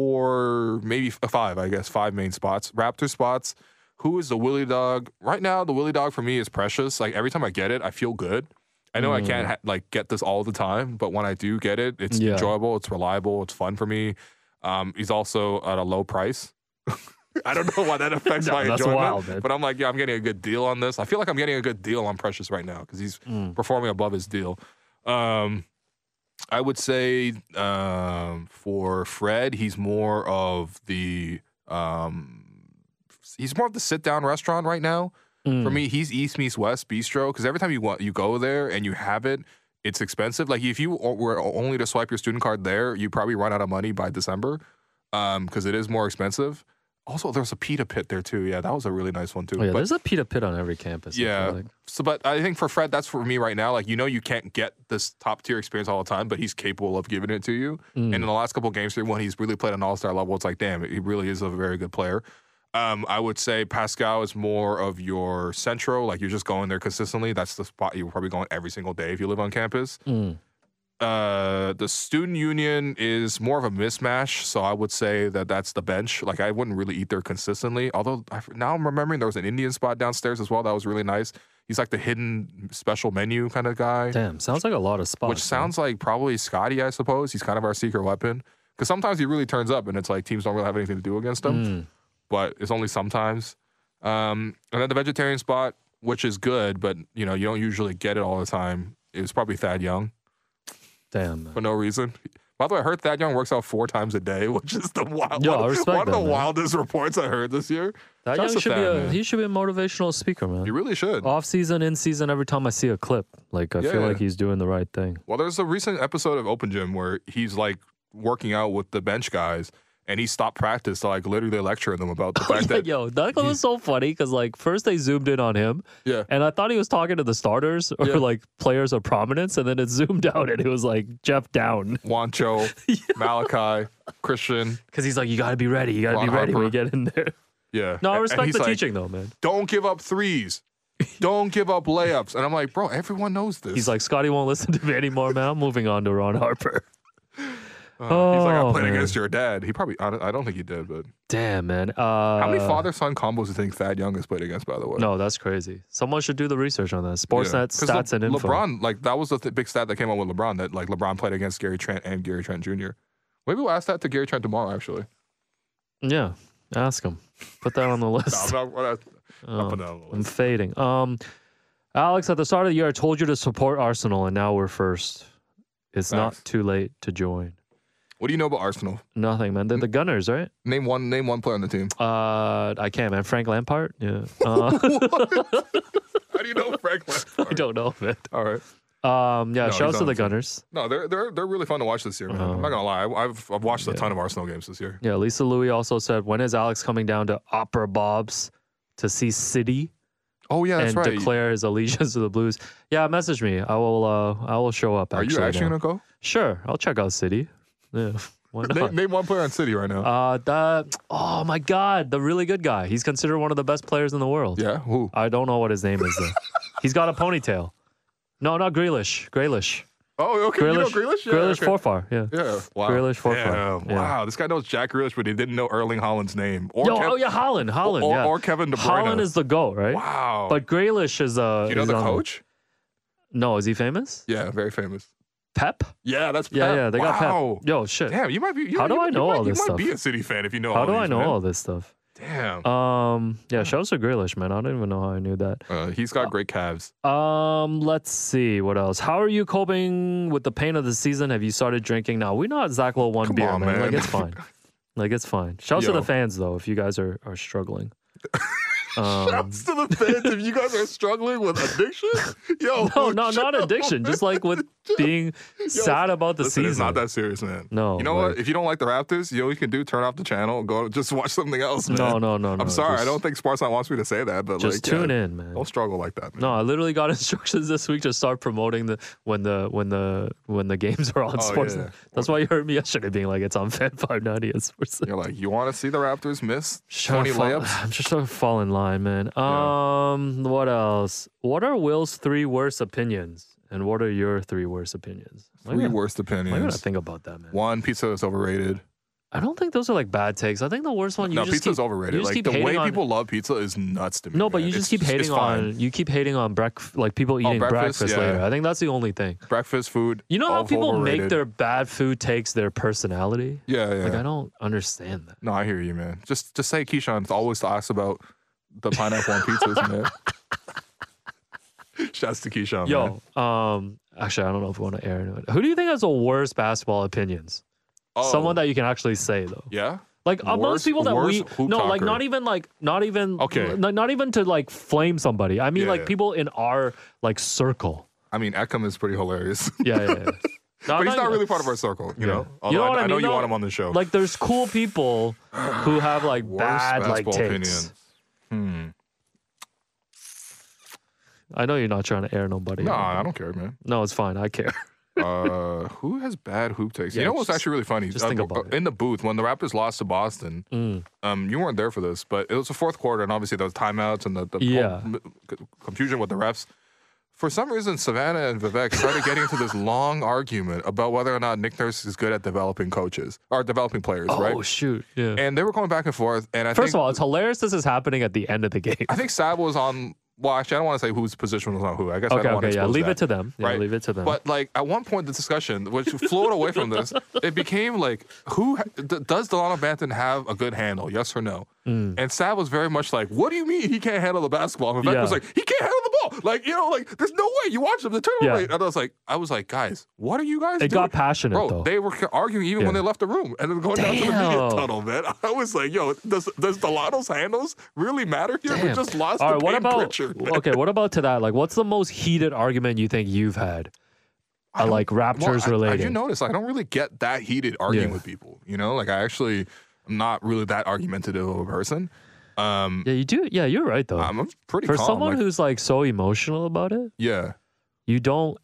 Speaker 1: four, maybe f- five, I guess, five main spots. Raptor spots. Who is the Willy Dog? Right now, the Willy Dog for me is precious. Like every time I get it, I feel good. I know I can't ha- like get this all the time, but when I do get it, it's
Speaker 2: Mm. Yeah.
Speaker 1: enjoyable, it's reliable, it's fun for me. Um, he's also at a low price. I don't know why that affects
Speaker 2: No,
Speaker 1: my
Speaker 2: that's
Speaker 1: enjoyment,
Speaker 2: wild, man.
Speaker 1: but I'm like, yeah, I'm getting a good deal on this. I feel like I'm getting a good deal on Precious right now because he's
Speaker 2: mm,
Speaker 1: performing above his deal. Um, I would say um, for Fred, he's more of the um, he's more of the sit down restaurant right now.
Speaker 2: mm. Hmm.
Speaker 1: For me, he's East meets West Bistro because every time you want you go there and you have it, it's expensive. Like if you o- were only to swipe your student card there, you probably run out of money by December because it is more expensive. Also, there's a pita pit there too. Yeah, that was a really nice one too.
Speaker 2: Oh, yeah,
Speaker 1: But-
Speaker 2: there's a pita pit on every campus. I feel
Speaker 1: yeah.
Speaker 2: like.
Speaker 1: So, but I think for Fred, that's for me right now. Like, you know, you can't get this top tier experience all the time, but he's capable of giving it to you. And in the last couple of games here, when he's really played an all star level, it's like, damn, he really is a very good player. Um, I would say Pascal is more of your centro. Like, you're just going there consistently. That's the spot you're probably going every single day if you live on campus.
Speaker 2: Mm.
Speaker 1: Uh, the student union is more of a mismatch, so I would say that that's the bench. Like I wouldn't really eat there consistently. Although I, now I'm remembering there was an Indian spot downstairs as well that was really nice. He's like the hidden special menu kind of guy,
Speaker 2: Damn, sounds like a lot of spots.
Speaker 1: which sounds like probably Scotty, I suppose. He's kind of our secret weapon because sometimes he really turns up and it's like teams don't really have anything to do against him
Speaker 2: man.
Speaker 1: but it's only sometimes. Um, and then the vegetarian spot, which is good, but you know you don't usually get it all the time. It was probably Thad Young
Speaker 2: Mm, damn. Man.
Speaker 1: for no reason. By the way, I heard Thad Young works out four times a day, which is the wild,
Speaker 2: Yo, I
Speaker 1: one,
Speaker 2: respect
Speaker 1: one of
Speaker 2: that,
Speaker 1: the
Speaker 2: man.
Speaker 1: wildest reports I heard this year.
Speaker 2: That
Speaker 1: Shouts
Speaker 2: young
Speaker 1: to
Speaker 2: should be
Speaker 1: Thad,
Speaker 2: a
Speaker 1: man.
Speaker 2: he Oh. should be a motivational speaker, man.
Speaker 1: You really should.
Speaker 2: Off season, in season, every time I see a clip, like I
Speaker 1: Yeah,
Speaker 2: feel
Speaker 1: yeah.
Speaker 2: like he's doing the right thing.
Speaker 1: Well, there's a recent episode of Open Gym where he's like working out with the bench guys, and he stopped practice to like literally lecture them about the
Speaker 2: Oh,
Speaker 1: fact that
Speaker 2: Yo, that was so funny because like first they zoomed in on him,
Speaker 1: yeah,
Speaker 2: and I thought he was talking to the starters or
Speaker 1: Yeah.
Speaker 2: like players of prominence, and then it zoomed out and it was like Jeff Down
Speaker 1: Wancho, Malachi, Christian,
Speaker 2: because he's like, you gotta be ready, you gotta
Speaker 1: Ron
Speaker 2: be ready when you
Speaker 1: Harper.
Speaker 2: get in there.
Speaker 1: yeah.
Speaker 2: No,
Speaker 1: A-
Speaker 2: I
Speaker 1: and
Speaker 2: respect
Speaker 1: he's
Speaker 2: the
Speaker 1: like,
Speaker 2: teaching though, man.
Speaker 1: don't give up threes. Don't give up layups. And I'm like, bro, everyone knows this.
Speaker 2: He's like, Scotty won't listen to me anymore, man. I'm moving on to Ron Harper.
Speaker 1: Uh, he's like, I
Speaker 2: oh,
Speaker 1: played
Speaker 2: man.
Speaker 1: against your dad. He probably, I don't, I don't think he did, but
Speaker 2: Damn, man. Uh,
Speaker 1: how many father son combos do you think Thad Young has played against, by the way?
Speaker 2: No, that's crazy. Someone should do the research on that.
Speaker 1: Yeah.
Speaker 2: Sportsnet
Speaker 1: 'Cause Le-
Speaker 2: stats and info.
Speaker 1: LeBron, like, that was the th- big stat that came out with LeBron that, like, LeBron played against Gary Trent and Gary Trent Jr. Maybe we'll ask that to Gary Trent tomorrow, actually.
Speaker 2: Yeah, ask him. Put that on the
Speaker 1: No,
Speaker 2: list.
Speaker 1: I'm not, I'm not
Speaker 2: Oh,
Speaker 1: putting that on the
Speaker 2: I'm
Speaker 1: list.
Speaker 2: fading. Um, Alex, at the start of the year, I told you to support Arsenal, and now we're first.
Speaker 1: Facts.
Speaker 2: It's not too late to join.
Speaker 1: What do you know about Arsenal?
Speaker 2: Nothing, man. They're the Gunners, right?
Speaker 1: Name one, name one player on the team.
Speaker 2: Uh, I can't, man. Frank Lampard. Yeah. Uh,
Speaker 1: How do you know Frank
Speaker 2: I
Speaker 1: Lampard?
Speaker 2: don't know, man.
Speaker 1: All right.
Speaker 2: Um, yeah.
Speaker 1: No, he's
Speaker 2: shouts to
Speaker 1: on
Speaker 2: the
Speaker 1: the team.
Speaker 2: Gunners.
Speaker 1: No, they're they're they're really fun to watch this year, man.
Speaker 2: Oh.
Speaker 1: I'm not gonna lie. I- I've I've watched a ton of Arsenal games this year.
Speaker 2: Yeah. Lisa Louie also said, "When is Alex coming down to Opera Bob's to see City
Speaker 1: Oh yeah, that's
Speaker 2: and
Speaker 1: right.
Speaker 2: declare his allegiance to the Blues, yeah, message me. I will. Uh, I will show up.
Speaker 1: Are
Speaker 2: Actually,
Speaker 1: you actually
Speaker 2: now.
Speaker 1: gonna go?
Speaker 2: Sure, I'll check out City. Yeah, why not?
Speaker 1: Name, name one player on City right now.
Speaker 2: Uh, the oh my god, the really good guy. He's considered one of the best players in the world.
Speaker 1: yeah, who?
Speaker 2: I don't know what his name is though. He's got a ponytail. No, not Grealish. Grealish.
Speaker 1: Oh, okay.
Speaker 2: Grealish.
Speaker 1: You know Grealish. Yeah,
Speaker 2: Grealish
Speaker 1: okay.
Speaker 2: Forfar. Yeah.
Speaker 1: Yeah. Wow.
Speaker 2: Grealish Forfar.
Speaker 1: Yeah,
Speaker 2: Yeah.
Speaker 1: Wow. This guy knows Jack Grealish, but he didn't know Erling Haaland's name. Or
Speaker 2: Yo,
Speaker 1: Kev-
Speaker 2: oh yeah, Holland. Holland.
Speaker 1: or,
Speaker 2: yeah.
Speaker 1: or Kevin De Bruyne.
Speaker 2: Holland is the goat, right?
Speaker 1: wow.
Speaker 2: But Grealish is uh.
Speaker 1: you know
Speaker 2: is
Speaker 1: the
Speaker 2: on
Speaker 1: coach?
Speaker 2: No, is he famous?
Speaker 1: Yeah, very famous.
Speaker 2: Pep.
Speaker 1: Yeah, that's
Speaker 2: Yeah,
Speaker 1: Pep.
Speaker 2: yeah. They got
Speaker 1: wow.
Speaker 2: Pep. Yo, shit.
Speaker 1: Damn, you might be. You,
Speaker 2: How do
Speaker 1: you,
Speaker 2: I
Speaker 1: you
Speaker 2: know
Speaker 1: might,
Speaker 2: all
Speaker 1: you
Speaker 2: this
Speaker 1: might
Speaker 2: stuff?
Speaker 1: be a City fan if you know.
Speaker 2: How
Speaker 1: all
Speaker 2: do
Speaker 1: these,
Speaker 2: I know
Speaker 1: man.
Speaker 2: all this stuff?
Speaker 1: Damn.
Speaker 2: Um, yeah, shouts to Grealish, man. I don't even know how I knew that.
Speaker 1: Uh, he's got great calves.
Speaker 2: Um, let's see what else. How are you coping with the pain of the season? Have you started drinking now? We're not Zach Lowe one
Speaker 1: Come
Speaker 2: beer,
Speaker 1: on,
Speaker 2: man. Like
Speaker 1: man.
Speaker 2: it's fine. like it's fine. Shouts to
Speaker 1: Yo.
Speaker 2: the fans though, if you guys are are struggling. Um,
Speaker 1: Shouts to the fans if you guys are struggling with addiction. Yo,
Speaker 2: no, no, not addiction. Just like with being sad about the
Speaker 1: Listen,
Speaker 2: season.
Speaker 1: it's not that serious, man.
Speaker 2: No,
Speaker 1: You know
Speaker 2: like-
Speaker 1: what? If you don't like the Raptors, you know what you can do? Turn off the channel, go just watch something else. Man.
Speaker 2: no, no, no, no.
Speaker 1: I'm sorry. I
Speaker 2: just-
Speaker 1: don't think Spartan wants me to say that, but
Speaker 2: Just
Speaker 1: like, yeah,
Speaker 2: tune in, man.
Speaker 1: Don't struggle like that. Man.
Speaker 2: No, I literally got instructions this week to start promoting the when the when the when the games are on
Speaker 1: Oh,
Speaker 2: sports.
Speaker 1: yeah.
Speaker 2: That's why you heard me yesterday being like, it's on Fan Five Ninety at Sports.
Speaker 1: You're like, you want to see the Raptors miss 20
Speaker 2: Trying to fall-
Speaker 1: layups?
Speaker 2: I'm just trying to fall in line, man.
Speaker 1: Yeah.
Speaker 2: Um, what else? What are Will's three worst opinions, and what are your three worst opinions? Am I
Speaker 1: Three
Speaker 2: gonna-
Speaker 1: worst
Speaker 2: am I gotta
Speaker 1: opinions.
Speaker 2: think about that, man.
Speaker 1: One, pizza is overrated.
Speaker 2: I don't think those are like bad takes. I think the worst one you
Speaker 1: no,
Speaker 2: just
Speaker 1: pizza is
Speaker 2: keep- you
Speaker 1: overrated.
Speaker 2: just
Speaker 1: Like
Speaker 2: keep
Speaker 1: the
Speaker 2: hating
Speaker 1: way
Speaker 2: on-
Speaker 1: people love pizza is nuts to me.
Speaker 2: No, but
Speaker 1: man.
Speaker 2: you just
Speaker 1: It's-
Speaker 2: keep hating
Speaker 1: it's fine.
Speaker 2: on you keep hating on breakfast, like people eating
Speaker 1: breakfast, yeah.
Speaker 2: later. I think that's the only thing.
Speaker 1: breakfast food.
Speaker 2: You know how
Speaker 1: all
Speaker 2: people make
Speaker 1: overrated.
Speaker 2: their bad food takes their personality?
Speaker 1: yeah, yeah.
Speaker 2: Like I don't understand that.
Speaker 1: no, I hear you, man. Just just say Keyshawn always asks about the pineapple on pizzas, man. Shouts to Keyshawn. Oh, man.
Speaker 2: Yo, um, actually, I don't know if we want to air into it. Who do you think has the worst basketball opinions?
Speaker 1: Oh,
Speaker 2: Someone that you can actually say though.
Speaker 1: yeah.
Speaker 2: Like amongst
Speaker 1: Worst-
Speaker 2: people that we
Speaker 1: worst hoop
Speaker 2: no, like
Speaker 1: talker.
Speaker 2: not even like not even
Speaker 1: Okay.
Speaker 2: n- not even to like flame somebody. I mean
Speaker 1: Yeah,
Speaker 2: like
Speaker 1: yeah.
Speaker 2: people in our like circle.
Speaker 1: I mean, Ekum is pretty hilarious,
Speaker 2: Yeah, yeah. yeah. No, I'm
Speaker 1: but he's not really part of our circle, you
Speaker 2: Yeah.
Speaker 1: know.
Speaker 2: You
Speaker 1: Although
Speaker 2: know
Speaker 1: I,
Speaker 2: what I
Speaker 1: know
Speaker 2: mean,
Speaker 1: you
Speaker 2: though?
Speaker 1: want him on the show.
Speaker 2: like there's cool people who have like bad like takes.
Speaker 1: Hmm.
Speaker 2: I know you're not trying to air nobody.
Speaker 1: No,
Speaker 2: out,
Speaker 1: I
Speaker 2: but-
Speaker 1: don't care, man.
Speaker 2: No, it's fine. I care.
Speaker 1: Uh, who has bad hoop takes?
Speaker 2: Yeah,
Speaker 1: you know what's
Speaker 2: just-
Speaker 1: actually really funny? Uh,
Speaker 2: just think about it. Mm.
Speaker 1: In the booth when the Raptors lost to Boston, um, you weren't there for this, but it was the fourth quarter, and obviously those timeouts and the, the whole
Speaker 2: Yeah.
Speaker 1: m- c- confusion with the refs. For some reason, Savannah and Vivek started getting into this long argument about whether or not Nick Nurse is good at developing coaches or developing players,
Speaker 2: Oh
Speaker 1: right?
Speaker 2: shoot. Yeah.
Speaker 1: And they were going back and forth. And I
Speaker 2: First
Speaker 1: think,
Speaker 2: of all, it's hilarious this is happening at the end of the game.
Speaker 1: I think Sab was on. Well, actually, I don't want to say whose position was on who. I guess I
Speaker 2: okay,
Speaker 1: don't want to
Speaker 2: okay, yeah. Leave it
Speaker 1: that.
Speaker 2: to them. Yeah,
Speaker 1: right?
Speaker 2: leave it to them.
Speaker 1: But like at one point, the discussion, which flowed away from this, it became like, who ha- d- does Delano Banton have a good handle? Yes or no?
Speaker 2: Mm.
Speaker 1: And Sab was very much like, what do you mean he can't handle the basketball? And Vivek
Speaker 2: Yeah.
Speaker 1: was like, he can't handle the ball. Like you know, like there's no way. You watch him, the turnover
Speaker 2: Yeah.
Speaker 1: rate. And I was like, I was like, guys, what are you guys? doing?
Speaker 2: it got passionate
Speaker 1: Bro,
Speaker 2: though.
Speaker 1: they were arguing even when
Speaker 2: Yeah.
Speaker 1: they left the room and then going down to the media
Speaker 2: Damn.
Speaker 1: tunnel, man. I was like, yo, does does Delano's handles really matter here? We
Speaker 2: Damn.
Speaker 1: just lost
Speaker 2: All
Speaker 1: to
Speaker 2: right, what
Speaker 1: Peyton
Speaker 2: about
Speaker 1: Pritchard, man.
Speaker 2: okay? What about to that? Like, what's the most heated argument you think you've had? I
Speaker 1: don't-
Speaker 2: like Raptors
Speaker 1: I- I,
Speaker 2: related.
Speaker 1: do notice I don't really get that heated arguing
Speaker 2: Yeah.
Speaker 1: with people. You know, like I actually am not really that argumentative of a person. Um,
Speaker 2: yeah, you do. Yeah, you're right though.
Speaker 1: I'm pretty
Speaker 2: For
Speaker 1: calm.
Speaker 2: someone
Speaker 1: like-
Speaker 2: who's like so emotional about it,
Speaker 1: yeah,
Speaker 2: you don't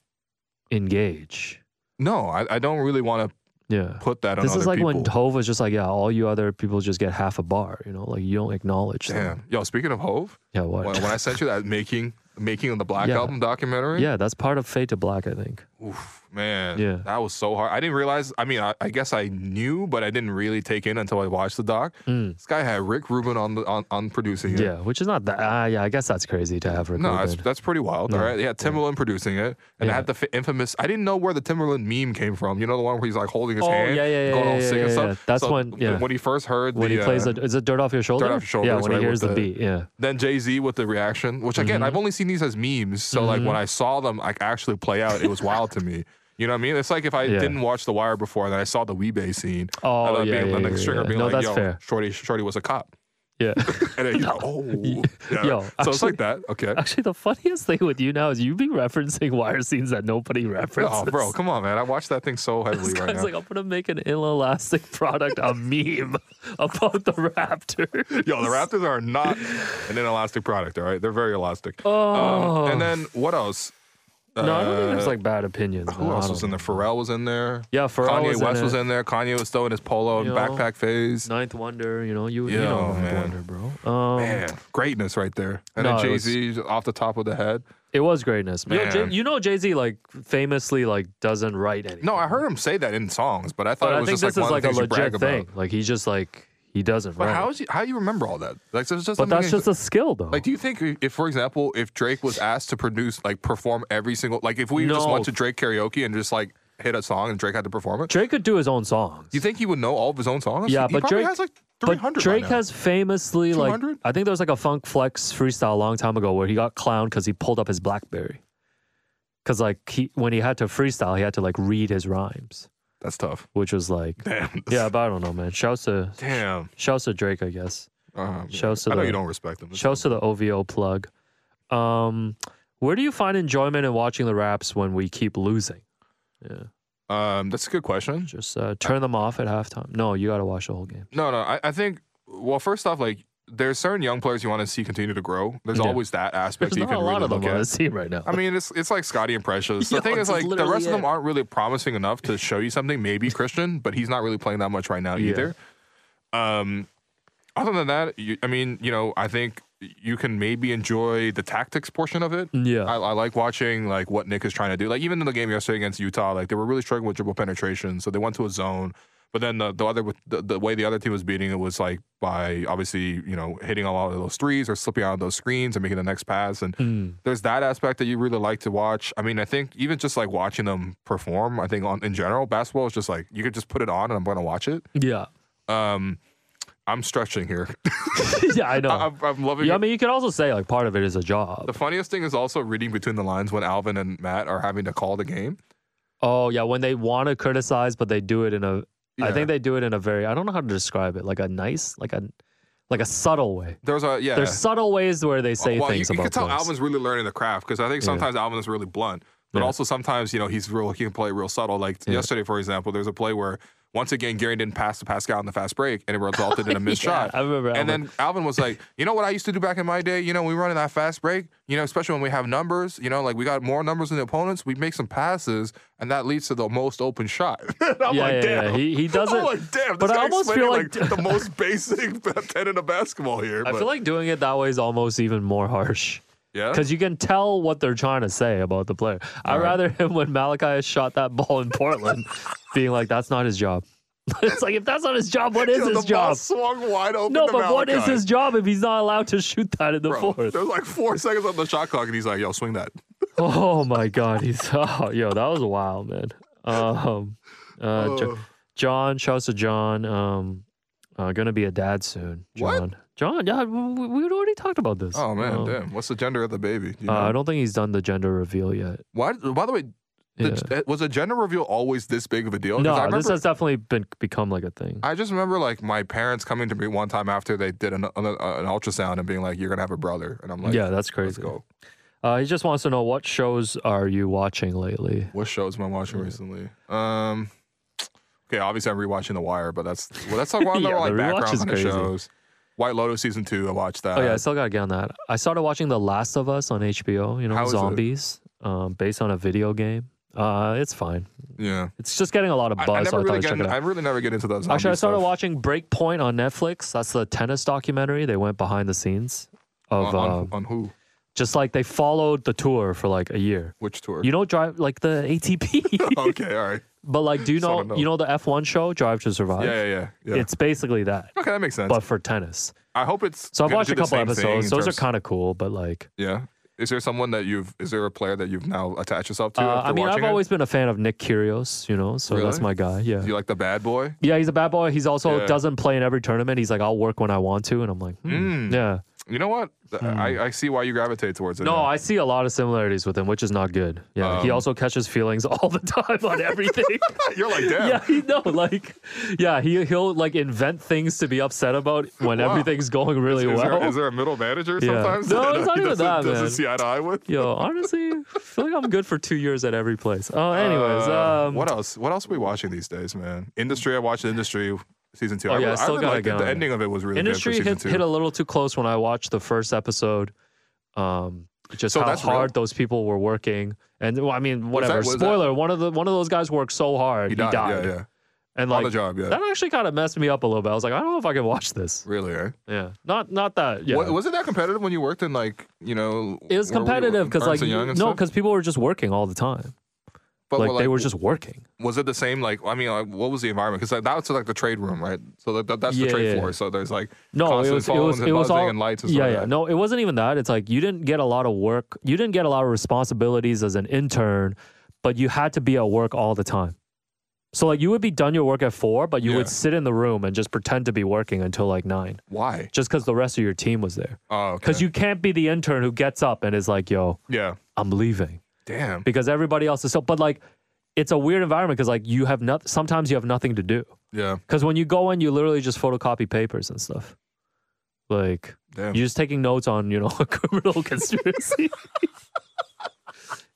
Speaker 2: engage.
Speaker 1: no, I, I don't really want to
Speaker 2: Yeah.
Speaker 1: put that on
Speaker 2: This
Speaker 1: other
Speaker 2: is like
Speaker 1: people.
Speaker 2: when Tove was just like, yeah, all you other people just get half a bar. You know, like you don't acknowledge them.
Speaker 1: Damn, yo, speaking of Hove,
Speaker 2: Yeah. What?
Speaker 1: when, when I sent you that making making of the Black
Speaker 2: Yeah.
Speaker 1: Album documentary,
Speaker 2: yeah, that's part of Fade to Black, I think.
Speaker 1: oof, man,
Speaker 2: Yeah.
Speaker 1: that was so hard. I didn't realize. I mean, I, I guess I knew, but I didn't really take in until I watched the doc.
Speaker 2: Mm.
Speaker 1: This guy had Rick Rubin on the on, on producing it.
Speaker 2: Yeah, which is not that. Uh, yeah, I guess that's crazy to have
Speaker 1: No, that's,
Speaker 2: recorded.
Speaker 1: that's pretty wild.
Speaker 2: No.
Speaker 1: All right. Yeah, Timberland producing it. And I
Speaker 2: Yeah.
Speaker 1: had the f- infamous, I didn't know where the Timberland meme came from. You know, the one where he's like holding his
Speaker 2: Oh,
Speaker 1: hand,
Speaker 2: yeah, yeah, yeah,
Speaker 1: going all
Speaker 2: yeah,
Speaker 1: sick and
Speaker 2: yeah,
Speaker 1: stuff.
Speaker 2: yeah. That's
Speaker 1: so
Speaker 2: when-
Speaker 1: th-
Speaker 2: yeah.
Speaker 1: When he first heard
Speaker 2: when
Speaker 1: the,
Speaker 2: he plays
Speaker 1: uh,
Speaker 2: the, is it dirt off your shoulder?
Speaker 1: Off Your
Speaker 2: Yeah,
Speaker 1: Shoulders,
Speaker 2: when he
Speaker 1: right,
Speaker 2: hears the,
Speaker 1: with the-
Speaker 2: beat. Yeah,
Speaker 1: then Jay Z with the reaction, which again,
Speaker 2: Mm-hmm.
Speaker 1: I've only seen these as memes. So, like, when I saw them like actually play out, it was wild to me. You know what I mean? It's like if I
Speaker 2: Yeah.
Speaker 1: didn't watch The Wire before and then I saw the Weebay scene.
Speaker 2: Oh,
Speaker 1: and then
Speaker 2: yeah,
Speaker 1: being,
Speaker 2: yeah,
Speaker 1: and the
Speaker 2: yeah,
Speaker 1: stringer
Speaker 2: yeah.
Speaker 1: being
Speaker 2: No,
Speaker 1: like,
Speaker 2: that's
Speaker 1: yo,
Speaker 2: fair.
Speaker 1: Shorty, Shorty was a cop.
Speaker 2: Yeah.
Speaker 1: And then you go, oh, yeah.
Speaker 2: Yo,
Speaker 1: so it's like that. Okay.
Speaker 2: Actually, the funniest thing with you now is you be referencing wire scenes that nobody references.
Speaker 1: Oh, bro, come on, man. I watch that thing so
Speaker 2: This
Speaker 1: heavily right
Speaker 2: guy's
Speaker 1: now.
Speaker 2: like, I'm gonna make an inelastic product, a meme about the Raptor.
Speaker 1: Yo, the Raptors are not an inelastic product, all right? They're very elastic.
Speaker 2: Oh.
Speaker 1: Um, and then what else?
Speaker 10: No, I don't think
Speaker 1: Uh,
Speaker 10: there's like bad opinions.
Speaker 1: Who
Speaker 10: man. I
Speaker 1: else
Speaker 10: don't
Speaker 1: was in
Speaker 10: know.
Speaker 1: there? Pharrell was in there.
Speaker 2: Yeah, Pharrell
Speaker 1: Kanye
Speaker 2: was in
Speaker 1: West was
Speaker 2: it.
Speaker 1: in there. Kanye was throwing his polo and
Speaker 2: Yo.
Speaker 1: backpack phase.
Speaker 2: Ninth Wonder, you know, you, you
Speaker 1: Yo,
Speaker 2: know Ninth
Speaker 1: man.
Speaker 2: Wonder, bro. Um,
Speaker 1: Man, greatness right there. And then
Speaker 2: No, it
Speaker 1: Jay
Speaker 2: was-
Speaker 1: Z off the top of the head.
Speaker 2: It was greatness, man. Yo, Jay-
Speaker 1: Man.
Speaker 2: you know, Jay Z like famously like doesn't write anything.
Speaker 1: No, I heard him say that in songs, but I thought
Speaker 2: but
Speaker 1: it
Speaker 2: I
Speaker 1: was
Speaker 2: think
Speaker 1: just
Speaker 2: this
Speaker 1: like one
Speaker 2: is like
Speaker 1: of
Speaker 2: a
Speaker 1: the things you brag
Speaker 2: legit thing.
Speaker 1: about.
Speaker 2: Like he just like he doesn't
Speaker 1: But
Speaker 2: write.
Speaker 1: how is he, how you remember all that? Like, there's just
Speaker 2: but
Speaker 1: something
Speaker 2: that's
Speaker 1: against-
Speaker 2: just a skill, though.
Speaker 1: Like, do you think if, for example, if Drake was asked to produce, like, perform every single, like, if we just
Speaker 2: No.
Speaker 1: went to Drake karaoke and just like hit a song and Drake had to perform it,
Speaker 2: Drake could do his own songs.
Speaker 1: you think he would know all of his own songs?
Speaker 2: Yeah,
Speaker 1: he
Speaker 2: but
Speaker 1: probably
Speaker 2: Drake-
Speaker 1: has like
Speaker 2: but
Speaker 1: 300. by
Speaker 2: Drake
Speaker 1: now.
Speaker 2: has famously like
Speaker 1: 200?
Speaker 2: I think there was like a Funk Flex freestyle a long time ago where he got clowned because he pulled up his BlackBerry. Because like he when he had to freestyle, he had to like read his rhymes,
Speaker 1: That's tough.
Speaker 2: which was like
Speaker 1: Damn.
Speaker 2: yeah, but I don't know, man. Shouts to
Speaker 1: Damn.
Speaker 2: shouts to Drake, I guess.
Speaker 1: Um,
Speaker 2: Shouts to
Speaker 1: I know
Speaker 2: the-
Speaker 1: you don't respect him. It's
Speaker 2: Shouts to the OVO plug. Um, where do you find enjoyment in watching the raps when we keep losing? Yeah,
Speaker 1: Um, that's a good question.
Speaker 2: just uh, turn them off at halftime. No, you got to watch the whole game.
Speaker 1: No, no, I, I think. Well, first off, like there's certain young players you want to see continue to grow. There's
Speaker 2: Yeah.
Speaker 1: always that aspect
Speaker 2: There's
Speaker 1: that you
Speaker 2: not
Speaker 1: can
Speaker 2: a lot
Speaker 1: really
Speaker 2: of them
Speaker 1: look
Speaker 2: on
Speaker 1: at.
Speaker 2: this team right now.
Speaker 1: I mean, it's it's like Scotty and Precious. The
Speaker 2: Yo,
Speaker 1: thing is,
Speaker 2: this is
Speaker 1: like the
Speaker 2: literally
Speaker 1: rest of them
Speaker 2: it.
Speaker 1: aren't really promising enough to show you something. Maybe Christian, but he's not really playing that much right now
Speaker 2: Yeah.
Speaker 1: either. Um, other than that, you, I mean, you know, I think you can maybe enjoy the tactics portion of it.
Speaker 2: yeah,
Speaker 1: I, I like watching like what Nick is trying to do. Like even in the game yesterday against Utah, like they were really struggling with dribble penetration, so they went to a zone. But then the, the other the, the way the other team was beating it was like by obviously you know hitting a lot of those threes or slipping out of those screens and making the next pass. And
Speaker 2: Mm.
Speaker 1: there's that aspect that you really like to watch. I mean, I think even just like watching them perform, I think on in general basketball is just like you could just put it on and I'm going to watch it.
Speaker 2: yeah,
Speaker 1: Um, I'm stretching here.
Speaker 2: yeah. I know.
Speaker 1: I'm, I'm loving.
Speaker 2: yeah, I
Speaker 1: it.
Speaker 2: mean, you could also say like part of it is a job.
Speaker 1: The funniest thing is also reading between the lines when Alvin and Matt are having to call the game.
Speaker 2: oh yeah, when they want to criticize, but they do it in a. I
Speaker 1: Yeah.
Speaker 2: think they do it in a very. I don't know how to describe it. Like a nice, like a, like a subtle way.
Speaker 1: There's a yeah. Oh,
Speaker 2: There's subtle ways where they say
Speaker 1: well,
Speaker 2: things
Speaker 1: you, you
Speaker 2: about
Speaker 1: can tell
Speaker 2: players.
Speaker 1: Alvin's really learning the craft because I think sometimes Alvin is really blunt, but
Speaker 2: Yeah.
Speaker 1: also sometimes you know he's real. He can play real subtle. Like yesterday, for example, there's a play where once again Gary didn't pass to Pascal in the fast break, and it resulted in a missed
Speaker 2: Yeah,
Speaker 1: shot.
Speaker 2: I remember
Speaker 1: And
Speaker 2: Alvin.
Speaker 1: then Alvin was like, "You know what I used to do back in my day? You know, we run in that fast break. You know, especially when we have numbers. You know, like we got more numbers than the opponents. We make some passes, and that leads to the most open shot." And I'm
Speaker 2: yeah,
Speaker 1: like,
Speaker 2: yeah,
Speaker 1: "Damn."
Speaker 2: yeah. He he doesn't.
Speaker 1: I'm like, damn,
Speaker 2: but
Speaker 1: this
Speaker 2: I
Speaker 1: guy
Speaker 2: almost feel
Speaker 1: explaining,
Speaker 2: like,
Speaker 1: the most basic tenet of basketball here.
Speaker 2: I
Speaker 1: but-
Speaker 2: feel like doing it that way is almost even more harsh
Speaker 1: yeah,
Speaker 2: because you can tell what they're trying to say about the player. I'd
Speaker 1: Alright.
Speaker 2: rather him when Malachi shot that ball in Portland, being like, "That's not his job." it's like if that's not his job, what is
Speaker 1: Yo,
Speaker 2: his
Speaker 1: the Ball
Speaker 2: job?
Speaker 1: swung wide open.
Speaker 2: No,
Speaker 1: to
Speaker 2: but what is
Speaker 1: Malachi.
Speaker 2: his job if he's not allowed to shoot that in the
Speaker 1: Bro,
Speaker 2: fourth?
Speaker 1: There's like four seconds on the shot clock, and he's like, "Yo, swing that."
Speaker 2: Oh my god, he's oh yo, that was wild, man. Um,
Speaker 7: Oh.
Speaker 2: uh, Jo-
Speaker 1: Ugh.
Speaker 2: John, shouts to John. Um, uh, gonna be a dad soon.
Speaker 1: What?
Speaker 2: John, John, yeah, we, we we'd already talked about this.
Speaker 1: Oh man,
Speaker 2: Um,
Speaker 1: damn. What's the gender of the baby? You
Speaker 2: uh, I
Speaker 1: know?
Speaker 2: don't think he's done the gender reveal yet.
Speaker 1: Why? By the way,
Speaker 2: Yeah.
Speaker 1: the, uh, was a gender reveal always this big of a deal? 'Cause
Speaker 2: no,
Speaker 1: I remember.
Speaker 2: this has definitely been become like a thing.
Speaker 1: I just remember like my parents coming to me one time after they did an, an, an ultrasound and being like, "You're gonna have a brother," and I'm like,
Speaker 2: yeah, that's
Speaker 1: let's
Speaker 2: crazy.
Speaker 1: go."
Speaker 2: Uh, he just wants to know what shows are you watching lately?
Speaker 1: What shows am I watching recently? Um, okay, obviously I'm rewatching The Wire, but that's well, that's like one of the
Speaker 2: Yeah,
Speaker 1: like
Speaker 2: the rewatch
Speaker 1: background
Speaker 2: is
Speaker 1: kind of
Speaker 2: crazy.
Speaker 1: shows. White Lotus season two, I watched that.
Speaker 2: Oh yeah, I still gotta get on that. I started watching The Last of Us on HBO. You know,
Speaker 1: How is it?
Speaker 2: zombies, um, based on a video game. Uh, it's fine.
Speaker 1: yeah.
Speaker 2: It's just getting a lot of
Speaker 1: I-
Speaker 2: buzz.
Speaker 1: I,
Speaker 2: so
Speaker 1: never
Speaker 2: I thought
Speaker 1: really
Speaker 2: I'd
Speaker 1: get.
Speaker 2: check
Speaker 1: In,
Speaker 2: it
Speaker 1: I
Speaker 2: out.
Speaker 1: really never get into those.
Speaker 2: Actually, I
Speaker 1: zombie
Speaker 2: started
Speaker 1: stuff.
Speaker 2: watching Breakpoint on Netflix. That's the tennis documentary. They went behind the scenes of
Speaker 1: on, on-
Speaker 2: um,
Speaker 1: on who?
Speaker 2: just like they followed the tour for like a year.
Speaker 1: Which tour?
Speaker 2: You don't drive like the ATP,
Speaker 1: okay, all right.
Speaker 2: but like do you
Speaker 1: Just
Speaker 2: know,
Speaker 1: wanna know.
Speaker 2: you know the F1 show Drive to Survive?
Speaker 1: Yeah, yeah, yeah. yeah.
Speaker 2: It's basically that,
Speaker 1: okay, that makes sense.
Speaker 2: but for tennis.
Speaker 1: I hope it's.
Speaker 2: So I've
Speaker 1: gonna
Speaker 2: watched
Speaker 1: do
Speaker 2: a
Speaker 1: the
Speaker 2: couple
Speaker 1: same thing
Speaker 2: episodes.
Speaker 1: in
Speaker 2: Those are
Speaker 1: terms-
Speaker 2: kind of cool, but like
Speaker 1: Yeah. Is there someone that you've? Is there a player that you've now attached yourself to?
Speaker 2: Uh,
Speaker 1: after
Speaker 2: I mean, I've
Speaker 1: watching it?
Speaker 2: always been a fan of Nick Kyrgios, you know, so that's
Speaker 1: Really?
Speaker 2: my guy. Yeah.
Speaker 1: Do you like the bad boy?
Speaker 2: yeah, he's a bad boy. He's also
Speaker 1: Yeah.
Speaker 2: doesn't play in every tournament. He's like, I'll work when I want to. And I'm like, hmm,
Speaker 1: Mm.
Speaker 2: yeah.
Speaker 1: You know what? Th- I, I see why you gravitate towards it.
Speaker 2: No,
Speaker 1: now.
Speaker 2: I see a lot of similarities with him, which is not good. Yeah, he
Speaker 1: Um,
Speaker 2: also catches feelings all the time on everything.
Speaker 1: you're like, damn.
Speaker 2: yeah, he no, like, yeah, he he'll like invent things to be upset about when
Speaker 1: Wow.
Speaker 2: everything's going really
Speaker 1: Is,
Speaker 2: well.
Speaker 1: there, is there a middle manager
Speaker 2: Yeah.
Speaker 1: sometimes?
Speaker 2: No,
Speaker 1: that
Speaker 2: it's not
Speaker 1: he
Speaker 2: even
Speaker 1: doesn't,
Speaker 2: that,
Speaker 1: doesn't
Speaker 2: man.
Speaker 1: see eye to eye with.
Speaker 2: Yo, honestly, I feel like I'm good for two years at every place. Oh, anyways,
Speaker 1: Uh,
Speaker 2: um,
Speaker 1: what else? What else are we watching these days, man? Industry. I watched Industry season two.
Speaker 2: Oh,
Speaker 1: I,
Speaker 2: yeah,
Speaker 1: re-
Speaker 2: I still
Speaker 1: really
Speaker 2: gotta
Speaker 1: liked it.
Speaker 2: get
Speaker 1: The
Speaker 2: on it.
Speaker 1: ending of it was really
Speaker 2: industry
Speaker 1: good for season
Speaker 2: hit,
Speaker 1: two.
Speaker 2: hit a little too close when I watched the first episode. Um, just
Speaker 1: So
Speaker 2: how
Speaker 1: that's real?
Speaker 2: hard those people were working, and well, I mean,
Speaker 1: Was that-
Speaker 2: whatever.
Speaker 1: was that-
Speaker 2: Spoiler: one of the one of those guys worked so hard,
Speaker 1: he died. Yeah, yeah.
Speaker 2: and
Speaker 1: On
Speaker 2: like
Speaker 1: the job. Yeah.
Speaker 2: that actually kind of messed me up a little bit. I was like, I don't know if I can watch this.
Speaker 1: really. Eh?
Speaker 2: Yeah, not not that. Yeah,
Speaker 1: Wa- was it that competitive when you worked in like you know?
Speaker 2: it was
Speaker 1: where we-
Speaker 2: competitive because like
Speaker 1: Ernst and Young and
Speaker 2: no,
Speaker 1: stuff?
Speaker 2: because people were just working all the time.
Speaker 1: But,
Speaker 2: like,
Speaker 1: well,
Speaker 2: they were just working.
Speaker 1: was it the same like I mean like what was the environment because like, that's like the trade room right so that, that- that's the
Speaker 2: Yeah,
Speaker 1: trade
Speaker 2: yeah.
Speaker 1: floor so there's like
Speaker 2: No, it
Speaker 1: constant
Speaker 2: was it
Speaker 1: phones
Speaker 2: was
Speaker 1: and
Speaker 2: it was
Speaker 1: buzzing
Speaker 2: all
Speaker 1: and lights and stuff
Speaker 2: yeah
Speaker 1: like
Speaker 2: yeah
Speaker 1: that.
Speaker 2: no it wasn't even that it's like you didn't get a lot of work you didn't get a lot of responsibilities as an intern but you had to be at work all the time so like you would be done your work at four but you
Speaker 1: Yeah.
Speaker 2: would sit in the room and just pretend to be working until like nine
Speaker 1: why
Speaker 2: just because the rest of your team was there
Speaker 1: oh okay.
Speaker 2: because you can't be the intern who gets up and is like yo
Speaker 1: yeah
Speaker 2: I'm leaving
Speaker 1: damn
Speaker 2: because everybody else is so but like it's a weird environment because like you have not sometimes you have nothing to do
Speaker 1: yeah
Speaker 2: because when you go in you literally just photocopy papers and stuff like
Speaker 1: damn
Speaker 2: you're just taking notes on, you know, a criminal conspiracy.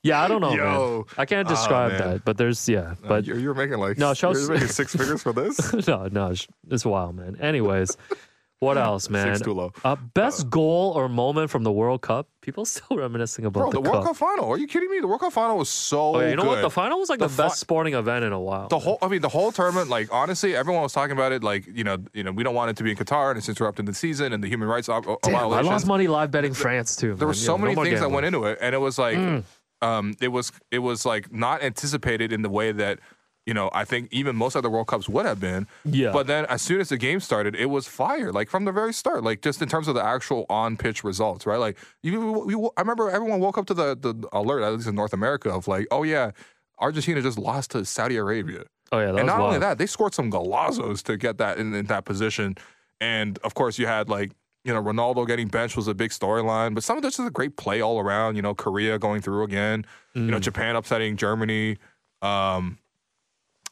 Speaker 2: yeah, I don't know, man.
Speaker 1: Yo.
Speaker 2: I can't
Speaker 1: Ah,
Speaker 2: describe
Speaker 1: man.
Speaker 2: that, but there's yeah,
Speaker 1: Uh,
Speaker 2: but
Speaker 1: you're, you're making like
Speaker 2: No,
Speaker 1: no
Speaker 2: show
Speaker 1: you're
Speaker 2: us-
Speaker 1: making six figures for this
Speaker 2: no, no, sh- it's wild, man. Anyways, what else, man?
Speaker 1: six too low
Speaker 2: Uh, best goal or moment from the World Cup? People still reminiscing about
Speaker 1: bro
Speaker 2: the,
Speaker 1: the World
Speaker 2: cup.
Speaker 1: Cup final are you kidding me the World Cup final was so
Speaker 2: Oh, yeah, you know what?
Speaker 1: good.
Speaker 2: The final was like the,
Speaker 1: The
Speaker 2: best
Speaker 1: fi-
Speaker 2: sporting event in a while.
Speaker 1: the whole I mean the whole tournament like honestly everyone was talking about it like you know you know we don't want it to be in Qatar and it's interrupting the season and the human rights ob-
Speaker 2: Damn, I
Speaker 1: violations
Speaker 2: lost money live betting France too.
Speaker 1: there were
Speaker 2: man.
Speaker 1: so
Speaker 2: Yeah, no
Speaker 1: many
Speaker 2: more
Speaker 1: things that
Speaker 2: gambling.
Speaker 1: went into it and it was like um it was it was like not anticipated in the way that you know i think even most other world cups would have been
Speaker 2: Yeah.
Speaker 1: but then as soon as the game started it was fire like from the very start like just in terms of the actual on-pitch results right like you, you i remember everyone woke up to the, the alert at least in north america of like oh yeah argentina just lost to saudi arabia
Speaker 2: Oh yeah, that
Speaker 1: and
Speaker 2: was
Speaker 1: not only
Speaker 2: wild.
Speaker 1: that, they scored some galazos to get that in, in that position. And of course, you had like you know Ronaldo getting benched was a big storyline, but some of this is a great play all around. You know, Korea going through again. You
Speaker 2: Mm.
Speaker 1: know, Japan upsetting Germany. Um,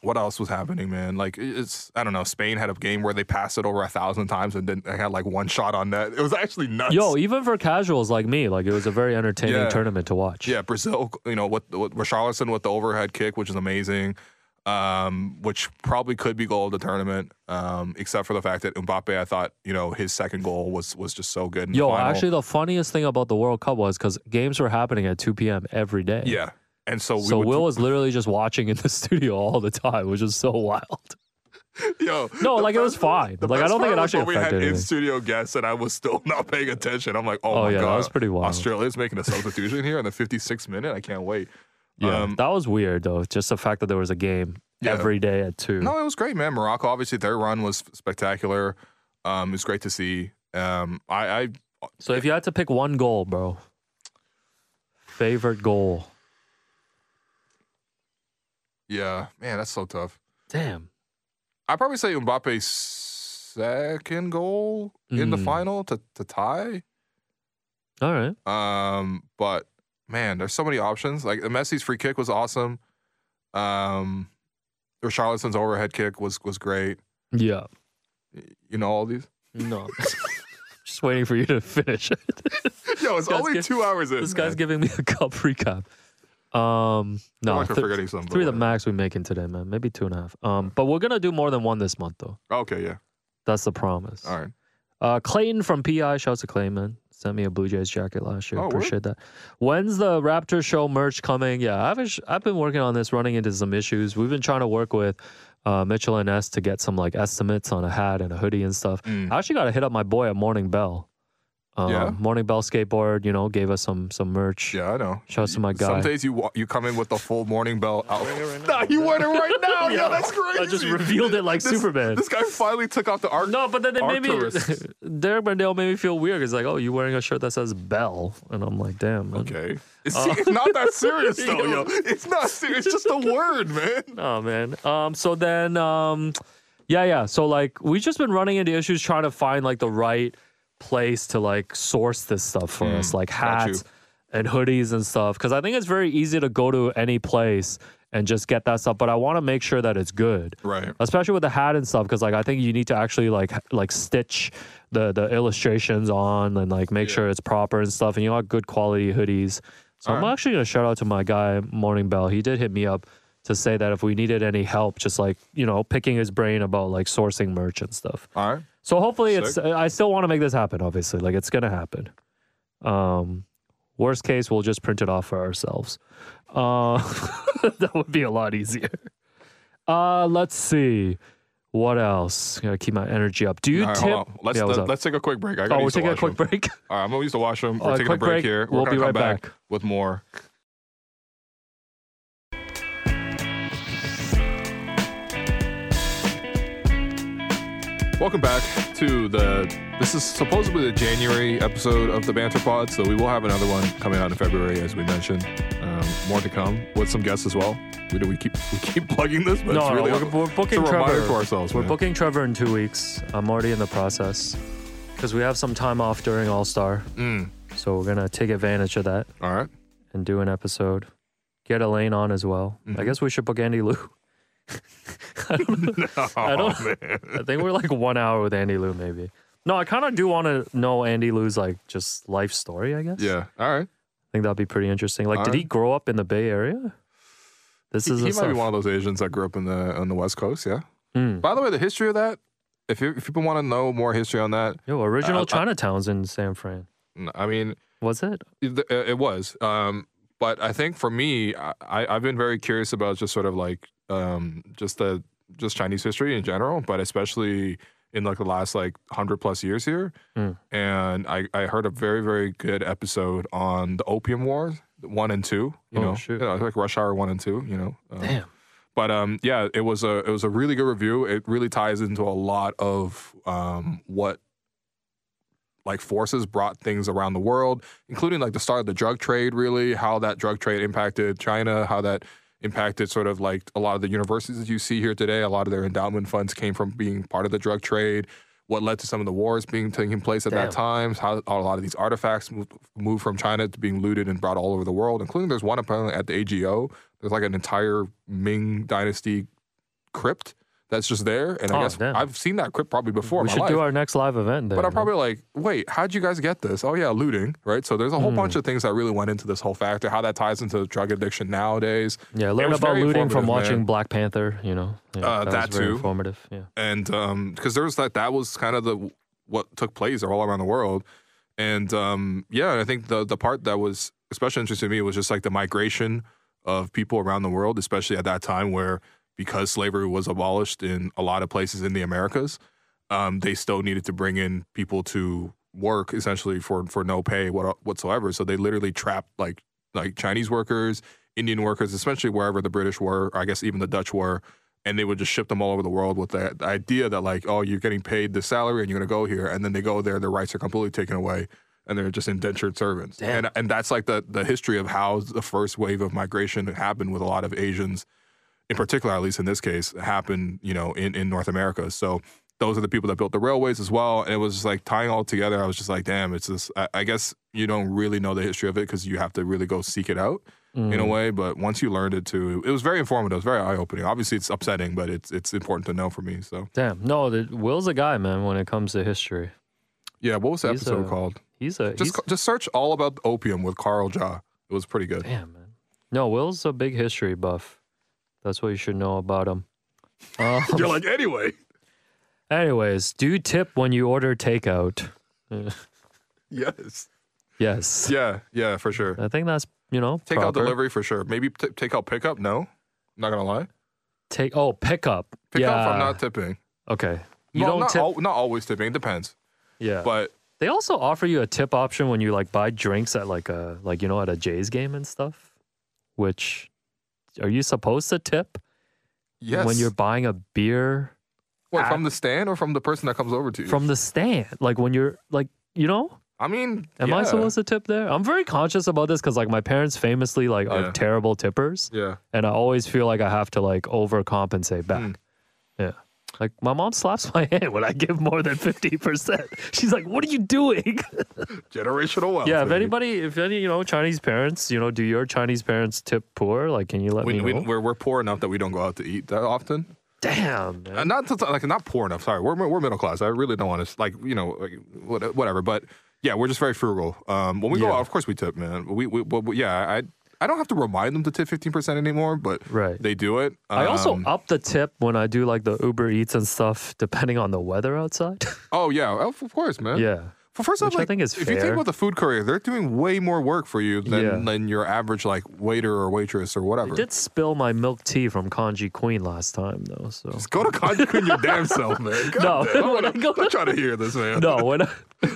Speaker 1: what else was happening, man? Like it- it's I don't know. Spain had a game where they passed it over a thousand times and then had like one shot on net. It was actually nuts.
Speaker 2: Yo, even for casuals like me, like it was a very entertaining
Speaker 1: Yeah.
Speaker 2: tournament to watch.
Speaker 1: Yeah, Brazil. You know what? What Richarlison with the overhead kick, which is amazing. Um, which probably could be goal of the tournament, um, except for the fact that Mbappe, I thought, you know, his second goal was was just so good. In the
Speaker 2: Yo,
Speaker 1: final.
Speaker 2: actually, the funniest thing about the World Cup was because games were happening at 2 p.m. every day.
Speaker 1: yeah. And so we
Speaker 2: So
Speaker 1: would,
Speaker 2: Will was literally just watching in the studio all the time, which is so wild.
Speaker 1: yo,
Speaker 2: No,
Speaker 1: the
Speaker 2: like it was
Speaker 1: best-
Speaker 2: fine.
Speaker 1: the
Speaker 2: Like I
Speaker 1: best
Speaker 2: don't think
Speaker 1: part
Speaker 2: it
Speaker 1: was
Speaker 2: actually
Speaker 1: when we had
Speaker 2: affected
Speaker 1: in
Speaker 2: anything.
Speaker 1: studio guests, and I was still not paying attention. I'm like, oh,
Speaker 2: Oh
Speaker 1: my
Speaker 2: yeah,
Speaker 1: god,
Speaker 2: that was pretty wild.
Speaker 1: Australia's making a substitution here in the 56th minute. I can't wait.
Speaker 2: Yeah,
Speaker 1: um,
Speaker 2: that was weird though. Just the fact that there was a game
Speaker 1: Yeah.
Speaker 2: every day at two.
Speaker 1: No, it was great, man. Morocco, obviously, their run was spectacular. Um, it was great to see. Um, I, I
Speaker 2: So if you had to pick one goal, bro, favorite goal.
Speaker 1: Yeah, man, that's so tough.
Speaker 2: Damn.
Speaker 1: I probably say Mbappe's second goal in the
Speaker 2: Mm.
Speaker 1: final to, to tie.
Speaker 2: All right.
Speaker 1: Um, but man, there's so many options. Like Messi's free kick was awesome. Um, Richarlison's overhead kick was was great.
Speaker 2: Yeah.
Speaker 1: You know all these.
Speaker 2: No. just waiting for you to finish it.
Speaker 1: Yo, it's
Speaker 2: guy's
Speaker 1: only
Speaker 2: get-
Speaker 1: two hours in.
Speaker 2: this guy's
Speaker 1: man.
Speaker 2: giving me a cup recap. Um, no,
Speaker 1: like we're
Speaker 2: th-
Speaker 1: forgetting something, but
Speaker 2: Three of the
Speaker 1: whatever.
Speaker 2: max we making today, man. Maybe two and a half. Um, but we're gonna do more than one this month, though.
Speaker 1: Okay, yeah.
Speaker 2: That's the promise.
Speaker 1: All right.
Speaker 2: Uh, Clayton from PI, shouts to Clayton, man. Sent me a Blue Jays jacket last year.
Speaker 1: Oh, word.
Speaker 2: Appreciate that. When's the Raptor Show merch coming? Yeah, I've been- I've been working on this, running into some issues. We've been trying to work with uh, Mitchell and S to get some like estimates on a hat and a hoodie and stuff.
Speaker 1: Mm.
Speaker 2: I actually got to hit up my boy at Morning Bell. Um,
Speaker 1: Yeah?
Speaker 2: Morning Bell skateboard, you know, gave us some some merch.
Speaker 1: Yeah, I know.
Speaker 2: Shouts to my guy.
Speaker 1: Some days you wa- you come in with the full morning bell outfit. Nah, you wearing it right now. Oh, yeah, that's crazy.
Speaker 2: I just revealed it like
Speaker 1: This-
Speaker 2: Superman.
Speaker 1: This guy finally took off the arc.
Speaker 2: No, but then they made me.
Speaker 1: Arcturus.
Speaker 2: Derek Brandale made me feel weird. He's like, "Oh, you wearing a shirt that says Bell?" And I'm like, "Damn." Man.
Speaker 1: Okay. It's, it's not that serious though,
Speaker 2: Uh. Yo.
Speaker 1: yo. It's not serious. It's just a word, man.
Speaker 2: Oh man. Um. So then, um, yeah, yeah. So like, we've just been running into issues trying to find like the right place to like source this stuff for
Speaker 1: Mm,
Speaker 2: us, like
Speaker 1: got you.
Speaker 2: hats and hoodies and stuff. Cause I think it's very easy to go to any place and just get that stuff, but I want to make sure that it's good.
Speaker 1: Right.
Speaker 2: Especially with the hat and stuff, because like I think you need to actually like h- like stitch the the illustrations on and like make
Speaker 1: Yeah.
Speaker 2: sure it's proper and stuff, and you want good quality hoodies. So I'm
Speaker 1: Alright.
Speaker 2: actually gonna shout out to my guy Morning Bell. He did hit me up to say that if we needed any help, just like you know picking his brain about like sourcing merch and stuff.
Speaker 1: All right.
Speaker 2: So hopefully it's.
Speaker 1: Sick.
Speaker 2: I still want to make this happen. Obviously, like it's gonna happen. Um, worst case, we'll just print it off for ourselves. Uh, that would be a lot easier. Uh, let's see. What else? Gotta keep my energy up. Do you
Speaker 1: All right,
Speaker 2: tip?
Speaker 1: hold on. Let's
Speaker 2: Yeah, what's
Speaker 1: let,
Speaker 2: up?
Speaker 1: us take a quick break. I
Speaker 2: oh,
Speaker 1: gotta
Speaker 2: we're
Speaker 1: use the
Speaker 2: taking a quick
Speaker 1: washroom.
Speaker 2: break.
Speaker 1: All right, I'm gonna use the washroom. We're
Speaker 2: Uh,
Speaker 1: taking a
Speaker 2: quick
Speaker 1: break,
Speaker 2: break.
Speaker 1: here. We're
Speaker 2: We'll
Speaker 1: gonna
Speaker 2: be
Speaker 1: come
Speaker 2: right
Speaker 1: back,
Speaker 2: back.
Speaker 1: with more. Welcome back to the. This is supposedly the January episode of the Banter Pod, so we will have another one coming out in February, as we mentioned. Um, more to come with some guests as well. We do we keep we keep plugging this, but
Speaker 2: no,
Speaker 1: it's
Speaker 2: no,
Speaker 1: really
Speaker 2: we're, we're booking
Speaker 1: it's a
Speaker 2: Trevor.
Speaker 1: reminder to ourselves.
Speaker 2: we're
Speaker 1: man.
Speaker 2: booking Trevor in two weeks. I'm already in the process because we have some time off during All Star,
Speaker 1: Mm.
Speaker 2: so we're gonna take advantage of that
Speaker 1: All right.
Speaker 2: and do an episode. Get Elaine on as well.
Speaker 1: Mm-hmm.
Speaker 2: I guess we should book Andy Lou. I don't know. I don't-
Speaker 1: Oh, man.
Speaker 2: I think we're like one hour with Andy Lou, maybe. No, I kind of do want to know Andy Lou's like just life story. I guess.
Speaker 1: Yeah. All right.
Speaker 2: I think that'd be pretty interesting. Like, did
Speaker 1: Alright.
Speaker 2: he grow up in the Bay Area? This
Speaker 1: He,
Speaker 2: is
Speaker 1: he
Speaker 2: the
Speaker 1: might
Speaker 2: stuff.
Speaker 1: be one of those Asians that grew up in the on the West Coast. Yeah.
Speaker 2: Mm.
Speaker 1: By the way, the history of that. If you, if people want to know more history on that,
Speaker 2: Yo, original
Speaker 1: Uh, uh,
Speaker 2: Chinatowns in San Fran.
Speaker 1: n- I mean,
Speaker 2: Was it?
Speaker 1: it, uh, it was. Um, but I think for me, I, I- I've been very curious about just sort of like um, just the just Chinese history in general, but especially in like the last like hundred plus years here.
Speaker 2: Mm.
Speaker 1: And I, I heard a very very good episode on the Opium Wars one and two. You
Speaker 2: Oh,
Speaker 1: know,
Speaker 2: shoot.
Speaker 1: You know, it's like Rush Hour one and two. You know, um,
Speaker 2: Damn.
Speaker 1: But um, yeah, it was a it was a really good review. It really ties into a lot of um, what like forces brought things around the world, including like the start of the drug trade. Really, how that drug trade impacted China, how that impacted sort of like a lot of the universities that you see here today. A lot of their endowment funds came from being part of the drug trade. What led to some of the wars being taking place at
Speaker 2: Damn.
Speaker 1: that time? How a lot of these artifacts moved, moved from China to being looted and brought all over the world, including there's one apparently at the AGO. There's like an entire Ming Dynasty crypt that's just there, and
Speaker 2: Oh,
Speaker 1: I guess
Speaker 2: damn.
Speaker 1: I've seen that crypt probably before. in
Speaker 2: We
Speaker 1: my
Speaker 2: should
Speaker 1: life.
Speaker 2: do our next live event then.
Speaker 1: But I'm probably like, wait, how'd you guys get this? Oh yeah, looting, right? So there's a whole bunch of things that really went into this whole factor, how that ties into drug addiction nowadays,
Speaker 2: yeah,
Speaker 1: it
Speaker 2: learn
Speaker 1: was
Speaker 2: about
Speaker 1: very
Speaker 2: looting from
Speaker 1: informative,
Speaker 2: watching
Speaker 1: man.
Speaker 2: Black Panther. You know, yeah,
Speaker 1: Uh,
Speaker 2: was
Speaker 1: that
Speaker 2: very
Speaker 1: too.
Speaker 2: informative. Yeah,
Speaker 1: and because there was that, that was kind of the what took place all around the world, and um, yeah, and I think the the part that was especially interesting to me was just like the migration of people around the world, especially at that time where because slavery was abolished in a lot of places in the Americas, um, they still needed to bring in people to work essentially for for no pay what, whatsoever. So they literally trapped like like Chinese workers, Indian workers, especially wherever the British were, or I guess even the Dutch were, and they would just ship them all over the world with the, the idea that like, oh, you're getting paid the salary and you're gonna go here, and then they go there, their rights are completely taken away. And they're just indentured servants,
Speaker 11: Damn.
Speaker 1: and and that's like the the history of how the first wave of migration happened with a lot of Asians in particular, at least in this case, happened, you know, in, in North America. So those are the people that built the railways as well. And it was just like tying all together. I was just like, damn, it's this, I, I guess you don't really know the history of it because you have to really go seek it out
Speaker 2: Mm,
Speaker 1: in a way. But once you learned it too, it was very informative. It was very eye opening. Obviously it's upsetting, but it's, it's important to know for me. So
Speaker 2: damn. No, the, Will's a guy, man. When it comes to history,
Speaker 1: yeah. What was the
Speaker 2: He's
Speaker 1: episode
Speaker 2: a-
Speaker 1: called?
Speaker 2: he's a
Speaker 1: Just,
Speaker 2: he's,
Speaker 1: ca- just search all about opium with Carl Ja. It was pretty good.
Speaker 2: damn man. No, Will's a big history buff. That's what you should know about him. Um,
Speaker 1: You're like, anyway,
Speaker 2: anyways, do you tip when you order takeout?
Speaker 1: yes.
Speaker 2: Yes.
Speaker 1: Yeah. Yeah, for sure.
Speaker 2: I think that's you know
Speaker 1: Take out
Speaker 2: proper.
Speaker 1: delivery for sure. Maybe t- take out pickup. No, not going to lie.
Speaker 2: Take oh pickup.
Speaker 1: Pick
Speaker 2: yeah.
Speaker 1: up if I'm not tipping.
Speaker 2: okay. You
Speaker 1: No,
Speaker 2: don't
Speaker 1: not,
Speaker 2: tip.
Speaker 1: al- not always tipping. It depends.
Speaker 2: yeah.
Speaker 1: But
Speaker 2: They also offer you a tip option when you like buy drinks at like a like you know at a Jays game and stuff. Which are you supposed to tip
Speaker 1: yes,
Speaker 2: when you're buying a beer
Speaker 1: Wait, from the stand or from the person that comes over to you.
Speaker 2: from the stand? Like when you're like you know,
Speaker 1: I mean,
Speaker 2: am I
Speaker 1: yeah.
Speaker 2: supposed to tip there? I'm very conscious about this because like my parents famously like
Speaker 1: Yeah.
Speaker 2: are terrible tippers,
Speaker 1: Yeah.
Speaker 2: and I always feel like I have to like overcompensate back.
Speaker 1: Hmm.
Speaker 6: Like my mom slaps my hand when I give more than fifty percent. She's like, "What are you doing?"
Speaker 1: Generational wealth.
Speaker 2: yeah, if
Speaker 1: baby.
Speaker 2: anybody, if any, you know, Chinese parents, you know, do your Chinese parents tip poor? Like, can you let
Speaker 1: we,
Speaker 2: me
Speaker 1: we,
Speaker 2: know?
Speaker 1: we're, we're poor enough that we don't go out to eat that often.
Speaker 2: Damn, man.
Speaker 1: Uh, not to, like not poor enough. Sorry, we're we're middle class. I really don't want to like you know like, what- whatever. But yeah, we're just very frugal. Um, when we go
Speaker 2: Yeah.
Speaker 1: out, of course we tip, man. We we, but we yeah. I I don't have to remind them to tip fifteen percent anymore, but
Speaker 2: Right.
Speaker 1: they do it.
Speaker 2: I also
Speaker 1: Um,
Speaker 2: up the tip when I do like the Uber Eats and stuff, depending on the weather outside.
Speaker 1: oh yeah, of of course, man.
Speaker 2: yeah.
Speaker 1: Well, first off,
Speaker 2: Which I
Speaker 1: like,
Speaker 2: think is
Speaker 1: if you think
Speaker 2: fair.
Speaker 1: about the food courier, they're doing way more work for you than,
Speaker 2: Yeah.
Speaker 1: than your average like waiter or waitress or
Speaker 2: I
Speaker 1: whatever.
Speaker 2: did spill my milk tea from Kanji Queen last time, though. So.
Speaker 1: Just go to Conjure Queen your damn self, man. God
Speaker 2: No,
Speaker 1: damn,
Speaker 2: when
Speaker 1: I'm,
Speaker 2: I
Speaker 1: gonna,
Speaker 2: go-
Speaker 1: I'm trying to hear this, man.
Speaker 2: No, when I,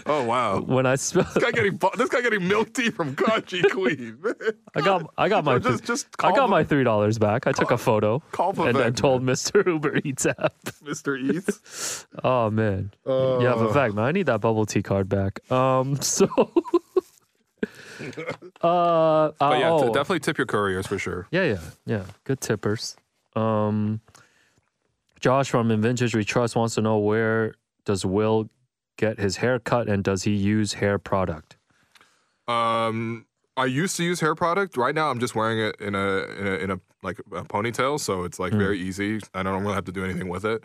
Speaker 1: Oh wow.
Speaker 2: when I spilled,
Speaker 1: This guy getting bu- this guy getting milk tea from Kanji Queen. Man.
Speaker 2: I got I got my
Speaker 1: Just-
Speaker 2: th-
Speaker 1: just
Speaker 2: I
Speaker 1: call
Speaker 2: got my three dollars back. I took a photo
Speaker 1: call
Speaker 2: and then
Speaker 1: Vivek,
Speaker 2: told Mr. Uber Eats app.
Speaker 1: Mr. Eats.
Speaker 2: Oh man, yeah,
Speaker 1: Uh.
Speaker 2: Vivek, man, I need that bubble tea card back. Um, so, uh,
Speaker 1: But yeah, t-
Speaker 2: oh,
Speaker 1: definitely tip your couriers for sure.
Speaker 2: yeah, yeah, yeah, good tippers. Um, Josh from Vintage We Trust wants to know where does Will get his hair cut and does he use hair product?
Speaker 1: Um, I used to use hair product. Right now, I'm just wearing it in a in a, in a like a ponytail, so it's like very easy. I don't really have to do anything with it.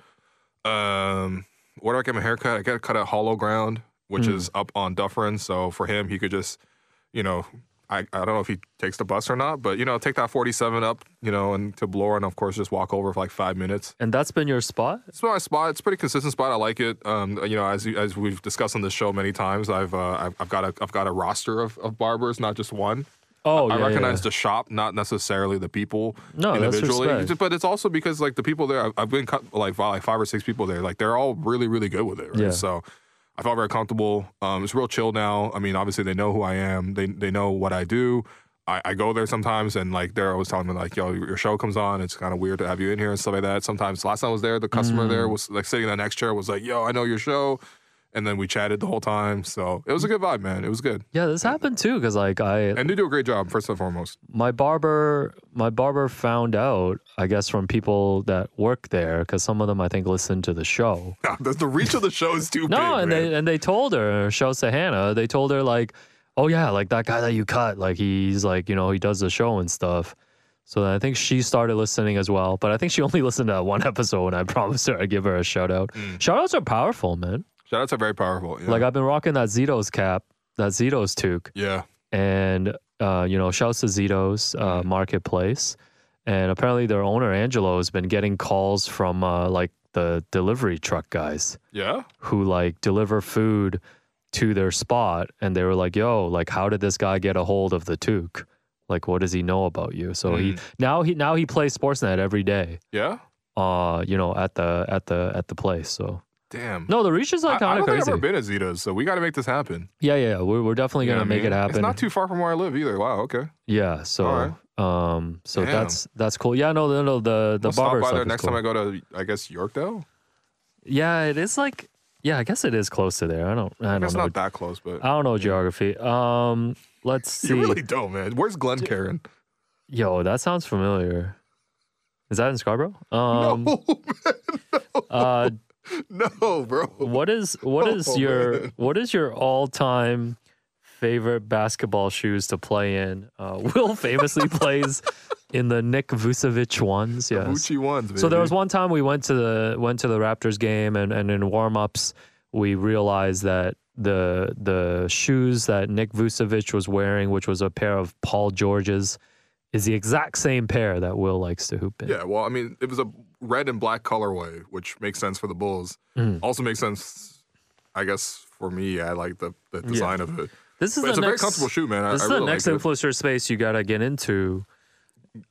Speaker 1: Um, where do I get my haircut? I get it cut at Hollow Ground, which is up on Dufferin. So for him, he could just, you know, I, I don't know if he takes the bus or not, but you know, take that 47 up, you know, and to Bloor, and of course, just walk over for like five minutes.
Speaker 2: And that's been your spot.
Speaker 1: It's my spot. It's a pretty consistent spot. I like it. Um, you know, as you- as we've discussed on this show many times, I've uh, I've, I've got a I've got a roster of, of barbers, not just one.
Speaker 2: Oh,
Speaker 1: I
Speaker 2: yeah,
Speaker 1: recognize
Speaker 2: yeah.
Speaker 1: the shop, not necessarily the people
Speaker 2: No, that's
Speaker 1: individually.
Speaker 2: respect.
Speaker 1: Ju- but it's also because like the people there, I've, I've been cut like by like five or six people there. Like they're all really really good with it. Right?
Speaker 2: Yeah.
Speaker 1: So I felt very comfortable. Um, it's real chill now. I mean, obviously they know who I am. They they know what I do. I, I go there sometimes and like they're always telling me like, yo, your show comes on. It's kind of weird to have you in here and stuff like that. Sometimes last time I was there, the customer
Speaker 2: Mm.
Speaker 1: there was like sitting in the next chair was like, yo, I know your show. And then we chatted the whole time. So it was a good vibe, man. It was good.
Speaker 2: Yeah, this happened too because like I
Speaker 1: And they do a great job, first and foremost.
Speaker 2: my barber my barber found out i guess from people that work there because some of them i think listened to the show
Speaker 1: the, the reach of the show is too big.
Speaker 2: no
Speaker 1: man.
Speaker 2: and they and they told her show sahana they told her like oh yeah like that guy that you cut like he's like you know he does the show and stuff so then i think she started listening as well but i think she only listened to that one episode and i promised her i'd give her a shout out shout outs are powerful man
Speaker 1: Shout outs are very powerful. Yeah.
Speaker 2: like i've been rocking that zito's cap that zito's toque
Speaker 1: yeah.
Speaker 2: and uh, you know, shouts to Zito's uh,
Speaker 1: Mm-hmm.
Speaker 2: marketplace. And apparently, their owner Angelo has been getting calls from uh, like the delivery truck guys
Speaker 1: Yeah.
Speaker 2: who like deliver food to their spot, and they were like, "Yo, like, how did this guy get a hold of the toque? Like, what does he know about you?" So
Speaker 1: Mm.
Speaker 2: he now he now he plays Sportsnet every day.
Speaker 1: Yeah.
Speaker 2: Uh, you know, at the at the at the place. So
Speaker 1: Damn.
Speaker 2: no, the reach is
Speaker 1: I,
Speaker 2: like
Speaker 1: I don't
Speaker 2: kind of
Speaker 1: think I've ever
Speaker 2: crazy.
Speaker 1: been to Zito's, so we got to make this happen.
Speaker 2: yeah, yeah, yeah. We're, we're definitely
Speaker 1: You know
Speaker 2: gonna
Speaker 1: what I
Speaker 2: make
Speaker 1: mean?
Speaker 2: it happen.
Speaker 1: It's not too far from where I live either. Wow. Okay.
Speaker 2: Yeah. So,
Speaker 1: Alright.
Speaker 2: um, so
Speaker 1: Damn.
Speaker 2: that's that's cool. Yeah. No, no, no. The the
Speaker 1: I'll stop
Speaker 2: barber
Speaker 1: by
Speaker 2: stuff
Speaker 1: there
Speaker 2: is
Speaker 1: next
Speaker 2: cool.
Speaker 1: time I go to, I guess Yorkdale.
Speaker 2: Yeah, it is like. Yeah, I guess it is close to there. I don't. I
Speaker 1: I guess
Speaker 2: don't know.
Speaker 1: not that close, but
Speaker 2: I don't know geography. Um, let's see.
Speaker 1: you really don't, man. Where's Glen Karen?
Speaker 2: Yo, that sounds familiar. Is that in Scarborough? Um,
Speaker 1: no,
Speaker 2: uh,
Speaker 1: no, bro.
Speaker 2: what is what is
Speaker 1: Oh,
Speaker 2: your
Speaker 1: man.
Speaker 2: what is your all time favorite basketball shoes to play in? Uh, Will famously plays in the Nick Vucevic ones. Yes,
Speaker 1: Gucci ones, baby.
Speaker 2: So there was one time we went to the went to the Raptors game, and, and in warm ups we realized that the the shoes that Nick Vucevic was wearing, which was a pair of Paul George's, is the exact same pair that Will likes to hoop in.
Speaker 1: Yeah, well, I mean, it was a red and black colorway, which makes sense for the Bulls. Also makes sense, I guess, for me. I like the, the design of it.
Speaker 2: This is
Speaker 1: But
Speaker 2: the
Speaker 1: it's a very
Speaker 2: next,
Speaker 1: comfortable shoe, man. I,
Speaker 2: This
Speaker 1: I
Speaker 2: is
Speaker 1: really
Speaker 2: the next
Speaker 1: like it.
Speaker 2: influencer space you gotta get into.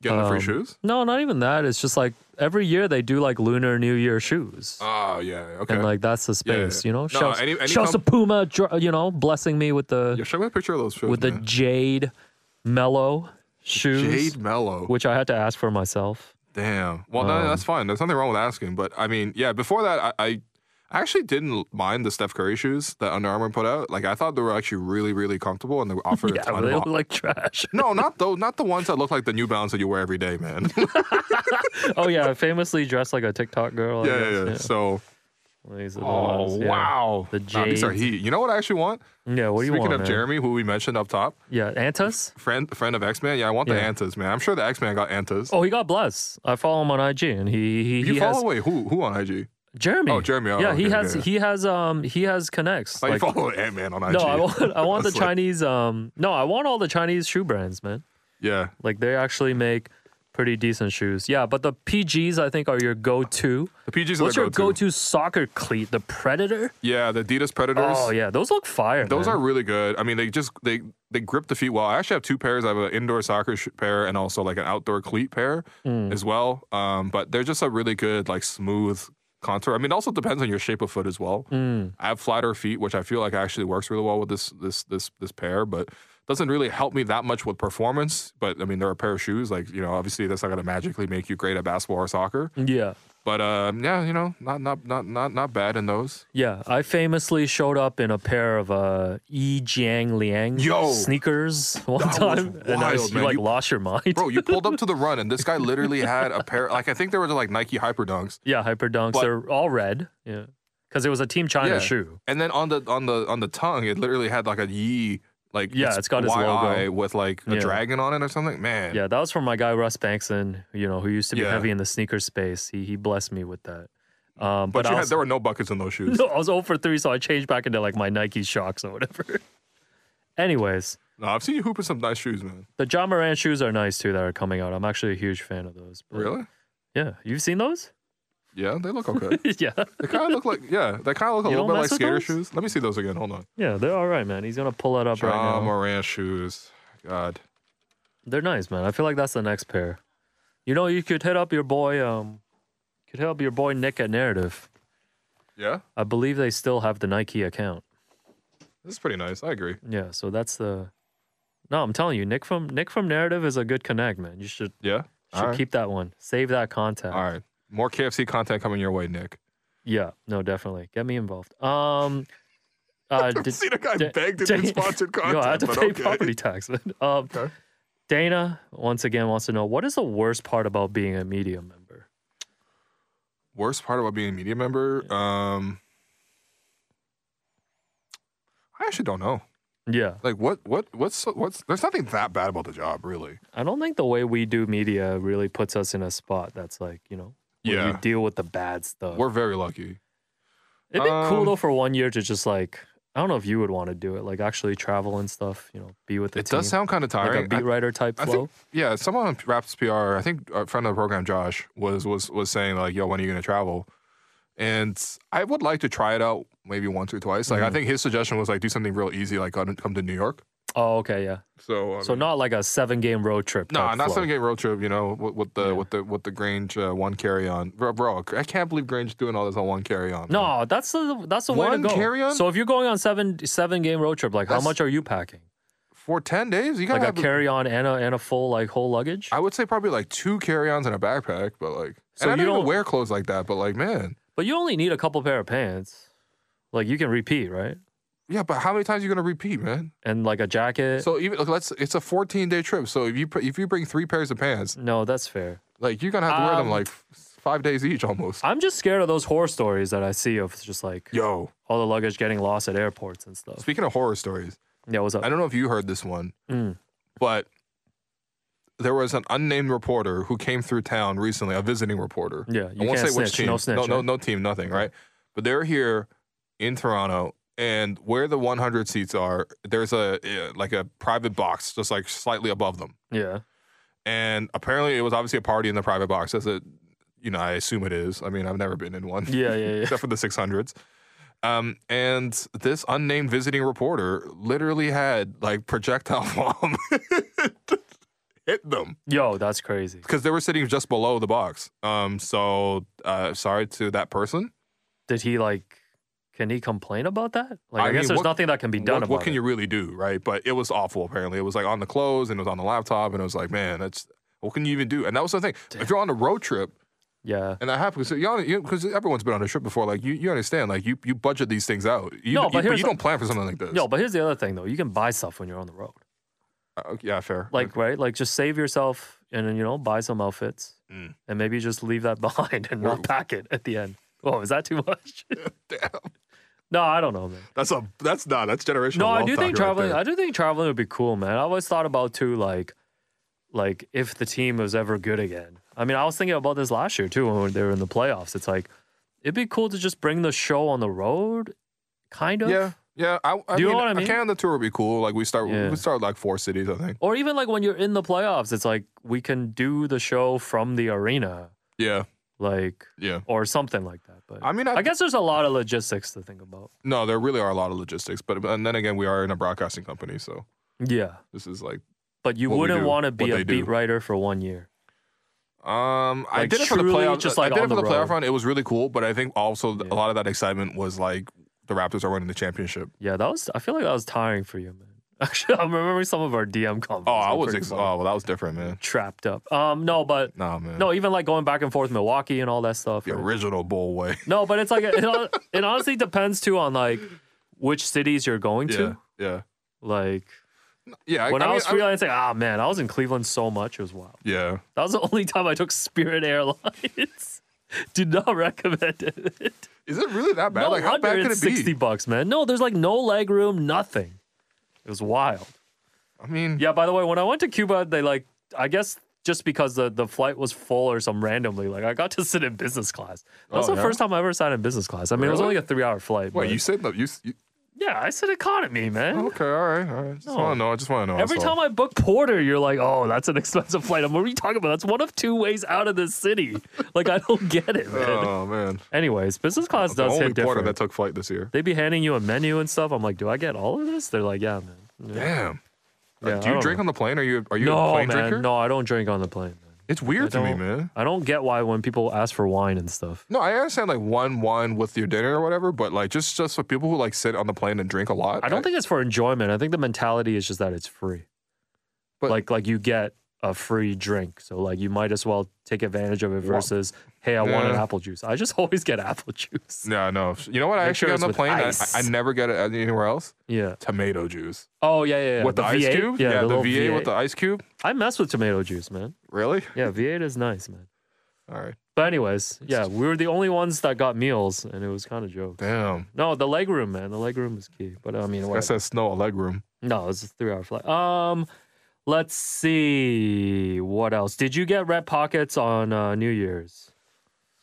Speaker 1: Getting the free
Speaker 2: um,
Speaker 1: shoes?
Speaker 2: No, not even that. It's just like every year they do like Lunar New Year shoes.
Speaker 1: Oh, yeah. Okay.
Speaker 2: And like that's the
Speaker 1: Yeah, yeah,
Speaker 2: space,
Speaker 1: yeah.
Speaker 2: you know.
Speaker 1: No,
Speaker 2: Shouts,
Speaker 1: any- any
Speaker 2: shouts to
Speaker 1: comp-
Speaker 2: Puma, dr- you know, blessing me with the
Speaker 1: Yeah, show me a picture of those shoes.
Speaker 2: with the
Speaker 1: man.
Speaker 2: jade mellow shoes,
Speaker 1: Mm-hmm. Jade Mellow.
Speaker 2: which I had to ask for myself. um,
Speaker 1: Damn. Well, no, that's fine. There's nothing wrong with asking, but I mean, yeah. Before that, I, I I actually didn't mind the Steph Curry shoes that Under Armour put out. Like I thought they were actually really, really comfortable, and they were offered. a
Speaker 2: Yeah,
Speaker 1: ton
Speaker 2: but
Speaker 1: of
Speaker 2: they
Speaker 1: op-
Speaker 2: look like trash.
Speaker 1: no, not those. Not the ones that look like the New Balance that you wear every day, man. yeah,
Speaker 2: oh yeah, famously dressed like a TikTok girl. I
Speaker 1: yeah,
Speaker 2: guess,
Speaker 1: yeah. So,
Speaker 2: yeah. These are the
Speaker 1: oh
Speaker 2: ones, yeah.
Speaker 1: wow,
Speaker 2: The
Speaker 1: Nah, these are
Speaker 2: jades.
Speaker 1: heat. You know what I actually want?
Speaker 2: Yeah, what do you
Speaker 1: Speaking
Speaker 2: want?
Speaker 1: of
Speaker 2: man?
Speaker 1: Jeremy, who we mentioned up top,
Speaker 2: Yeah, Antas.
Speaker 1: friend friend of X Man. Yeah, I want the
Speaker 2: Yeah.
Speaker 1: Antas, man. I'm sure the X Man got Antas.
Speaker 2: Oh, he got blessed. I follow him on IG, and he he,
Speaker 1: you
Speaker 2: he
Speaker 1: follow
Speaker 2: has
Speaker 1: wait who who on IG?
Speaker 2: Jeremy.
Speaker 1: Oh, Jeremy. Oh,
Speaker 2: yeah, he
Speaker 1: okay,
Speaker 2: has
Speaker 1: yeah.
Speaker 2: he has um he has connects.
Speaker 1: Oh, you
Speaker 2: like,
Speaker 1: follow Ant Man on IG?
Speaker 2: no, I want I want the
Speaker 1: That's like-
Speaker 2: Chinese um no, I want all the Chinese shoe brands, man.
Speaker 1: yeah,
Speaker 2: Like they actually make pretty decent shoes. Yeah, but the PGs I think are your go-to.
Speaker 1: the PGs
Speaker 2: What's
Speaker 1: are
Speaker 2: your go-to soccer cleat? The Predator?
Speaker 1: Yeah, the Adidas Predators.
Speaker 2: Oh yeah, those look fire.
Speaker 1: Those
Speaker 2: man.
Speaker 1: are really good. I mean, they just they they grip the feet well. I actually have two pairs. I have an indoor soccer sh- pair and also like an outdoor cleat pair as well. Um, but they're just a really good like smooth contour. I mean, it also depends on your shape of foot as well. I have flatter feet, which I feel like actually works really well with this this this this pair, but doesn't really help me that much with performance. But I mean, they're a pair of shoes. Like you know, obviously that's not going to magically make you great at basketball or soccer.
Speaker 2: yeah.
Speaker 1: But um, yeah, you know, not not not not not bad in those.
Speaker 2: Yeah, I famously showed up in a pair of uh, Yi Jiang Liang
Speaker 1: Yo.
Speaker 2: sneakers one
Speaker 1: That was
Speaker 2: time, and I
Speaker 1: wild,
Speaker 2: was, you
Speaker 1: man.
Speaker 2: like
Speaker 1: You-
Speaker 2: lost your mind.
Speaker 1: Bro, you pulled up to the run, and this guy literally had a pair. Like I think they were like Nike Hyper Dunks,
Speaker 2: yeah, Hyper Dunks.
Speaker 1: But-
Speaker 2: They're all red. Yeah, because it was a Team China
Speaker 1: Yeah.
Speaker 2: shoe.
Speaker 1: and then on the on the on the tongue, it literally had like a Yee, like
Speaker 2: Yeah, it's got his
Speaker 1: YI
Speaker 2: logo.
Speaker 1: with like a
Speaker 2: Yeah.
Speaker 1: dragon on it or something. Man,
Speaker 2: Yeah, that was from my guy Russ Bankson, you know, who used to be
Speaker 1: Yeah.
Speaker 2: heavy in the sneaker space. He he blessed me with that. Um,
Speaker 1: But,
Speaker 2: but,
Speaker 1: you
Speaker 2: I
Speaker 1: had,
Speaker 2: was,
Speaker 1: there were no buckets in those shoes.
Speaker 2: no, I was 0 for three, so I changed back into like my Nike shocks or whatever. Anyways,
Speaker 1: No, I've seen you hoop in some nice shoes, man.
Speaker 2: the John Moran shoes are nice too that are coming out. I'm actually a huge fan of those. but-
Speaker 1: Really?
Speaker 2: Yeah, you've seen those?
Speaker 1: Yeah, they look okay.
Speaker 2: yeah.
Speaker 1: they kind of look like yeah, they kind of look a
Speaker 2: You
Speaker 1: little
Speaker 2: don't
Speaker 1: bit like
Speaker 2: mess with
Speaker 1: skater
Speaker 2: those?
Speaker 1: shoes. Let me see those again. Hold on,
Speaker 2: Yeah, they're all right, man. He's gonna pull it up right
Speaker 1: John
Speaker 2: now.
Speaker 1: Moran shoes. God,
Speaker 2: They're nice, man. I feel like that's the next pair. You know, you could hit up your boy. Um, could hit up your boy Nick at Narrative.
Speaker 1: yeah,
Speaker 2: I believe they still have the Nike account.
Speaker 1: this is pretty nice. I agree.
Speaker 2: Yeah, so that's the. No, I'm telling you, Nick from Nick from Narrative is a good connect, man. You should
Speaker 1: Yeah,
Speaker 2: should
Speaker 1: all right,
Speaker 2: keep that one. Save that contact.
Speaker 1: all right. More KFC content coming your way, Nick.
Speaker 2: Yeah, no, definitely get me involved. Um, uh, did-
Speaker 1: See the guy
Speaker 2: Da-
Speaker 1: begged to
Speaker 2: Dana-
Speaker 1: get sponsored
Speaker 2: Yo,
Speaker 1: content.
Speaker 2: I had to
Speaker 1: but
Speaker 2: pay
Speaker 1: okay.
Speaker 2: property tax. man. Um,
Speaker 1: Okay.
Speaker 2: Dana once again wants to know what is the worst part about being a media member.
Speaker 1: Worst part about being a media member? Um, I actually don't know.
Speaker 2: Yeah,
Speaker 1: Like, what, what, what's, what's? There's nothing that bad about the job, really.
Speaker 2: I don't think the way we do media really puts us in a spot that's like you know where
Speaker 1: Yeah.
Speaker 2: we deal with the bad stuff.
Speaker 1: We're very lucky.
Speaker 2: It'd be cool
Speaker 1: um,
Speaker 2: though for one year to just like I don't know if you would want to do it, like actually travel and stuff. You know, be with the
Speaker 1: It
Speaker 2: team.
Speaker 1: does sound kind of
Speaker 2: like
Speaker 1: tiring.
Speaker 2: a beat writer type
Speaker 1: I
Speaker 2: flow.
Speaker 1: think, yeah, someone on Raps PR, I think a friend of the program, Josh, was was was saying like, "Yo, when are you gonna travel?" And I would like to try it out maybe once or twice.
Speaker 2: Mm.
Speaker 1: Like, I think his suggestion was like, do something real easy, like come come to New York.
Speaker 2: oh, okay, yeah.
Speaker 1: So, I
Speaker 2: So
Speaker 1: mean-
Speaker 2: not like a seven game road trip.
Speaker 1: No,
Speaker 2: type
Speaker 1: not
Speaker 2: flow.
Speaker 1: seven game road trip. You know, with, with the
Speaker 2: Yeah.
Speaker 1: with the with the Grange uh, one carry on, bro, bro. I can't believe Grange doing all this on one carry on.
Speaker 2: No, that's the that's the way
Speaker 1: One
Speaker 2: to go.
Speaker 1: carry-on?
Speaker 2: So if you're going on seven seven game road trip, like
Speaker 1: That's-
Speaker 2: how much are you packing?
Speaker 1: for ten days, you gotta.
Speaker 2: Like
Speaker 1: have,
Speaker 2: a carry on and a and a full like whole luggage.
Speaker 1: I would say probably like two carry ons and a backpack, but like,
Speaker 2: So
Speaker 1: and I
Speaker 2: you
Speaker 1: don't, even
Speaker 2: don't-
Speaker 1: wear clothes like that. But like, man,
Speaker 2: but you only need a couple pair of pants. Like you can repeat, right?
Speaker 1: yeah. But how many times are you gonna repeat, man?
Speaker 2: And like a jacket.
Speaker 1: So even look, let's. It's a fourteen day trip. So if you pr- if you bring three pairs of pants,
Speaker 2: no, that's fair.
Speaker 1: like you're gonna have to wear them
Speaker 2: Um,
Speaker 1: like f- five days each almost.
Speaker 2: I'm just scared of those horror stories that I see of just like
Speaker 1: Yo,
Speaker 2: all the luggage getting lost at airports and stuff.
Speaker 1: speaking of horror stories,
Speaker 2: Yeah, what's up?
Speaker 1: I don't know if you heard this one,
Speaker 2: Mm.
Speaker 1: but there was an unnamed reporter who came through town recently, a visiting reporter.
Speaker 2: Yeah,
Speaker 1: I
Speaker 2: you
Speaker 1: won't
Speaker 2: can't
Speaker 1: say
Speaker 2: snitch.
Speaker 1: which team.
Speaker 2: No snitch.
Speaker 1: no, no,
Speaker 2: right?
Speaker 1: no team, nothing, right? But they're here in Toronto, and where the 100 seats are, there's a eh, like a private box just like slightly above them.
Speaker 2: Yeah.
Speaker 1: And apparently, it was obviously a party in the private box. That's a, you know, I assume it is. I mean, I've never been in one
Speaker 2: Yeah, yeah, yeah.
Speaker 1: except for the 600s. Um, and this unnamed visiting reporter literally had like projectile bomb hit them
Speaker 2: Yo, that's crazy.
Speaker 1: because they were sitting just below the box. Um, so uh, sorry to that person.
Speaker 2: Did he like? Can he complain about that? Like,
Speaker 1: I
Speaker 2: I, guess
Speaker 1: mean,
Speaker 2: there's
Speaker 1: what-
Speaker 2: nothing that can be done
Speaker 1: what,
Speaker 2: about
Speaker 1: what can
Speaker 2: it.
Speaker 1: you really do, right? But it was awful. Apparently, it was like on the clothes and it was on the laptop, and it was like, man, that's what can you even do? And that was the thing. If you're on a road trip,
Speaker 2: Yeah.
Speaker 1: And that happens because you because everyone's been on a trip before. Like you, you understand. Like you, you budget these things out. You,
Speaker 2: No,
Speaker 1: you-
Speaker 2: but here's
Speaker 1: you
Speaker 2: the-
Speaker 1: don't plan for something like this.
Speaker 2: No, but here's the other thing though. You can buy stuff when you're on the road.
Speaker 1: Uh, yeah, fair.
Speaker 2: Like right, like just save yourself and then you know buy some outfits
Speaker 1: Mm.
Speaker 2: and maybe just leave that behind and
Speaker 1: Whoa.
Speaker 2: not pack it at the end. Oh, is that too much?
Speaker 1: Damn.
Speaker 2: no, I don't know, man.
Speaker 1: that's a that's not that's generational.
Speaker 2: No, I
Speaker 1: wealth
Speaker 2: do
Speaker 1: talk
Speaker 2: think
Speaker 1: right
Speaker 2: traveling.
Speaker 1: there.
Speaker 2: I do think traveling would be cool, man. I always thought about too, like, like if the team was ever good again. I mean, I was thinking about this last year too when they were in the playoffs. It's like it'd be cool to just bring the show on the road, kind of.
Speaker 1: yeah, yeah. I, I
Speaker 2: Do you
Speaker 1: mean,
Speaker 2: know what I mean?
Speaker 1: A Canada tour would be cool. Like we start,
Speaker 2: Yeah.
Speaker 1: we start like four cities. I think.
Speaker 2: Or even like when you're in the playoffs, it's like we can do the show from the arena,
Speaker 1: Yeah,
Speaker 2: like
Speaker 1: yeah.
Speaker 2: or something like that. But
Speaker 1: I mean, I,
Speaker 2: I guess there's a lot of logistics to think about.
Speaker 1: no, there really are a lot of logistics, but and then again, we are in a broadcasting company, so
Speaker 2: Yeah,
Speaker 1: this is like,
Speaker 2: but you
Speaker 1: What we
Speaker 2: wouldn't
Speaker 1: do,
Speaker 2: want to
Speaker 1: what
Speaker 2: be a
Speaker 1: they
Speaker 2: beat
Speaker 1: do.
Speaker 2: writer for one year.
Speaker 1: um, I
Speaker 2: Like,
Speaker 1: did it for the
Speaker 2: truly
Speaker 1: playoff.
Speaker 2: just,
Speaker 1: I
Speaker 2: like,
Speaker 1: did it
Speaker 2: on
Speaker 1: for the,
Speaker 2: the
Speaker 1: playoff
Speaker 2: road.
Speaker 1: run. It was really cool, but I think also th-
Speaker 2: Yeah.
Speaker 1: a lot of that excitement was like the Raptors are winning the championship.
Speaker 2: Yeah, that was. I feel like that was tiring for you, man. Actually, I'm remembering some of our DM comments.
Speaker 1: Oh, I was ex- oh, well, that was different, man.
Speaker 2: trapped up. Um, no, but
Speaker 1: Nah, man.
Speaker 2: no, even like going back and forth Milwaukee and all that stuff.
Speaker 1: the
Speaker 2: right?
Speaker 1: original bull way.
Speaker 2: No, but it's like it, hon- it honestly depends too on like which cities you're going
Speaker 1: yeah,
Speaker 2: to.
Speaker 1: yeah,
Speaker 2: Like
Speaker 1: yeah.
Speaker 2: when I,
Speaker 1: mean,
Speaker 2: was freelancing, ah man, I was in Cleveland so much. It was wild.
Speaker 1: yeah.
Speaker 2: That was the only time I took Spirit Airlines. Do not recommend it.
Speaker 1: Is it really that bad?
Speaker 2: no
Speaker 1: like, how
Speaker 2: wonder
Speaker 1: bad could
Speaker 2: it's
Speaker 1: it be?
Speaker 2: sixty bucks, man. No, there's like no leg room, nothing. It was wild.
Speaker 1: I mean,
Speaker 2: Yeah, by the way, when I went to Cuba, they like I guess just because the, the flight was full or some randomly, like I got to sit in business class. That was
Speaker 1: Oh,
Speaker 2: the
Speaker 1: yeah?
Speaker 2: first time I ever sat in business class. I mean, it was
Speaker 1: Really?
Speaker 2: only a three hour flight.
Speaker 1: wait,
Speaker 2: but-
Speaker 1: you said that you, s- you. oh,
Speaker 2: yeah, I said economy, man.
Speaker 1: Okay, all right, all right. Just
Speaker 2: No.
Speaker 1: want to know. I just want to know.
Speaker 2: Every time I book Porter, you're like, oh, that's an expensive flight. I'm what are you talking about? That's one of two ways out of this city. like I don't get it, man.
Speaker 1: Oh man,
Speaker 2: Anyways, business class
Speaker 1: the
Speaker 2: does
Speaker 1: only
Speaker 2: hit
Speaker 1: Porter
Speaker 2: different.
Speaker 1: that took flight this year.
Speaker 2: they be handing you a menu and stuff. I'm like, do I get all of this? They're like, yeah, man.
Speaker 1: Damn. Uh,
Speaker 2: Yeah, I
Speaker 1: Do you
Speaker 2: don't
Speaker 1: drink
Speaker 2: know.
Speaker 1: on the plane? Are you are you a
Speaker 2: no,
Speaker 1: plane
Speaker 2: man.
Speaker 1: drinker?
Speaker 2: No, I don't drink on the plane. Man.
Speaker 1: It's weird to me,
Speaker 2: don't.
Speaker 1: man.
Speaker 2: I don't get why when people ask for wine and stuff.
Speaker 1: No, I understand like one wine with your dinner or whatever, but like just just for people who like sit on the plane and drink a lot.
Speaker 2: I don't think it's for enjoyment. I think the mentality is just that it's free.
Speaker 1: But-
Speaker 2: like like you get a free drink, so like you might as well take advantage of it versus hey, I want an
Speaker 1: Yeah.
Speaker 2: apple juice. I just always get apple juice.
Speaker 1: No, no. You know what? I
Speaker 2: Make
Speaker 1: actually
Speaker 2: sure
Speaker 1: get
Speaker 2: it's
Speaker 1: on the
Speaker 2: with
Speaker 1: plane. I,
Speaker 2: ice.
Speaker 1: I never get it anywhere else.
Speaker 2: Yeah.
Speaker 1: Tomato juice
Speaker 2: Oh yeah, yeah. yeah.
Speaker 1: with the, ice
Speaker 2: V8?
Speaker 1: cube.
Speaker 2: Yeah, the,
Speaker 1: the,
Speaker 2: little
Speaker 1: V8,
Speaker 2: V8.
Speaker 1: with the ice cube.
Speaker 2: I mess with tomato juice, man.
Speaker 1: Really?
Speaker 2: Yeah, V8 is nice, man.
Speaker 1: All right.
Speaker 2: But anyways, yeah, we were the only ones that got meals, and it was kind of joke.
Speaker 1: Damn.
Speaker 2: No, the leg room, man. The leg room is key. But I mean,
Speaker 1: That
Speaker 2: whatever.
Speaker 1: says snow a leg room.
Speaker 2: No, it's a three hour flight. Um, let's see what else. Did you get red pockets on uh, New Year's?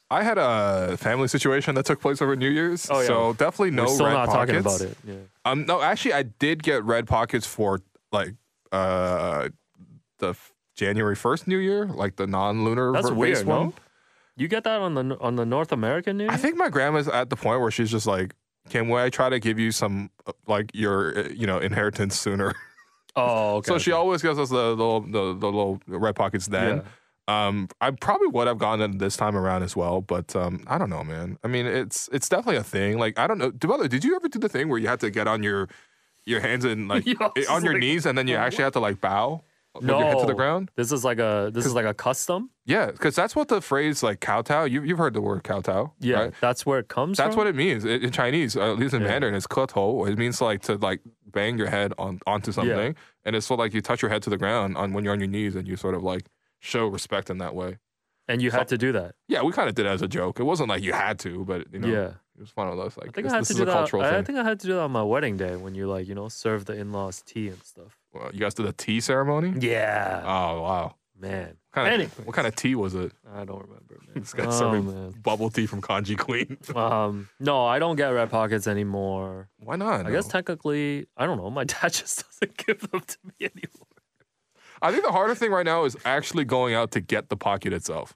Speaker 1: I had a family situation that took place over New Year's,
Speaker 2: Oh, yeah.
Speaker 1: so definitely no
Speaker 2: We're still
Speaker 1: red
Speaker 2: not
Speaker 1: pockets.
Speaker 2: talking about it. Yeah.
Speaker 1: Um, no, actually, I did get red pockets for like uh the f- January first New Year, like the non-lunar
Speaker 2: That's
Speaker 1: ver-
Speaker 2: weird.
Speaker 1: based
Speaker 2: no?
Speaker 1: one.
Speaker 2: You get that on the on the North American New Year?
Speaker 1: I think my grandma's at the point where she's just like, "Can we I try to give you some uh, like your uh, you know inheritance sooner?"
Speaker 2: Oh, okay.
Speaker 1: so she
Speaker 2: okay.
Speaker 1: always gives us the the, little- the, the little red pockets then.
Speaker 2: Yeah.
Speaker 1: Um, I probably would have gone in this time around as well, but um, I don't know, man. I mean, it's it's definitely a thing. Like, I don't know, Devello, did you ever do the thing where you had to get on your your hands and like eh,
Speaker 2: Yeah, I was
Speaker 1: on your
Speaker 2: like,
Speaker 1: knees, and then you actually had to like bow with your head to the
Speaker 2: No.
Speaker 1: ground?
Speaker 2: This is like a this is like a custom.
Speaker 1: Yeah, because that's what the phrase like kowtow. You you've heard the word kowtow,
Speaker 2: Yeah,
Speaker 1: right?
Speaker 2: that's where it comes
Speaker 1: That's
Speaker 2: from.
Speaker 1: what it means in in Chinese, uh, at least in
Speaker 2: Yeah.
Speaker 1: Mandarin. It's kutou. It means like to like bang your head on onto something, and it's so like you touch your head to the ground on when you're on your knees, and you sort of like show respect in that way.
Speaker 2: and you had to do that.
Speaker 1: Yeah, we kind of did it as a joke. It wasn't like you had to, but you know,
Speaker 2: yeah.
Speaker 1: it was one of those like
Speaker 2: I think
Speaker 1: this,
Speaker 2: I had
Speaker 1: this
Speaker 2: to
Speaker 1: is
Speaker 2: do
Speaker 1: a
Speaker 2: that.
Speaker 1: cultural
Speaker 2: I, I
Speaker 1: thing.
Speaker 2: think I had to do that on my wedding day when you like, you know, serve the in-laws tea and stuff.
Speaker 1: Well, you guys did a tea ceremony.
Speaker 2: Yeah.
Speaker 1: Oh wow,
Speaker 2: man.
Speaker 1: kind of
Speaker 2: Anyways.
Speaker 1: what kind of tea was it?
Speaker 2: I don't remember, man.
Speaker 1: This guy
Speaker 2: oh,
Speaker 1: serving
Speaker 2: man.
Speaker 1: bubble tea from Kanji Queen.
Speaker 2: Um, no, I don't get red pockets anymore.
Speaker 1: Why not?
Speaker 2: I guess
Speaker 1: No.
Speaker 2: technically, I don't know. My dad just doesn't give them to me anymore.
Speaker 1: I think the harder thing right now is actually going out to get the pocket itself.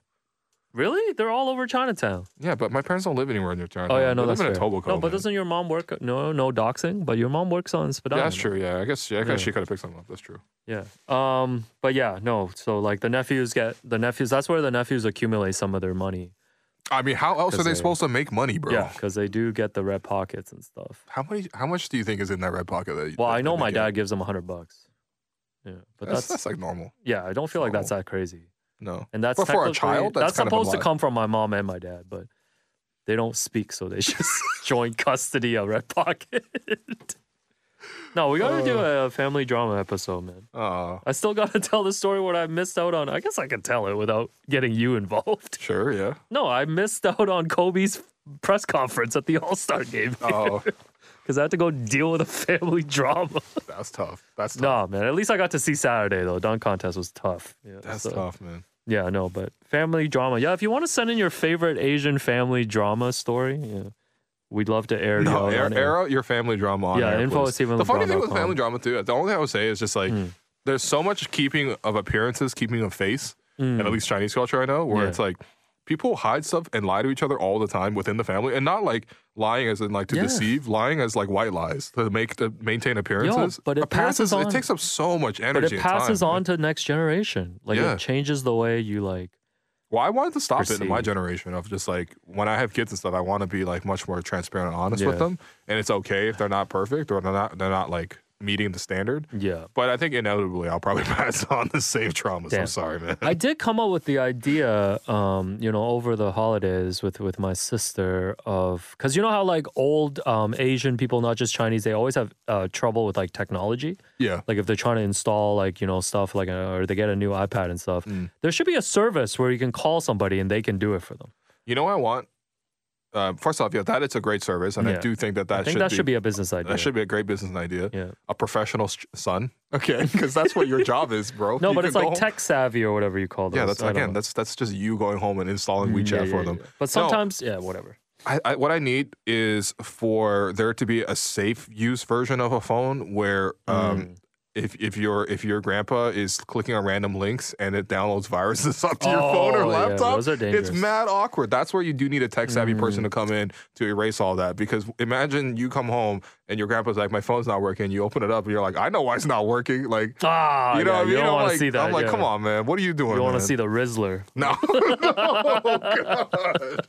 Speaker 2: Really? They're all over Chinatown.
Speaker 1: Yeah, but my parents don't live anywhere near Chinatown.
Speaker 2: oh yeah, no,
Speaker 1: they
Speaker 2: that's
Speaker 1: live in
Speaker 2: fair.
Speaker 1: Etobicoke,
Speaker 2: no, but
Speaker 1: man.
Speaker 2: doesn't your mom work? No, no doxing. But your mom works on Spadina.
Speaker 1: Yeah, that's true. Yeah, I guess. Yeah, I guess
Speaker 2: Yeah.
Speaker 1: she could have picked something up. That's true.
Speaker 2: Yeah. Um. But yeah, no. So like the nephews get the nephews. That's where the nephews accumulate some of their money.
Speaker 1: I mean, how else are
Speaker 2: Because
Speaker 1: they
Speaker 2: they-
Speaker 1: supposed to make money, bro?
Speaker 2: Yeah, because they do get the red pockets and stuff.
Speaker 1: How many? How much do you think is in that red pocket? That
Speaker 2: Well,
Speaker 1: that-
Speaker 2: I
Speaker 1: that
Speaker 2: know
Speaker 1: they
Speaker 2: my
Speaker 1: get?
Speaker 2: dad gives them a hundred bucks. Yeah, but
Speaker 1: That's,
Speaker 2: that's,
Speaker 1: that's like normal.
Speaker 2: yeah. I don't feel like that's
Speaker 1: normal.
Speaker 2: that crazy.
Speaker 1: No.
Speaker 2: and that's
Speaker 1: But for a
Speaker 2: technically-
Speaker 1: child, that's kind of
Speaker 2: supposed to
Speaker 1: implied.
Speaker 2: come from my mom and my dad, but they don't speak, so they just joint custody of Red Pocket. no, we gotta do a family drama episode, man.
Speaker 1: Uh,
Speaker 2: I still gotta tell the story what I missed out on. I guess I can tell it without getting you involved.
Speaker 1: sure, yeah.
Speaker 2: No, I missed out on Kobe's press conference at the All Star game
Speaker 1: Oh,
Speaker 2: because I had to go deal with a family drama.
Speaker 1: that's tough. That's tough.
Speaker 2: nah, man. At least I got to see Saturday though. Dunk contest was tough. Yeah,
Speaker 1: That's
Speaker 2: so-
Speaker 1: tough, man.
Speaker 2: Yeah, I know, but family drama. Yeah, if you want to send in your favorite Asian family drama story, yeah, we'd love to air
Speaker 1: No,
Speaker 2: you out
Speaker 1: air,
Speaker 2: on air.
Speaker 1: air out your family drama on
Speaker 2: Yeah,
Speaker 1: air,
Speaker 2: info
Speaker 1: please.
Speaker 2: at Stephen
Speaker 1: The funny
Speaker 2: LeBron
Speaker 1: thing with
Speaker 2: dot com.
Speaker 1: family drama too, the only thing I would say is just like
Speaker 2: Hmm.
Speaker 1: there's so much keeping of appearances, keeping of face, and at least Chinese culture I know, where
Speaker 2: Hmm. Yeah.
Speaker 1: it's like people hide stuff and lie to each other all the time within the family, and not like lying as in like to
Speaker 2: Yeah.
Speaker 1: deceive, lying as like white lies to make to maintain appearances.
Speaker 2: but it
Speaker 1: Appearances,
Speaker 2: passes on.
Speaker 1: It takes up so much
Speaker 2: But
Speaker 1: energy.
Speaker 2: it passes
Speaker 1: and time.
Speaker 2: on to the next generation. Like
Speaker 1: Yeah.
Speaker 2: it changes the way you like.
Speaker 1: Well, I wanted to stop it in my
Speaker 2: Perceived.
Speaker 1: generation of just like when I have kids and stuff, I want to be like much more transparent and honest with
Speaker 2: Yeah.
Speaker 1: them, and it's okay if they're not perfect or they're not they're not like meeting the standard.
Speaker 2: Yeah.
Speaker 1: But I think inevitably I'll probably pass on the same traumas. I'm
Speaker 2: Damn.
Speaker 1: sorry, man.
Speaker 2: I did come up with the idea, um, you know, over the holidays with with my sister of because you know how like old um, Asian people, not just Chinese, they always have uh, trouble with like technology.
Speaker 1: Yeah.
Speaker 2: like if they're trying to install like you know stuff like uh, or they get a new iPad and stuff,
Speaker 1: Mm.
Speaker 2: there should be a service where you can call somebody and they can do it for them.
Speaker 1: You know what I want? Uh, first off, yeah, that it's a great service, and I
Speaker 2: Yeah.
Speaker 1: do think that that
Speaker 2: I think
Speaker 1: should
Speaker 2: that
Speaker 1: be,
Speaker 2: should be a business idea.
Speaker 1: that should be a great business idea.
Speaker 2: Yeah.
Speaker 1: A professional st- son, okay, because that's what your job is, bro.
Speaker 2: no,
Speaker 1: You
Speaker 2: but
Speaker 1: can
Speaker 2: it's
Speaker 1: go
Speaker 2: like
Speaker 1: home-
Speaker 2: tech savvy or whatever you call those.
Speaker 1: Yeah, that's
Speaker 2: I don't
Speaker 1: again,
Speaker 2: know. Mm,
Speaker 1: that's that's just you going home and installing WeChat
Speaker 2: Yeah, yeah,
Speaker 1: for
Speaker 2: yeah,
Speaker 1: them.
Speaker 2: yeah. But sometimes, yeah, whatever.
Speaker 1: I, I, what I need is for there to be a safe use version of a phone where um,
Speaker 2: Mm.
Speaker 1: if if your if your grandpa is clicking on random links and it downloads viruses onto your phone or
Speaker 2: Oh, yeah,
Speaker 1: laptop,
Speaker 2: those are
Speaker 1: it's
Speaker 2: dangerous. Mm.
Speaker 1: mad awkward. That's where you do need a tech savvy person to come in to erase all that. Because imagine you come home and your grandpa's like, "My phone's not working." You open it up and you're like, "I know why it's not working." Like,
Speaker 2: Ah,
Speaker 1: you know,
Speaker 2: yeah,
Speaker 1: what I mean?
Speaker 2: you don't
Speaker 1: I'm
Speaker 2: want
Speaker 1: like-
Speaker 2: to see that.
Speaker 1: I'm like,
Speaker 2: yeah.
Speaker 1: "Come on, man, what are you doing?"
Speaker 2: You want
Speaker 1: man?"
Speaker 2: to see the Rizzler.
Speaker 1: No. no. God.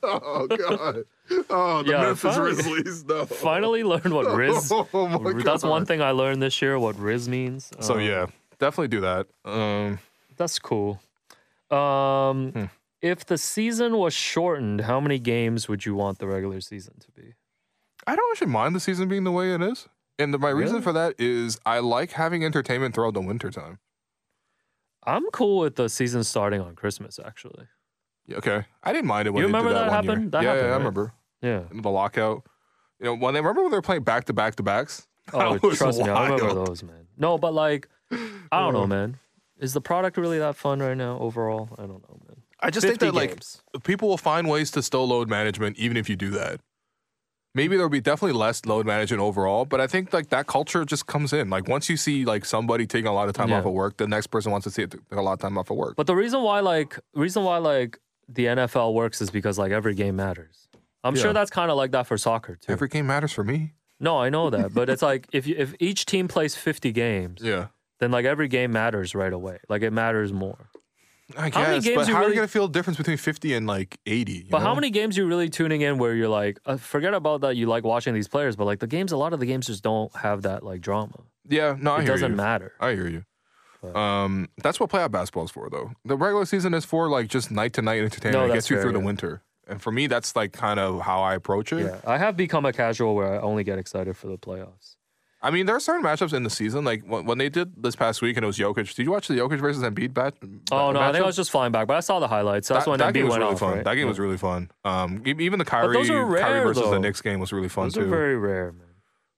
Speaker 1: Oh, God. Oh, the
Speaker 2: Yeah,
Speaker 1: Memphis
Speaker 2: finally-
Speaker 1: Grizzlies. No.
Speaker 2: Finally learned what Riz.
Speaker 1: Oh, my
Speaker 2: that's one
Speaker 1: God.
Speaker 2: thing I learned this year. What Riz means.
Speaker 1: So,
Speaker 2: Um,
Speaker 1: yeah, definitely do that. Um,
Speaker 2: That's cool. Um,
Speaker 1: Hmm.
Speaker 2: If the season was shortened, how many games would you want the regular season to be?
Speaker 1: I don't actually mind the season being the way it is. And the, my reason
Speaker 2: Really?
Speaker 1: for that is I like having entertainment throughout the wintertime.
Speaker 2: I'm cool with the season starting on Christmas, actually.
Speaker 1: Yeah, Okay. I didn't mind it when
Speaker 2: You
Speaker 1: they did
Speaker 2: remember that
Speaker 1: one year.
Speaker 2: happened? That
Speaker 1: yeah,
Speaker 2: happened,
Speaker 1: yeah, I
Speaker 2: right?
Speaker 1: remember.
Speaker 2: Yeah.
Speaker 1: The lockout. You know, when they remember when they were playing back to back to backs?
Speaker 2: Oh,
Speaker 1: That was
Speaker 2: trust me, I remember
Speaker 1: wild.
Speaker 2: those, man. No, but like, I don't know, man. Is the product really that fun right now overall? I don't know, man.
Speaker 1: I just think
Speaker 2: 50
Speaker 1: that like
Speaker 2: games.
Speaker 1: people will find ways to still load management even if you do that. Maybe there'll be definitely less load management overall, but I think like that culture just comes in. Like once you see like somebody taking a lot of time
Speaker 2: Yeah.
Speaker 1: off of work, the next person wants to see it take a lot of time off of work.
Speaker 2: But the reason why, like, reason why, like, the NFL works is because like every game matters. I'm
Speaker 1: Yeah.
Speaker 2: sure that's kind of like that for soccer too.
Speaker 1: Every game matters for me.
Speaker 2: no, I know that, but it's like if you, if each team plays 50 games,
Speaker 1: Yeah.
Speaker 2: then like every game matters right away. Like it matters more.
Speaker 1: I guess,
Speaker 2: How many games
Speaker 1: but
Speaker 2: you
Speaker 1: how are you
Speaker 2: really-
Speaker 1: gonna feel the difference between fifty and like eighty? you
Speaker 2: But how
Speaker 1: know?
Speaker 2: many games you really tuning in where you're like, uh, forget about that. You like watching these players, but like the games, a lot of the games just don't have that like drama.
Speaker 1: Yeah, no, I
Speaker 2: it
Speaker 1: hear
Speaker 2: doesn't
Speaker 1: you.
Speaker 2: matter.
Speaker 1: I hear you.
Speaker 2: But-
Speaker 1: Um, that's what playoff basketball is for, though. The regular season is for like just night to night entertainment.
Speaker 2: No,
Speaker 1: it
Speaker 2: that's
Speaker 1: gets you
Speaker 2: fair,
Speaker 1: through the
Speaker 2: yeah.
Speaker 1: winter, and for me, that's like kind of how I approach it.
Speaker 2: Yeah, I have become a casual where I only get excited for the playoffs.
Speaker 1: I mean, there are certain matchups in the season, like when, when they did this past week, and it was Jokic. Did you watch the Jokic versus Embiid bat?
Speaker 2: Oh no, I think I
Speaker 1: matchup?
Speaker 2: was just flying back, but I saw the highlights. That's
Speaker 1: that,
Speaker 2: when
Speaker 1: that
Speaker 2: MB
Speaker 1: game was
Speaker 2: went
Speaker 1: really
Speaker 2: off,
Speaker 1: fun.
Speaker 2: right?
Speaker 1: That game
Speaker 2: Yeah.
Speaker 1: was really fun. Um, e- even the Kyrie,
Speaker 2: those are
Speaker 1: Kyrie
Speaker 2: rare,
Speaker 1: versus the
Speaker 2: though.
Speaker 1: Knicks game was really fun
Speaker 2: Those
Speaker 1: too.
Speaker 2: are very rare, man.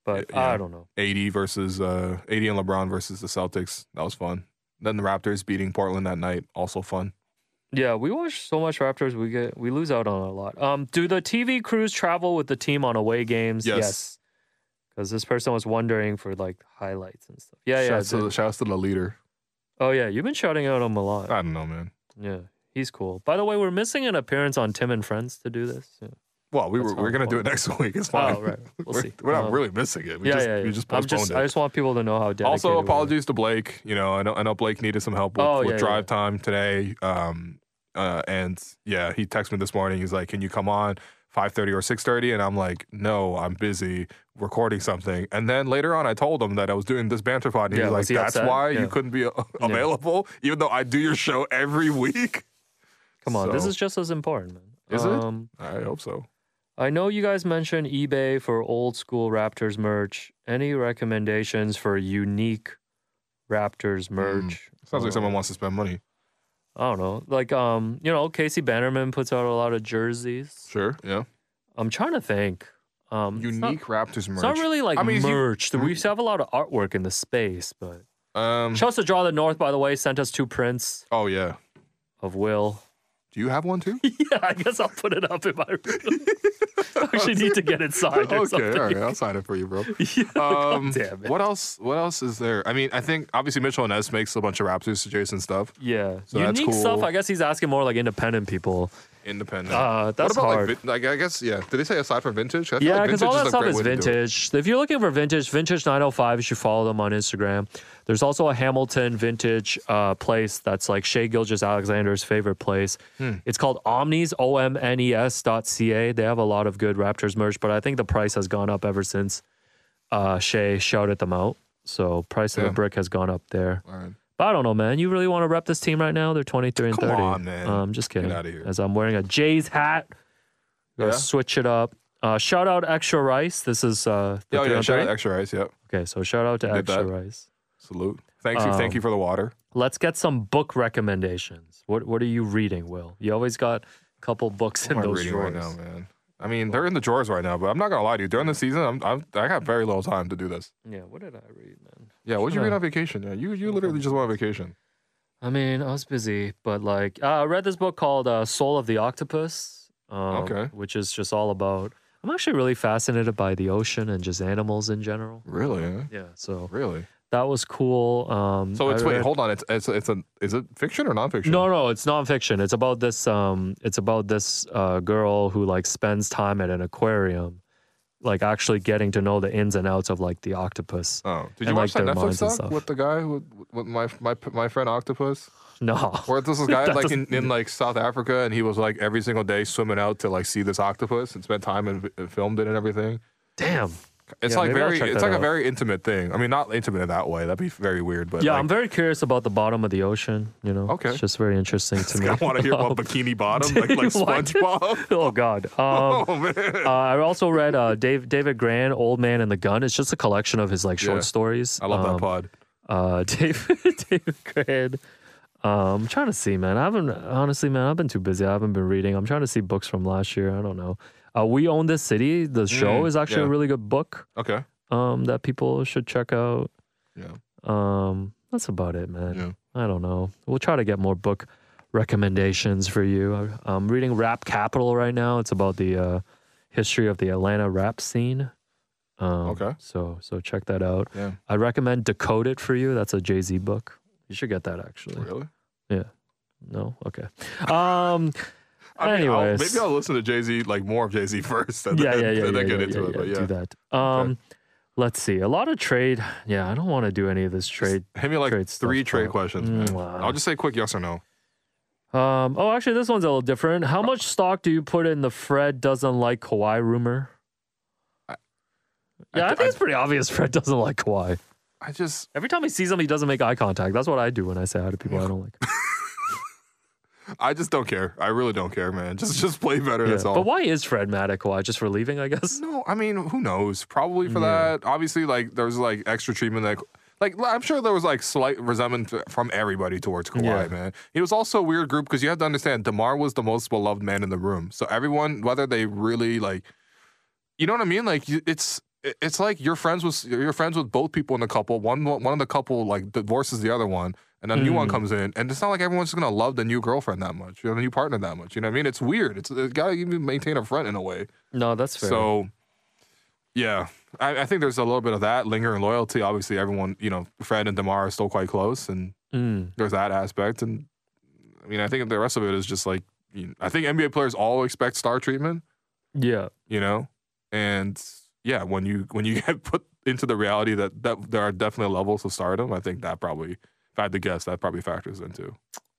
Speaker 2: But
Speaker 1: Yeah.
Speaker 2: I don't know.
Speaker 1: AD versus uh, AD and LeBron versus the Celtics. That was fun. Then the Raptors beating Portland that night, also fun.
Speaker 2: Yeah, we watch so much Raptors, we get we lose out on a lot. Um, do the TV crews travel with the team on away games?
Speaker 1: Yes.
Speaker 2: Because this person was wondering for like highlights and stuff. Yeah, yeah.
Speaker 1: Shouts to,
Speaker 2: dude.
Speaker 1: the, shouts to the leader.
Speaker 2: Oh yeah, you've been shouting out him a lot.
Speaker 1: I don't know, man.
Speaker 2: Yeah, he's cool. By the way, we're missing an appearance on Tim and Friends to do this. Yeah.
Speaker 1: Well, we
Speaker 2: That's
Speaker 1: were, we're
Speaker 2: fine,
Speaker 1: gonna do it
Speaker 2: fine.
Speaker 1: next week. It's fine.
Speaker 2: Oh, right. We'll
Speaker 1: we're,
Speaker 2: see.
Speaker 1: we're not
Speaker 2: Um,
Speaker 1: really missing it. We
Speaker 2: yeah,
Speaker 1: just,
Speaker 2: yeah, yeah.
Speaker 1: We just
Speaker 2: I'm
Speaker 1: postponed
Speaker 2: just,
Speaker 1: it.
Speaker 2: I just want people to know how dedicated. we
Speaker 1: Also,
Speaker 2: are.
Speaker 1: apologies to Blake. You know, I know I know Blake needed some help with,
Speaker 2: Oh,
Speaker 1: with
Speaker 2: yeah,
Speaker 1: drive
Speaker 2: yeah.
Speaker 1: time today. Um, uh, and yeah, he texted me this morning. He's like, "Can you come on?" 5:30 or 6:30 and I'm like, "No, I'm busy recording something." And then later on I told him that I was doing this banter pod and he
Speaker 2: Yeah,
Speaker 1: was like,
Speaker 2: was he
Speaker 1: "That's
Speaker 2: upset?
Speaker 1: why
Speaker 2: Yeah.
Speaker 1: you couldn't be uh, available even though I do your show every week."
Speaker 2: Come on, this
Speaker 1: So-
Speaker 2: is just as important, man.
Speaker 1: Is it?
Speaker 2: um,
Speaker 1: I hope so.
Speaker 2: I know you guys mentioned eBay for old school Raptors merch. Any recommendations for unique Raptors merch?
Speaker 1: Hmm. Sounds
Speaker 2: Uh,
Speaker 1: like someone wants to spend money.
Speaker 2: I don't know. Like um, you know, Casey Bannerman puts out a lot of jerseys.
Speaker 1: Sure. Yeah.
Speaker 2: I'm trying to think. Um, it's not-
Speaker 1: Unique Raptors merch.
Speaker 2: It's not really like
Speaker 1: I mean, if you-
Speaker 2: merch. We used to have a lot of artwork in the space, but
Speaker 1: Um,
Speaker 2: shout out to Draw the North, by the way, sent us two prints
Speaker 1: oh yeah.
Speaker 2: of Will.
Speaker 1: Do you have one too?
Speaker 2: yeah, I guess I'll put it up in my room. I actually need to get inside. Or
Speaker 1: okay,
Speaker 2: something.
Speaker 1: all right. I'll sign it for you, bro.
Speaker 2: Yeah,
Speaker 1: Um,
Speaker 2: damn it.
Speaker 1: What else? What else is there? I mean, I think obviously Mitchell and S makes a bunch of Raptors adjacent stuff.
Speaker 2: Yeah,
Speaker 1: So that's
Speaker 2: unique stuff.
Speaker 1: cool.
Speaker 2: I guess he's asking more like independent people.
Speaker 1: Independent.
Speaker 2: Uh, that's
Speaker 1: what about
Speaker 2: hard.
Speaker 1: like, vin- like I guess yeah. Did they say aside from vintage? I feel
Speaker 2: yeah,
Speaker 1: like
Speaker 2: because
Speaker 1: vintage
Speaker 2: all that
Speaker 1: a
Speaker 2: stuff
Speaker 1: great
Speaker 2: is
Speaker 1: way to do it.
Speaker 2: vintage. If you're looking for vintage, Vintage 905, you should follow them on Instagram. There's also a Hamilton vintage uh, place that's like Shea Gilgis Alexander's favorite place.
Speaker 1: Hmm.
Speaker 2: It's called Omnis, O M N E S dot C A. They have a lot of good Raptors merch, but I think the price has gone up ever since uh, Shea shouted them out. So price of
Speaker 1: Yeah.
Speaker 2: the brick has gone up there.
Speaker 1: All right.
Speaker 2: But I don't know, man. You really want to rep this team right now? They're 23 and
Speaker 1: Come
Speaker 2: 30.
Speaker 1: on, man.
Speaker 2: Um, just kidding.
Speaker 1: outta here.
Speaker 2: As I'm wearing a Jays hat. Gotta
Speaker 1: Yeah.
Speaker 2: switch it up. Uh, shout out Extra Rice. This is uh, the
Speaker 1: Oh
Speaker 2: three
Speaker 1: yeah,
Speaker 2: on
Speaker 1: shout out
Speaker 2: three.
Speaker 1: extra ice. Yep.
Speaker 2: Okay, so shout out to
Speaker 1: Did
Speaker 2: Extra
Speaker 1: that.
Speaker 2: Rice.
Speaker 1: Salute. Thank you.
Speaker 2: Um,
Speaker 1: Thank you for the water.
Speaker 2: Let's get some book recommendations. What What are you reading, Will? You always got a couple books in
Speaker 1: What am I
Speaker 2: those
Speaker 1: reading
Speaker 2: drawers.
Speaker 1: right now, man? I mean, they're in the drawers right now, but I'm not gonna lie to you. During the season, I'm, I'm I got very little time to do this.
Speaker 2: Yeah, what did I read, man?
Speaker 1: Yeah, what'd you
Speaker 2: Sure.
Speaker 1: read on vacation? Yeah, you you literally just went on vacation.
Speaker 2: I mean, I was busy, but like, uh, I read this book called uh, Soul of the Octopus, um,
Speaker 1: Okay.
Speaker 2: which is just all about. I'm actually really fascinated by the ocean and just animals in general.
Speaker 1: Really? eh?
Speaker 2: Yeah, so
Speaker 1: Really?
Speaker 2: that was cool. Um,
Speaker 1: So
Speaker 2: I
Speaker 1: it's wait,
Speaker 2: read-
Speaker 1: hold on. It's it's it's a is it fiction or nonfiction?
Speaker 2: No, no, it's nonfiction. It's about this. Um, it's about this uh, girl who like spends time at an aquarium, like actually getting to know the ins and outs of like the octopus.
Speaker 1: Oh, did
Speaker 2: And,
Speaker 1: you
Speaker 2: like,
Speaker 1: watch
Speaker 2: their
Speaker 1: that
Speaker 2: minds
Speaker 1: Netflix
Speaker 2: and
Speaker 1: doc
Speaker 2: stuff.
Speaker 1: with the guy who, with my my my friend Octopus?
Speaker 2: No,
Speaker 1: Where this was guy
Speaker 2: That
Speaker 1: like in, in like South Africa, and he was like every single day swimming out to like see this octopus and spent time and, and filmed it and everything.
Speaker 2: damn.
Speaker 1: It's
Speaker 2: Yeah,
Speaker 1: like
Speaker 2: maybe I'll
Speaker 1: very,
Speaker 2: check
Speaker 1: it's
Speaker 2: that
Speaker 1: like a
Speaker 2: out.
Speaker 1: very intimate thing. I mean, not intimate in that way. That'd be very weird. But
Speaker 2: Yeah,
Speaker 1: like,
Speaker 2: I'm very curious about the bottom of the ocean. You know,
Speaker 1: Okay.
Speaker 2: it's just very interesting to me.
Speaker 1: I want to hear about Bikini Bottom, like like
Speaker 2: What?
Speaker 1: SpongeBob.
Speaker 2: oh God. Um,
Speaker 1: Oh man,
Speaker 2: uh, I also read uh, Dave, David Grand, Old Man and the Gun. It's just a collection of his like short
Speaker 1: Yeah.
Speaker 2: stories.
Speaker 1: I love
Speaker 2: Um,
Speaker 1: that pod.
Speaker 2: uh David David Grand. Um, I'm trying to see, man. I haven't honestly, man. I've been too busy. I haven't been reading. I'm trying to see books from last year. I don't know. Uh, we own this city. The show
Speaker 1: Mm,
Speaker 2: is actually a
Speaker 1: yeah.
Speaker 2: really good book.
Speaker 1: Okay,
Speaker 2: Um, that people should check out.
Speaker 1: Yeah.
Speaker 2: Um, that's about it, man.
Speaker 1: Yeah.
Speaker 2: I don't know. We'll try to get more book recommendations for you. I- I'm reading Rap Capital right now. It's about the uh, history of the Atlanta rap scene. Um,
Speaker 1: Okay.
Speaker 2: So so check that out.
Speaker 1: yeah,
Speaker 2: I recommend Decode It for you. That's a Jay Z book. You should get that actually.
Speaker 1: really.
Speaker 2: No, okay. Um.
Speaker 1: I mean, I'll,
Speaker 2: anyways,
Speaker 1: maybe I'll listen to Jay Z, like more of Jay Z first, and
Speaker 2: yeah,
Speaker 1: then,
Speaker 2: yeah, yeah,
Speaker 1: and
Speaker 2: yeah,
Speaker 1: then
Speaker 2: yeah,
Speaker 1: get into
Speaker 2: yeah,
Speaker 1: it. But
Speaker 2: yeah,
Speaker 1: yeah,
Speaker 2: Do that. Um. Let's see. A lot of trade. Yeah, I don't want to do any of this trade.
Speaker 1: hit me like
Speaker 2: Trade stuff,
Speaker 1: three trade
Speaker 2: bro.
Speaker 1: questions.
Speaker 2: Mm,
Speaker 1: man.
Speaker 2: wow.
Speaker 1: I'll just say quick yes or no.
Speaker 2: Um. Oh, actually, this one's a little different. How much stock do you put in the Fred doesn't like Kawhi rumor?
Speaker 1: I-
Speaker 2: yeah, I,
Speaker 1: I-
Speaker 2: think it's pretty obvious. Fred doesn't like Kawhi.
Speaker 1: I just
Speaker 2: Every time he sees him, he doesn't make eye contact. That's what I do when I say hi to people I don't like.
Speaker 1: I just don't care. I really don't care, man. Just just play better.
Speaker 2: Yeah.
Speaker 1: That's all.
Speaker 2: But why is Fred mad at Kawhi? Just for leaving, I guess.
Speaker 1: No, I mean, who knows? Probably for
Speaker 2: Yeah.
Speaker 1: that. Obviously, like there's like extra treatment that. Like I'm sure there was like slight resentment f- from everybody towards Kawhi,
Speaker 2: Yeah.
Speaker 1: man. It was also a weird group because you have to understand Demar was the most beloved man in the room. So everyone, whether they really like, you know what I mean? Like you- it's it- it's like you're friends with you're friends with both people in the couple. One one of the couple like divorces the other one, and a new one
Speaker 2: Mm.
Speaker 1: comes in, and it's not like everyone's gonna love the new girlfriend that much, you know, the new partner that much. You know what I mean? It's weird. It's, it's gotta even maintain a friend in a way.
Speaker 2: No, that's fair.
Speaker 1: So, yeah, I, I think there's a little bit of that lingering loyalty. Obviously, everyone, you know, Fred and Damar are still quite close, and
Speaker 2: Mm.
Speaker 1: there's that aspect. And I mean, I think the rest of it is just like, you know, I think NBA players all expect star treatment,
Speaker 2: Yeah.
Speaker 1: you know, and yeah, when you when you get put into the reality that that there are definitely levels of stardom, I think that probably, if I had to guess, that probably factors into.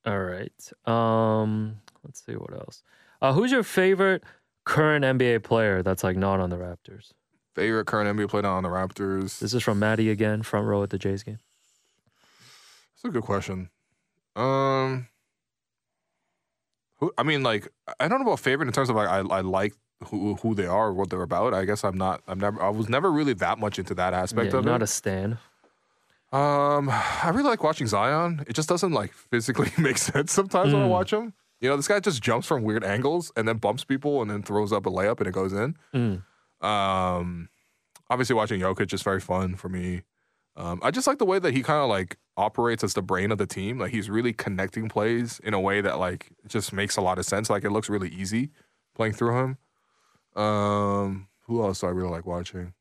Speaker 2: All right. Um, let's see what else. Uh, who's your favorite current NBA player that's like not on the Raptors?
Speaker 1: Favorite current NBA player on the Raptors.
Speaker 2: This is from Maddie again, front row at the Jays game.
Speaker 1: That's a good question. Um, who? I mean, like, I don't know about favorite in terms of like I, I like who who they are, what they're about. I guess I'm not. I'm never. I was never really that much into that aspect
Speaker 2: Yeah,
Speaker 1: of
Speaker 2: not a
Speaker 1: it.
Speaker 2: stan.
Speaker 1: um, I really like watching Zion. It just doesn't like physically make sense sometimes
Speaker 2: Hmm.
Speaker 1: when I
Speaker 6: Mm.
Speaker 1: watch him. You know, this guy just jumps from weird angles and then bumps people and then throws up a layup and it goes in.
Speaker 2: Mm.
Speaker 1: Um, obviously, watching Jokic is very fun for me. Um, I just like the way that he kind of like operates as the brain of the team. Like he's really connecting plays in a way that like just makes a lot of sense. Like it looks really easy playing through him. Um, who else do I really like watching?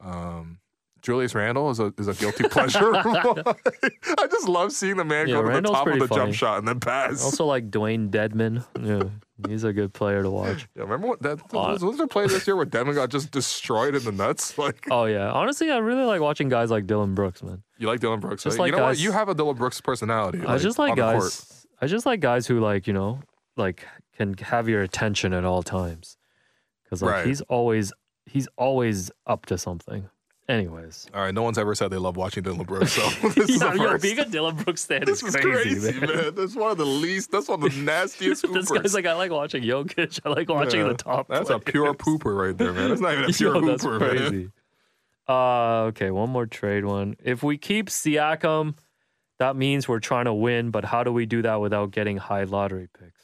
Speaker 1: Um, Julius Randle is a is a guilty pleasure. I just love seeing the man
Speaker 2: Yeah,
Speaker 1: go to
Speaker 2: Randle's
Speaker 1: the top of
Speaker 2: pretty
Speaker 1: the
Speaker 2: funny.
Speaker 1: jump shot and then pass.
Speaker 2: Also like Dwayne Dedman. Yeah, he's a good player to watch.
Speaker 1: yeah, remember what that
Speaker 2: Uh,
Speaker 1: was, was there a play this year where Devin got just destroyed in the nuts? Like
Speaker 2: Oh yeah, honestly, I really like watching guys like Dylan Brooks, man.
Speaker 1: You like Dylan Brooks.
Speaker 2: Just
Speaker 1: right?
Speaker 2: like
Speaker 1: you know
Speaker 2: us.
Speaker 1: what? You have a Dylan Brooks personality.
Speaker 2: I just like
Speaker 1: on the court.
Speaker 2: guys. I just like guys who like you know like can have your attention at all times because like
Speaker 1: Right.
Speaker 2: he's always he's always up to something. Anyways,
Speaker 1: All right, no one's ever said they love watching Dylan Brooks, so this is the
Speaker 2: Yeah, yo,
Speaker 1: first.
Speaker 2: being a Dylan Brooks fan
Speaker 1: this is
Speaker 2: is crazy, man.
Speaker 1: That's one of the least. That's one of the nastiest.
Speaker 2: this
Speaker 1: hoopers.
Speaker 2: guy's like, I like watching Jokic. I like watching
Speaker 1: Yeah,
Speaker 2: the top.
Speaker 1: That's a pure
Speaker 2: players."
Speaker 1: pooper right there, man. That's not even a pure
Speaker 2: Yo,
Speaker 1: hooper,
Speaker 2: that's
Speaker 1: man.
Speaker 2: crazy. Uh, okay, one more trade one. If we keep Siakam, that means we're trying to win. But how do we do that without getting high lottery picks?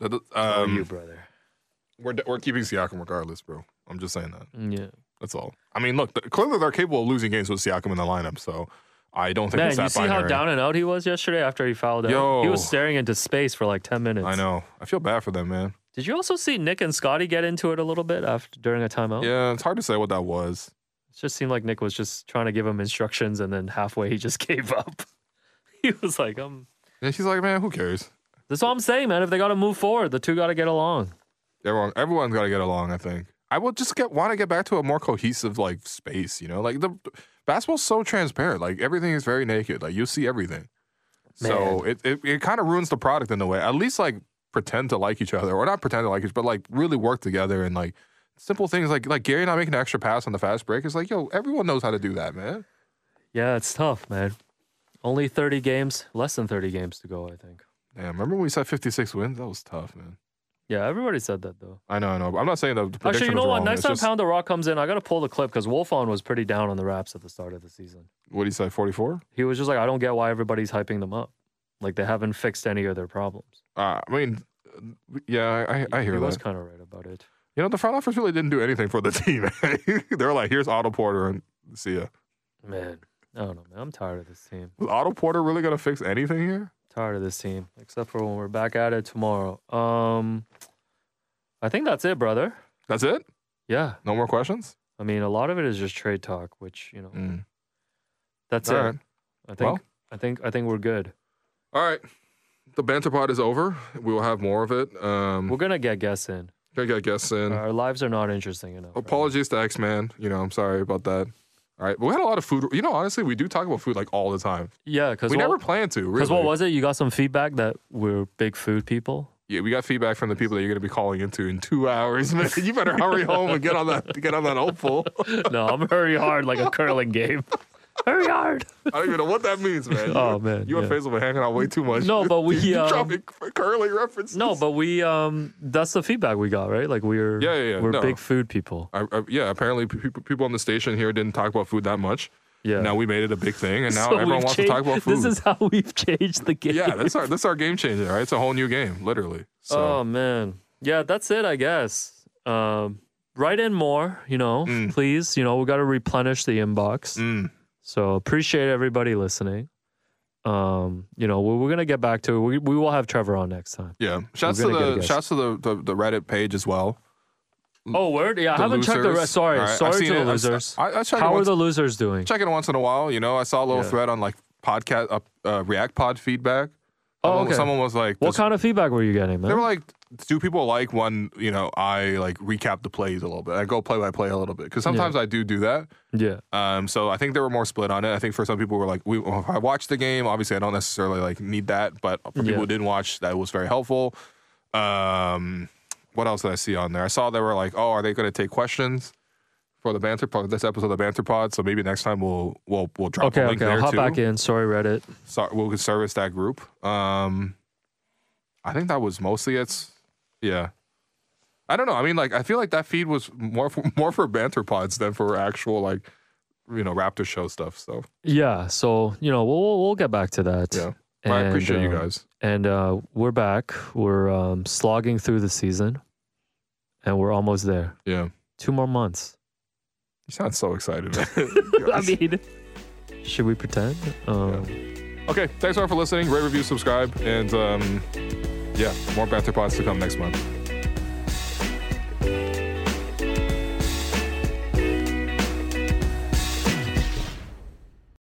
Speaker 1: That- that-
Speaker 2: How are
Speaker 1: um,
Speaker 2: you, brother?
Speaker 1: we're we're keeping Siakam regardless, bro. I'm just saying that.
Speaker 2: Yeah,
Speaker 1: That's all. I mean, look, th- clearly they're capable of losing games with Siakam in the lineup, so I don't think
Speaker 2: man,
Speaker 1: it's
Speaker 2: you
Speaker 1: that
Speaker 2: see how
Speaker 1: binary.
Speaker 2: down and out he was yesterday after he fouled out. he
Speaker 1: Yo.
Speaker 2: was staring into space for like ten minutes.
Speaker 1: I know. I feel bad for them, man.
Speaker 2: Did you also see Nick and Scotty get into it a little bit after during a timeout?
Speaker 1: Yeah, it's hard to say what that was.
Speaker 2: It just seemed like Nick was just trying to give him instructions, and then halfway he just gave up. he was like, "Um,
Speaker 1: Yeah, she's like, man, who cares?
Speaker 2: that's all I'm saying, man. If they got to move forward, the two got to get along."
Speaker 1: Everyone, everyone's got to get along. I think I will just get want to get back to a more cohesive like space. You know, like the basketball's so transparent. Like everything is very naked. Like you see everything. So it it, it kind of ruins the product in a way. At least like pretend to like each other, or not pretend to like each, but like really work together and like simple things like like Gary not making an extra pass on the fast break. It's like yo, everyone knows how to do that, man.
Speaker 2: Yeah, it's tough, man. Only 30 games, less than 30 games to go, I think.
Speaker 1: Damn, remember when we said 56 wins? That was tough, man.
Speaker 2: Yeah, everybody said that though.
Speaker 1: I know, I know. but I'm not saying that. The prediction
Speaker 2: Actually, you
Speaker 1: was
Speaker 2: know what?
Speaker 1: wrong.
Speaker 2: Next
Speaker 1: It's
Speaker 2: time
Speaker 1: just-
Speaker 2: Pound the Rock comes in, I gotta pull the clip because Wolfon was pretty down on the Raps at the start of the season.
Speaker 1: what do you say? 44?
Speaker 2: He was just like, I don't get why everybody's hyping them up. Like they haven't fixed any of their problems.
Speaker 1: Uh, I mean, uh, yeah, I- I, I hear
Speaker 2: he
Speaker 1: that.
Speaker 2: was kind of right about it.
Speaker 1: You know, the front office really didn't do anything for the team. They're like, here's Otto Porter and see ya.
Speaker 2: Man, I don't know, man. I'm tired of this team.
Speaker 1: Was Otto Porter really going to fix anything here?
Speaker 2: Tired of this team. Except for when we're back at it tomorrow. Um I think that's it, brother.
Speaker 1: That's it?
Speaker 2: Yeah.
Speaker 1: No more questions?
Speaker 2: I mean a lot of it is just trade talk, which, you know,
Speaker 1: Mm.
Speaker 2: that's
Speaker 1: All
Speaker 2: it.
Speaker 1: right.
Speaker 2: I think
Speaker 1: Well-
Speaker 2: I think I think we're good.
Speaker 1: All right. The banter pod is over. We will have more of it. Um,
Speaker 2: We're
Speaker 1: we're
Speaker 2: gonna get guests in.
Speaker 1: going to get guests in.
Speaker 2: Our lives are not interesting enough. right
Speaker 1: Apologies to X Man. You know, I'm sorry about that. All right. We had a lot of food. You know, honestly, we do talk about food like all the time.
Speaker 2: now. Yeah, because
Speaker 1: We never plan to, really.
Speaker 2: Because what was it? You got some feedback that we're big food people.
Speaker 1: Yeah, we got feedback from the people that you're going to be calling into in two hours, man. You better hurry home and get on that get on that hopeful.
Speaker 2: no, I'm hurry hard like a curling game. hurry hard.
Speaker 1: I don't even know what that means, man.
Speaker 2: Oh,
Speaker 1: You-
Speaker 2: man,
Speaker 1: you and
Speaker 2: yeah.
Speaker 1: Faisal were hanging out way too much.
Speaker 2: No, but we,
Speaker 1: you
Speaker 2: um,
Speaker 1: dropping c- curling references.
Speaker 2: No, but we um, that's the feedback we got, right? Like we're
Speaker 1: Yeah, yeah, yeah,
Speaker 2: we're
Speaker 1: no.
Speaker 2: big food people.
Speaker 1: I, I, yeah, apparently pe- pe- people on the station here didn't talk about food that much.
Speaker 2: Yeah.
Speaker 1: Now we made it a big thing, and now
Speaker 2: So
Speaker 1: everyone
Speaker 2: we've
Speaker 1: wants to talk
Speaker 2: changed-
Speaker 1: about food.
Speaker 2: This is how we've changed the game.
Speaker 1: yeah, that's our that's our game changer. Right, it's a whole new game, literally. So
Speaker 2: Oh man. Yeah, that's it, I guess. Um, write in more, you know,
Speaker 1: Mm.
Speaker 2: please. You know, we got to replenish the inbox.
Speaker 1: mm,
Speaker 2: So appreciate everybody listening. Um, you know, we're, we're gonna get back to it. We, we will have Trevor on next time.
Speaker 1: yeah, shouts to
Speaker 2: gonna get a
Speaker 1: the
Speaker 2: guest.
Speaker 1: shouts to the, the the Reddit page as well.
Speaker 2: Oh, word! Yeah, I
Speaker 1: Mm. The
Speaker 2: haven't checked the
Speaker 1: losers.
Speaker 2: rest. Sorry,
Speaker 1: All right, I've
Speaker 2: sorry
Speaker 1: seen
Speaker 2: to
Speaker 1: it.
Speaker 2: the
Speaker 1: I've-
Speaker 2: losers.
Speaker 1: I, I check it
Speaker 2: How are
Speaker 1: once,
Speaker 2: the losers doing?
Speaker 1: check it once in a while. You know, I saw a little
Speaker 2: Yeah.
Speaker 1: thread on like podcast uh, uh, React Pod feedback.
Speaker 2: Oh,
Speaker 1: Someone-
Speaker 2: okay.
Speaker 1: Someone was like,
Speaker 2: What
Speaker 1: this-
Speaker 2: kind of feedback were you getting,
Speaker 1: They
Speaker 2: man?
Speaker 1: were like, do people like when, you know, I like recap the plays a little bit? I go play by play a little bit because sometimes I do do that.
Speaker 2: yeah,
Speaker 1: Um, so I think they were more split on it. I think for some people were like, we, if I watched the game, obviously I don't necessarily like need that, but for people
Speaker 2: Yeah.
Speaker 1: who didn't watch, that was very helpful. Um, what else did I see on there? I saw they were like, oh, are they going to take questions for the banter pod? This episode of the banter pod. So maybe next time we'll we'll we'll drop
Speaker 2: Okay,
Speaker 1: a link
Speaker 2: okay.
Speaker 1: there
Speaker 2: I'll hop
Speaker 1: too.
Speaker 2: back in. Sorry, Reddit.
Speaker 1: So we'll service that group. Um, I think that was mostly it's. Yeah, I don't know. I mean, like I feel like that feed was more for, more for banter pods than for actual like you know Raptor show stuff. So
Speaker 6: Yeah.
Speaker 2: Yeah, so you know we'll we'll- we'll get back to that.
Speaker 1: Yeah. I appreciate you
Speaker 2: um,
Speaker 1: guys.
Speaker 2: And uh, we're back. We're um, slogging through the season, and we're almost there.
Speaker 1: Yeah,
Speaker 2: Two more months.
Speaker 1: you sound so excited. man.
Speaker 2: I mean, should we pretend? Um,
Speaker 1: okay, thanks everyone for listening. Rate, review, subscribe, and um, yeah, more banter pods to come next month.